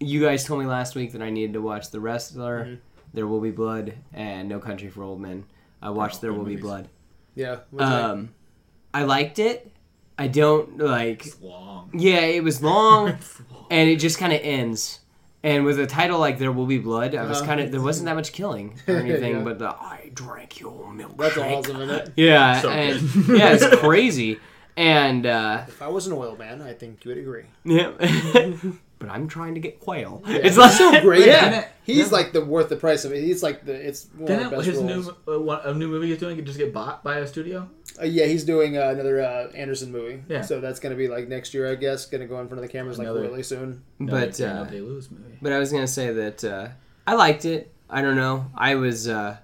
Speaker 2: You guys told me last week that I needed to watch The Wrestler,
Speaker 3: Mm-hmm.
Speaker 2: There Will Be Blood, and No Country for Old Men. I watched
Speaker 3: Oh,
Speaker 2: There
Speaker 3: good
Speaker 2: Will Be
Speaker 3: movies.
Speaker 2: Blood.
Speaker 1: Yeah. what'd you think?
Speaker 2: Um, I liked it. I don't like.
Speaker 3: It's
Speaker 2: <laughs>
Speaker 3: long.
Speaker 2: Yeah, it
Speaker 3: <laughs>
Speaker 2: was long.
Speaker 3: It's long.
Speaker 2: and it just kind of ends. And with a title like "There Will Be Blood," I was
Speaker 1: Uh-huh.
Speaker 2: kind of there wasn't that much killing
Speaker 1: <laughs>
Speaker 2: or anything,
Speaker 1: Yeah.
Speaker 2: but the "I drank your milkshake."
Speaker 1: That's awesome, isn't it?
Speaker 2: Yeah,
Speaker 3: So
Speaker 2: and-
Speaker 3: good.
Speaker 1: <laughs>
Speaker 2: yeah, it's crazy. And uh,
Speaker 1: If I was an oil man, I think you would agree.
Speaker 2: yeah, <laughs> but I'm trying to get quail. It's like <laughs>
Speaker 1: so great.
Speaker 2: Yeah.
Speaker 1: Yeah. He's like the worth the price of it. He's like the it's one of the
Speaker 3: Didn't
Speaker 1: best
Speaker 3: his
Speaker 1: roles.
Speaker 3: new uh, one, a new movie he's doing just get bought by a studio?
Speaker 1: Uh, yeah, he's doing uh, another uh, Anderson movie.
Speaker 3: Yeah.
Speaker 1: So that's gonna be like next year, I guess. Gonna go in front of the cameras
Speaker 3: Another-
Speaker 1: like really soon.
Speaker 2: But
Speaker 3: Daniel
Speaker 2: uh,
Speaker 3: Day Lewis movie.
Speaker 2: but I was gonna say that uh, I liked it. I don't know. I was uh,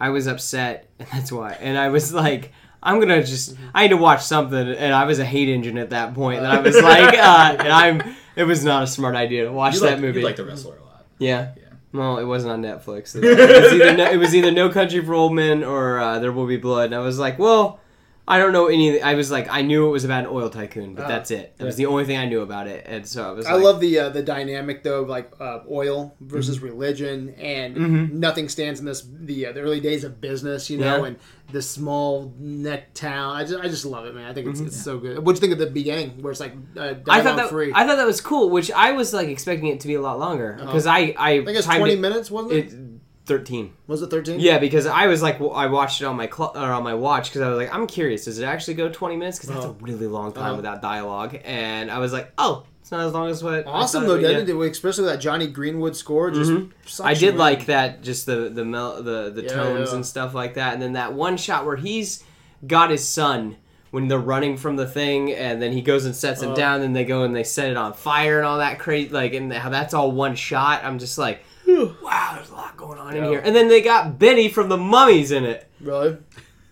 Speaker 2: I was upset, <laughs> and that's why. And I was like, I'm gonna just I need to watch something. And I was a hate engine at that point. And I was like, uh, and I'm. It was not a smart idea to watch
Speaker 3: You
Speaker 2: that
Speaker 3: like-
Speaker 2: movie.
Speaker 3: You like the wrestler a lot.
Speaker 2: yeah.
Speaker 3: Yeah.
Speaker 2: Well, it wasn't on Netflix. It was either no, it was either no Country for Old Men or uh, There Will Be Blood. And I was like, well. I don't know any. I was like, I knew it was about an oil tycoon, but
Speaker 1: Uh,
Speaker 2: that's it. That was
Speaker 1: yeah.
Speaker 2: the only thing I knew about it, and so I was.
Speaker 1: I
Speaker 2: like,
Speaker 1: love the uh, the dynamic though, of, like uh, oil versus
Speaker 2: Mm-hmm.
Speaker 1: religion, and nothing stands in this the uh, the early days of business, you know,
Speaker 2: Yeah.
Speaker 1: and the small neck town. I just, I just love it, man. I think it's, it's so good. What'd you think of the beginning where it's like uh,
Speaker 2: Mm-hmm. I thought
Speaker 1: dialogue
Speaker 2: that
Speaker 1: free? Uh-huh.
Speaker 2: I thought that was cool, which I was like expecting it to be a lot longer because I I,
Speaker 1: I think it's
Speaker 2: timed
Speaker 1: twenty
Speaker 2: it,
Speaker 1: minutes, wasn't it?
Speaker 2: it thirteen.
Speaker 1: Was it thirteen?
Speaker 2: Yeah, because I was like w- I watched it on my cl- or on my watch because I was like I'm curious, does it actually go twenty minutes? Because that's
Speaker 1: Uh-huh.
Speaker 2: a really long time
Speaker 1: Uh-huh.
Speaker 2: without dialogue, and I was like, oh, it's not as long as what. I
Speaker 1: Awesome
Speaker 2: thought
Speaker 1: though,
Speaker 2: it would-
Speaker 1: didn't it? Especially with that Johnny Greenwood score. Just sucks
Speaker 2: Mm-hmm. I
Speaker 1: you
Speaker 2: did
Speaker 1: in.
Speaker 2: like that, just the the mel- the the
Speaker 1: Yeah,
Speaker 2: tones
Speaker 1: yeah.
Speaker 2: and stuff like that, and then that one shot where he's got his son when they're running from the thing, and then he goes and sets him
Speaker 1: Oh.
Speaker 2: down, and they go and they set it on fire and all that crazy, like and how that's all one shot. I'm just like, wow, there's a lot going on in
Speaker 1: Yeah.
Speaker 2: here, and then they got Benny from the Mummies in it.
Speaker 1: really.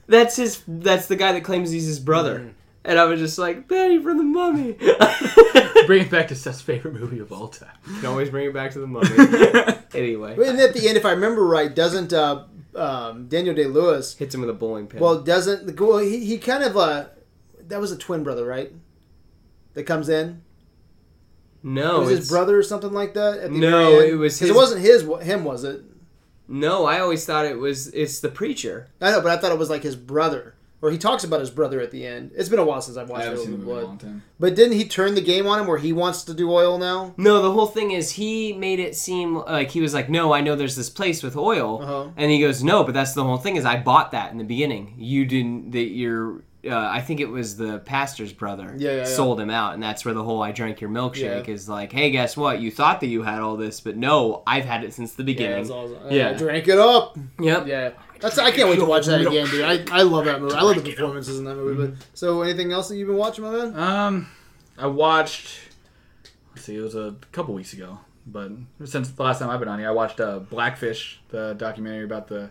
Speaker 2: That's his. That's the guy that claims he's his brother.
Speaker 1: Mm.
Speaker 2: And I was just like Benny from the Mummy.
Speaker 1: <laughs>
Speaker 2: Can
Speaker 3: Bring it back to Seth's favorite movie of all time.
Speaker 2: always bring it back to the Mummy.
Speaker 1: <laughs>
Speaker 2: anyway,
Speaker 1: But then at the end, if I remember right, doesn't uh, um, Daniel Day Lewis?
Speaker 2: hits him with a bowling pin.
Speaker 1: Well, doesn't well he, he kind of uh, that was a twin brother, right? That comes in.
Speaker 2: no,
Speaker 1: was his
Speaker 2: it's-
Speaker 1: brother or something like that? At the
Speaker 2: No,
Speaker 1: very end?
Speaker 2: it was
Speaker 1: 'Cause
Speaker 2: his-
Speaker 1: It wasn't his. Him was it?
Speaker 2: No, I always thought it was it's the preacher.
Speaker 1: I know, but I thought it was like his brother. Or he talks about his brother at the end. It's been a while since I've
Speaker 3: I
Speaker 1: watched
Speaker 3: haven't
Speaker 1: Oil
Speaker 3: seen the
Speaker 1: and
Speaker 3: movie in a
Speaker 1: Blood.
Speaker 3: long time.
Speaker 1: But didn't he turn the game on him where he wants to do oil now?
Speaker 2: No, the whole thing is he made it seem like he was like, "No, I know there's this place with oil,"
Speaker 1: Uh-huh.
Speaker 2: and he goes, "No, but that's the whole thing is I bought that in the beginning. You didn't. That you're." Uh, I think it was the pastor's brother
Speaker 1: Yeah, yeah, yeah.
Speaker 2: sold him out, and that's where the whole "I drank your milkshake" is like, "Hey, guess what? You thought that you had all this, but no, I've had it since the beginning."
Speaker 3: uh,
Speaker 1: awesome.
Speaker 2: Yeah.
Speaker 1: Yeah, drank it up.
Speaker 2: yep.
Speaker 1: Yeah, that's. I can't wait to watch that again, dude. I, I love that movie. I love the performances in that movie. But so, anything else that you've been watching, my man?
Speaker 3: Um, I watched. Let's see, it was a couple weeks ago, but since the last time I've been on here, I watched uh, Blackfish, the documentary about the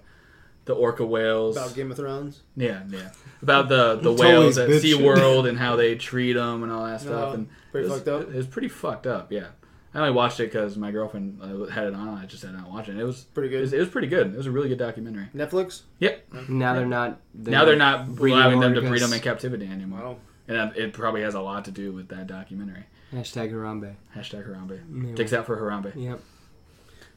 Speaker 3: the orca whales.
Speaker 1: About Game of Thrones.
Speaker 3: Yeah, yeah. About the, the
Speaker 2: Totally
Speaker 3: whales at
Speaker 2: bitching.
Speaker 3: SeaWorld and how they treat them and all that
Speaker 1: No,
Speaker 3: stuff. and
Speaker 1: Uh-huh. pretty
Speaker 3: it was,
Speaker 1: fucked up.
Speaker 3: It was pretty fucked up. Yeah, I only watched it because my girlfriend uh, had it on. I just ended up watching it. It was
Speaker 1: Pretty good.
Speaker 3: It was, it was pretty good. It was a really good documentary.
Speaker 1: Netflix.
Speaker 3: Yep.
Speaker 2: Now they're not.
Speaker 3: now they're not
Speaker 2: breeding
Speaker 3: allowing them to
Speaker 2: orcas.
Speaker 3: breed them in captivity anymore.
Speaker 1: Wow.
Speaker 3: And that, it probably has a lot to do with that documentary.
Speaker 2: Hashtag Harambe.
Speaker 3: Hashtag Harambe.
Speaker 2: Maybe.
Speaker 3: Takes out for Harambe.
Speaker 2: Yep.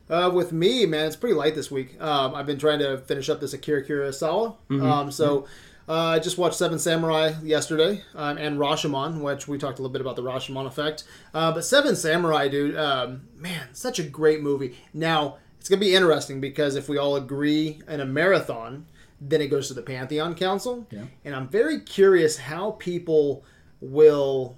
Speaker 1: Uh, with me, man, it's pretty light this week. Um, I've been trying to finish up this Akira Kurosawa. Um, so uh, I just watched Seven Samurai yesterday um, and Rashomon, which we talked a little bit about the Rashomon effect. Uh, but Seven Samurai, dude, um, man, such a great movie. Now, it's going to be interesting because if we all agree in a marathon, then it goes to the Pantheon Council.
Speaker 3: Yeah.
Speaker 1: And I'm very curious how people will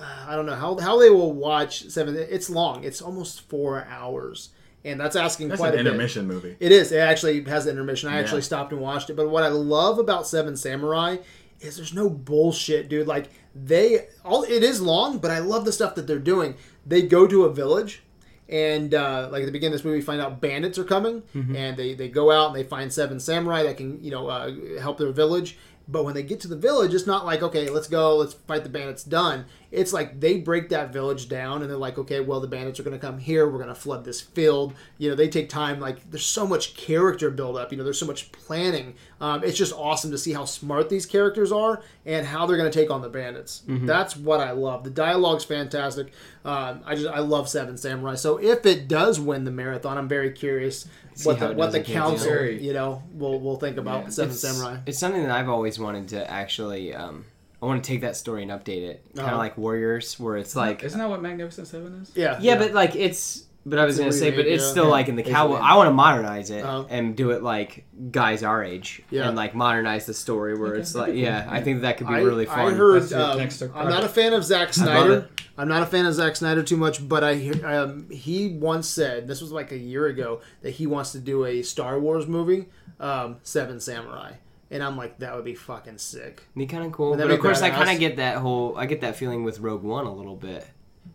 Speaker 1: uh, I don't know how how they will watch seven. It's long. It's almost four hours, and that's asking
Speaker 3: That's
Speaker 1: quite
Speaker 3: an
Speaker 1: a bit.
Speaker 3: intermission movie.
Speaker 1: It is. It actually has an intermission. I
Speaker 3: Yeah.
Speaker 1: actually stopped and watched it. But what I love about Seven Samurai is there's no bullshit, dude. Like they all. It is long, but I love the stuff that they're doing. They go to a village. And uh, like at the beginning of this movie, we find out bandits are coming, and they, they go out and they find seven samurai that can you know uh, help their village. But when they get to the village, it's not like okay, let's go, let's fight the bandits. Done. It's like they break that village down, and they're like, okay, well the bandits are going to come here. We're going to flood this field. You know, they take time. Like there's so much character buildup. You know, there's so much planning. Um, it's just awesome to see how smart these characters are and how they're going to take on the bandits.
Speaker 2: Mm-hmm.
Speaker 1: That's what I love. The dialogue's fantastic. Um, I just I love Seven Samurai. So if it does win the marathon, I'm very curious what
Speaker 2: how
Speaker 1: the
Speaker 2: it
Speaker 1: what
Speaker 2: does
Speaker 1: the
Speaker 2: in Kansas.
Speaker 1: council
Speaker 3: Very-
Speaker 1: you know will will think about
Speaker 3: Yeah.
Speaker 1: Seven
Speaker 2: It's-
Speaker 1: Samurai.
Speaker 2: It's something that I've always wanted to actually. Um, I want to take that story and update it, kind of
Speaker 1: Uh-huh.
Speaker 2: like Warriors, where it's like.
Speaker 3: Isn't that what Magnificent Seven is?
Speaker 1: Yeah,
Speaker 2: yeah, but like it's. But I was
Speaker 1: It's
Speaker 2: gonna
Speaker 1: really
Speaker 2: say, but
Speaker 1: big,
Speaker 2: it's
Speaker 1: yeah.
Speaker 2: still
Speaker 1: Yeah,
Speaker 2: like in the cowboy.
Speaker 3: basically.
Speaker 2: I want to modernize it
Speaker 1: Uh-huh.
Speaker 2: and do it like guys our age
Speaker 1: Yeah.
Speaker 2: and like modernize the story where it's like, yeah,
Speaker 1: <laughs>
Speaker 2: I think that could be
Speaker 1: I,
Speaker 2: really
Speaker 1: I
Speaker 2: fun.
Speaker 1: heard.
Speaker 3: That's your
Speaker 1: Um,
Speaker 3: next
Speaker 1: I'm not a
Speaker 3: project.
Speaker 1: fan of Zack
Speaker 2: love
Speaker 1: Snyder.
Speaker 2: it.
Speaker 1: I'm not a fan of Zack Snyder too much, but I hear um, he once said this was like a year ago that he wants to do a Star Wars movie, um, Seven Samurai, and I'm like that would be fucking sick.
Speaker 2: Be kind of cool,
Speaker 1: Wouldn't that
Speaker 2: but of
Speaker 1: be
Speaker 2: course, I kind
Speaker 1: badass?
Speaker 2: of get that whole. I get that feeling with Rogue One a little bit.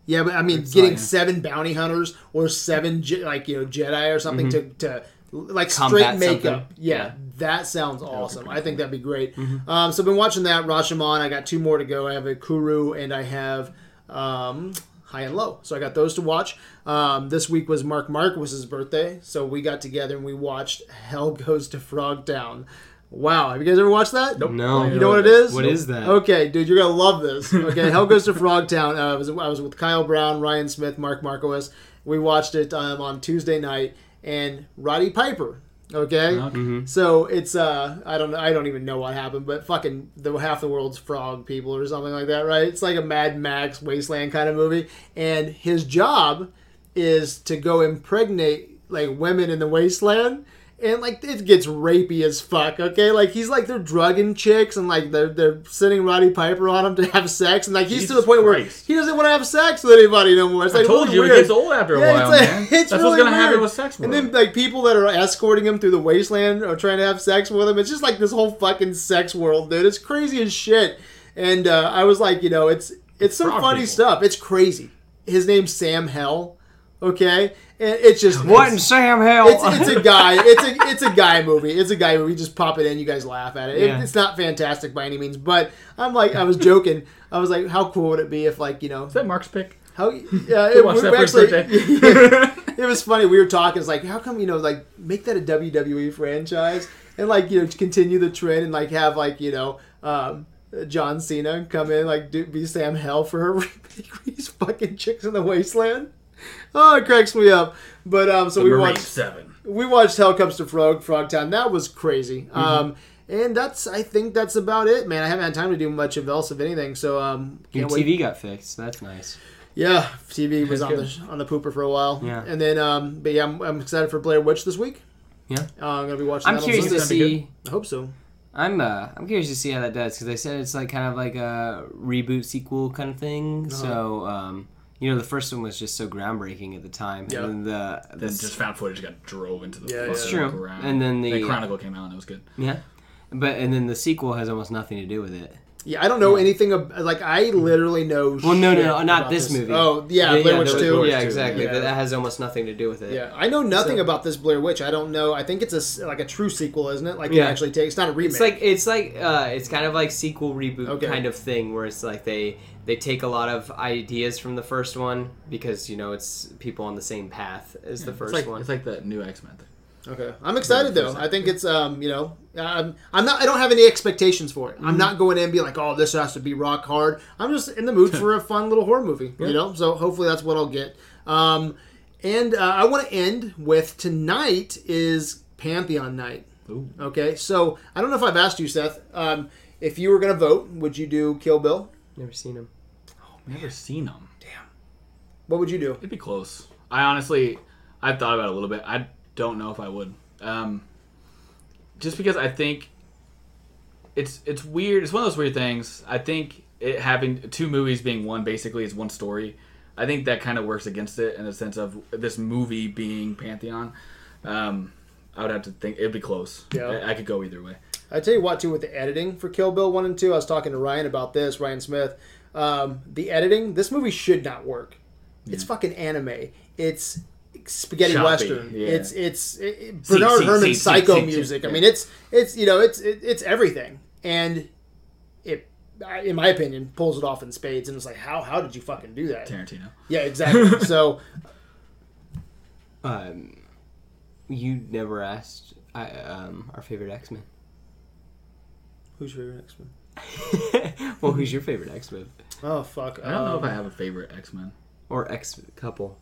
Speaker 1: Yeah, but I mean, getting
Speaker 3: like-
Speaker 1: seven bounty hunters or seven Je- like you know Jedi or something to to like
Speaker 2: Combat
Speaker 1: straight makeup.
Speaker 2: something.
Speaker 1: Yeah,
Speaker 2: Yeah.
Speaker 1: that sounds awesome. I think that'd be great. Um, so I've been watching that Rashomon. I got two more to go. I have a Kuru and I have um, High and Low. So I got those to watch. Um, this week was Mark Marquis's birthday, so we got together and we watched Hell Goes to Frog Town. Wow, have you guys ever watched that? Nope.
Speaker 2: No,
Speaker 1: You know what it is?
Speaker 2: What is that?
Speaker 1: Okay, dude, you're gonna love this. Okay, Hell Goes to Frogtown. Uh, I was I was with Kyle Brown, Ryan Smith, Mark Markowitz. We watched it um, on Tuesday night, and Roddy Piper. Okay,
Speaker 2: Oh,
Speaker 3: Mm-hmm.
Speaker 1: so it's uh I don't know I don't even know what happened, but fucking the half the world's frog people or something like that, right? It's like a Mad Max Wasteland kind of movie, and his job is to go impregnate like women in the wasteland and like it gets rapey as fuck okay like he's like they're drugging chicks and like they're, they're sending roddy piper on him to have sex and like he's to the
Speaker 3: Jesus
Speaker 1: point where
Speaker 3: Christ.
Speaker 1: he doesn't want to have sex with anybody no more it's like
Speaker 3: I told
Speaker 1: really
Speaker 3: you
Speaker 1: weird.
Speaker 3: it gets old after a
Speaker 1: Yeah,
Speaker 3: while,
Speaker 1: it's like- <laughs>
Speaker 3: man.
Speaker 1: it's
Speaker 3: That's
Speaker 1: really
Speaker 3: what's gonna happen
Speaker 1: weird.
Speaker 3: with sex.
Speaker 1: and
Speaker 3: world.
Speaker 1: then like people that are escorting him through the wasteland or trying to have sex with him it's just like this whole fucking sex world dude it's crazy as shit and uh, i was like you know it's it's some
Speaker 3: Frog
Speaker 1: funny
Speaker 3: people.
Speaker 1: stuff it's crazy his name's sam hell okay and it's just
Speaker 2: What in Sam Hell?
Speaker 1: It's, it's a guy. It's a it's a guy movie. It's a guy movie. You just pop it in. You guys laugh at it. It-
Speaker 2: Yeah.
Speaker 1: It's not fantastic by any means, but I'm like I was joking. I was like, how cool would it be if like you know
Speaker 3: Is that Mark's pick?
Speaker 1: how yeah it,
Speaker 3: watch
Speaker 1: we
Speaker 3: that for his
Speaker 1: actually <laughs>
Speaker 3: birthday. <laughs>
Speaker 1: it was funny. We were talking. It's like how come you know like make that a WWE franchise and like you know continue the trend and like have like you know. Um, John Cena come in like do, be Sam Hell for her <laughs> these fucking chicks in the wasteland. Oh, it cracks me up. But um, so we
Speaker 3: Marine
Speaker 1: watched
Speaker 3: Seven.
Speaker 1: we watched Hell Comes to Frog, Frogtown. That was crazy. Um, and that's, I think that's about it, man. I haven't had time to do much of else of anything, so um,
Speaker 2: Your
Speaker 1: wait.
Speaker 2: TV got fixed. That's nice.
Speaker 1: Yeah, TV was on
Speaker 3: That's
Speaker 1: the on the pooper for a while.
Speaker 2: Yeah.
Speaker 1: and then um, but yeah, I'm, I'm excited for Blair Witch this week.
Speaker 2: Yeah.
Speaker 1: uh, I'm gonna be watching.
Speaker 2: I'm
Speaker 1: that on
Speaker 2: curious to
Speaker 1: Sunday.
Speaker 3: gonna be
Speaker 2: see.
Speaker 1: I hope so.
Speaker 2: I'm uh, I'm curious to see how that does because they said it's like kind of like a reboot sequel kind of thing. So um, you know, the first one was just so groundbreaking at the time,
Speaker 1: Yeah.
Speaker 2: and then the, the
Speaker 3: Then just found footage got drove into the
Speaker 1: Yeah, yeah.
Speaker 3: fucking
Speaker 1: It's
Speaker 2: true.
Speaker 3: ground.
Speaker 1: uh,
Speaker 2: And then the-
Speaker 3: Chronicle came out and it was good.
Speaker 2: yeah, but and then the sequel has almost nothing to do with it.
Speaker 1: Yeah, I don't know anything. Ab- like I literally know.
Speaker 2: Well, no, no,
Speaker 1: shit
Speaker 2: no, not
Speaker 1: about
Speaker 2: this movie.
Speaker 1: Oh, yeah, Blair Witch
Speaker 2: no,
Speaker 1: Two.
Speaker 2: Yeah,
Speaker 3: Witch 2,
Speaker 2: exactly.
Speaker 3: yeah.
Speaker 2: That that has almost nothing to do with it.
Speaker 1: Yeah, I know nothing
Speaker 2: So-
Speaker 1: about this Blair Witch. I don't know. I think it's a s- like a true sequel, isn't it? Like
Speaker 2: Yeah.
Speaker 1: it actually takes. It's not a remake.
Speaker 2: It's like it's like uh, it's kind of like sequel reboot
Speaker 1: Okay.
Speaker 2: kind of thing where it's like they they take a lot of ideas from the first one because you know it's people on the same path as the first
Speaker 3: it's like,
Speaker 2: one.
Speaker 3: It's like the new X Men thing.
Speaker 1: okay, I'm excited
Speaker 3: Yeah,
Speaker 1: though.
Speaker 3: first
Speaker 1: I think it's um, you know, um, I'm not. I don't have any expectations for it. I'm not going in and be like, oh, this has to be rock hard. I'm just in the mood for a fun little horror movie. You know, so hopefully that's what I'll get. Um, and uh, I want to end with tonight is Pantheon night.
Speaker 3: Ooh.
Speaker 1: Okay, so I don't know if I've asked you, Seth. Um, if you were going to vote, would you do Kill Bill?
Speaker 2: Never seen him.
Speaker 3: Never seen them. Damn.
Speaker 1: What would you do?
Speaker 3: It'd be close. I honestly, I've thought about it a little bit. I don't know if I would. Um, just because I think it's it's weird. It's one of those weird things. I think it having two movies being one basically is one story. I think that kind of works against it in the sense of this movie being Pantheon. Um, I would have to think it'd be close.
Speaker 1: Yeah.
Speaker 3: I, I could go either way.
Speaker 1: I tell you what, too, with the editing for Kill Bill one and two, I was talking to Ryan about this, Ryan Smith. Um, the editing, this movie should not work. It's fucking anime. It's spaghetti
Speaker 3: Choppy,
Speaker 1: western.
Speaker 3: yeah.
Speaker 1: It's it's it, it-
Speaker 3: See,
Speaker 1: Bernard
Speaker 3: see,
Speaker 1: Herrmann
Speaker 3: see, see,
Speaker 1: psycho
Speaker 3: see, see.
Speaker 1: music. I
Speaker 3: Yeah.
Speaker 1: mean, it's it's you know it's it, it's everything, and it I- in my opinion pulls it off in spades. And it's like, how how did you fucking do that?
Speaker 3: Tarantino.
Speaker 1: Yeah,
Speaker 3: <laughs>
Speaker 1: exactly. so
Speaker 2: Um, you never asked I, um, our favorite X
Speaker 3: <laughs>
Speaker 2: Men.
Speaker 1: who's your next one?
Speaker 2: well, who's your favorite X Men
Speaker 1: Oh fuck!
Speaker 3: I don't know if
Speaker 1: Um,
Speaker 3: I have a favorite X Men.
Speaker 2: or X couple?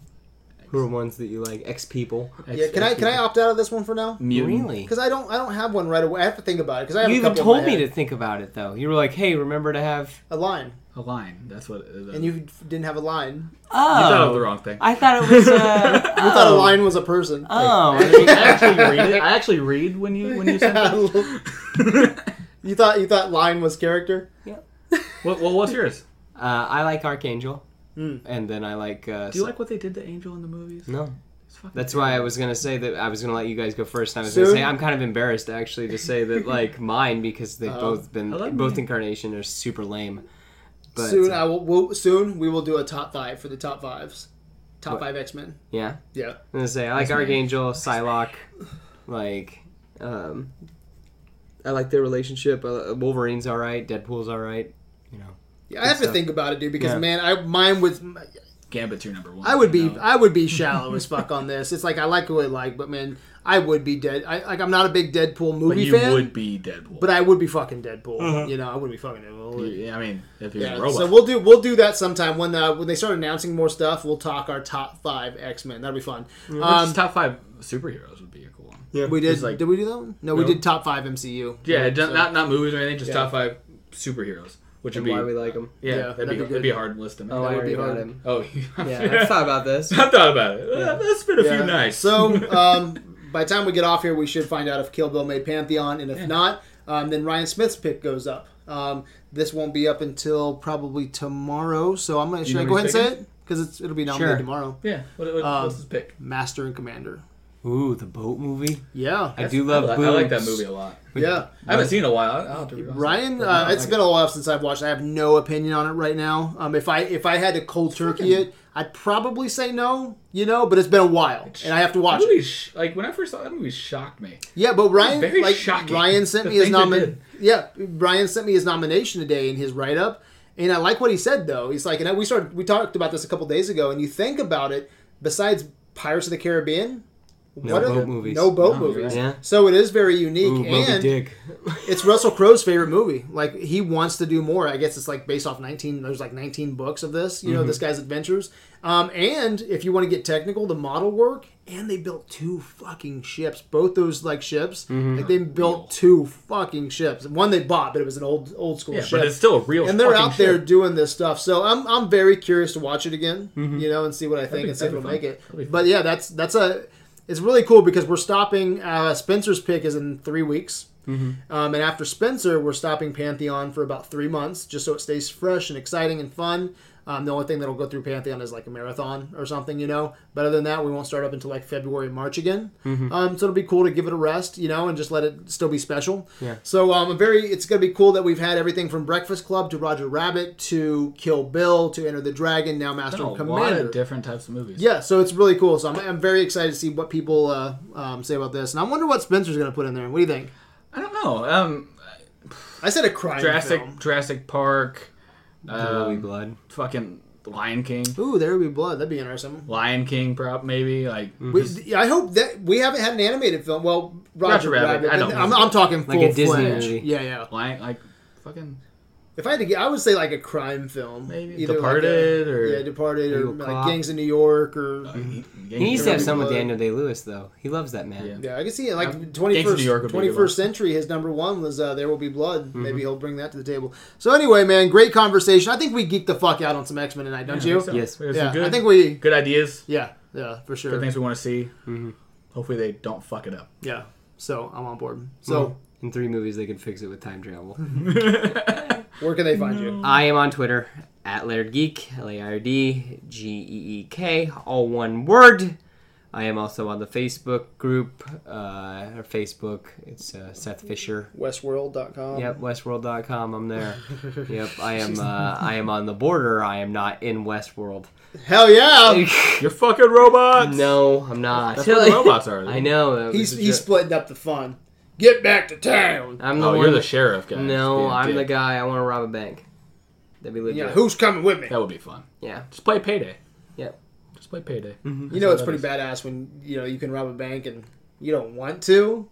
Speaker 2: Who are ones that you like? X people.
Speaker 1: Yeah, can I can I opt out of this one for now?
Speaker 2: Really?
Speaker 1: Because I don't I don't have one right away. I have to think about it. Because I have
Speaker 2: You
Speaker 1: a
Speaker 2: even
Speaker 1: couple in
Speaker 2: told
Speaker 1: my
Speaker 2: me
Speaker 1: head.
Speaker 2: to think about it though. You were like, "Hey, remember to have."
Speaker 1: a line,
Speaker 3: A line. That's what. Uh,
Speaker 1: and
Speaker 3: you
Speaker 1: you Um, didn't have a line.
Speaker 2: Oh,
Speaker 3: thought of the wrong thing.
Speaker 2: I thought it was. Uh,
Speaker 1: <laughs> You thought a line was a person.
Speaker 2: Oh,
Speaker 1: <laughs>
Speaker 3: I actually read it. I actually read when you when you send that.
Speaker 1: you thought you thought line was character.
Speaker 3: <laughs>
Speaker 1: <laughs>
Speaker 3: what, what what's yours?
Speaker 2: Uh, I like Archangel,
Speaker 1: Mm.
Speaker 2: and then I like. Uh,
Speaker 3: Do you like what they did to Angel in the movies?
Speaker 2: No,
Speaker 3: It's fucking
Speaker 2: that's why I was gonna say that I was gonna let you guys go first. and I was
Speaker 1: Soon?
Speaker 2: gonna say I'm kind of embarrassed actually to say
Speaker 1: <laughs>
Speaker 2: that like mine because they've
Speaker 1: Oh.
Speaker 2: both been
Speaker 3: I love
Speaker 2: both
Speaker 3: mine.
Speaker 2: incarnation are super lame. But
Speaker 3: uh,
Speaker 1: soon I will. We'll, soon we will do a top five for the top fives, top
Speaker 2: What?
Speaker 1: five X Men.
Speaker 2: yeah, I'm
Speaker 1: Yeah,
Speaker 2: gonna say I like
Speaker 3: That's mine.
Speaker 2: Archangel, Psylocke, like. Um, I like their relationship. Uh, Wolverine's all right. Deadpool's all right. You know.
Speaker 1: yeah. I have to
Speaker 2: stuff.
Speaker 1: think about it, dude. Because
Speaker 2: Yeah.
Speaker 1: man, I mine was.
Speaker 3: Gambit's your number one.
Speaker 1: I would be
Speaker 3: No.
Speaker 1: I would be shallow as fuck on this. It's like I like who I like, but man, I would be dead. I like I'm not a big Deadpool
Speaker 3: but
Speaker 1: movie
Speaker 3: you
Speaker 1: fan,
Speaker 3: would Mm-hmm. be Deadpool.
Speaker 1: but I would be fucking Deadpool. You know, I would be fucking Deadpool.
Speaker 3: You- I mean, if you're
Speaker 1: Yeah,
Speaker 3: a robot.
Speaker 1: so we'll do we'll do that sometime when uh, when they start announcing more stuff. We'll talk our top five X Men. That'll be fun.
Speaker 3: Just
Speaker 1: Um,
Speaker 3: top five superheroes would be a cool one. Yeah,
Speaker 1: we did
Speaker 3: It's like-
Speaker 1: did we do that one? No, we
Speaker 3: No.
Speaker 1: did top five MCU.
Speaker 3: yeah,
Speaker 1: So-
Speaker 3: not not, not movies or anything. Just
Speaker 1: Yeah.
Speaker 3: top five superheroes, which would
Speaker 2: And
Speaker 3: be
Speaker 2: why we like them.
Speaker 3: yeah,
Speaker 1: Yeah,
Speaker 3: that'd, be,
Speaker 1: that'd be
Speaker 3: that'd be a hard list to make.
Speaker 2: Oh, I
Speaker 1: would be
Speaker 2: already got
Speaker 1: hard.
Speaker 2: him.
Speaker 3: <laughs>
Speaker 1: <laughs>
Speaker 3: oh, <laughs>
Speaker 2: Yeah, I thought about this.
Speaker 3: I thought about it. That's been a
Speaker 1: Yeah.
Speaker 3: few nights. <laughs>
Speaker 1: So um, by the time we get off here, we should find out if Kill Bill made Pantheon, and if not, um, then Ryan Smith's pick goes up. Um, this won't be up until probably tomorrow. So I'm gonna should
Speaker 3: know
Speaker 1: I go ahead and
Speaker 3: who's
Speaker 1: say it because it'll be nominated
Speaker 2: Sure.
Speaker 1: tomorrow.
Speaker 3: yeah, what, what,
Speaker 1: Um,
Speaker 3: what's his pick?
Speaker 1: Master and Commander.
Speaker 2: Ooh, the boat movie.
Speaker 1: Yeah,
Speaker 2: I do love.
Speaker 3: I,
Speaker 2: boobs.
Speaker 3: I like that movie a lot.
Speaker 1: yeah.
Speaker 3: I haven't seen it in a while. I- I'll have to re-watch it.
Speaker 1: Ryan,
Speaker 3: I
Speaker 1: uh,
Speaker 3: like
Speaker 1: it's been a while since I've watched. it. I have no opinion on it right now. Um, if I if I had to cold turkey it, I'd probably say no. You know, but it's been a while, and I have to watch
Speaker 3: That
Speaker 1: it.
Speaker 3: movie, sh- like when I first saw that movie, shocked me.
Speaker 1: Yeah, but Ryan,
Speaker 3: Very
Speaker 1: like
Speaker 3: shocking,
Speaker 1: Ryan sent
Speaker 3: the
Speaker 1: me his
Speaker 3: things they
Speaker 1: nomin.
Speaker 3: did.
Speaker 1: Yeah, Ryan sent me his nomination today in his write up, and I like what he said though. He's like, and I- we started we talked about this a couple days ago, and you think about it. Besides Pirates of the Caribbean,
Speaker 2: No boat movies.
Speaker 1: No boat
Speaker 3: No,
Speaker 1: movies.
Speaker 2: yeah.
Speaker 1: So it is very unique
Speaker 2: Ooh, Moby
Speaker 1: and.
Speaker 2: Dick.
Speaker 1: it's Russell Crowe's favorite movie. Like he wants to do more. I guess it's like based off 19 there's like 19 books of this, you know,
Speaker 3: Mm-hmm.
Speaker 1: this guy's adventures. Um and if you want to get technical, the model work and they built two fucking ships. Both those like ships,
Speaker 3: Mm-hmm.
Speaker 1: like they built two fucking ships. One they bought, but it was an old old school
Speaker 3: Yeah,
Speaker 1: ship
Speaker 3: but it's still a real.
Speaker 1: and they're
Speaker 3: fucking
Speaker 1: out there
Speaker 3: shit.
Speaker 1: doing this stuff. So I'm, I'm very curious to watch it again, you know, and see what I think
Speaker 3: be-
Speaker 1: and see if
Speaker 3: Mm-hmm. that'd
Speaker 1: it'll
Speaker 3: be
Speaker 1: make it.
Speaker 3: fun. That'd be fun.
Speaker 1: But yeah, that's that's a it's really cool because we're stopping uh, Spencer's pick is in three weeks, um, and after Spencer, we're stopping Pantheon for about three months just so it stays fresh and exciting and fun. Um, the only thing that'll go through Pantheon is like a marathon or something, you know. But other than that, we won't start up until like February, March again.
Speaker 3: Mm-hmm.
Speaker 1: Um, so it'll be cool to give it a rest, you know, and just let it still be special.
Speaker 2: Yeah.
Speaker 1: So um, I'm very, it's gonna be cool that we've had everything from Breakfast Club to Roger Rabbit to Kill Bill to Enter the Dragon, now Master
Speaker 3: There's Oh, a
Speaker 1: and
Speaker 3: lot
Speaker 1: Commander.
Speaker 3: of different types of movies.
Speaker 1: Yeah, so it's really cool. So I'm, I'm very excited to see what people uh, um, say about this, and I wonder what Spencer's going to put in there. What do you think?
Speaker 3: I don't know. Um,
Speaker 1: I said a crime
Speaker 3: Jurassic,
Speaker 1: film.
Speaker 3: Jurassic Park,
Speaker 2: Bloody
Speaker 3: um,
Speaker 2: blood.
Speaker 3: fucking Lion King,
Speaker 1: Ooh, there would be blood. That'd be interesting.
Speaker 3: Lion King, prop maybe like
Speaker 1: We, th- I hope that we haven't had an animated film. Well, Roger,
Speaker 3: Roger Rabbit,
Speaker 1: Rabbit.
Speaker 3: I don't
Speaker 1: I'm,
Speaker 3: know.
Speaker 1: I'm talking full
Speaker 2: Like a Disney
Speaker 1: fledged.
Speaker 2: movie.
Speaker 1: Yeah, yeah.
Speaker 3: Lion like fucking
Speaker 1: If I had to get, I would say like a crime film.
Speaker 3: Maybe
Speaker 1: like
Speaker 3: Departed
Speaker 1: a-
Speaker 3: or-
Speaker 1: yeah, Departed or
Speaker 2: Evil
Speaker 1: like
Speaker 2: Cop.
Speaker 1: Gangs of New York or
Speaker 2: He needs to have
Speaker 1: Blood.
Speaker 2: some with Daniel Day Lewis though. He loves that man.
Speaker 3: Yeah.
Speaker 1: yeah, I can see it.
Speaker 3: Yeah.
Speaker 1: Like twenty
Speaker 3: Gangs of New York
Speaker 1: first
Speaker 3: would
Speaker 1: twenty
Speaker 3: be a good one.
Speaker 1: first century. His number one was uh, "There Will Be Blood."
Speaker 2: Mm-hmm.
Speaker 1: Maybe he'll bring that to the table. So anyway, man, great conversation. I think we geeked the fuck out on some X Men tonight, don't you?
Speaker 2: so. Yes.
Speaker 3: We have some
Speaker 1: Yeah,
Speaker 3: good,
Speaker 1: I think we.
Speaker 3: good ideas,
Speaker 1: Yeah, yeah, for
Speaker 3: good
Speaker 1: sure.
Speaker 3: things we want to see. Hopefully they don't fuck it up. <laughs>
Speaker 1: Yeah, so I'm on
Speaker 2: Mm-hmm.
Speaker 1: board. So
Speaker 2: Oh. In three movies, they can fix it with time travel.
Speaker 1: where can they find you?
Speaker 2: I am on Twitter at Laird Geek, L A R D G E E K, all one word. I am also on the Facebook group, uh, or Facebook. It's uh, Seth Fisher.
Speaker 3: Oh.
Speaker 1: Westworld.com.
Speaker 2: Yep, Westworld.com. I'm
Speaker 3: <laughs>
Speaker 2: there. yep, I am. Uh, I am on the border. I am not in Westworld.
Speaker 1: Hell yeah!
Speaker 3: You're fucking robots.
Speaker 2: <laughs> no, I'm not.
Speaker 3: Oh. That's
Speaker 2: <laughs>
Speaker 3: where the robots are.
Speaker 2: I know. that was
Speaker 1: He's
Speaker 2: a
Speaker 1: he's
Speaker 2: joke.
Speaker 1: splitting up the fun. Get back to town.
Speaker 2: I'm the
Speaker 3: Oh,
Speaker 2: one.
Speaker 3: you're the sheriff guy.
Speaker 2: no,
Speaker 3: Being a
Speaker 2: I'm the
Speaker 3: dick.
Speaker 2: guy. I want to rob a bank. That'd be legit.
Speaker 1: Yeah, who's coming with me?
Speaker 3: That would be fun.
Speaker 2: yeah.
Speaker 3: Just play Payday.
Speaker 2: Yep. Mm-hmm.
Speaker 3: Just play Payday.
Speaker 1: You know it's pretty badass when you know you can rob a bank and you don't want to,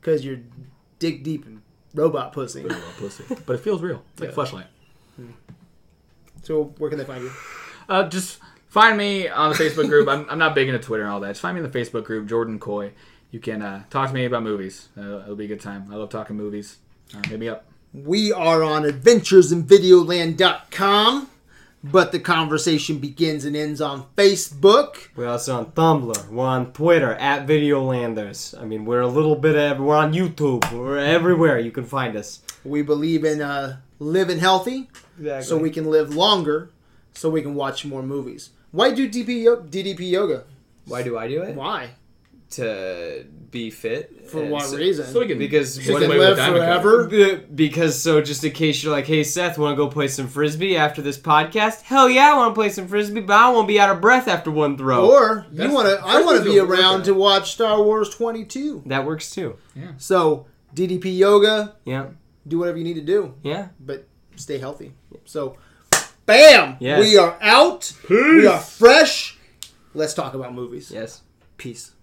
Speaker 1: because you're dick deep in robot pussy.
Speaker 3: Ooh, a <laughs> pussy. But it feels real. It's like
Speaker 1: Yeah.
Speaker 3: flashlight.
Speaker 1: So where can they find you?
Speaker 3: Uh, just find me on the Facebook group. I'm, I'm not big into Twitter and all that. Just find me in the Facebook group, Jordan Coy. You can uh, talk to me about movies. Uh, it'll be a good time. I love talking movies. Uh, hit me up.
Speaker 1: We are on adventuresinvideoland.com, but the conversation begins and ends on Facebook.
Speaker 2: We're also on Tumblr. We're on Twitter at Videolanders. I mean, we're a little bit. Of, we're on YouTube. We're everywhere. You can find us.
Speaker 1: We believe in uh, living healthy
Speaker 2: Exactly.
Speaker 1: so we can live longer, so we can watch more movies. Why do DP yo- DDP yoga?
Speaker 2: Why do I do it?
Speaker 3: <laughs>
Speaker 1: Why?
Speaker 2: To be fit.
Speaker 1: For
Speaker 2: And
Speaker 1: what
Speaker 2: so-
Speaker 1: reason?
Speaker 3: So we can
Speaker 2: Because
Speaker 3: so
Speaker 1: So
Speaker 3: we
Speaker 1: you can live
Speaker 3: can play
Speaker 2: what-
Speaker 3: with Diamond Cutter.
Speaker 1: forever.
Speaker 2: Because so, just in case you're like, "Hey Seth, want to go play some frisbee after this podcast?" Hell yeah, I want to play some frisbee, but I won't be out of breath after one
Speaker 1: Or
Speaker 2: throw.
Speaker 1: you
Speaker 3: Oh, That's-
Speaker 1: want to? I
Speaker 3: first
Speaker 1: want to
Speaker 3: we
Speaker 1: be
Speaker 3: do a
Speaker 1: around
Speaker 3: workout.
Speaker 1: to watch Star Wars 22.
Speaker 2: that works too.
Speaker 1: So DDP yoga,
Speaker 2: Yeah,
Speaker 1: do whatever you need to do,
Speaker 2: yeah.
Speaker 1: but stay healthy. So, bam,
Speaker 2: Yes.
Speaker 1: we are out. We are fresh. Let's talk about movies.
Speaker 2: Yes.
Speaker 1: Peace.